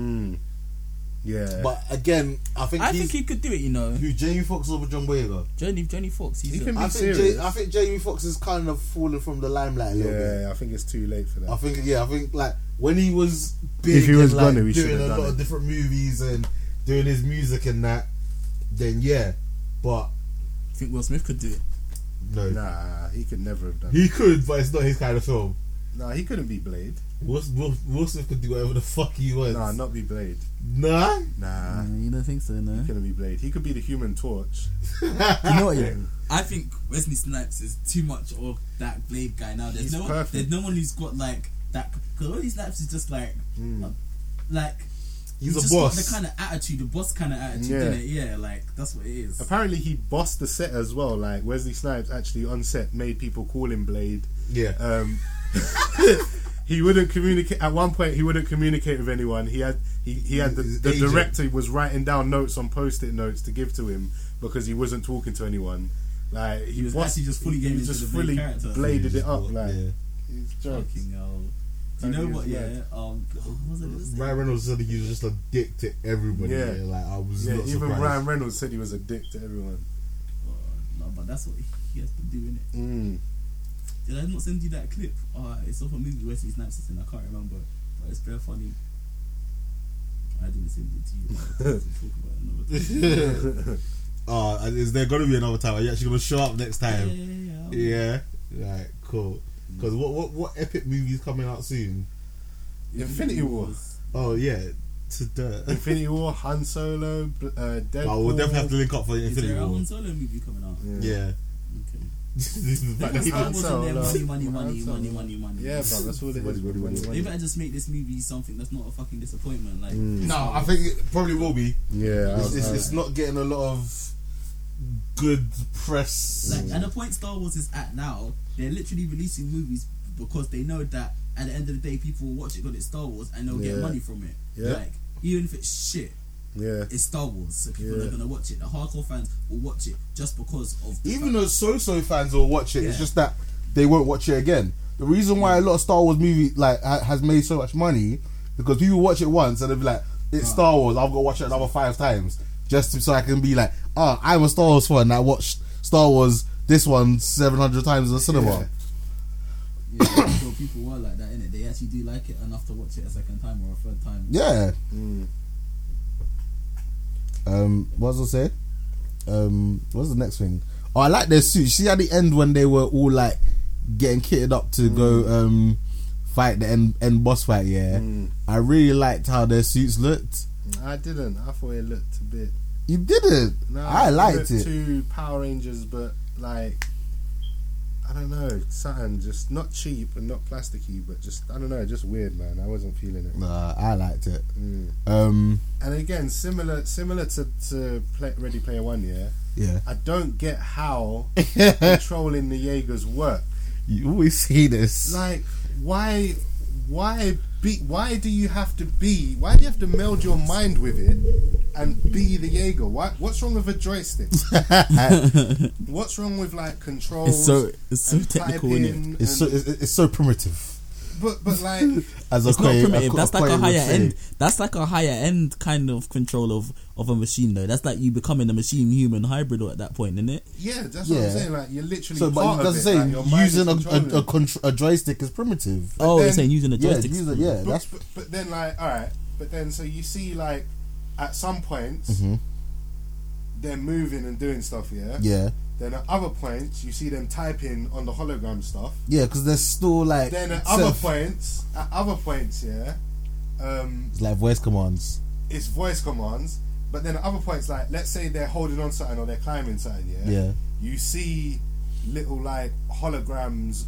Yeah,
But again, I think
I
he's
think he could do it, you know.
who Jamie Fox over John Boyega.
Johnny Johnny Fox, he's
he
a-
can
I
be
think
serious.
J- I think Jamie Fox is kind of fallen from the limelight a little bit.
yeah, I think it's too late for that.
I think yeah, I think like when he was big
If he
and,
was
like,
gonna, he
doing
should've
a
done
lot
it.
of different movies and doing his music and that, then yeah. But
I think Will Smith could do it.
no,
Nah, he could never have done.
he could, but it's not his kind of film.
nah, he couldn't be Blade.
Will, Will, Will Smith could do whatever the fuck he wants.
Nah, not be Blade. Nah,
nah.
Nah, Mm, you don't think so, no?
Mm.
he couldn't be Blade. He could be the Human Torch.
You know what? Yeah, I think Wesley Snipes is too much of that Blade guy now. There's
He's
no one,
perfect.
there's no one who's got like that because Wesley Snipes is just like
Mm.
uh, like
He's a
just
boss.
Got the kind of attitude, the boss kind of attitude,
Yeah.
yeah. it? Yeah, like that's what it is.
Apparently, he bossed the set as well. Like Wesley Snipes actually on set made people call him Blade.
Yeah.
Um, he wouldn't communicate. At one point, he wouldn't communicate with anyone. He had he, he had the,
His
the
agent.
director was writing down notes on post-it notes to give to him because he wasn't talking to anyone. Like he,
was
bossed-
actually just fully
he
getting
was
into
just
the Blade
fully
character.
bladed it up.
Yeah.
Like he's jokes.
Fucking hell. Do you know
Apparently
what?
he
Yeah.
was
Um, what was I gonna say?
Ryan Reynolds said he was just a dick to everybody. Yeah,
Yeah.
like I was
Yeah,
not
even
surprised.
Ryan Reynolds said he was a dick to everyone.
Oh, no, but that's what he has to do in it.
Mm.
Did I not send you that clip? Uh, it's off a movie Wesley Snipes is in. I can't remember, but it's very funny. I didn't send it to you. but we'll talk about it another time.
Oh, and is there gonna be another time? Are you actually gonna show up next time?
yeah, yeah.
Yeah. Right. Cool. Because what what what epic movie is coming out soon?
Infinity War,
Oh yeah, to dirt.
Infinity War, Han Solo, Bl- uh, Deadpool.
I will Oh, definitely have to link up for
Is
Infinity
there a
War.
Han Solo movie coming out?
Yeah.
Okay.
But
He
Star
didn't
Wars
sell,
in there,
no.
money, money, money,
Han Solo.
money, money, money.
Yeah, bro, that's all it is.
They better just make this movie something that's not a fucking disappointment. Like,
no, I think it probably will be.
Yeah, I
It's, it's,
was-
it's not getting a lot of good press.
Like, and the point Star Wars is at now, they're literally releasing movies because they know that at the end of the day, people will watch it because it's Star Wars and they'll get
Yeah.
money from it.
Yeah.
Like, even if it's shit,
yeah.
it's Star Wars, so people
Yeah.
are gonna watch it. The hardcore fans will watch it just because of the
Even
fact-
though so-so fans will watch it, it's
Yeah.
just that they won't watch it again. The reason why a lot of Star Wars movie like ha- has made so much money because people watch it once and they'll be like, "It's Star Wars. I've got to watch it another five times just to- so I can be like, ah, I'm a Star Wars fan. I watched Star Wars this one seven hundred times in the cinema."
yeah, I'm sure people were like that in it. They actually do like it enough to watch it a second time or a third time.
Yeah.
Mm.
Um, what was I say? Um, what's the next thing? Oh, I like their suits. See at the end when they were all like getting kitted up to
Mm.
go um fight the end end boss fight. Yeah, I really liked how their suits looked.
I didn't. I thought it looked a bit.
You did it.
No,
I liked
looked
it.
Two Power Rangers, but like, I don't know, something just not cheap and not plasticky, but just I don't know, just weird, man. I wasn't feeling it.
Nah, I liked it. Um,
and again, similar similar to, to play, Ready Player One, yeah.
Yeah.
I don't get how controlling the Jaegers work.
You always see this.
Like, why, why be? Why do you have to be? Why do you have to meld your mind with it and be the Jaeger? Why, what's wrong with a joystick? what's wrong with like controls?
It's so- it's so
and
technical, innit?
typing
It's so
and-
it's, it's so primitive.
but but like
It's
As I
not
quite-
primitive.
I-
That's
I
like a
quite would
higher
say.
end. That's like a higher end kind of control of of a machine, though. That's like you becoming a machine human hybrid at that point, isn't it?
yeah, that's what
Yeah.
I'm saying. Like you're literally
So,
part
but
of
that's
it.
the
like,
same.
your mind is
using a
controlling
a, a,
it.
contr- a joystick is primitive.
Oh, you're
then-
saying using a
yeah,
joystick.
use it- yeah,
but,
that's
but, but then like all right but then so you see like at some points they're moving and doing stuff yeah
Mm-hmm. yeah,
then at other points you see them typing on the hologram stuff
yeah. Because there's still like
then at
set
other
of-
points at other points yeah um
it's like voice commands.
it's voice commands but then at other points like let's say they're holding on something or they're climbing something yeah
Yeah.
you see little like holograms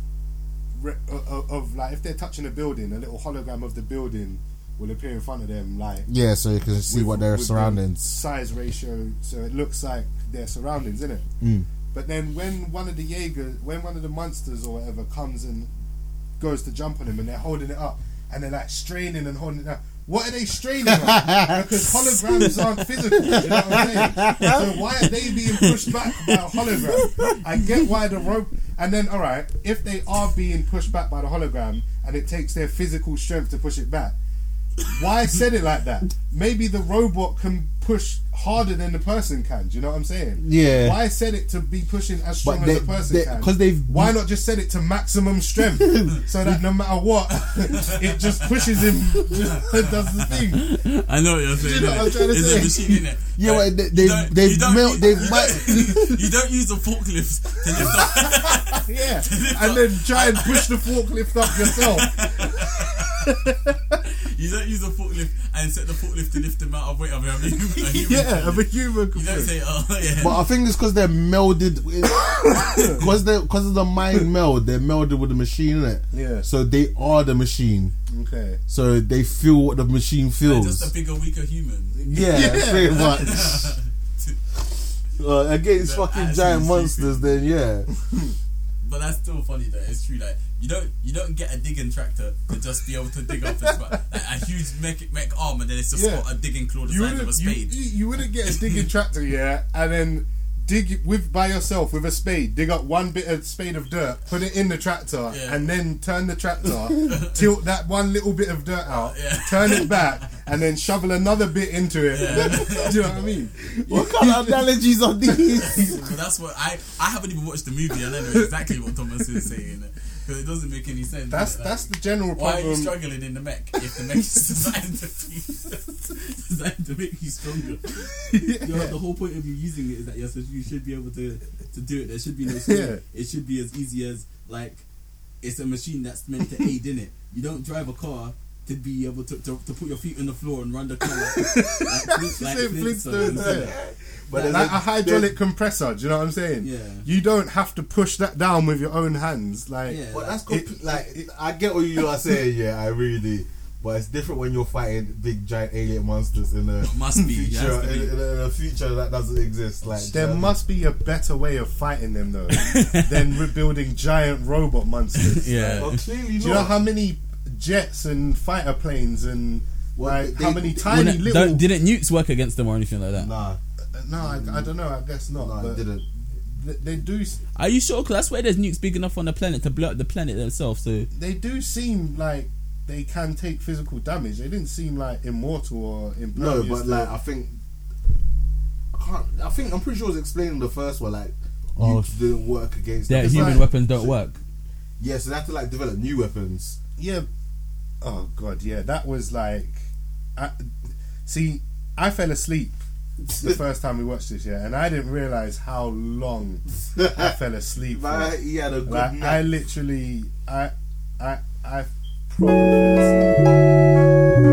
re- of, of like if they're touching a building, a little hologram of the building will appear in front of them, like
Yeah, so you can see
with-
what their
with the
surroundings.
size ratio, so it looks like their surroundings, innit?
Mm.
But then when one of the Jaeger, when one of the monsters or whatever comes and goes to jump on them, and they're holding it up, and they're like straining and holding it up. What are they straining on? Because holograms aren't physical. You know what I'm saying? So why are they being pushed back by a hologram? I get why the rope. And then, all right, if they are being pushed back by the hologram, and it takes their physical strength to push it back, why I said it like that? Maybe the robot can push harder than the person can. Do you know what I'm saying?
Yeah.
Why I said it to be pushing as strong
But
as
they,
the person
they,
can?
cause they've
Why not just set it to maximum strength so that no matter what, it just pushes him, it does the thing.
I know what you're saying.
You know what I'm trying to
it's
say?
a machine, innit?
Yeah,
Like,
but they- they-
you don't-
they've
you don't
melt-
use-
they've
you
melt-
don't- You don't use the forklift to lift up.
Yeah. And then try and push the forklift up yourself.
You don't use the forklift and set the forklift to lift the amount of weight of a human. a human.
Yeah, of a human
You don't
complaint.
say, oh yeah.
But I think it's because they're melded, because they because of the mind meld. They're melded with the machine, innit?
Yeah.
So they are the machine.
Okay.
So they feel what the machine
They're
feels.
just a bigger, weaker human.
yeah, pretty much. uh, against
They're
fucking
actually
giant
stupid.
monsters, then yeah.
But that's still funny though. It's true. Like you don't you don't get a digging tractor to just be able to dig up a, spot- like, a huge mech, mech arm and then it's just
Yeah.
got a digging claw the
You
size of a
wouldn't, you,
spade.
you wouldn't get a digging tractor, yeah, and then dig with by yourself with a spade, dig up one bit of spade of dirt, put it in the tractor,
Yeah.
and then turn the tractor, tilt that one little bit of dirt out,
Yeah.
turn it back, and then shovel another bit into it. Do you know what I mean?
What kind of analogies are these?
But that's what I I haven't even watched the movie and I know exactly what Thomas is saying because it doesn't make any sense.
That's
Like,
that's the general
why are you
problem.
struggling in the mech if the mech is designed to be designed to make you stronger?
You know, the whole point of you using it is that yes, you should be able to to do it. There should be no skill.
Yeah.
It should be as easy as like it's a machine that's meant to aid in it. You don't drive a car to be able to, to, to put your feet on the floor and run the car like, like, Flint- like
Same
Flintstones.
Flintstones,
innit?
yeah. like a hydraulic compressor, do you know what I'm saying?
Yeah.
You don't have to push that down with your own hands, like
Yeah.
But that's comp- like I get what you are saying. Yeah, I really do. But it's different when you're fighting big giant alien monsters in the
Must be. it
future
has to be.
in, in a- in a future that doesn't exist. Like
There
um,
must be a better way of fighting them though than rebuilding giant robot monsters.
Yeah.
well, clearly
Do you know
not.
how many jets and fighter planes and
Well,
like
they-
how many
they-
tiny
Wouldn't-
little?
don't- didn't nukes work against them or anything like that?
Nah,
no, I, I don't know. I guess not.
nah,
but
it didn't.
th- They do.
Are you sure? Because I swear there's nukes big enough on the planet to blow up the planet themselves. So
They do seem like they can take physical damage. They didn't seem like immortal or
No,
impervious.
but like I think I can't. I think I'm pretty sure it was explaining the first one. Like
Oh,
nukes didn't work against.
their
them.
human
like-
weapons don't work.
Yeah, so they have to like develop new weapons.
yeah. Oh god, yeah. That was like, I, see, I fell asleep the first time we watched this, yeah, and I didn't realize how long I fell asleep. for.
Man, he had a good
Like
nap.
I literally, I, I, I probably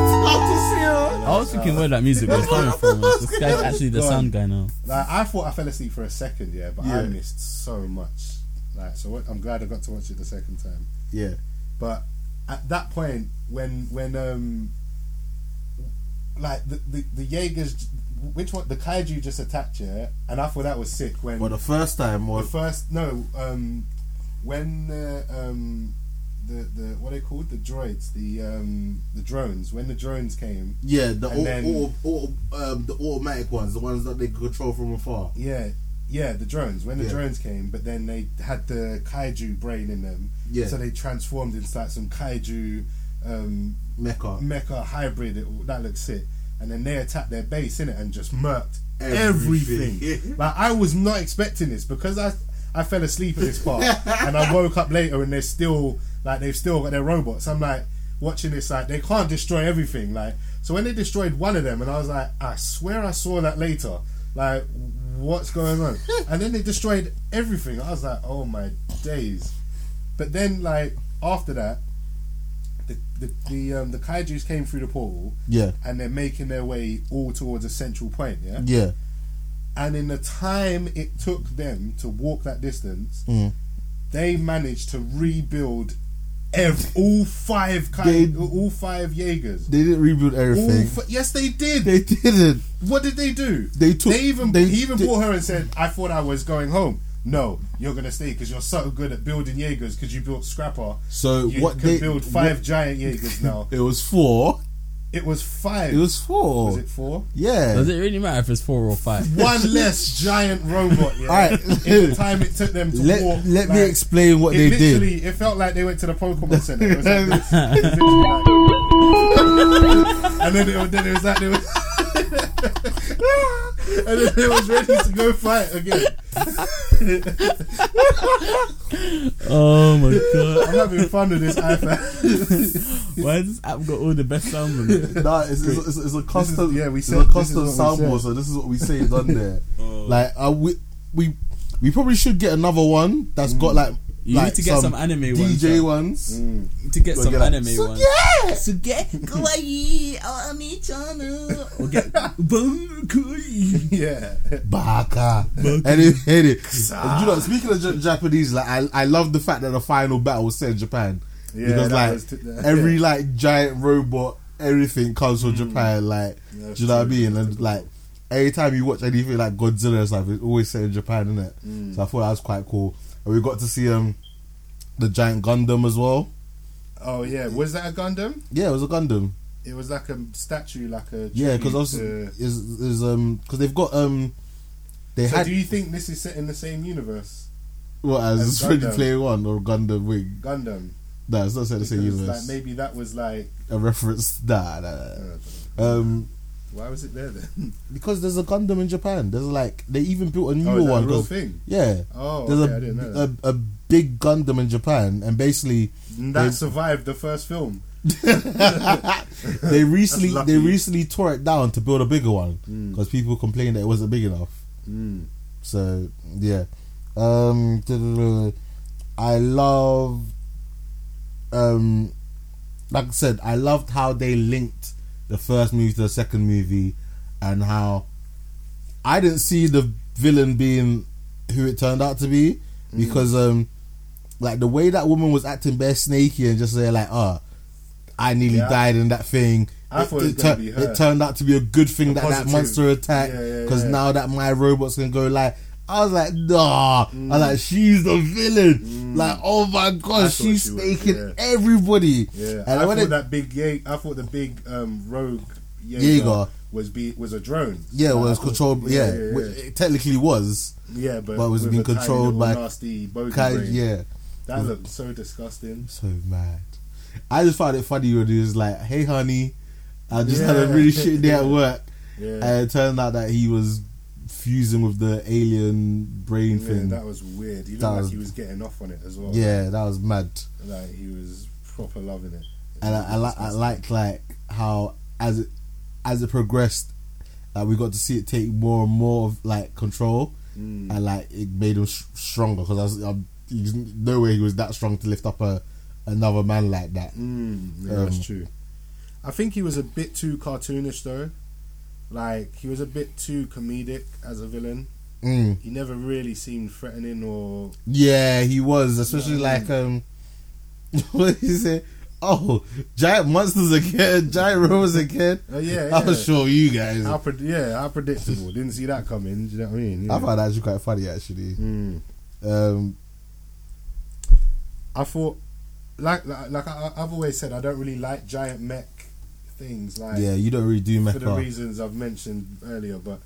I was thinking where that music was coming from. This guy's actually the
Go on.
sound guy now.
like I thought I fell asleep for a second, yeah, but I
Yeah.
missed so much. Like so, what, I'm glad I got to watch it the second time.
Yeah.
But at that point when when um like the the, the Jaegers which one the kaiju just attacked you and I thought that was sick when
Well, the first time
the
was
first no um when uh, um the the what are they called the droids the um the drones when the drones came
yeah the
and
au-
then-
au- au- um, the automatic ones, the ones that they could control from afar.
Yeah, yeah, the drones. When the
Yeah.
drones came, but then they had the kaiju brain in them.
Yeah.
So they transformed into like some kaiju um,
Mecha.
mecha hybrid. It, that looks sick. And then they attacked their base in it and just murked
Everything.
everything. like I was not expecting this because I I fell asleep at this part and I woke up later and they're still like they've still got their robots. I'm like watching this like they can't destroy everything. Like so when they destroyed one of them and I was like I swear I saw that later. Like what's going on? and then they destroyed everything. I was like oh my days. But then like after that. The the the, um, the kaiju's came through the portal,
Yeah.
and they're making their way all towards a central point. Yeah,
Yeah.
and in the time it took them to walk that distance,
Mm.
they managed to rebuild ev- all five
They-
kind, all five Jaegers.
They didn't rebuild
All
everything.
fi- yes, they did.
they didn't.
what did they do?
They took-
They even
they-
he even
they-
brought her and said, "I thought I was going home." No, you're gonna stay because you're so good at building Jaegers because you built Scrapper.
So
you
what
can
they
build five
what-
giant Jaegers now.
It was four.
It was five.
It was four.
Was it four?
yeah.
Does it really matter if it's four or five?
One less giant robot. Yeah.
Alright.
In the time it took them to
let
walk.
let me
like-
explain what they
it
did.
literally, it felt like they went to the Pokemon Center. It was like this. It was literally like- and then it, was- then it was like they were, and then they was ready to go fight again.
Oh my god!
I'm having fun with this iPad.
Why has this app got all the best sounds on it?
Nah, it's, it's, it's, it's a custom.
yeah, we
it's
said- Oh.
a
this
custom
is what we
sample.
said.
So this is what we saved on there. Like, uh, we we we probably should get another one that's
Mm.
got like
You
like
need to get some anime ones,
DJ
fam.
ones.
To get
Go
some
get that.
anime one. So get kawaii on each other. Or get bunkai.
yeah.
Baka. And it, and it- You know, speaking of J- Japanese, like I, I love the fact that the final battle was set in Japan.
Yeah,
because
that
like
was t- that-
every like giant robot, everything comes from Japan. Like,
Mm. that's
do you know what I
true,
mean? And like every time you watch anything like Godzilla or something, it's always set in Japan, isn't it?
Mm.
So I thought that was quite cool. And we got to see um the giant Gundam as well.
Oh yeah. Was that a Gundam?
Yeah, it was a Gundam.
It was like a statue, like a
Yeah, because
tribute
obviously
to-
is is um because they've got um they
So
had
do you think this is set in the same universe,
what as
as
Ready
Gundam?
Player One or Gundam Wing.
Gundam?
No, it's not set in the same
Because,
universe.
Like maybe that was like.
a reference. Nah, nah, nah, nah. Um,
Why was it there then?
because there's a Gundam in Japan. There's like they even built a
Oh,
newer
is that
one.
a real
'cause-
thing?
Yeah.
Oh,
there's
okay,
a,
I didn't know
a a big Gundam in Japan, and basically
That
they-
survived the first film.
they recently
lucky. Mm.
they recently tore it down to build a bigger one because people complained that it wasn't big enough. So yeah, um, I love, um, like I said, I loved how they linked the first movie to the second movie, and how I didn't see the villain being who it turned out to be
Mm.
because um, like the way that woman was acting bare snaky and just say like, "Oh, I nearly
Yeah.
died in that thing."
I
it,
thought it was
it
gonna
tur-
be her.
it turned out to be a good thing
A
that that
positive.
monster attacked
Yeah, yeah,
because
yeah.
now that my robots can go like. I was like, nah. I was like, she's the villain. Like, oh
Mm.
my
I
god,
thought
she's
she was,
staking
yeah.
everybody.
Yeah,
and
I
when
thought
it,
that big. Ye- I thought the big um, rogue Jaeger,
Jaeger.
was be was a drone.
yeah, well,
I
it was
thought-
controlled. Yeah,
yeah,
which
yeah.
it technically was.
Yeah, but,
but it was
with
being
a tiny
controlled
little
by
nasty bogey
Kai,
brain.
yeah,
That looked so disgusting.
so mad. I just found it funny when he was like, "Hey, honey, I just had a
Yeah.
really shit day at work,"
Yeah,
and it turned out that he was fusing with the alien brain
yeah
thing.
that was weird. He looked
That
like
was-
he was getting off on it as well.
yeah, that was mad.
like he was proper loving it.
and I, I like I liked like how as it as it progressed, like we got to see it take more and more of like control,
Mm.
and like it made him s stronger because I was I'm, he's, no way he was that strong to lift up a another man like that.
Mm, yeah,
Um,
that's true. I think he was a bit too cartoonish though. Like he was a bit too comedic as a villain.
Mm.
He never really seemed threatening or
Yeah, he was especially like um, what did he say? oh, giant monsters again, giant robots again.
Oh, yeah,
I'll
yeah.
show you guys.
How pred- yeah, how predictable. Didn't see that coming. Do you know what I mean? Yeah. Mm.
I found that actually quite funny, actually. Um,
I thought, like, like, like I, I've always said, I don't really like giant mech things. Like,
Yeah, you don't really do mech
for the
art.
reasons I've mentioned earlier. But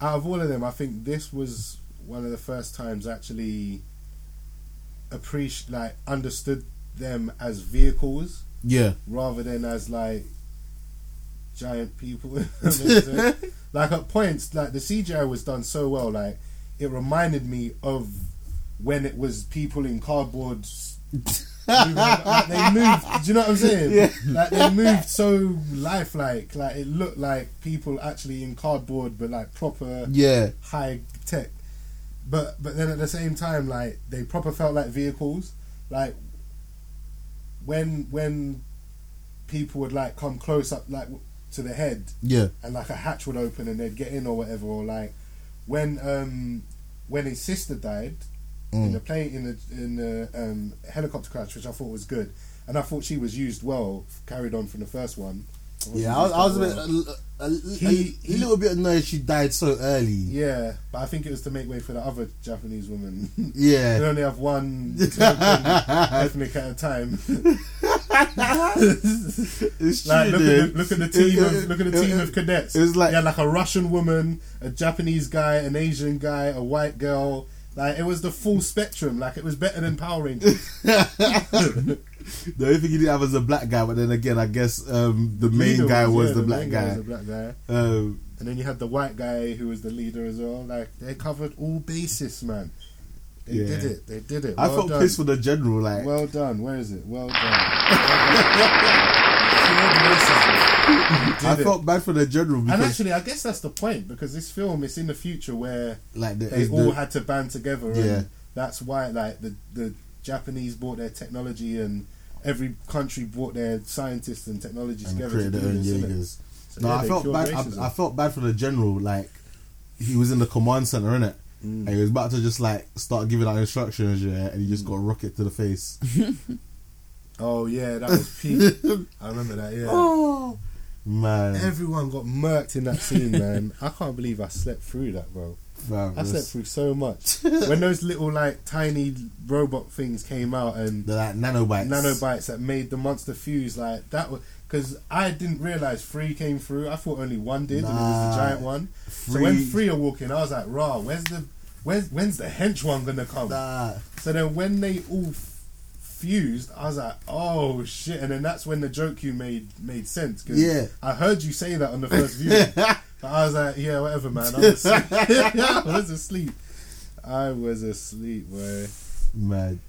out of all of them, I think this was one of the first times I actually appreciate, like, understood them as vehicles
yeah,
rather than as like giant people. like at points, like the CGI was done so well. Like it reminded me of when it was people in cardboard. like, they moved. Do you know what I'm saying?
Yeah.
Like they moved so lifelike. Like it looked like people actually in cardboard, but like proper
Yeah.
high tech. But but then at the same time, like they proper felt like vehicles. Like when when people would like come close up like w- to the head
yeah,
and like a hatch would open and they'd get in or whatever or like when um when his sister died in
Mm.
the plane in the in the um, helicopter crash which I thought was good and I thought she was used well carried on from the first one I thought she
yeah. I was, I was a
used
bit,
well.
a, a, a-
He-
a little bit annoyed she died so early.
yeah but I think it was to make way for the other Japanese woman
Yeah.
they only have one token ethnic at a time
It's
Like
true,
look at,
dude.
the, look at the team,
It-
of,
it-
look at the
it-
team
it-
of cadets.
It was like
yeah, like a Russian woman, a Japanese guy, an Asian guy, a white girl. Like it was the full spectrum. Like it was better than Power Rangers.
the only thing he didn't have was a black guy, but then again, I guess um, the main
Leader
guy was
yeah,
the black
main
guy.
was the black guy.
Um,
And then you had the white guy who was the leader as well. Like they covered all bases, man. They
Yeah.
did it. They did it.
I
Well
felt
done.
pissed for the general, like
Well done. Where is it? Well done. Well done.
I
Did it.
felt bad for the general because
And actually, I guess that's the point because this film is in the future where
like the,
they
it's
all
the-
had to band together, and
Yeah.
that's why like the the Japanese brought their technology, and every country brought their scientists and technology
and
together to
created
do
their own
this. innit?
Jaegers.
So,
no,
yeah,
I
they
felt
cured
bad.
racism.
I, I felt bad for the general, like he was in the command center, innit?
Mm.
And he was about to just like start giving out instructions, yeah, and he just got a rocket to the face.
oh yeah, that was peak. I remember that. Yeah,
Oh man,
everyone got murked in that scene, man. I can't believe I slept through that, bro.
Fam,
I slept
it's-
through so much when those little like tiny robot things came out and
they're like nanobites.
nanobites that made the monster fuse like that was because I didn't realize three came through. I thought only one did, and it was
Nah.
the giant one. So
Three-
when three are walking, I was like, "Raw, where's the where's when's the hench one gonna come?"
Nah.
So then when they all f- fused, I was like, "Oh shit!" And then that's when the joke you made made sense. Cause
Yeah.
I heard you say that on the first viewing. But I was like, "Yeah, whatever, man." I was asleep. I was asleep. I was asleep, boy.
man.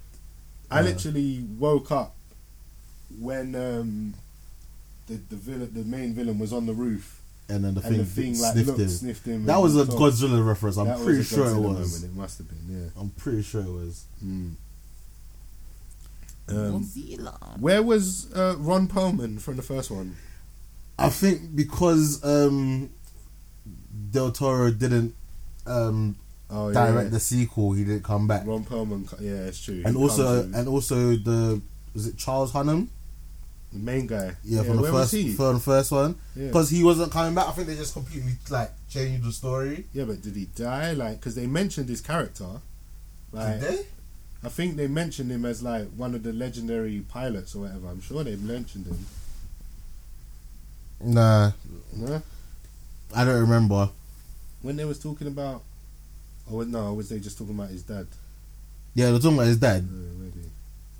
I
Yeah.
literally woke up when um, the the villain, the main villain, was on the roof,
And then the
and
thing,
the thing like
sniffed
looked,
him.
sniffed him.
That
and
was a
talked.
Godzilla reference. I'm
That was
pretty
a
sure it
Godzilla
was.
Moment. It must have been,
I'm pretty sure it was.
yeah. Mm. Um, where was uh, Ron Perlman from the first one?
I think because um, Del Toro didn't um,
Oh, yeah.
direct the sequel, he didn't come back.
Ron Perlman. co- Yeah, it's true.
and
He
also,
comes in.
and also the was it Charles Hunnam?
the main guy.
Yeah, from the
where
first,
was he?
from the first one,
Yeah.
because he wasn't coming back. I think they just completely like changed the story.
Yeah, but did he die? Like, because they mentioned his character. Like,
Did they?
I think they mentioned him as like one of the legendary pilots or whatever. I'm sure they mentioned him.
Nah,
No?
I don't remember.
When they was talking about, oh no, was they just talking about his dad?
Yeah, they're talking about his dad.
Uh, maybe.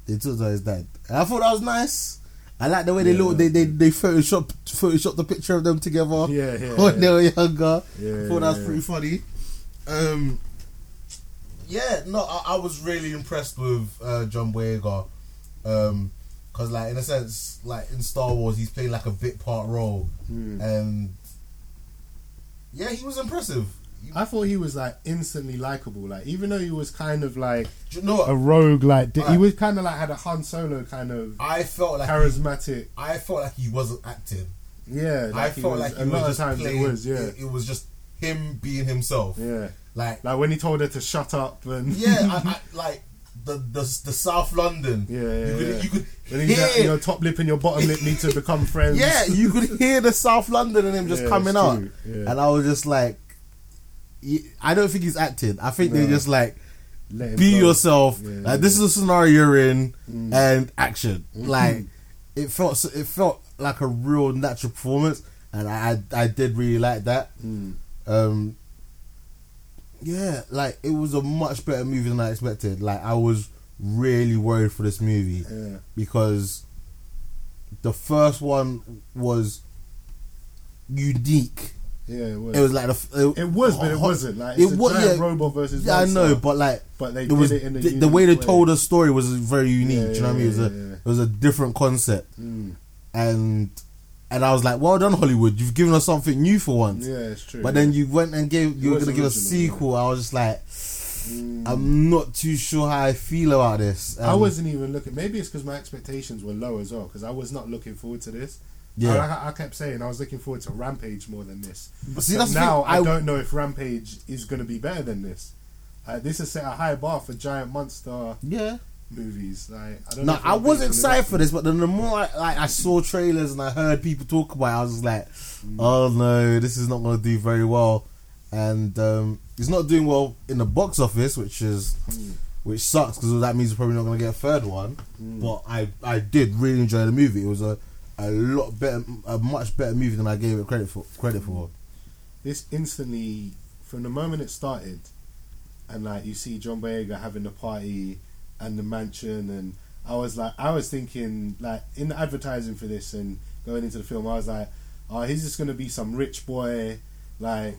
They talked about his dad. And I thought that was nice. I like the way they
Yeah,
look.
that
They
was
they they photoshop photoshop the picture of them together
Yeah, yeah.
when they were younger.
Yeah,
I thought that was
yeah.
pretty funny. Um, yeah, no, I, I was really impressed with uh, John Boyega. Um, cause like in a sense, like in Star Wars, he's playing like a bit part role,
Hmm.
and yeah, he was impressive.
I thought he was like instantly likable. Like, even though he was kind of like
Do you know what?
a rogue, like di- he
Right.
was kind of like had a Han Solo kind of
I felt like
charismatic.
I felt like he wasn't acting.
Yeah, like
I
he
felt
was,
like
a
he was
lot of
just
times
playing.
it was. Yeah,
it, it was just him being himself.
yeah.
Like,
Like when he told her to shut up and
yeah, I, I, like the, the, the South London.
Yeah, yeah,
you could,
yeah.
You could
When he's
hear,
like, your top lip and your bottom lip need to become friends.
yeah, you could hear the South London in him just
Yeah,
coming
it's
out,
true, yeah.
and I was just like, y- I don't think he's acting. I think they're
No.
just like,
Let him
be
go.
yourself.
Yeah, Mm. Mm-hmm.
like this is a scenario you're in, and action. Like it felt, so- it felt like a real natural performance, and I, I, I did really like that.
Hmm.
Um, yeah, like it was a much better movie than I expected. Like I was really worried for this movie
Yeah.
because the first one was unique.
Yeah, it was.
It was like the,
It was, but it wasn't. Like, it's a giant robot versus
Yeah, I
one
know,
cell.
but like,
But they
it
did
was-
it in a
the, the
unique
way they
way.
told the story was very unique.
Yeah,
do you know what I mean? It was
yeah,
a
yeah.
it was a different concept,
Mm.
and and I was like, well done, Hollywood. You've given us something new for once.
Yeah, it's true,
But
yeah.
then you went and gave you were
was
going to give a
original, yeah. Hmm.
sequel. I was just like, I'm not too sure how I feel about this.
I
And-
wasn't even looking. Maybe it's because my expectations were low as well. Because I was not looking forward to this.
Yeah.
I, I kept saying I was looking forward to Rampage more than this.
But
But
see, that's the
now
thing,
I,
I-
don't know if Rampage is going to be better than this. Uh, this has set a high bar for giant monster
yeah
movies. Like I don't. know
No,
if
I was
Rampage will
excited
live
for this, but then the more I, like I saw trailers and I heard people talk about, it, I was just like,
Mm.
"Oh no, this is not going to do very well," and um, it's not doing well in the box office, which is
Mm.
which sucks because that means we're probably not going to get a third one.
Mm.
But I I did really enjoy the movie. It was a a lot better, a much better movie than I gave it credit for. Credit for.
this instantly from the moment it started and like you see John Boyega having the party and the mansion and I was like I was thinking like in the advertising for this and going into the film I was like oh he's just gonna be some rich boy like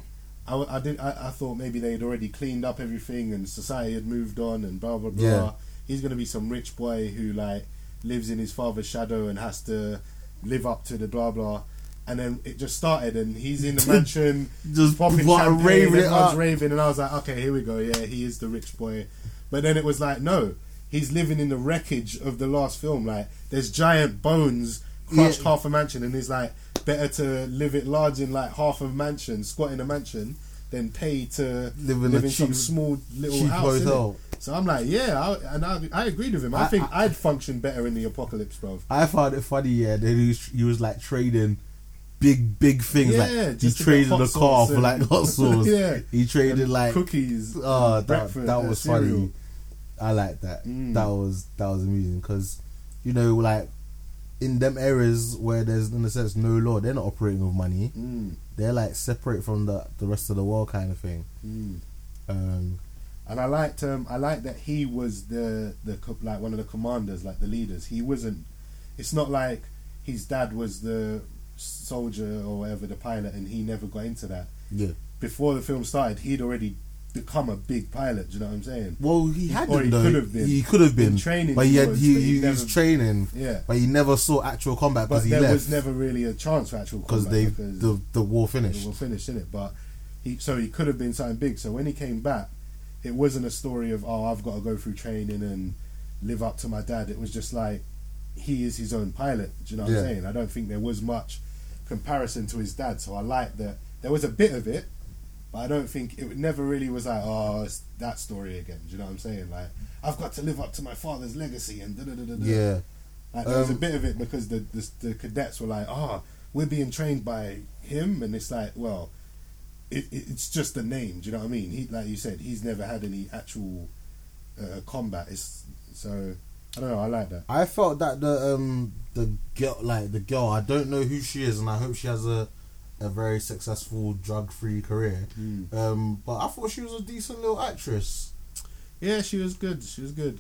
I, w- I did I, I thought maybe they'd already cleaned up everything and society had moved on and blah blah blah
Yeah.
he's gonna be some rich boy who like lives in his father's shadow and has to live up to the blah blah and then it just started and he's in the mansion
Just
popping
what,
champagne,
raving it
everyone's
up.
raving, and I was like, okay, here we go. Yeah, he is the rich boy. But then it was like, no, he's living in the wreckage of the last film. Like, there's giant bones crushed
Yeah.
half a mansion, and he's like, better to live it large in like half a mansion, squat in a mansion, than pay to
Live
live
in
in,
a
some
cheap-
small little
cheap
house. innit?
hotel.
So I'm like, yeah, I, and I, I agreed with him. I,
I-
think I, would function better in the apocalypse, bro.
I found it funny, yeah. That he was, he was like trading big, big things.
Yeah,
like he
just to
traded
get
the
hot
car
sauce
for
and-
like hot sauce.
Yeah.
he traded
And
like
cookies,
Oh,
and
that,
breakfast
that
and
was
cereal.
funny. I like that.
Mm.
That was that was amusing because you know, like in them areas where there's in a sense no law, they're not operating with money.
Mm,
They're like separate from the the rest of the world kind of thing.
mm.
Um,
And I liked um I liked that he was the the co- like one of the commanders, like the leaders. He wasn't. It's not like his dad was the soldier or whatever, the pilot, and he never got into that.
yeah.
Before the film started, he'd already become a big pilot. Do you know what I'm saying?
Well, he had
Or
been
he
though.
could have been.
He could have been
In training
but he
he
had
was,
he,
but he
he, he was
never-
training.
Yeah.
but he never saw actual combat
But
because he
there
left.
was never really a chance for actual
because
combat
they
because
the the war
They
finished.
were finished in it, but he so he could have been something big. So when he came back, it wasn't a story of oh I've got to go through training and live up to my dad. It was just like he is his own pilot. Do you know what
Yeah.
I'm saying? I don't think there was much comparison to his dad. So I like that there was a bit of it, but I don't think it never really was like oh it's that story again. Do you know what I'm saying? Like I've got to live up to my father's legacy and da da da da. da.
Yeah,
Like, there was a
Um,
bit of it because the, the the cadets were like, "Ah, we're being trained by him," and it's like, well, it, it, it's just a name. Do you know what I mean? He, like you said, he's never had any actual uh, combat. It's so I don't know. I like that.
I felt that the um the girl like the girl I don't know who she is and I hope she has a a very successful drug free career.
Hmm.
Um, but I thought she was a decent little actress.
Yeah, she was good. She was good.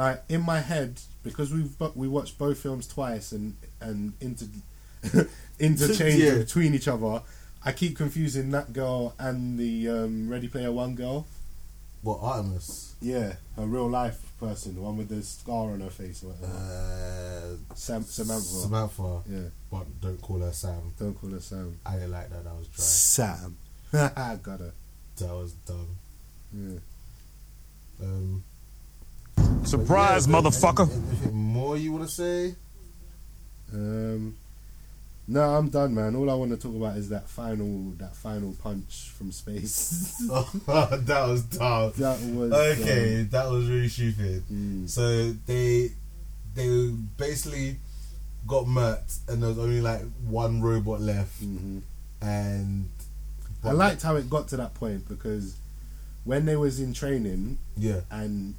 Like in my head, because we've bu- we watched both films twice and and inter interchange
Yeah.
between each other. I keep confusing that girl and the um, Ready Player One girl.
What Artemis?
Yeah, a real life person, the one with the scar on her face or whatever.
Uh,
Sam, Samantha.
Samantha.
Yeah,
But don't call her Sam.
don't call her Sam.
I didn't like that. That was
Sam. I got her.
dry. That was dumb.
Yeah.
Um,
Surprise,
but yeah,
motherfucker.
Anything, anything more you want to say?
Um, No, I'm done, man. All I want to talk about is that final, that final punch from space.
Oh, that was dumb.
That was dumb.
okay.
Mm.
That was really stupid. So they they basically got murked, and there was only like one robot left,
Mm-hmm.
and
I liked how it got to that point because when they was in training,
yeah,
and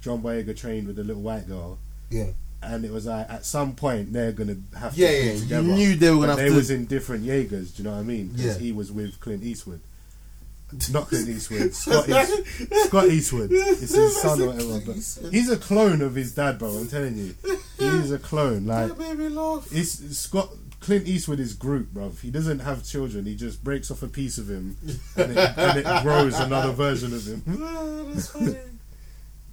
John Boyega trained with the little white girl,
yeah.
and it was like at some point they're gonna have
Yeah,
to
yeah,
be
you
together.
knew they were
But
gonna have
They
to-
was in different Jaegers. Do you know what I mean? 'Cause
Yeah.
he was with Clint Eastwood. Not Clint Eastwood, Scott, East- Scott Eastwood. It's his son or whatever. But he's a clone of his dad, bro. I'm telling you, he is a clone. Like
That made me laugh.
it's it's Scott Clint Eastwood is Groot, bruv. He doesn't have children. He just breaks off a piece of him, and it, and it grows another version of him.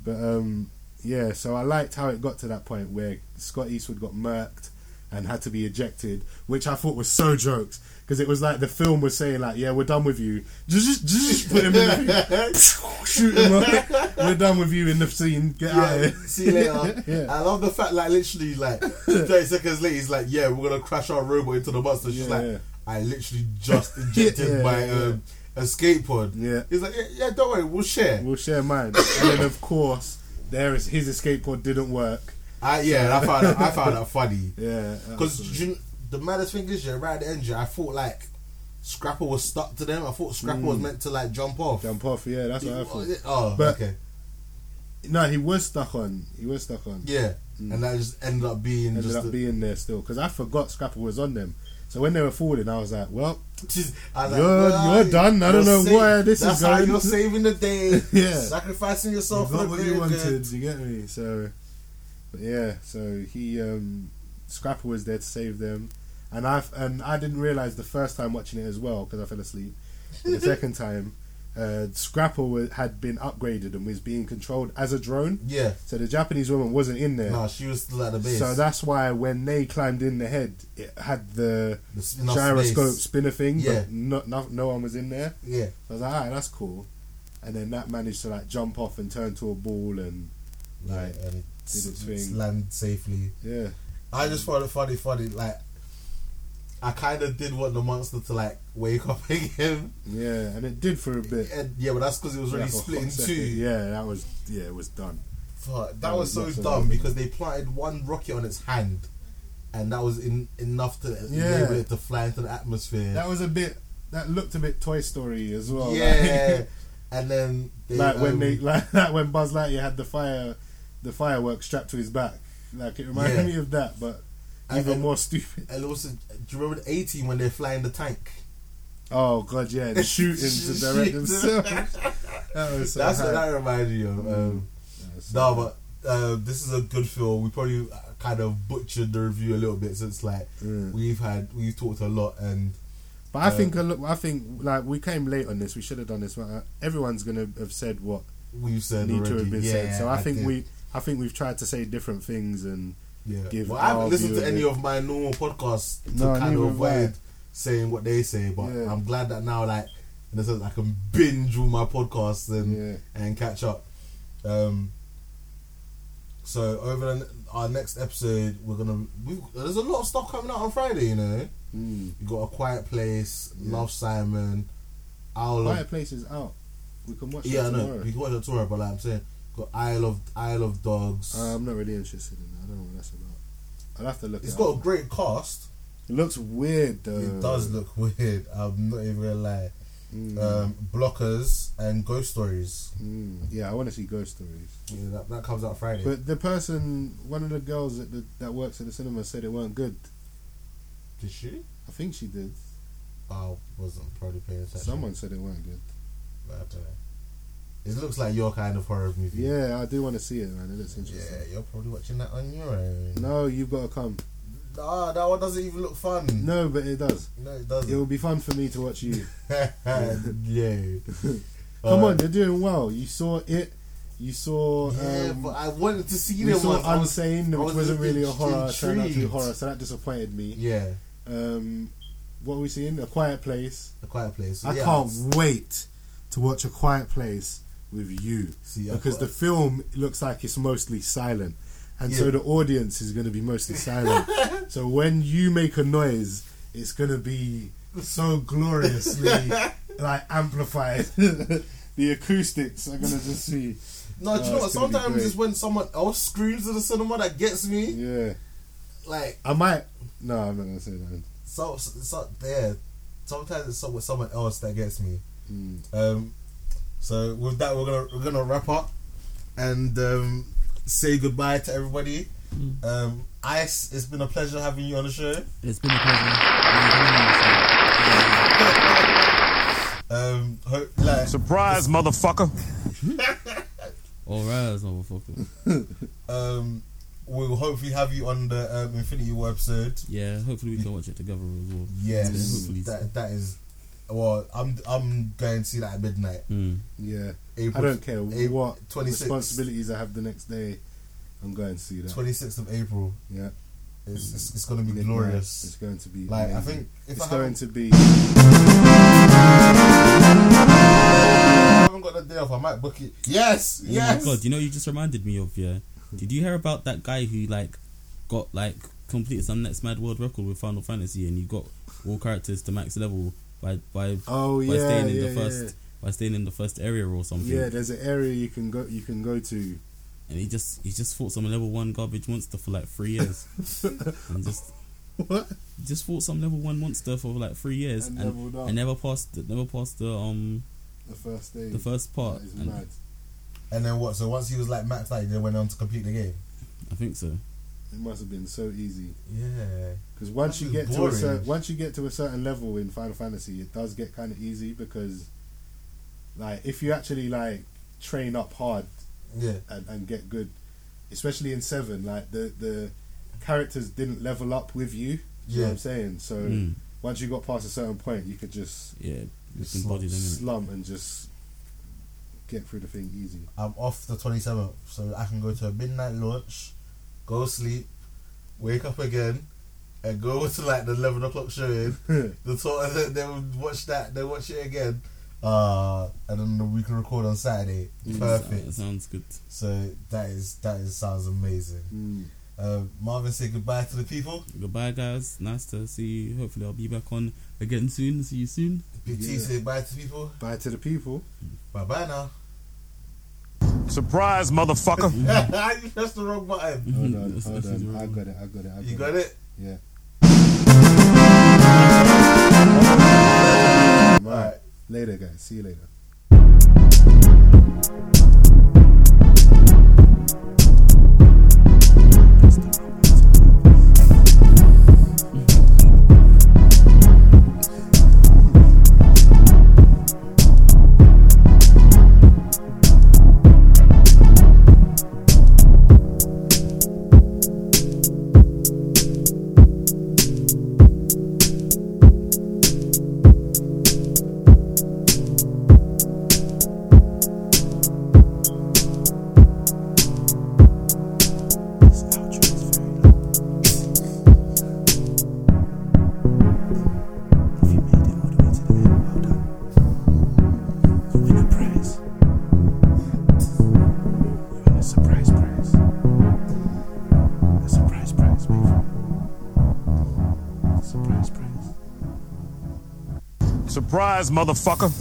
But um, yeah, so I liked how it got to that point where Scott Eastwood got murked and had to be ejected, which I thought was so jokes because it was like the film was saying like, "Yeah, we're done with you." Just, just, just put him in the shoot him up. We're done with you in the scene. Get out
Yeah,
of here.
see you later.
yeah.
I love the fact, like, literally, like, 30 seconds later, he's like, yeah, we're going to crash our robot into the monster. She's
Yeah,
like,
yeah.
I literally just injected
Yeah,
my
yeah.
um, escape pod.
Yeah.
He's like, yeah, yeah, don't worry, we'll share.
We'll share mine. and then of course, there is his escape pod didn't work.
I, yeah, I found that, I found that funny.
Yeah,
Because the maddest thing is, yeah, right at the end, yeah, I thought, like, Scrapper was stuck to them. I thought Scrapper was meant to, like, jump off.
Mm. jump off. Yeah, that's what I thought.
Oh,
But-
okay.
No, he was stuck on. He was stuck on.
Yeah. And that just ended up being
ended
just
up
a-
being there still because I forgot Scrapper was on them. So when they were falling, I was like, well,
I was
You're-
well,
you're done. I
you're
don't know where this is
That's how
going.
you're saving the day.
Yeah.
sacrificing yourself
you got
for the
what you
greater
wanted.
good.
You get me? So, but yeah. So he um, Scrapper was there to save them, and I and I didn't realize the first time watching it as well because I fell asleep. But the second time, uh, Scrapper wa had been upgraded and was being controlled as a drone.
Yeah.
So the Japanese woman wasn't in there.
No, she was still at the base.
So that's why when they climbed in the head, it had the
The spin- enough
gyroscope
space.
spinner thing,
Yeah.
but no, no, no one was in there.
Yeah.
So I was like, alright, that's cool. And then that managed to like jump off and turn to a ball and like,
yeah, and
did its
s-
thing.
land safely.
yeah,
I just found it funny, funny. Like, I kind of did want the monster to like wake up again.
yeah, and it did for a bit.
And, yeah, but that's because it was
Yeah,
already
for a
split
hot
in
second.
two.
Yeah, that was yeah, it was done.
Fuck, that,
That
was,
was not
so
so
dumb
good.
because they planted one rocket on its hand, and that was in, enough to
Yeah.
enable it to fly into the atmosphere.
That was a bit. That looked a bit Toy Story as well.
yeah, and then they,
Like, like when
um,
they like that when Buzz Lightyear had the fire, the fireworks strapped to his back. Like it reminded
Yeah.
me of that, but
And-
even
and-
more stupid.
And also, do you remember the 18 when they're flying the tank?
Oh god, yeah, the shooting to direct themselves. That was so
That's
hype. Mm.
what that reminded you of. Um,
That was so
no,
hype.
but uh, this is a good film. We probably uh, kind of butchered the review a little bit since like
Mm.
we've had we've talked a lot and
But I
uh,
think a lo- I think like we came late on this. We should have done this. Uh, Everyone's gonna have said what
we've said
need
already.
to have been
yeah,
said. So I, think
did.
we I think we've tried to say different things and
yeah.
give
Well, I
our
haven't listened
view
to
of
any
it.
of my normal podcasts to
No,
kind of
neither have I.
avoid saying what they say. But
Yeah.
I'm glad that now, like in a sense, I can binge all my podcasts and
yeah.
and catch up. Um, so over the, our next episode, we're gonna. We've, there's a lot of stuff coming out on Friday. You know,
Mm.
you got a Quiet Place,
Yeah.
Love Simon, Owl. Of,
Fireplace is out. We can watch
yeah,
that
I know.
tomorrow.
We can watch it tomorrow, but like I'm saying, got Isle of Isle of Dogs.
Uh, I'm not really interested in that. I don't know what that's about. I'll have to look.
it's
it
got a
up.
great cast.
It looks weird though.
it does look weird. I'm not even gonna lie.
Mm.
Um, blockers and ghost stories.
Mm. Yeah, I want to see ghost stories.
Yeah, that, that comes out Friday.
But the person, one of the girls that the, that works at the cinema said it weren't good.
Did she?
I think she did.
I wasn't probably paying attention.
Someone said it weren't good.
I don't know. It looks like your kind of horror movie.
Yeah, I do want to see it, man. It looks interesting.
Yeah, you're probably watching that on your own.
No, you've got to come.
Nah, that one doesn't even look fun.
No, but it does.
No, it
It will
Mm. doesn't.
be fun for me to watch you.
yeah.
Come
Uh,
on, you're doing well. You saw it. You saw.
Yeah,
um,
but I wanted to see
we
them
saw
once. I was-
Unsane,
I was
which wasn't really a
int-
horror. it Turned out to be
intrigued.
horror, so that disappointed me.
Yeah,
Um, what are we seeing? A Quiet Place.
A Quiet Place.
I
yeah,
can't wait to watch A Quiet Place with you
See, I
because the
got-
film looks like it's mostly silent, and
Yeah.
so the audience is going to be mostly silent. so when you make a noise, it's gonna be so gloriously like amplified. the acoustics are gonna just be.
No, do you know what?
it's gonna be
Sometimes
great.
it's when someone else screams in the cinema that gets me.
yeah.
Like
I might. No, I'm not gonna say that.
so, so it's not there. Sometimes it's with someone else that gets me.
Hmm.
Um, so with that, we're gonna we're gonna wrap up and um, say goodbye to everybody. Um, Ice, it's been a pleasure having you on the show.
Hmm. It's been a pleasure.
Um, hope, like,
Surprise, motherfucker.
All right, Oh, motherfucker.
um, we'll hopefully have you on the um, Infinity War episode.
Yeah, hopefully we can watch it together as well. Oh Yeah,
Yes,
hopefully.
that that is. Well, I'm I'm going to see that at midnight.
Mm.
Yeah,
April-
Hmm. I don't care
April-
what
26.
responsibilities I have the next day. I'm going to see that.
Twenty sixth of April.
yeah,
It's it's, it's going to be
Midnight.
glorious.
It's going to be
Like, I
amazing.
think if
it's
I
going to
haven't-
be.
I haven't got that day off. I might book it. Yes,
Oh
yes.
my god, you know you just reminded me of yeah. Did you hear about that guy who like got like completed some next mad world record with Final Fantasy and you got all characters to max level by by
Oh
by
yeah,
staying in
yeah,
the first by staying in the first area or something.
yeah. yeah. There's an area you can go. You can go to.
And he just he just fought some level one garbage monster for like three years. and just
What?
he just fought some level one monster for like three years
And
and,
leveled up.
and never passed the- never passed the um
The first day.
the first part.
That is
And
mad.
And then what? So once he was like maxed out, he then went on to complete the game.
I think so.
It must have been so easy
Yeah.
because once you
That is
get to a
boring.
cer- once you get to a certain level in Final Fantasy, it does get kind of easy because, like, if you actually like train up hard
Yeah.
and, and get good, especially in seven, like the the characters didn't level up with you. You know what
Yeah.
I'm saying? So
Mm.
once you got past a certain point, you could just
Yeah, you
Just
can body them in
slump and just get through the thing easy.
I'm off the 27th, so I can go to a midnight launch, go sleep, wake up again, and go to like the 11 o'clock showing. the tour, then they'll watch that, they'll watch it again. Uh, and then we can record on Saturday.
it.
Perfect.
uh, That sounds good.
So that is that is sounds amazing.
Mm.
Uh, Marvin, say goodbye to the people.
Goodbye, guys. Nice to see you. Hopefully, I'll be back on again soon. See you soon.
BT,
Yeah.
say bye to people.
Bye to the people.
Bye bye now.
Surprise, motherfucker.
you pressed the wrong button.
Hold on,
That's-
hold
that's his
on. I
wrong
got it. I got it. I got
You got it.
Yeah.
Alright.
Later, guys. See you later.
Surprise, motherfucker.